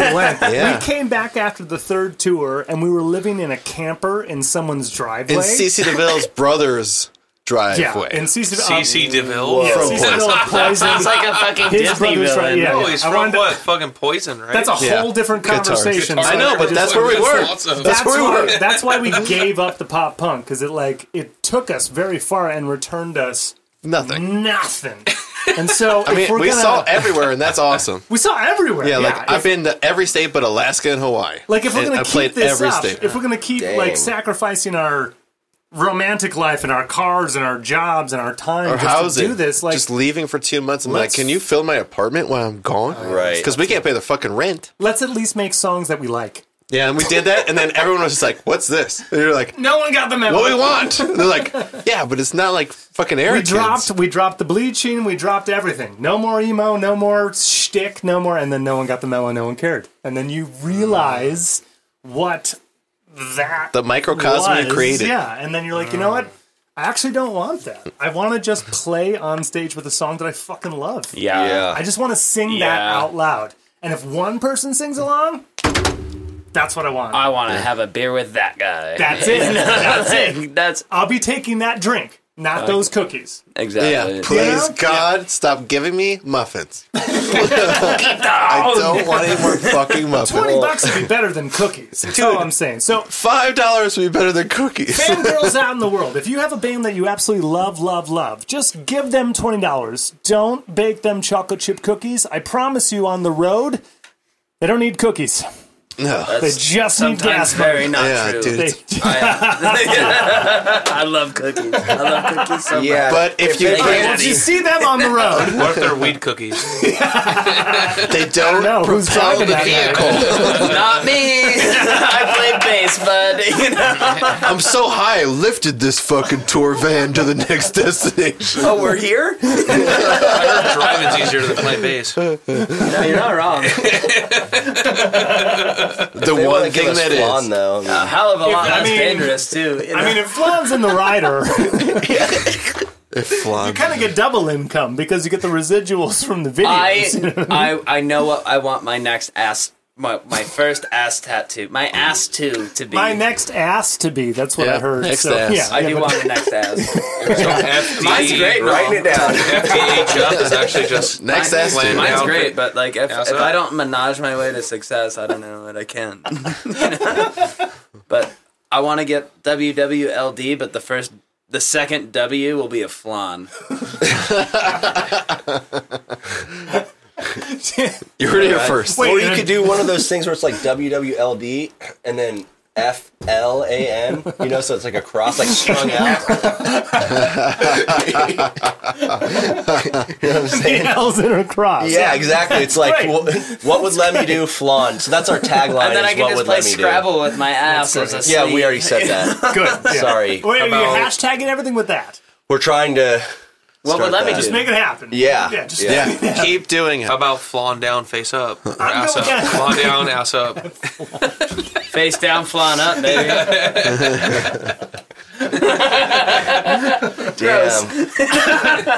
Speaker 1: (laughs) yeah.
Speaker 2: came back after the third tour, and we were living in a camper in someone's driveway.
Speaker 1: In CC DeVille's brother's
Speaker 2: yeah,
Speaker 1: driveway.
Speaker 2: in CC,
Speaker 3: CC
Speaker 2: um,
Speaker 3: DeVille.
Speaker 2: yeah,
Speaker 1: From
Speaker 2: CC DeVille Poison.
Speaker 6: Sounds like a fucking
Speaker 2: His
Speaker 6: Disney
Speaker 2: brother's right-
Speaker 6: villain.
Speaker 2: yeah.
Speaker 3: Oh, he's
Speaker 2: I
Speaker 3: from
Speaker 2: wanted-
Speaker 3: what? Fucking Poison, right?
Speaker 2: That's a
Speaker 1: Yeah.
Speaker 2: whole different
Speaker 1: Guitar.
Speaker 2: conversation.
Speaker 1: I know, but that's where we were.
Speaker 2: That's,
Speaker 1: That's where we
Speaker 2: why,
Speaker 1: were.
Speaker 2: that's why we gave up the pop punk because it like it took us very far and returned us
Speaker 1: (laughs) Nothing.
Speaker 2: nothing. And so
Speaker 1: (laughs) I
Speaker 2: Mm, if we're
Speaker 1: mean, we
Speaker 2: gonna,
Speaker 1: saw everywhere, and that's awesome.
Speaker 2: (laughs) we saw everywhere.
Speaker 1: Yeah, like
Speaker 2: if-
Speaker 1: I've been to every state but Alaska and Hawaii.
Speaker 2: Like if we're
Speaker 1: And
Speaker 2: gonna
Speaker 1: I
Speaker 2: keep
Speaker 1: played
Speaker 2: this
Speaker 1: every
Speaker 2: up,
Speaker 1: state.
Speaker 2: if we're gonna keep
Speaker 5: Dang.
Speaker 2: like sacrificing our romantic life and our cars and our jobs and our time
Speaker 1: or
Speaker 2: just
Speaker 1: housing,
Speaker 2: to do this, like
Speaker 1: just leaving for two months. I'm like,
Speaker 2: Let's-
Speaker 1: can you fill my apartment while I'm gone?
Speaker 5: Right.
Speaker 1: Because we can't pay the fucking rent.
Speaker 2: let's at least make songs that we like.
Speaker 1: Yeah, and we did that, and then everyone was just like, "What's this?" And you're like,
Speaker 2: No one got the memo.
Speaker 1: "What we want?" And they're like, "Yeah, but it's not like fucking air."
Speaker 2: we dropped, we dropped the bleaching, we dropped everything. No more emo, no more shtick, no more. And then no one got the memo, no one cared. And then you realize what that
Speaker 1: the microcosm you
Speaker 2: was.
Speaker 1: created.
Speaker 2: Yeah, and then you're like, you know what? I actually don't want that. I want to just play on stage with a song that I fucking love.
Speaker 4: Yeah.
Speaker 5: Yeah.
Speaker 2: I just want to sing that
Speaker 7: Uh, Yeah.
Speaker 2: out loud. And if one person sings along, that's what I want.
Speaker 7: I want to have a beer with that guy.
Speaker 2: that's
Speaker 7: (laughs)
Speaker 2: it. that's it.
Speaker 7: That's
Speaker 2: I'll be taking that drink, not those cookies.
Speaker 1: Yeah,
Speaker 7: exactly.
Speaker 1: please
Speaker 2: Yeah.
Speaker 1: God, stop giving me
Speaker 2: (laughs)
Speaker 1: muffins. I don't want any more fucking
Speaker 2: Twenty
Speaker 1: muffins.
Speaker 2: bucks would
Speaker 7: (laughs)
Speaker 2: be better than cookies. That's all I'm saying. So,
Speaker 1: Five dollars would be better than cookies.
Speaker 2: fangirls out in the world, if you have a band that you absolutely love, love, love, just give them twenty dollars. Don't bake them chocolate chip cookies. I promise you, on the road, they don't need cookies.
Speaker 1: No,
Speaker 2: They just need
Speaker 7: Sometimes
Speaker 2: gas.
Speaker 7: very not
Speaker 1: yeah,
Speaker 7: true.
Speaker 1: dude.
Speaker 7: (laughs)
Speaker 2: (laughs) They,
Speaker 1: it's-
Speaker 7: I love cookies. I love cookies so much.
Speaker 5: yeah.
Speaker 1: But if you
Speaker 5: they
Speaker 1: can't,
Speaker 2: if you see them on the road,
Speaker 3: What if they're weed cookies? (laughs)
Speaker 1: they don't
Speaker 2: know who's
Speaker 1: propel the
Speaker 2: driving that guy.
Speaker 1: vehicle.
Speaker 7: Not me. (laughs) I play bass, bud. (laughs) You know?
Speaker 1: I'm so high, I lifted this fucking tour van to the next destination.
Speaker 4: Oh, we're here?
Speaker 3: I heard driving's easier than playing bass.
Speaker 4: No, you're not wrong.
Speaker 1: The
Speaker 5: They
Speaker 1: one
Speaker 5: wanna give
Speaker 1: thing
Speaker 5: us
Speaker 1: that
Speaker 5: flan,
Speaker 1: is.
Speaker 5: though. I
Speaker 7: (laughs)
Speaker 5: mean,
Speaker 7: A hell of a lot
Speaker 2: I
Speaker 7: less
Speaker 2: mean-
Speaker 7: dangerous too. you
Speaker 2: I
Speaker 7: know?
Speaker 2: mean, if Flan's in the rider,
Speaker 1: If flan.
Speaker 2: kind of get double income because you get the residuals from the videos.
Speaker 7: (laughs) I, I I know what I want my next ass my my first ass tattoo my ass two to be.
Speaker 2: (laughs) My next ass to be. That's what I
Speaker 1: Yeah,
Speaker 2: heard.
Speaker 1: next
Speaker 2: so,
Speaker 1: ass.
Speaker 2: Yeah,
Speaker 7: I
Speaker 2: yeah,
Speaker 7: do
Speaker 2: but-
Speaker 7: want the next ass.
Speaker 3: (laughs) Mine's
Speaker 4: great, writing it down.
Speaker 3: (laughs) FTH
Speaker 7: (laughs)
Speaker 3: up is actually just
Speaker 1: Next ass
Speaker 3: Mine's
Speaker 1: dude.
Speaker 3: Yeah,
Speaker 7: Mine's
Speaker 3: okay.
Speaker 7: great, but like if, if
Speaker 3: so-
Speaker 7: I don't menage my way to success, I don't know that I can. You know? (laughs) but I want to get WWLD, but the first, the second W will be a flan.
Speaker 1: You heard it here
Speaker 5: (laughs)
Speaker 1: first.
Speaker 2: Wait,
Speaker 5: or you
Speaker 2: and-
Speaker 5: could do one
Speaker 2: (laughs)
Speaker 5: of those things where it's like WWLD and then F L A N, you know, so it's like a cross, like
Speaker 7: (laughs)
Speaker 5: strung out. you know what I'm saying?
Speaker 2: L's in a cross.
Speaker 5: Yeah, exactly. It's like,
Speaker 2: Right.
Speaker 5: what, what would Lemmy do? Flan. So that's our tagline.
Speaker 7: And then
Speaker 5: is
Speaker 7: I can
Speaker 5: what
Speaker 7: just
Speaker 5: would
Speaker 7: play
Speaker 5: Lemmy
Speaker 7: Scrabble with my ass as a
Speaker 5: Do? Yeah, we
Speaker 7: sleeve.
Speaker 5: already said that.
Speaker 2: Good. (laughs) Yeah.
Speaker 5: Sorry.
Speaker 2: Wait, are you
Speaker 3: About-
Speaker 2: hashtagging everything with that?
Speaker 5: We're trying to.
Speaker 7: What
Speaker 5: start
Speaker 7: would Lemmy
Speaker 5: that.
Speaker 7: do?
Speaker 2: Just make it happen.
Speaker 5: Yeah.
Speaker 2: Yeah. Just
Speaker 5: Yeah.
Speaker 2: (laughs)
Speaker 1: Yeah, (laughs) keep doing it.
Speaker 3: How about flawn down, face up, or ass
Speaker 2: going
Speaker 3: up?
Speaker 2: down.
Speaker 3: Flawn down, ass up.
Speaker 7: Face down, flan up,
Speaker 5: (laughs)
Speaker 7: baby.
Speaker 5: Damn.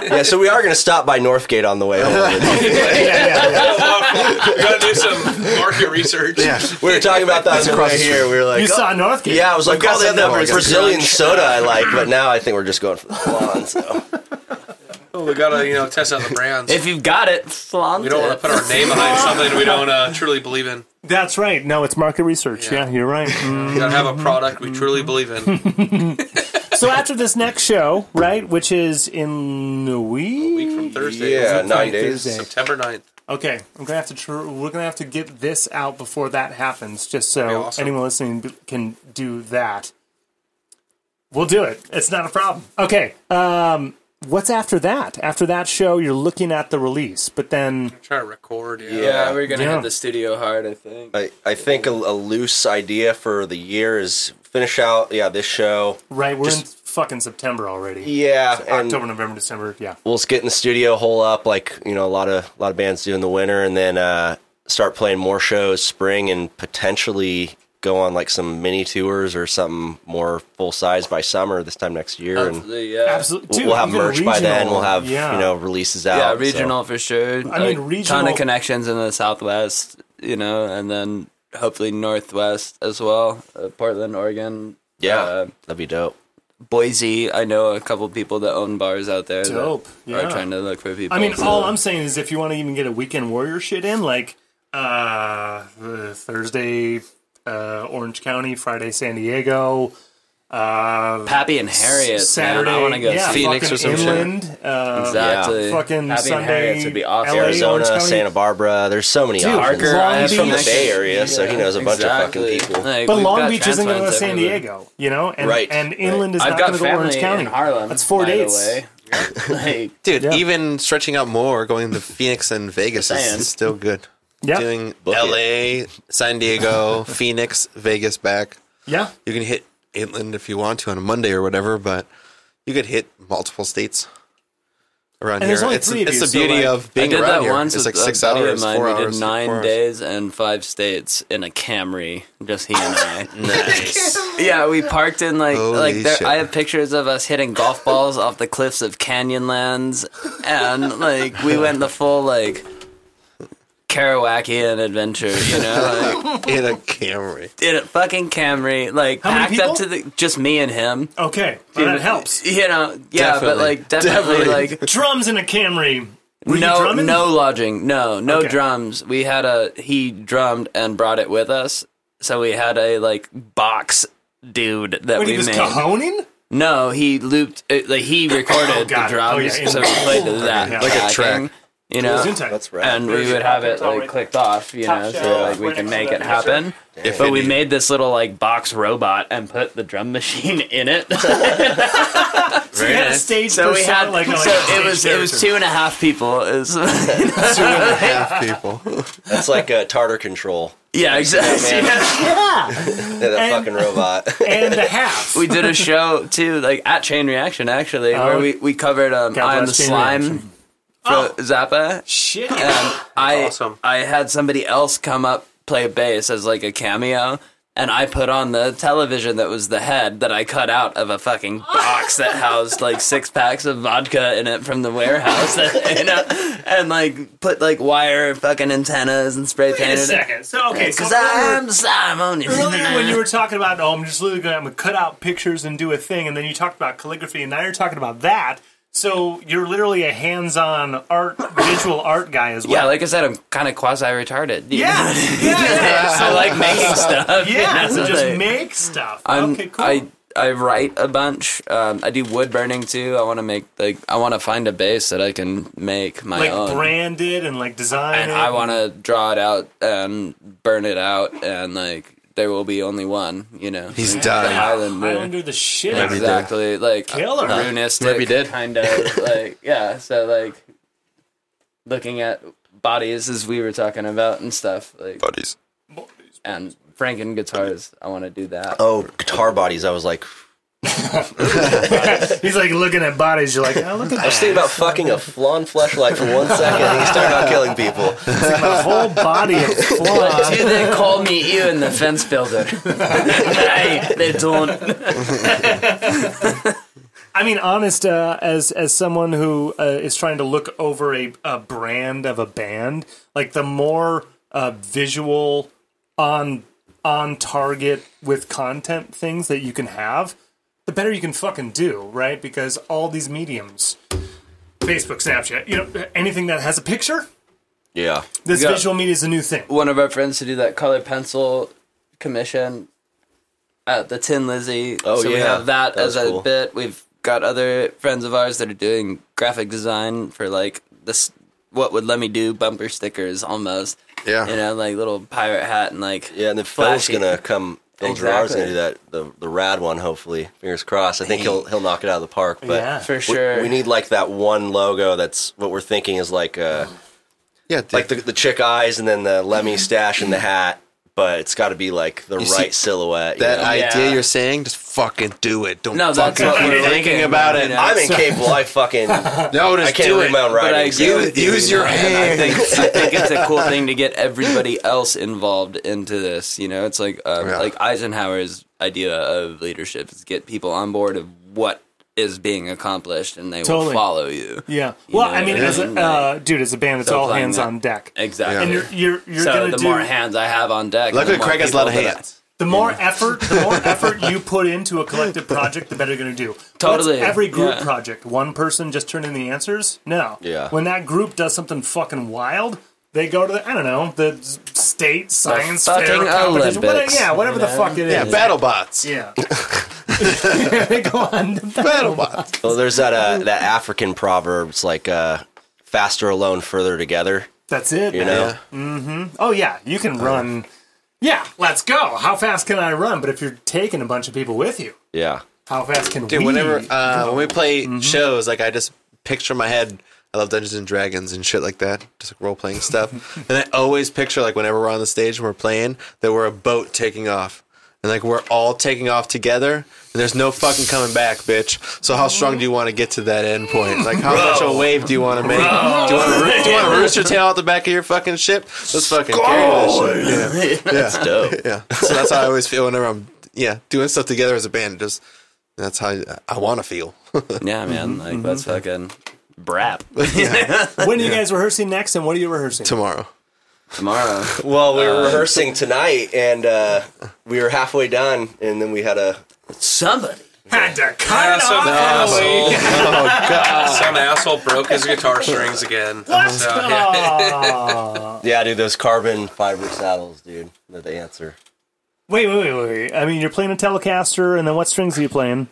Speaker 5: yeah, so we are going to stop by Northgate on the way home.
Speaker 3: (laughs) Gotta do some market research.
Speaker 1: Yeah,
Speaker 5: We were talking about that on the
Speaker 1: across
Speaker 5: way
Speaker 1: the
Speaker 5: here. We were like,
Speaker 2: You
Speaker 5: oh,
Speaker 2: saw Northgate.
Speaker 5: Yeah, I was like,
Speaker 1: got
Speaker 5: all the
Speaker 1: some
Speaker 5: other
Speaker 1: numbers.
Speaker 2: (laughs)
Speaker 5: Brazilian soda I like, but now I think we're just going for the flan. So.
Speaker 3: We gotta you know test out the brands.
Speaker 7: if you've got it, flaunt
Speaker 3: we don't want
Speaker 7: it.
Speaker 3: to put our
Speaker 1: (laughs)
Speaker 3: name behind something we don't uh, truly believe in.
Speaker 2: That's right. No, it's market research. Yeah,
Speaker 3: Yeah.
Speaker 2: you're right. Mm.
Speaker 3: We gotta have a product we truly believe in.
Speaker 2: so after this next show, right, which is in a week.
Speaker 3: Week from Thursday,
Speaker 5: nine
Speaker 2: Thursday.
Speaker 3: September 9th.
Speaker 2: Okay, I'm gonna have to. Tr- we're gonna have to get this out before that happens, just so
Speaker 3: That'd be awesome.
Speaker 2: anyone listening b- can do that. We'll do it. It's not a problem. Okay. Um, what's after that? After that show, you're looking at the release, but then
Speaker 3: Try to record. Yeah.
Speaker 7: Yeah, we're gonna
Speaker 2: Yeah.
Speaker 7: hit the studio hard. I think.
Speaker 5: I, I think a, a loose idea for the year is finish out, yeah, this show.
Speaker 2: right, we're in fucking September already.
Speaker 5: Yeah, and
Speaker 2: October, November, December. Yeah.
Speaker 5: we'll just get in the studio, hole up like you know a lot of a lot of bands do in the winter, and then uh, start playing more shows spring and potentially go on like some mini tours or something more full size by summer this time next year, and
Speaker 4: Hopefully, yeah.
Speaker 2: Absolutely,
Speaker 5: we'll, we'll have merch by then. We'll have you know releases out.
Speaker 4: Yeah,
Speaker 5: so-
Speaker 4: regional for sure.
Speaker 2: I mean,
Speaker 4: Ton
Speaker 2: regional-
Speaker 4: of connections in the Southwest, you know, and then hopefully Northwest as well. Uh, Portland, Oregon.
Speaker 5: Yeah,
Speaker 4: Uh,
Speaker 5: that'd be dope.
Speaker 4: Boise. I know a couple people that own bars out there. that
Speaker 2: Dope, yeah.
Speaker 4: Are trying to look for people.
Speaker 2: I mean,
Speaker 4: so-
Speaker 2: all I'm saying is if you want to even get a weekend warrior shit in, like uh, uh, Thursday, uh, Orange County, Friday, San Diego, uh,
Speaker 4: Pappy and Harriet.
Speaker 2: Saturday,
Speaker 4: Man, I want to go
Speaker 2: yeah,
Speaker 4: see
Speaker 3: Phoenix
Speaker 2: fucking
Speaker 3: or some shit.
Speaker 2: inland, Uh,
Speaker 4: Exactly.
Speaker 2: Fucking
Speaker 4: Happy and
Speaker 2: Sunday,
Speaker 4: Harriet's would be awesome.
Speaker 2: LA, Orange
Speaker 5: Arizona,
Speaker 2: County.
Speaker 5: Santa Barbara. There's so many options.
Speaker 4: Parker, I have
Speaker 5: He's from the
Speaker 4: connections.
Speaker 5: Bay Area, so he knows a bunch
Speaker 4: Exactly.
Speaker 5: of fucking people.
Speaker 4: Like,
Speaker 2: But
Speaker 4: we've
Speaker 2: Long
Speaker 4: got
Speaker 2: Beach isn't going to
Speaker 4: transplants
Speaker 2: San
Speaker 4: everywhere.
Speaker 2: Diego, you know, and
Speaker 5: Right,
Speaker 2: and
Speaker 5: right.
Speaker 2: inland is
Speaker 4: I've
Speaker 2: not
Speaker 4: got
Speaker 2: going to go to Orange
Speaker 4: family
Speaker 2: County.
Speaker 4: in Harlem.
Speaker 2: That's four
Speaker 4: by the
Speaker 2: days.
Speaker 4: way. (laughs) Like,
Speaker 1: Dude,
Speaker 2: Yeah.
Speaker 1: even stretching out more, going
Speaker 2: (laughs)
Speaker 1: to Phoenix and Vegas is,
Speaker 4: Saying.
Speaker 1: is still good.
Speaker 2: Yeah.
Speaker 1: Doing LA, San Diego, (laughs) Phoenix, Vegas back.
Speaker 2: Yeah,
Speaker 1: You can hit inland if you want to on a Monday or whatever, but you could hit multiple states around
Speaker 2: And
Speaker 1: here.
Speaker 2: there's only
Speaker 1: it's
Speaker 2: three of
Speaker 1: it's
Speaker 2: you,
Speaker 1: the
Speaker 2: so,
Speaker 1: beauty
Speaker 2: like,
Speaker 1: of being
Speaker 4: I did
Speaker 1: around
Speaker 4: that
Speaker 1: here.
Speaker 4: once.
Speaker 1: it's
Speaker 4: with
Speaker 1: like
Speaker 4: a
Speaker 1: six
Speaker 4: buddy of
Speaker 1: hours,
Speaker 4: mine.
Speaker 1: four
Speaker 4: we
Speaker 1: hours,
Speaker 4: did
Speaker 1: four
Speaker 4: nine
Speaker 1: hours.
Speaker 4: days and five states in a Camry, just he and I. (laughs) nice. Yeah, we parked in like
Speaker 1: Holy
Speaker 4: like
Speaker 1: shit.
Speaker 4: there, I have pictures of us hitting golf balls off the cliffs of Canyonlands, and like we went the full like Kerouacian adventure, you know, like,
Speaker 1: in a Camry.
Speaker 4: in a fucking Camry, like
Speaker 2: many
Speaker 4: packed up to
Speaker 2: people?
Speaker 4: the just me and him.
Speaker 2: okay, well, that helps.
Speaker 4: You know, yeah, but
Speaker 1: Definitely.
Speaker 4: like definitely,
Speaker 1: Definitely.
Speaker 4: like
Speaker 2: Drums in a Camry. Were you
Speaker 4: no,
Speaker 2: drumming?
Speaker 4: no lodging. No, no
Speaker 2: Okay.
Speaker 4: drums. We had a he drummed and brought it with us, so we had a like box dude that
Speaker 2: When
Speaker 4: we
Speaker 2: he Oh. was
Speaker 4: made.
Speaker 2: cajoning?
Speaker 4: No, he looped. It, like he recorded the
Speaker 2: got it. Oh, yeah,
Speaker 4: drums,
Speaker 2: yeah.
Speaker 4: so we played to that
Speaker 2: Yeah.
Speaker 1: Like a
Speaker 4: backing,
Speaker 1: track.
Speaker 4: You know,
Speaker 5: That's right.
Speaker 4: and we would have it like clicked off, you know, so like we can make it happen. But we made this little like box robot and put the drum machine in it.
Speaker 2: So you had a stage
Speaker 4: (laughs) so we
Speaker 2: persona,
Speaker 4: had
Speaker 2: like,
Speaker 4: like,
Speaker 2: like
Speaker 4: so
Speaker 2: a stage
Speaker 4: it was it was
Speaker 2: character.
Speaker 4: two and a half people. (laughs) Is (laughs)
Speaker 1: Half people.
Speaker 5: That's like a
Speaker 1: (laughs)
Speaker 5: Tartar control.
Speaker 4: yeah, exactly.
Speaker 5: Yeah, that
Speaker 1: (laughs)
Speaker 5: fucking robot.
Speaker 2: and a half.
Speaker 4: we did a show too, like at Chain Reaction actually, where we, we covered um,
Speaker 2: Oh. God
Speaker 4: "I Am the
Speaker 2: bless Chain
Speaker 4: Slime"
Speaker 2: Reaction. Oh.
Speaker 4: for Zappa.
Speaker 2: Shit.
Speaker 4: And Um, I
Speaker 3: awesome.
Speaker 4: I had somebody else come up play bass as like a cameo, and I put on the television that was the head that I cut out of a fucking box that housed like six packs of vodka in it from the warehouse, (laughs) that, you know, and like put like wire fucking antennas and spray
Speaker 2: Wait a
Speaker 4: painted. it.
Speaker 2: second. So okay, so
Speaker 4: Cause
Speaker 2: earlier-
Speaker 4: I'm Simon.
Speaker 2: earlier when
Speaker 4: (laughs)
Speaker 2: you were talking about, oh, I'm just literally going to cut out pictures and do a thing, and then you talked about calligraphy, and now you're talking about that. So you're literally a hands-on art, visual art guy as well.
Speaker 4: yeah, like I said, I'm kind of quasi retarded. (laughs)
Speaker 2: yeah, yeah, yeah.
Speaker 4: I like
Speaker 2: (laughs)
Speaker 4: making stuff.
Speaker 2: yeah. so
Speaker 4: the
Speaker 2: just
Speaker 4: thing.
Speaker 2: make stuff.
Speaker 4: I'm-
Speaker 2: okay, cool.
Speaker 4: I I write a bunch. Um, I do wood burning too. I want to make like I want to find a base that I can make my
Speaker 2: like
Speaker 4: own.
Speaker 2: brand it and like design
Speaker 4: and
Speaker 2: it.
Speaker 4: I want to draw it out and burn it out and like there will be only one. You know,
Speaker 1: He's
Speaker 4: the
Speaker 1: dying.
Speaker 4: Highlander.
Speaker 2: Highlander the shit. out of it.
Speaker 4: Exactly, like
Speaker 2: Killer.
Speaker 4: runistic,
Speaker 1: Maybe did.
Speaker 4: kind of like (laughs) yeah. So like looking at bodies as we were talking about and stuff like
Speaker 1: Buddies.
Speaker 4: and Franken guitars. I want to do that.
Speaker 5: oh, guitar bodies. I was like,
Speaker 2: He's like looking at bodies. You're like, oh, look at
Speaker 5: I was thinking about fucking a flan fleshlight for one second, and he's talking about killing people.
Speaker 2: my whole body
Speaker 4: (laughs)
Speaker 2: of flaw.
Speaker 4: Do they call me Ewan the fence builder? they, they don't.
Speaker 2: I mean, honest, uh, as as someone who uh, is trying to look over a, a brand of a band, like the more uh, visual on on target with content things that you can have, the better you can fucking do, right? Because all these mediums, Facebook, Snapchat, you know, anything that has a picture,
Speaker 5: Yeah.
Speaker 2: this
Speaker 4: Yeah.
Speaker 2: visual media is a new thing.
Speaker 4: One of our friends to do that color pencil commission at the Tin Lizzy.
Speaker 5: Oh,
Speaker 4: so we
Speaker 5: yeah.
Speaker 4: have that,
Speaker 5: That
Speaker 4: as
Speaker 5: was
Speaker 4: a
Speaker 5: cool.
Speaker 4: bit. We've got other friends of ours that are doing graphic design for like this. What would let me do bumper stickers almost?
Speaker 1: Yeah.
Speaker 4: you know, like little pirate hat and like
Speaker 5: Yeah, and then Phil's
Speaker 4: Flashy.
Speaker 5: gonna come. Phil Gerard's
Speaker 4: Exactly.
Speaker 5: gonna do that. The the rad one, hopefully. Fingers crossed. I think he'll he'll knock it out of the park. But
Speaker 2: Yeah.
Speaker 4: for
Speaker 5: we,
Speaker 4: sure.
Speaker 5: we need like that one logo. That's what we're thinking is like uh
Speaker 1: Yeah, dude. (laughs)
Speaker 5: like the the chick eyes and then the Lemmy stash and the hat. but it's got to be like the
Speaker 1: You see,
Speaker 5: right silhouette. you
Speaker 1: That
Speaker 5: know?
Speaker 1: idea
Speaker 6: Yeah.
Speaker 1: you're saying, just fucking do it. Don't
Speaker 7: No, that's
Speaker 1: fucking
Speaker 7: what
Speaker 1: keep
Speaker 7: we're
Speaker 1: thinking
Speaker 7: looking
Speaker 1: about
Speaker 7: at,
Speaker 1: it.
Speaker 7: you know?
Speaker 5: I'm incapable. I fucking
Speaker 1: (laughs)
Speaker 5: (laughs) I
Speaker 1: No, just
Speaker 5: can't
Speaker 1: do
Speaker 5: read
Speaker 1: it.
Speaker 5: my own
Speaker 7: But I
Speaker 5: writing. so-
Speaker 4: (laughs)
Speaker 1: Use, use your
Speaker 7: I
Speaker 1: hand.
Speaker 7: think, I think it's a
Speaker 1: (laughs)
Speaker 7: cool thing to get everybody else involved into this. You know, it's like um,
Speaker 1: Yeah.
Speaker 7: like Eisenhower's idea of leadership is get people on board of what is being accomplished, and they will
Speaker 2: Totally.
Speaker 7: follow you.
Speaker 2: Yeah. Well, I
Speaker 7: know,
Speaker 2: mean, as a
Speaker 7: and,
Speaker 2: uh, dude, as a band, it's
Speaker 7: So
Speaker 2: all
Speaker 7: playing
Speaker 2: hands
Speaker 7: that-
Speaker 2: on deck.
Speaker 7: Exactly.
Speaker 2: And you're you're you're
Speaker 7: so
Speaker 2: gonna
Speaker 7: the
Speaker 2: do
Speaker 7: more hands I have on deck,
Speaker 1: Luckily,
Speaker 7: the more
Speaker 1: Craig has a lot of
Speaker 7: people that I-
Speaker 1: hands.
Speaker 2: the more effort the more effort you put into a collective project, the better you're gonna do. What's
Speaker 7: Totally,
Speaker 2: every group
Speaker 7: yeah.
Speaker 2: project, one person just turn in the answers. No.
Speaker 5: Yeah.
Speaker 2: When that group does something fucking wild. They go to the I don't know the state science fair
Speaker 7: fucking
Speaker 2: competition, whatever-
Speaker 7: Olympics,
Speaker 2: yeah, whatever the fuck it is.
Speaker 1: Yeah, battle bots.
Speaker 2: Yeah. they (laughs) go on to
Speaker 1: Battle bots.
Speaker 5: Well, there's that uh, that African proverb. It's like uh, faster alone, further together.
Speaker 2: That's it.
Speaker 5: You
Speaker 2: man.
Speaker 5: know.
Speaker 2: Oh yeah, you can run. Yeah, let's go. How fast can I run? But if you're taking a bunch of people with you,
Speaker 5: Yeah.
Speaker 2: how fast can
Speaker 1: Dude,
Speaker 2: we?
Speaker 1: whenever uh, when we play shows, like I just picture in my head. I love Dungeons and Dragons and shit like that, just like role playing stuff. and I always picture like whenever we're on the stage and we're playing that we're a boat taking off, and like we're all taking off together. And there's no fucking coming back, bitch. So how strong do you want to get to that end point? Like how much of a wave do you want to make? Do you want to roo- do you want to roost your tail out the back of your fucking ship? Let's fucking carry that shit. Yeah.
Speaker 5: That's dope.
Speaker 1: Yeah. So that's how I always feel whenever I'm yeah doing stuff together as a band. Just that's how I, I want to feel.
Speaker 7: Yeah, man. Like that's fucking
Speaker 4: Brap.
Speaker 2: when are you guys rehearsing next, and what are you rehearsing?
Speaker 1: Tomorrow.
Speaker 7: tomorrow.
Speaker 1: (laughs)
Speaker 5: Well, we were rehearsing tonight, and uh, we were halfway done, and then we had a
Speaker 6: Somebody.
Speaker 2: Had to cut it
Speaker 3: some,
Speaker 2: off.
Speaker 3: asshole, (laughs) some asshole broke his guitar strings again. So, yeah.
Speaker 5: yeah, dude. Those carbon fiber saddles, dude. They're the answer.
Speaker 2: Wait, wait, wait, wait. I mean, you're playing a Telecaster, and then what strings are you playing?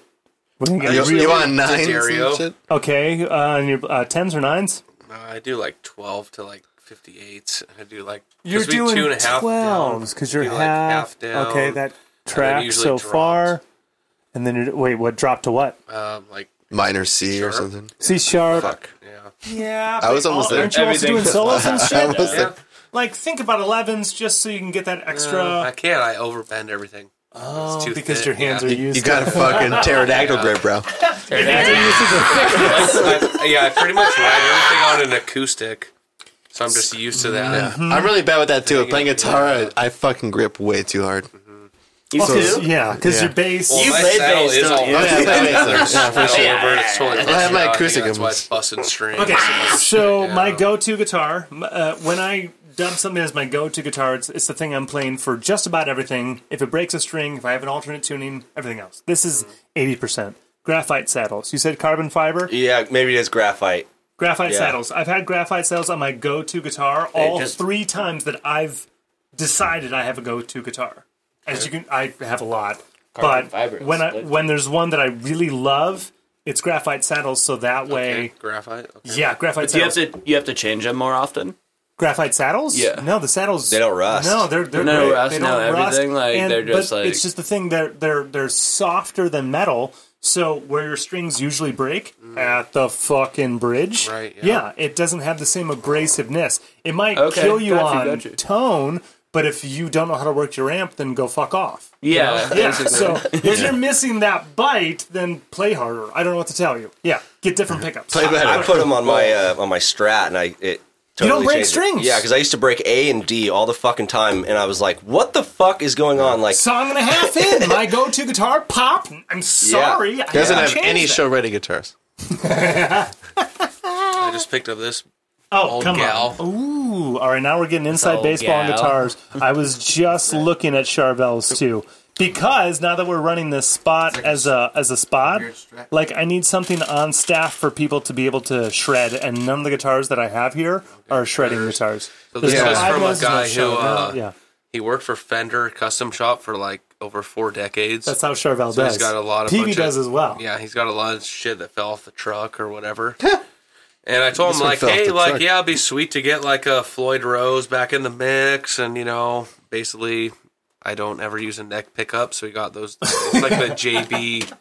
Speaker 2: We're gonna get
Speaker 1: You,
Speaker 2: real-
Speaker 1: you want nine?
Speaker 3: Dario.
Speaker 1: shit?
Speaker 2: okay, uh, and your uh, tens or nines.
Speaker 3: No, I do like 12 to like 58. I do like 'cause
Speaker 2: You're
Speaker 3: we
Speaker 2: doing
Speaker 3: two and a half
Speaker 2: twelves because you're
Speaker 3: do,
Speaker 2: half,
Speaker 3: like, half down,
Speaker 2: Okay,
Speaker 3: and
Speaker 2: that track
Speaker 3: usually
Speaker 2: so
Speaker 3: dropped.
Speaker 2: far, and then you're, wait, what drop to what?
Speaker 3: down, um, like
Speaker 1: Minor C or
Speaker 3: Sure.
Speaker 1: something.
Speaker 2: C sharp.
Speaker 3: yeah.
Speaker 2: Yeah,
Speaker 1: I was almost there.
Speaker 2: Aren't you also
Speaker 3: Everything-
Speaker 2: doing solos
Speaker 3: (laughs)
Speaker 2: and shit?
Speaker 1: I was like,
Speaker 2: Like, think about 11s just so you can get that extra.
Speaker 3: Uh, I can't. I overbend everything. Oh, it's too
Speaker 2: because
Speaker 3: thick,
Speaker 2: your hands
Speaker 3: yeah.
Speaker 2: are
Speaker 1: you
Speaker 2: used.
Speaker 1: got a fucking pterodactyl grip, bro.
Speaker 3: I, yeah, I pretty much ride everything on an acoustic, so I'm just used to that.
Speaker 1: I'm really bad with that too. Playing guitar, I, I fucking grip way too hard.
Speaker 2: to- Well, 'cause- yeah, because
Speaker 1: Yeah.
Speaker 2: your bass.
Speaker 3: Well, my
Speaker 5: played
Speaker 3: saddle
Speaker 5: bass,
Speaker 3: is
Speaker 5: don't
Speaker 3: all
Speaker 5: you?
Speaker 1: Oh, yeah, I play bass there. Yeah, for
Speaker 3: (laughs) It's
Speaker 1: sure.
Speaker 3: over, it's totally
Speaker 1: I have my
Speaker 3: busted out.
Speaker 1: acoustic
Speaker 3: think That's why
Speaker 1: ones.
Speaker 3: it's busted strings.
Speaker 2: okay, so my
Speaker 3: Yeah.
Speaker 2: go-to guitar m- uh, when I dub something as my go-to guitar, it's, it's the thing I'm playing for just about everything. If it breaks a string, if I have an alternate tuning, everything else. This is
Speaker 4: Mm-hmm.
Speaker 2: eighty percent. Graphite saddles. You said carbon fiber.
Speaker 5: Yeah, maybe it is graphite.
Speaker 2: Graphite
Speaker 5: Yeah.
Speaker 2: saddles. I've had graphite saddles on my go-to guitar all
Speaker 4: just-
Speaker 2: three times that I've decided I have a go-to guitar. As you can, I have a lot, but
Speaker 4: fiber is
Speaker 2: when I
Speaker 4: split.
Speaker 2: when there's one that I really love, it's graphite saddles. So that way,
Speaker 3: Okay, graphite. Okay.
Speaker 2: yeah, graphite
Speaker 4: Do you have
Speaker 2: saddles.
Speaker 4: to you have to change them more often?
Speaker 2: graphite saddles?
Speaker 4: Yeah.
Speaker 2: No, the saddles they
Speaker 5: don't rust.
Speaker 2: No, they're they're
Speaker 4: No
Speaker 2: great.
Speaker 4: rust,
Speaker 2: They
Speaker 4: no
Speaker 2: don't rust.
Speaker 4: everything, like,
Speaker 2: And-
Speaker 4: they're just,
Speaker 2: but
Speaker 4: like-
Speaker 2: it's just the thing. They're they're they're softer than metal. So where your strings usually break at the fucking bridge,
Speaker 3: Right, yeah.
Speaker 2: Yeah, it doesn't have the same abrasiveness. It might
Speaker 4: Okay,
Speaker 2: kill you
Speaker 4: got you,
Speaker 2: on
Speaker 4: got you.
Speaker 2: tone, but if you don't know how to work your amp, then go fuck off.
Speaker 4: Yeah.
Speaker 2: Yeah.
Speaker 4: (laughs)
Speaker 2: So if you're missing that bite, then play harder. I don't know what to tell you. Yeah, get different pickups.
Speaker 1: Play better.
Speaker 5: I put them on my uh, on my Strat, and I it.
Speaker 2: You don't
Speaker 5: totally
Speaker 2: break
Speaker 5: changed it.
Speaker 2: strings.
Speaker 5: Yeah, because I used to break A and D all the fucking time, and I was like, "What the fuck is going on?" Like,
Speaker 2: song and a half in. My go-to guitar pop. I'm sorry. I
Speaker 1: Doesn't
Speaker 2: haven't
Speaker 1: have
Speaker 2: changed
Speaker 1: any
Speaker 2: that.
Speaker 1: show ready guitars.
Speaker 3: I just picked up this
Speaker 2: Oh,
Speaker 3: old
Speaker 2: come
Speaker 3: gal.
Speaker 2: on. Ooh, all right. Now we're getting inside
Speaker 3: Oh,
Speaker 4: old
Speaker 2: baseball and
Speaker 4: gal.
Speaker 2: guitars. I was
Speaker 3: (laughs)
Speaker 2: just looking at Charvel's too. Because now that we're running this spot as a as a spot,
Speaker 9: strat.
Speaker 2: like I need something on staff for people to be able to shred, and none of the guitars that I have here are shredding guitars.
Speaker 3: So this
Speaker 1: Yeah.
Speaker 3: was
Speaker 1: I
Speaker 3: from a
Speaker 2: was
Speaker 3: guy
Speaker 2: no
Speaker 3: who
Speaker 2: show,
Speaker 3: uh,
Speaker 2: no, yeah,
Speaker 3: he worked for Fender Custom Shop for like over four decades.
Speaker 2: that's how Charvel
Speaker 3: So
Speaker 2: does.
Speaker 3: he's got a lot of
Speaker 2: PV
Speaker 3: bunch
Speaker 2: does
Speaker 3: of-
Speaker 2: as well.
Speaker 3: Yeah, he's got a lot of shit that fell off the truck or
Speaker 2: (laughs)
Speaker 3: whatever. and I told him
Speaker 1: one
Speaker 3: like,
Speaker 1: fell off
Speaker 3: hey,
Speaker 1: the
Speaker 3: like,
Speaker 1: truck.
Speaker 3: yeah, it'd be sweet to get like a Floyd Rose back in the mix, and you know, basically,
Speaker 2: (laughs)
Speaker 3: I don't ever use a neck pickup, so we got those it's like the JB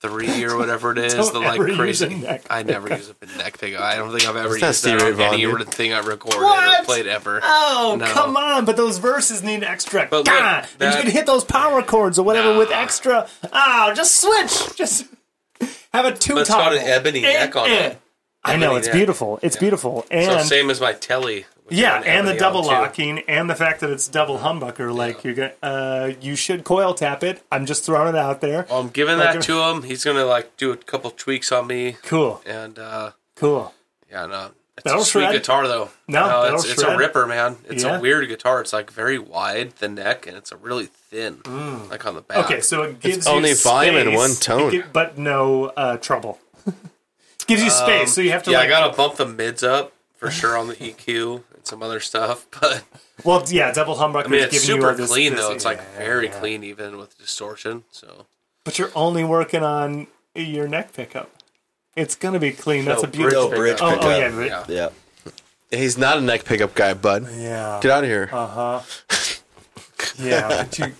Speaker 3: three or whatever it is.
Speaker 2: Don't
Speaker 3: the like
Speaker 2: ever use
Speaker 3: crazy.
Speaker 2: a neck
Speaker 3: I never use a neck thing. I don't think I've ever
Speaker 1: It's not
Speaker 3: used that
Speaker 1: stereo
Speaker 3: on any
Speaker 1: volume.
Speaker 3: thing I recorded or
Speaker 2: What?
Speaker 3: played ever.
Speaker 2: Oh,
Speaker 3: No.
Speaker 2: come on. But those verses need extra.
Speaker 3: But look,
Speaker 2: God, and
Speaker 3: that-
Speaker 2: you can hit those power chords or whatever with
Speaker 3: Nah.
Speaker 2: extra. Oh, just switch. Just have a two
Speaker 3: But it's got
Speaker 2: toggle.
Speaker 3: an ebony
Speaker 2: Eh,
Speaker 3: neck on
Speaker 2: eh.
Speaker 3: it.
Speaker 2: I know.
Speaker 3: Ebony
Speaker 2: It's
Speaker 3: neck.
Speaker 2: beautiful. It's beautiful.
Speaker 3: So
Speaker 2: And
Speaker 3: same as my telly. which
Speaker 2: yeah,
Speaker 3: had an
Speaker 2: and the
Speaker 3: ebony
Speaker 2: double
Speaker 3: on, too.
Speaker 2: locking and the fact that it's double humbucker. Like you're gonna, uh, you should coil tap it. I'm just throwing it out there.
Speaker 3: Well, I'm giving
Speaker 2: Like
Speaker 3: that
Speaker 2: a-
Speaker 3: to him. He's gonna like do a couple tweaks on me,
Speaker 2: Cool.
Speaker 3: and uh,
Speaker 2: Cool.
Speaker 3: yeah, no, it's
Speaker 2: That'll
Speaker 3: a sweet
Speaker 2: shred.
Speaker 3: guitar though.
Speaker 2: No, that'll
Speaker 3: it's, it's a
Speaker 2: shred.
Speaker 3: ripper, man. It's
Speaker 2: Yeah.
Speaker 3: a weird guitar. It's like very wide the neck, and it's a really thin, like on the back.
Speaker 2: Mm. Okay, so it gives you
Speaker 1: only volume and
Speaker 2: space,
Speaker 1: one tone.
Speaker 2: it gi- but no uh, trouble. (laughs) It gives you space, so you have to.
Speaker 3: Um, yeah,
Speaker 2: like,
Speaker 3: I gotta bump the mids up for sure on the EQ and some other stuff, (laughs) but
Speaker 2: Well, yeah, double humbucker
Speaker 3: I mean
Speaker 2: is
Speaker 3: it's
Speaker 2: giving
Speaker 3: super
Speaker 2: you this,
Speaker 3: clean
Speaker 2: this-
Speaker 3: though. It's like
Speaker 2: yeah,
Speaker 3: very
Speaker 2: yeah.
Speaker 3: clean even with distortion. So
Speaker 2: But you're only working on your neck pickup. It's gonna be clean. That's a beautiful.
Speaker 5: bridge
Speaker 2: oh,
Speaker 5: pickup.
Speaker 2: oh yeah, but, yeah.
Speaker 3: Yeah.
Speaker 5: Yeah.
Speaker 1: He's not a neck pickup guy, bud. Get out of here.
Speaker 2: Yeah, but you.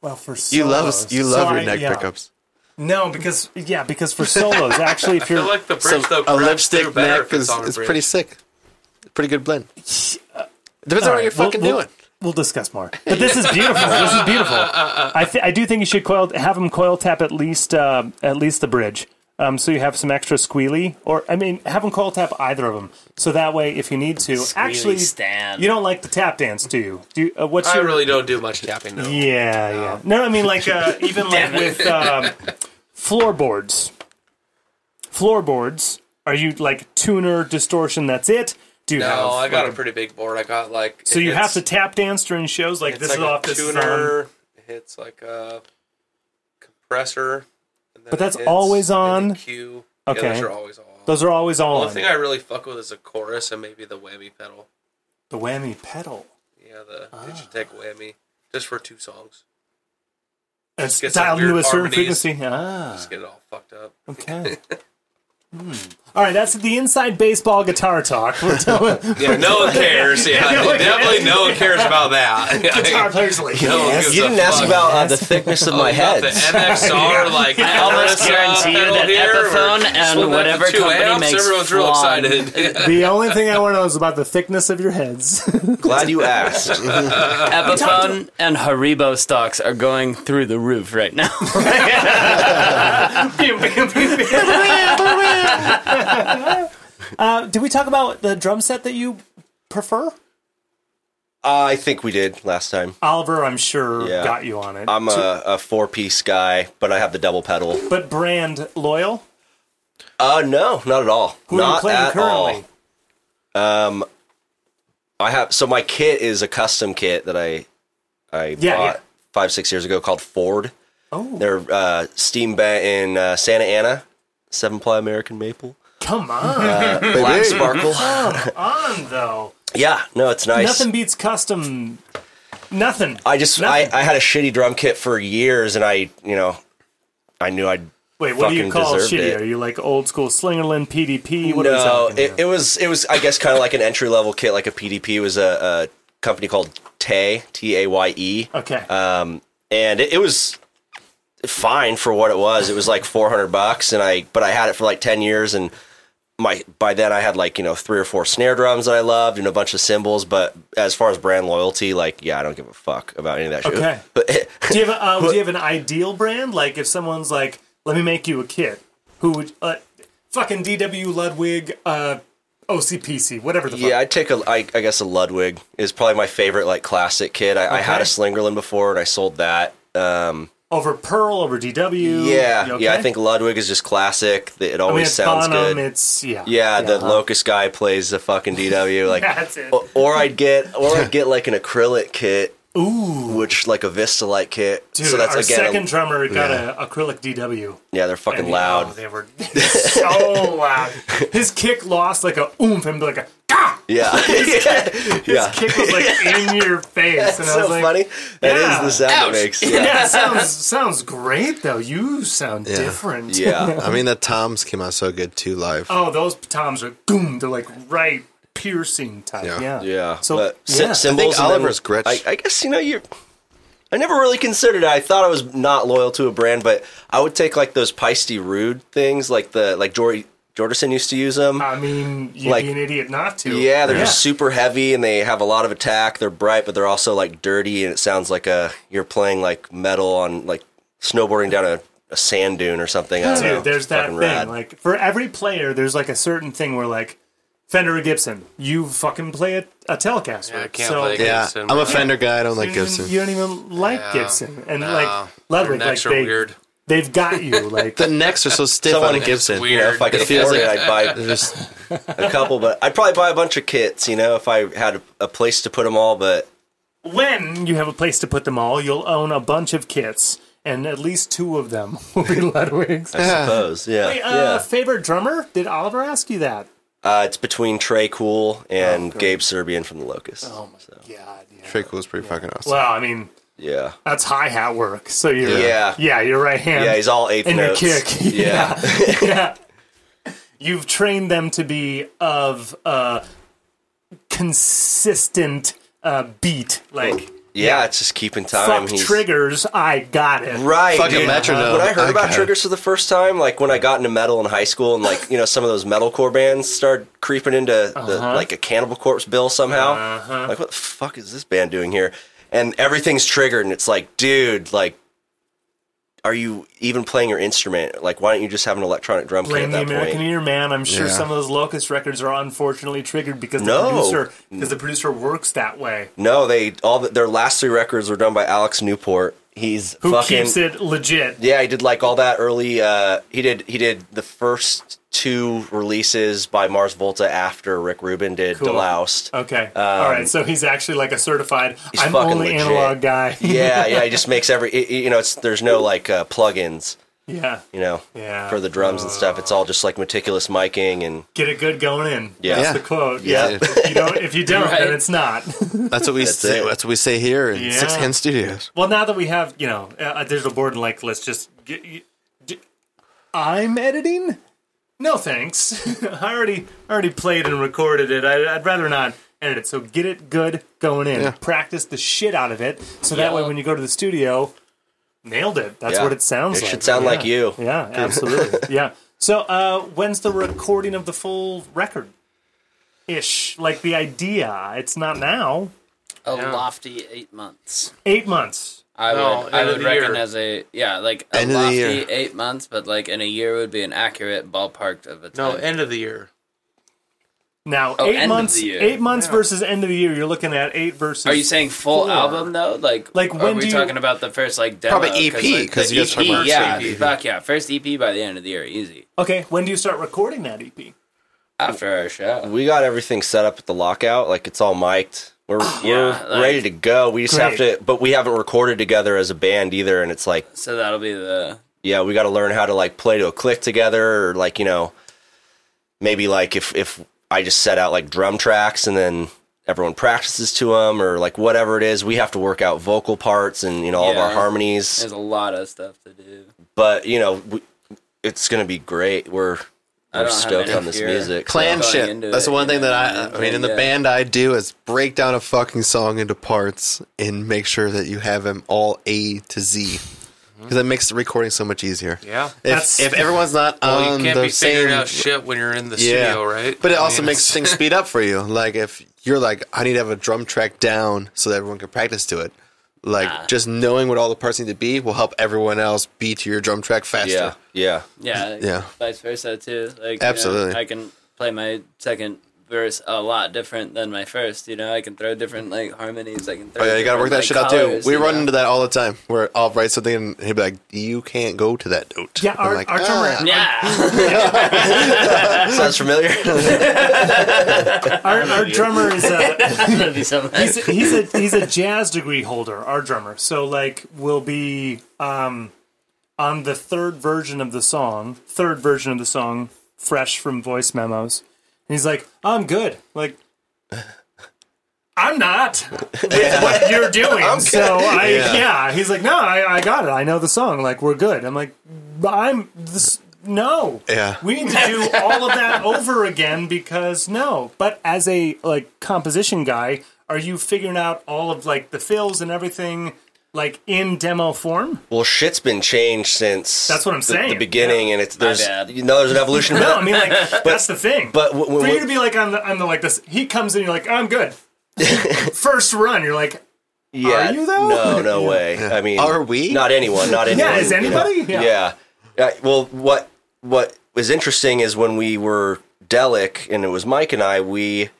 Speaker 2: Well, for solos,
Speaker 1: you love you love
Speaker 2: So
Speaker 1: your
Speaker 2: I-
Speaker 1: neck
Speaker 2: uh, yeah.
Speaker 1: pickups.
Speaker 2: No, because yeah, because for solos, actually, if
Speaker 3: (laughs) I
Speaker 2: you're
Speaker 3: feel like the
Speaker 1: So
Speaker 3: bridge though
Speaker 1: a
Speaker 3: cracks
Speaker 1: lipstick
Speaker 3: through better
Speaker 1: neck
Speaker 3: if
Speaker 1: is,
Speaker 3: on a
Speaker 1: is
Speaker 3: bridge.
Speaker 1: pretty sick. Pretty good blend. Depends on what
Speaker 2: All
Speaker 1: you're
Speaker 2: right, we'll-
Speaker 1: fucking
Speaker 2: we'll,
Speaker 1: doing.
Speaker 2: We'll discuss more. But this is
Speaker 3: (laughs)
Speaker 2: beautiful. this is beautiful. I, th- I do think you should coil have them coil tap at least uh, at least the bridge, um, so you have some extra squealy. Or I mean, have them coil tap either of them, so that way if you need to, actually,
Speaker 6: Stan.
Speaker 2: you don't like the tap dance, do you? Do you, uh, what's
Speaker 3: I
Speaker 2: your
Speaker 1: (laughs)
Speaker 3: really don't do much tapping though.
Speaker 2: yeah yeah no I mean like
Speaker 3: (laughs)
Speaker 2: uh, even like with um, floorboards floorboards are you like tuner distortion that's it do you have
Speaker 3: No, I got
Speaker 2: like,
Speaker 3: a pretty big board. I got like
Speaker 2: so you have
Speaker 3: it's-
Speaker 2: to tap dance during shows like
Speaker 3: It's
Speaker 2: this
Speaker 3: like
Speaker 2: is
Speaker 3: a
Speaker 2: off this is on.
Speaker 3: tuner. It hits like a compressor. and then
Speaker 2: But that's
Speaker 3: it hits
Speaker 2: always
Speaker 3: an
Speaker 2: on?
Speaker 3: EQ.
Speaker 2: Okay.
Speaker 3: Yeah, those are always on.
Speaker 2: Those are always
Speaker 3: the
Speaker 2: all
Speaker 3: only
Speaker 2: on.
Speaker 3: thing I really fuck with is a chorus and maybe the whammy pedal.
Speaker 2: the whammy pedal.
Speaker 3: Yeah, the Digitech whammy, just for two songs.
Speaker 2: It's
Speaker 3: get some
Speaker 2: dialed into a
Speaker 3: weird
Speaker 2: certain
Speaker 3: harmonies.
Speaker 2: frequency. Ah,
Speaker 3: Just get it all fucked up.
Speaker 2: okay. Hmm. All right, that's the inside baseball guitar talk.
Speaker 3: (laughs)
Speaker 2: We're doing
Speaker 3: (laughs) Yeah, no one cares. (laughs) Yeah,
Speaker 2: no one
Speaker 3: definitely no one cares about that. (laughs)
Speaker 2: guitar players like
Speaker 3: No one gives
Speaker 5: You
Speaker 3: a
Speaker 5: didn't ask
Speaker 3: fuck.
Speaker 5: about uh, the thickness of my
Speaker 3: About
Speaker 5: head.
Speaker 3: the (laughs) MXR, like
Speaker 6: I almost guarantee you that Epiphone and whatever company makes
Speaker 3: everyone's real
Speaker 6: Flan-
Speaker 3: excited.
Speaker 2: The only thing I want to know is about the thickness of your
Speaker 3: (laughs)
Speaker 2: heads. (laughs)
Speaker 5: Glad you asked. Uh,
Speaker 7: Epiphone and Haribo stocks are going through the roof right now. (laughs)
Speaker 2: uh, did we talk about the drum set that you prefer?
Speaker 5: I think we did last time.
Speaker 2: Oliver, I'm sure,
Speaker 5: Yeah.
Speaker 2: got you on it.
Speaker 5: I'm a, a four piece guy, but I have the double pedal.
Speaker 2: but brand loyal?
Speaker 5: Uh, no, not at all.
Speaker 2: Who
Speaker 5: not
Speaker 2: are you playing
Speaker 5: at
Speaker 2: currently?
Speaker 5: all. I have so my kit is a custom kit that I I
Speaker 2: Yeah,
Speaker 5: bought
Speaker 2: yeah.
Speaker 5: five six years ago called Ford.
Speaker 2: Oh.
Speaker 5: They're uh, steam bent in uh, Santa Ana, seven ply American maple,
Speaker 2: Come on.
Speaker 5: black sparkle.
Speaker 2: on, though.
Speaker 5: yeah, no, it's nice.
Speaker 2: Nothing beats custom. Nothing.
Speaker 5: I just I, I had a shitty drum kit for years, and I you know I knew I'd
Speaker 2: Wait, what do you
Speaker 5: fucking
Speaker 2: call
Speaker 5: deserved
Speaker 2: shitty?
Speaker 5: it.
Speaker 2: Are you like old school Slingerland PDP? What are we
Speaker 5: no.
Speaker 2: talking
Speaker 5: It,
Speaker 2: here?
Speaker 5: it was it was I guess kind of like an entry level kit, like a PDP It was a, a company called Tay T A Y E.
Speaker 2: okay.
Speaker 5: um, and it, it was fine for what it was. It was like four hundred bucks, and I but I had it for like ten years, and my by then I had like you know three or four snare drums that I loved and a bunch of cymbals. But as far as brand loyalty, like yeah, I don't give a fuck about any of that shit.
Speaker 2: Okay.
Speaker 5: But (laughs)
Speaker 2: do you have a, uh, do you have an ideal brand? Like if someone's like, "Let me make you a kit," who would uh, fucking DW Ludwig, uh, OCPC, whatever the fuck.
Speaker 5: yeah, I take a I, I guess a Ludwig is probably my favorite like classic kit. I, I had a
Speaker 2: Okay.
Speaker 5: Slingerland before, and I sold that. Um,
Speaker 2: Over Pearl, over DW.
Speaker 5: yeah,
Speaker 2: You
Speaker 5: yeah, I
Speaker 2: okay?
Speaker 5: think Ludwig is just classic. It
Speaker 2: I mean,
Speaker 5: always
Speaker 2: it's
Speaker 5: sounds
Speaker 2: Bonham,
Speaker 5: good.
Speaker 2: It's yeah.
Speaker 5: yeah, the locust guy plays the fucking DW.
Speaker 2: (laughs)
Speaker 5: Like
Speaker 2: That's it.
Speaker 5: or, or I'd get or I'd get like an acrylic kit,
Speaker 2: Ooh,
Speaker 5: which like a Vista light kit.
Speaker 2: dude,
Speaker 5: so that's
Speaker 2: our
Speaker 5: again,
Speaker 2: second drummer got a acrylic DW.
Speaker 5: yeah, they're fucking
Speaker 2: And,
Speaker 5: loud.
Speaker 2: (laughs) oh, they were
Speaker 5: (laughs)
Speaker 2: so loud. His kick lost like a oomph and like a "Gah!"
Speaker 5: yeah, (laughs) yeah,
Speaker 2: His kick was
Speaker 5: (laughs)
Speaker 2: like in your face, and
Speaker 5: That's
Speaker 2: I
Speaker 5: so
Speaker 2: was like,
Speaker 5: funny. That is
Speaker 2: yeah.
Speaker 5: the sound it
Speaker 2: (laughs)
Speaker 5: makes. Yeah. (laughs)
Speaker 2: "Yeah, sounds sounds great though. You sound different."
Speaker 5: yeah.
Speaker 1: I mean the toms came out so good too live.
Speaker 2: Oh, those toms are boom. They're like right piercing type. Yeah.
Speaker 1: Yeah.
Speaker 5: Yeah,
Speaker 2: So
Speaker 5: but
Speaker 2: yeah.
Speaker 5: symbols.
Speaker 1: Oliver's Gretsch.
Speaker 5: I, I guess you know you. I never really considered it. I thought I was not loyal to a brand, but I would take like those Peisty Rude things, like the like Jory Jordan used to use them.
Speaker 2: I mean, you'd
Speaker 5: Like-
Speaker 2: be an idiot not to.
Speaker 5: Yeah, they're just super heavy and they have a lot of attack. They're bright, but they're also like dirty, and it sounds like a you're playing like metal on like snowboarding down a, a sand dune or something. I don't know.
Speaker 2: Dude, there's
Speaker 5: It's
Speaker 2: that
Speaker 5: fucking
Speaker 2: thing.
Speaker 5: rad.
Speaker 2: Like for every player, there's like a certain thing where like Fender or Gibson, you fucking play a, a Telecaster.
Speaker 3: I can't
Speaker 2: so
Speaker 3: play
Speaker 2: you
Speaker 1: Yeah,
Speaker 3: Gibson,
Speaker 1: I'm a
Speaker 3: right?
Speaker 1: Fender guy. I don't like
Speaker 2: don't even-
Speaker 1: Gibson.
Speaker 2: You don't even like Gibson, and like Ludwig, like
Speaker 3: necks are
Speaker 2: they
Speaker 3: weird.
Speaker 2: they've got
Speaker 3: (laughs)
Speaker 2: you. Like
Speaker 1: The necks are so stiff
Speaker 5: Someone
Speaker 1: on a
Speaker 5: is
Speaker 1: Gibson.
Speaker 5: You know,
Speaker 3: weird.
Speaker 5: if I could
Speaker 1: It feels
Speaker 5: afford it,
Speaker 1: like-
Speaker 5: I'd buy
Speaker 1: They're (laughs) just-
Speaker 5: a couple, but I'd probably buy a bunch of kits. You know, if I had a, a place to put them all. But
Speaker 2: when you have a place to put them all, you'll own a bunch of kits, and at least two of them (laughs) will
Speaker 5: (laughs)
Speaker 2: be Ludwig's.
Speaker 5: I suppose, yeah,
Speaker 2: Hey, uh,
Speaker 5: yeah.
Speaker 2: favorite drummer? Did Oliver ask you that?
Speaker 5: Uh, it's between Trey Cool and Gabe Serbian from the Locusts.
Speaker 2: Oh
Speaker 5: So,
Speaker 2: God, yeah.
Speaker 1: Trey Cool's pretty fucking awesome.
Speaker 2: Well, I mean,
Speaker 5: yeah,
Speaker 2: that's hi hat work. So you're
Speaker 5: Yeah.
Speaker 2: yeah, your right hand.
Speaker 5: yeah. He's all eighth
Speaker 2: and your
Speaker 5: notes. (laughs)
Speaker 2: kick.
Speaker 5: Yeah.
Speaker 2: yeah. You've trained them to be of uh, consistent uh, beat. Like,
Speaker 5: Yeah, it's just keeping time.
Speaker 2: fuck
Speaker 5: He's-
Speaker 2: triggers, I got it.
Speaker 5: Right.
Speaker 1: Fucking
Speaker 5: dude.
Speaker 1: metronome.
Speaker 5: When I heard about
Speaker 1: Okay.
Speaker 5: triggers for the first time, like when I got into metal in high school and like, you know, some of those metalcore bands started creeping into the,
Speaker 2: Uh-huh.
Speaker 5: like a Cannibal Corpse bill somehow. Like, what the fuck is this band doing here? And everything's triggered and it's like, dude, like, are you even playing your instrument? Like, why don't you just have an electronic drum kit
Speaker 2: Blame
Speaker 5: at
Speaker 2: the
Speaker 5: that
Speaker 2: American E-
Speaker 5: point?
Speaker 2: Ear, man. I'm sure
Speaker 1: Yeah.
Speaker 2: some of those Locust records are unfortunately triggered because the
Speaker 5: No.
Speaker 2: producer because the producer works that way.
Speaker 5: No, they all the, their last three records were done by Alex Newport. He's
Speaker 2: Who
Speaker 5: fucking
Speaker 2: keeps it legit?
Speaker 5: Yeah, he did like all that early. Uh, he did he did the first two releases by Mars Volta after Rick Rubin did
Speaker 2: Cool.
Speaker 5: Deloused.
Speaker 2: Okay. All right. So he's actually like a certified. I'm
Speaker 5: Um, fucking
Speaker 2: only
Speaker 5: legit.
Speaker 2: analog guy. (laughs)
Speaker 5: yeah, yeah, he just makes every it- it- you know. It's there's no like uh, plugins,
Speaker 2: yeah.
Speaker 5: you know,
Speaker 2: Yeah.
Speaker 5: for the drums and stuff. It's all just like meticulous miking and
Speaker 2: Get it good going in.
Speaker 5: Yeah.
Speaker 2: That's
Speaker 5: Yeah.
Speaker 2: the quote.
Speaker 5: Yeah.
Speaker 2: Yeah. If you don't,
Speaker 5: (laughs)
Speaker 2: if you don't then it's not.
Speaker 1: That's what we say.
Speaker 5: it.
Speaker 1: That's what we say here in
Speaker 2: Yeah.
Speaker 1: Six Hand Studios.
Speaker 2: Well, now that we have you know a a digital board, and like let's just get. You, d- I'm editing. No thanks. (laughs) I already I already played and recorded it. I, I'd rather not edit it. So get it good going in. Practice the shit out of it, so that way when you go to the studio, nailed it. That's
Speaker 5: Yeah.
Speaker 2: what it sounds.
Speaker 5: It
Speaker 2: like.
Speaker 5: should sound
Speaker 2: Yeah.
Speaker 5: like you. (laughs)
Speaker 2: Yeah, absolutely. yeah. So uh, when's the recording of the full record? Ish, like the idea. It's not now.
Speaker 7: A lofty eight months.
Speaker 2: Eight months.
Speaker 7: I
Speaker 3: No,
Speaker 7: would, I
Speaker 3: end of
Speaker 7: would
Speaker 3: the year.
Speaker 7: reckon as a yeah, like a
Speaker 1: End of the
Speaker 7: lofty
Speaker 1: year.
Speaker 7: eight months, but like in a year would be an accurate ballpark of a
Speaker 3: No,
Speaker 7: time.
Speaker 3: end of the year.
Speaker 2: Now
Speaker 7: Oh,
Speaker 2: eight
Speaker 7: end of
Speaker 2: months,
Speaker 7: the year.
Speaker 2: eight months versus end of the year. You're looking at eight versus.
Speaker 7: Are you saying full
Speaker 2: Four.
Speaker 7: album though? Like,
Speaker 2: Like,
Speaker 7: are
Speaker 2: when
Speaker 7: we
Speaker 2: do you-
Speaker 7: talking about the first like demo?
Speaker 1: Probably EP,
Speaker 7: like,
Speaker 1: 'cause
Speaker 7: the
Speaker 1: you guys talk
Speaker 7: EP,
Speaker 1: about
Speaker 7: yeah,
Speaker 1: EP.
Speaker 7: fuck yeah, first EP by the end of the year, easy
Speaker 2: okay? When do you start recording that E EP?
Speaker 7: after our show.
Speaker 5: We got everything set up at the lockout. Like it's all mic'd. We're, we're
Speaker 7: like-
Speaker 5: ready to go. We just
Speaker 2: Great.
Speaker 5: have to, but we haven't recorded together as a band either. And it's like
Speaker 7: So that'll be the
Speaker 5: yeah, we got to learn how to like play to a click together, or like you know, maybe like if if I just set out like drum tracks and then everyone practices to them, or like whatever it is, we have to work out vocal parts and you know all of our
Speaker 7: Yeah.
Speaker 5: harmonies.
Speaker 7: there's a lot of stuff to do.
Speaker 5: But you know, we, it's gonna be great. We're
Speaker 7: don't
Speaker 5: we're
Speaker 7: have
Speaker 5: stoked
Speaker 7: any
Speaker 5: on this
Speaker 7: fear.
Speaker 5: music. so-
Speaker 1: Plan
Speaker 7: going
Speaker 1: shit.
Speaker 7: into
Speaker 1: That's
Speaker 7: it,
Speaker 1: the one
Speaker 7: you
Speaker 1: thing
Speaker 7: know,
Speaker 1: that I.
Speaker 7: and
Speaker 1: I mean, in the
Speaker 7: yeah.
Speaker 1: band, I do is break down a fucking song into parts and make sure that you have them all A to Z. Because that makes the recording so much easier.
Speaker 3: Yeah.
Speaker 1: If,
Speaker 2: That's-
Speaker 1: if everyone's not
Speaker 3: (laughs) Well,
Speaker 1: on
Speaker 3: you can't
Speaker 1: the
Speaker 3: be
Speaker 1: same,
Speaker 3: figuring out shit when you're in the studio, right?
Speaker 1: But it
Speaker 3: I
Speaker 1: also
Speaker 3: mean,
Speaker 1: makes
Speaker 3: it's- (laughs)
Speaker 1: things speed up for you. Like if you're like, I need to have a drum track down so that everyone can practice to it. Like
Speaker 7: Ah.
Speaker 1: just knowing what all the parts need to be will help everyone else be to your drum track faster.
Speaker 5: yeah,
Speaker 2: (laughs)
Speaker 5: yeah.
Speaker 7: Yeah, like,
Speaker 1: Yeah.
Speaker 7: Vice versa too. Like you know,
Speaker 1: Absolutely.
Speaker 7: I can play my second verse a lot different than my first. You know, I can throw different like harmonies. I can throw.
Speaker 1: Oh yeah, you gotta work that shit
Speaker 7: different, like,
Speaker 1: out
Speaker 7: colors,
Speaker 1: too. We
Speaker 7: you
Speaker 1: run
Speaker 7: know?
Speaker 1: into that all the time. Where I'll write something and he'll be like, "You can't go to that note."
Speaker 2: Yeah,
Speaker 1: I'm
Speaker 2: our-
Speaker 1: like,
Speaker 2: our drummer-
Speaker 1: "Ah."
Speaker 7: (laughs)
Speaker 1: (laughs)
Speaker 7: Yeah,
Speaker 5: Sounds
Speaker 2: (laughs)
Speaker 5: familiar. (laughs)
Speaker 2: Our, our drummer is a
Speaker 7: that'd be so nice.
Speaker 2: he's, he's a he's a jazz degree holder. Our drummer, so like we'll be um, on the third version of the song, third version of the song, fresh from voice memos, and he's like, "I'm good." Like. I'm not with what you're doing. So I, yeah. he's like, no, I, I got it. I know the song. Like, we're good. I'm like, I'm this. No,
Speaker 1: Yeah.
Speaker 2: we need to do all of that over again because no. But as a like composition guy, are you figuring out all of like the fills and everything like in demo form?
Speaker 5: Well, shit's been changed since
Speaker 2: That's what I'm
Speaker 5: the,
Speaker 2: saying.
Speaker 5: The beginning, and it's there's
Speaker 4: bad.
Speaker 5: you know there's an evolution.
Speaker 2: (laughs) No, I mean like that's the thing.
Speaker 5: but w-
Speaker 2: for
Speaker 5: w-
Speaker 2: you to be like on the on the like this, he comes in, you're like, I'm good. First run, you're like,
Speaker 5: yeah,
Speaker 2: Are you, though? (laughs)
Speaker 5: No, no way. I mean,
Speaker 1: Are we?
Speaker 5: Not anyone. Not anyone.
Speaker 2: is
Speaker 5: you know?
Speaker 2: anybody?
Speaker 5: Yeah.
Speaker 2: Yeah.
Speaker 5: Uh, well, what what was interesting is when we were Delic, and it was Mike and I. We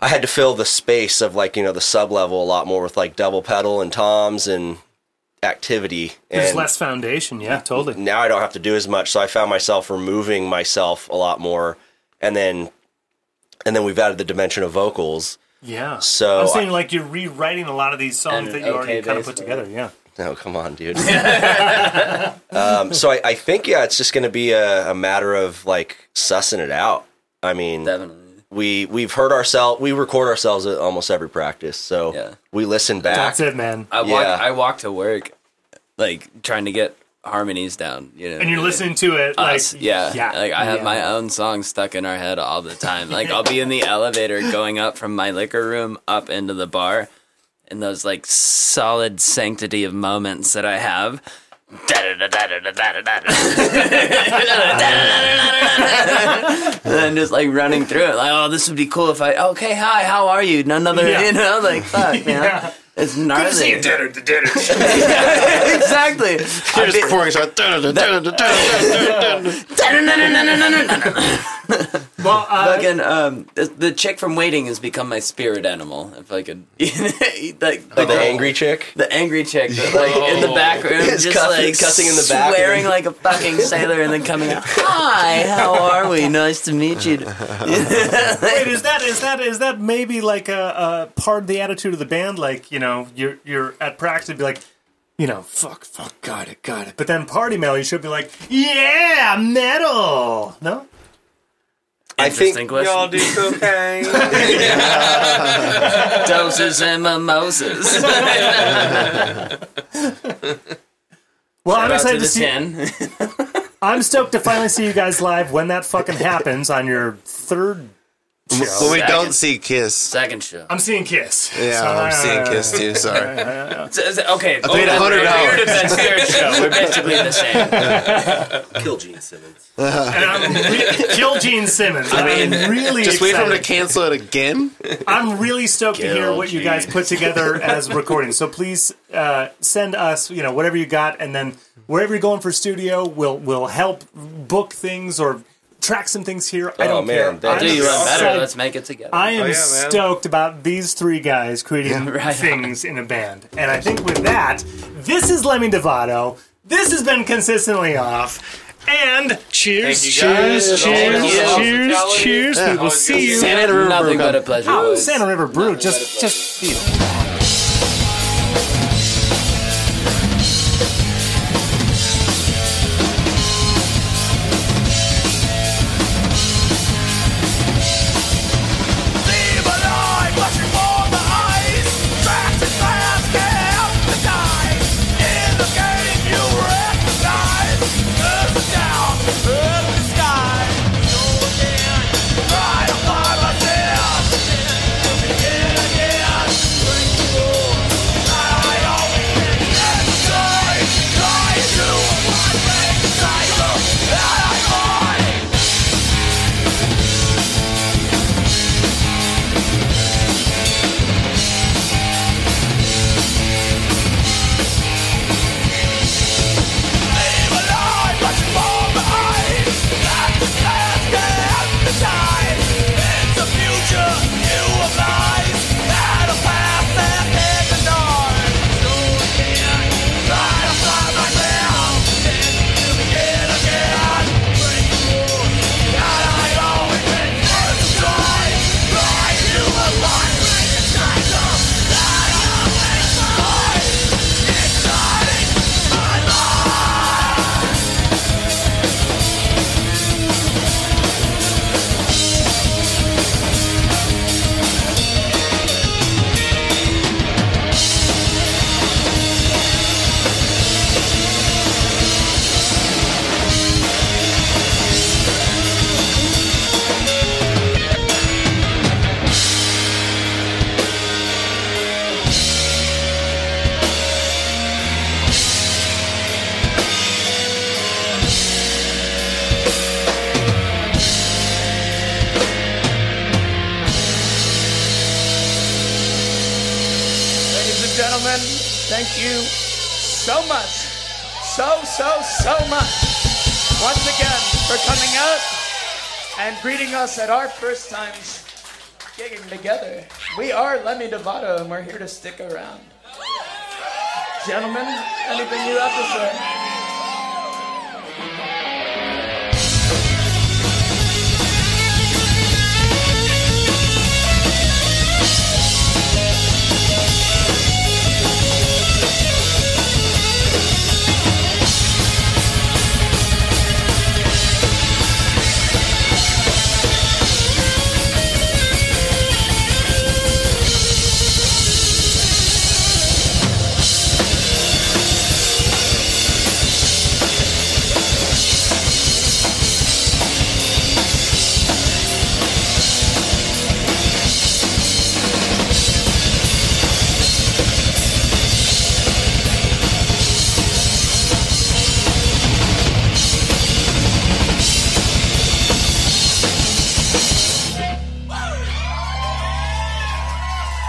Speaker 5: I had to fill the space of like you know the sub level a lot more with like double pedal and toms and activity.
Speaker 2: there's
Speaker 5: and
Speaker 2: less foundation. Yeah,
Speaker 4: Mm-hmm.
Speaker 2: totally.
Speaker 5: now I don't have to do as much. So I found myself removing myself a lot more, and then and then we've added the dimension of vocals.
Speaker 2: Yeah.
Speaker 5: So
Speaker 2: I'm saying like you're rewriting a lot of these songs
Speaker 4: And
Speaker 2: that
Speaker 4: an
Speaker 2: you already
Speaker 4: okay
Speaker 2: kind of
Speaker 4: bass
Speaker 2: put
Speaker 4: player.
Speaker 2: together. Yeah.
Speaker 5: No, come
Speaker 4: (laughs)
Speaker 5: on, dude. um, so I, I think yeah, it's just going to be a, a matter of like sussing it out. I mean,
Speaker 4: Definitely.
Speaker 5: we we've heard ourselves. We record ourselves at almost every practice, so
Speaker 4: Yeah.
Speaker 5: we listen back.
Speaker 2: That's it, man.
Speaker 4: I walk.
Speaker 5: Yeah.
Speaker 4: I walk to work, like trying to get harmonies down. You know,
Speaker 2: And you're listening to it like
Speaker 4: Us, yeah,
Speaker 2: yeah.
Speaker 4: Like I have
Speaker 2: yeah.
Speaker 4: my own song stuck in our head all the time. Like I'll be in the elevator going up from my liquor room up into the bar, and those like solid sanctity of moments that I have. (laughs) and I'm just like running through it, like, oh, this would be cool if I. Okay, hi, how are you? Another,
Speaker 2: Yeah.
Speaker 4: you know, like fuck, man.
Speaker 2: Yeah.
Speaker 4: It's gnarly. (laughs) exactly. I'd be-
Speaker 1: Before we start, (laughs)
Speaker 2: Well, uh,
Speaker 4: Fucking um, the, the chick from Waiting has become my spirit animal. If I could, (laughs) like the,
Speaker 5: the
Speaker 4: girl-
Speaker 5: angry chick.
Speaker 4: the angry chick, that, like in
Speaker 5: (laughs)
Speaker 4: the back room,
Speaker 5: Is
Speaker 4: just
Speaker 5: cussing-
Speaker 4: like
Speaker 5: cussing in the back
Speaker 4: swearing
Speaker 5: room.
Speaker 4: like a fucking sailor, and then coming out. Hi, how are we? Nice to meet
Speaker 2: (laughs)
Speaker 4: you.
Speaker 2: wait, is that is that is that maybe like a, a part of the attitude of the band? Like you know, you're you're at practice, be like, you know, fuck, fuck, got it, got it. But then party metal, you should be like, yeah, metal. No,
Speaker 5: I think
Speaker 4: question.
Speaker 3: do cocaine.
Speaker 4: Doses
Speaker 2: (laughs)
Speaker 4: and mimosas.
Speaker 2: well, I'm excited to,
Speaker 4: the
Speaker 2: see.
Speaker 4: ten. (laughs)
Speaker 2: I'm stoked to finally see you guys live when that fucking happens on your third.
Speaker 1: well, we don't see Kiss.
Speaker 4: Second show.
Speaker 2: I'm seeing Kiss. uh,
Speaker 1: Yeah, I'm seeing Kiss too. Sorry.
Speaker 4: Okay,
Speaker 3: Oh,
Speaker 1: I paid hundred
Speaker 2: Oh,
Speaker 1: dollars.
Speaker 4: we're (laughs) basically the same.
Speaker 5: Kill Gene Simmons.
Speaker 2: and I'm re- kill Gene
Speaker 1: (laughs)
Speaker 2: Simmons. I mean, am really
Speaker 1: Just wait for him to
Speaker 2: excited.
Speaker 1: cancel it again.
Speaker 2: I'm really stoked to hear
Speaker 5: Kill
Speaker 2: what you guys
Speaker 1: (laughs)
Speaker 2: put together as recordings. So please uh, send us, you know, whatever you got, and then wherever you're going for studio, we'll we'll help book things or track some things here. I
Speaker 5: Oh,
Speaker 2: don't
Speaker 5: man,
Speaker 2: care.
Speaker 5: that-
Speaker 2: I'm
Speaker 4: Do you want better?
Speaker 2: excited.
Speaker 4: Let's make it together.
Speaker 2: I am
Speaker 3: Oh, yeah, man.
Speaker 2: stoked about these three guys creating
Speaker 4: right.
Speaker 2: things in a band. And I think with that, this is Lemmy Dovato. This has been consistently off. And cheers,
Speaker 3: Thank you guys.
Speaker 2: cheers, cheers,
Speaker 3: Thank
Speaker 2: cheers,
Speaker 3: you.
Speaker 2: cheers,
Speaker 3: Hospitality.
Speaker 2: We will see you.
Speaker 4: Santa River Nothing but a pleasure.
Speaker 2: Oh,
Speaker 4: boys.
Speaker 2: Santa River Brew. Just, just feel.
Speaker 10: Yeah.
Speaker 6: Thank you so much. So, so, so much. Once again, for coming out and greeting us at our first times gigging together. We are Lemmy Dovato, and we're here to stick around. Gentlemen, anything you have to say?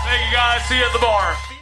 Speaker 10: Thank you guys. See you at the bar.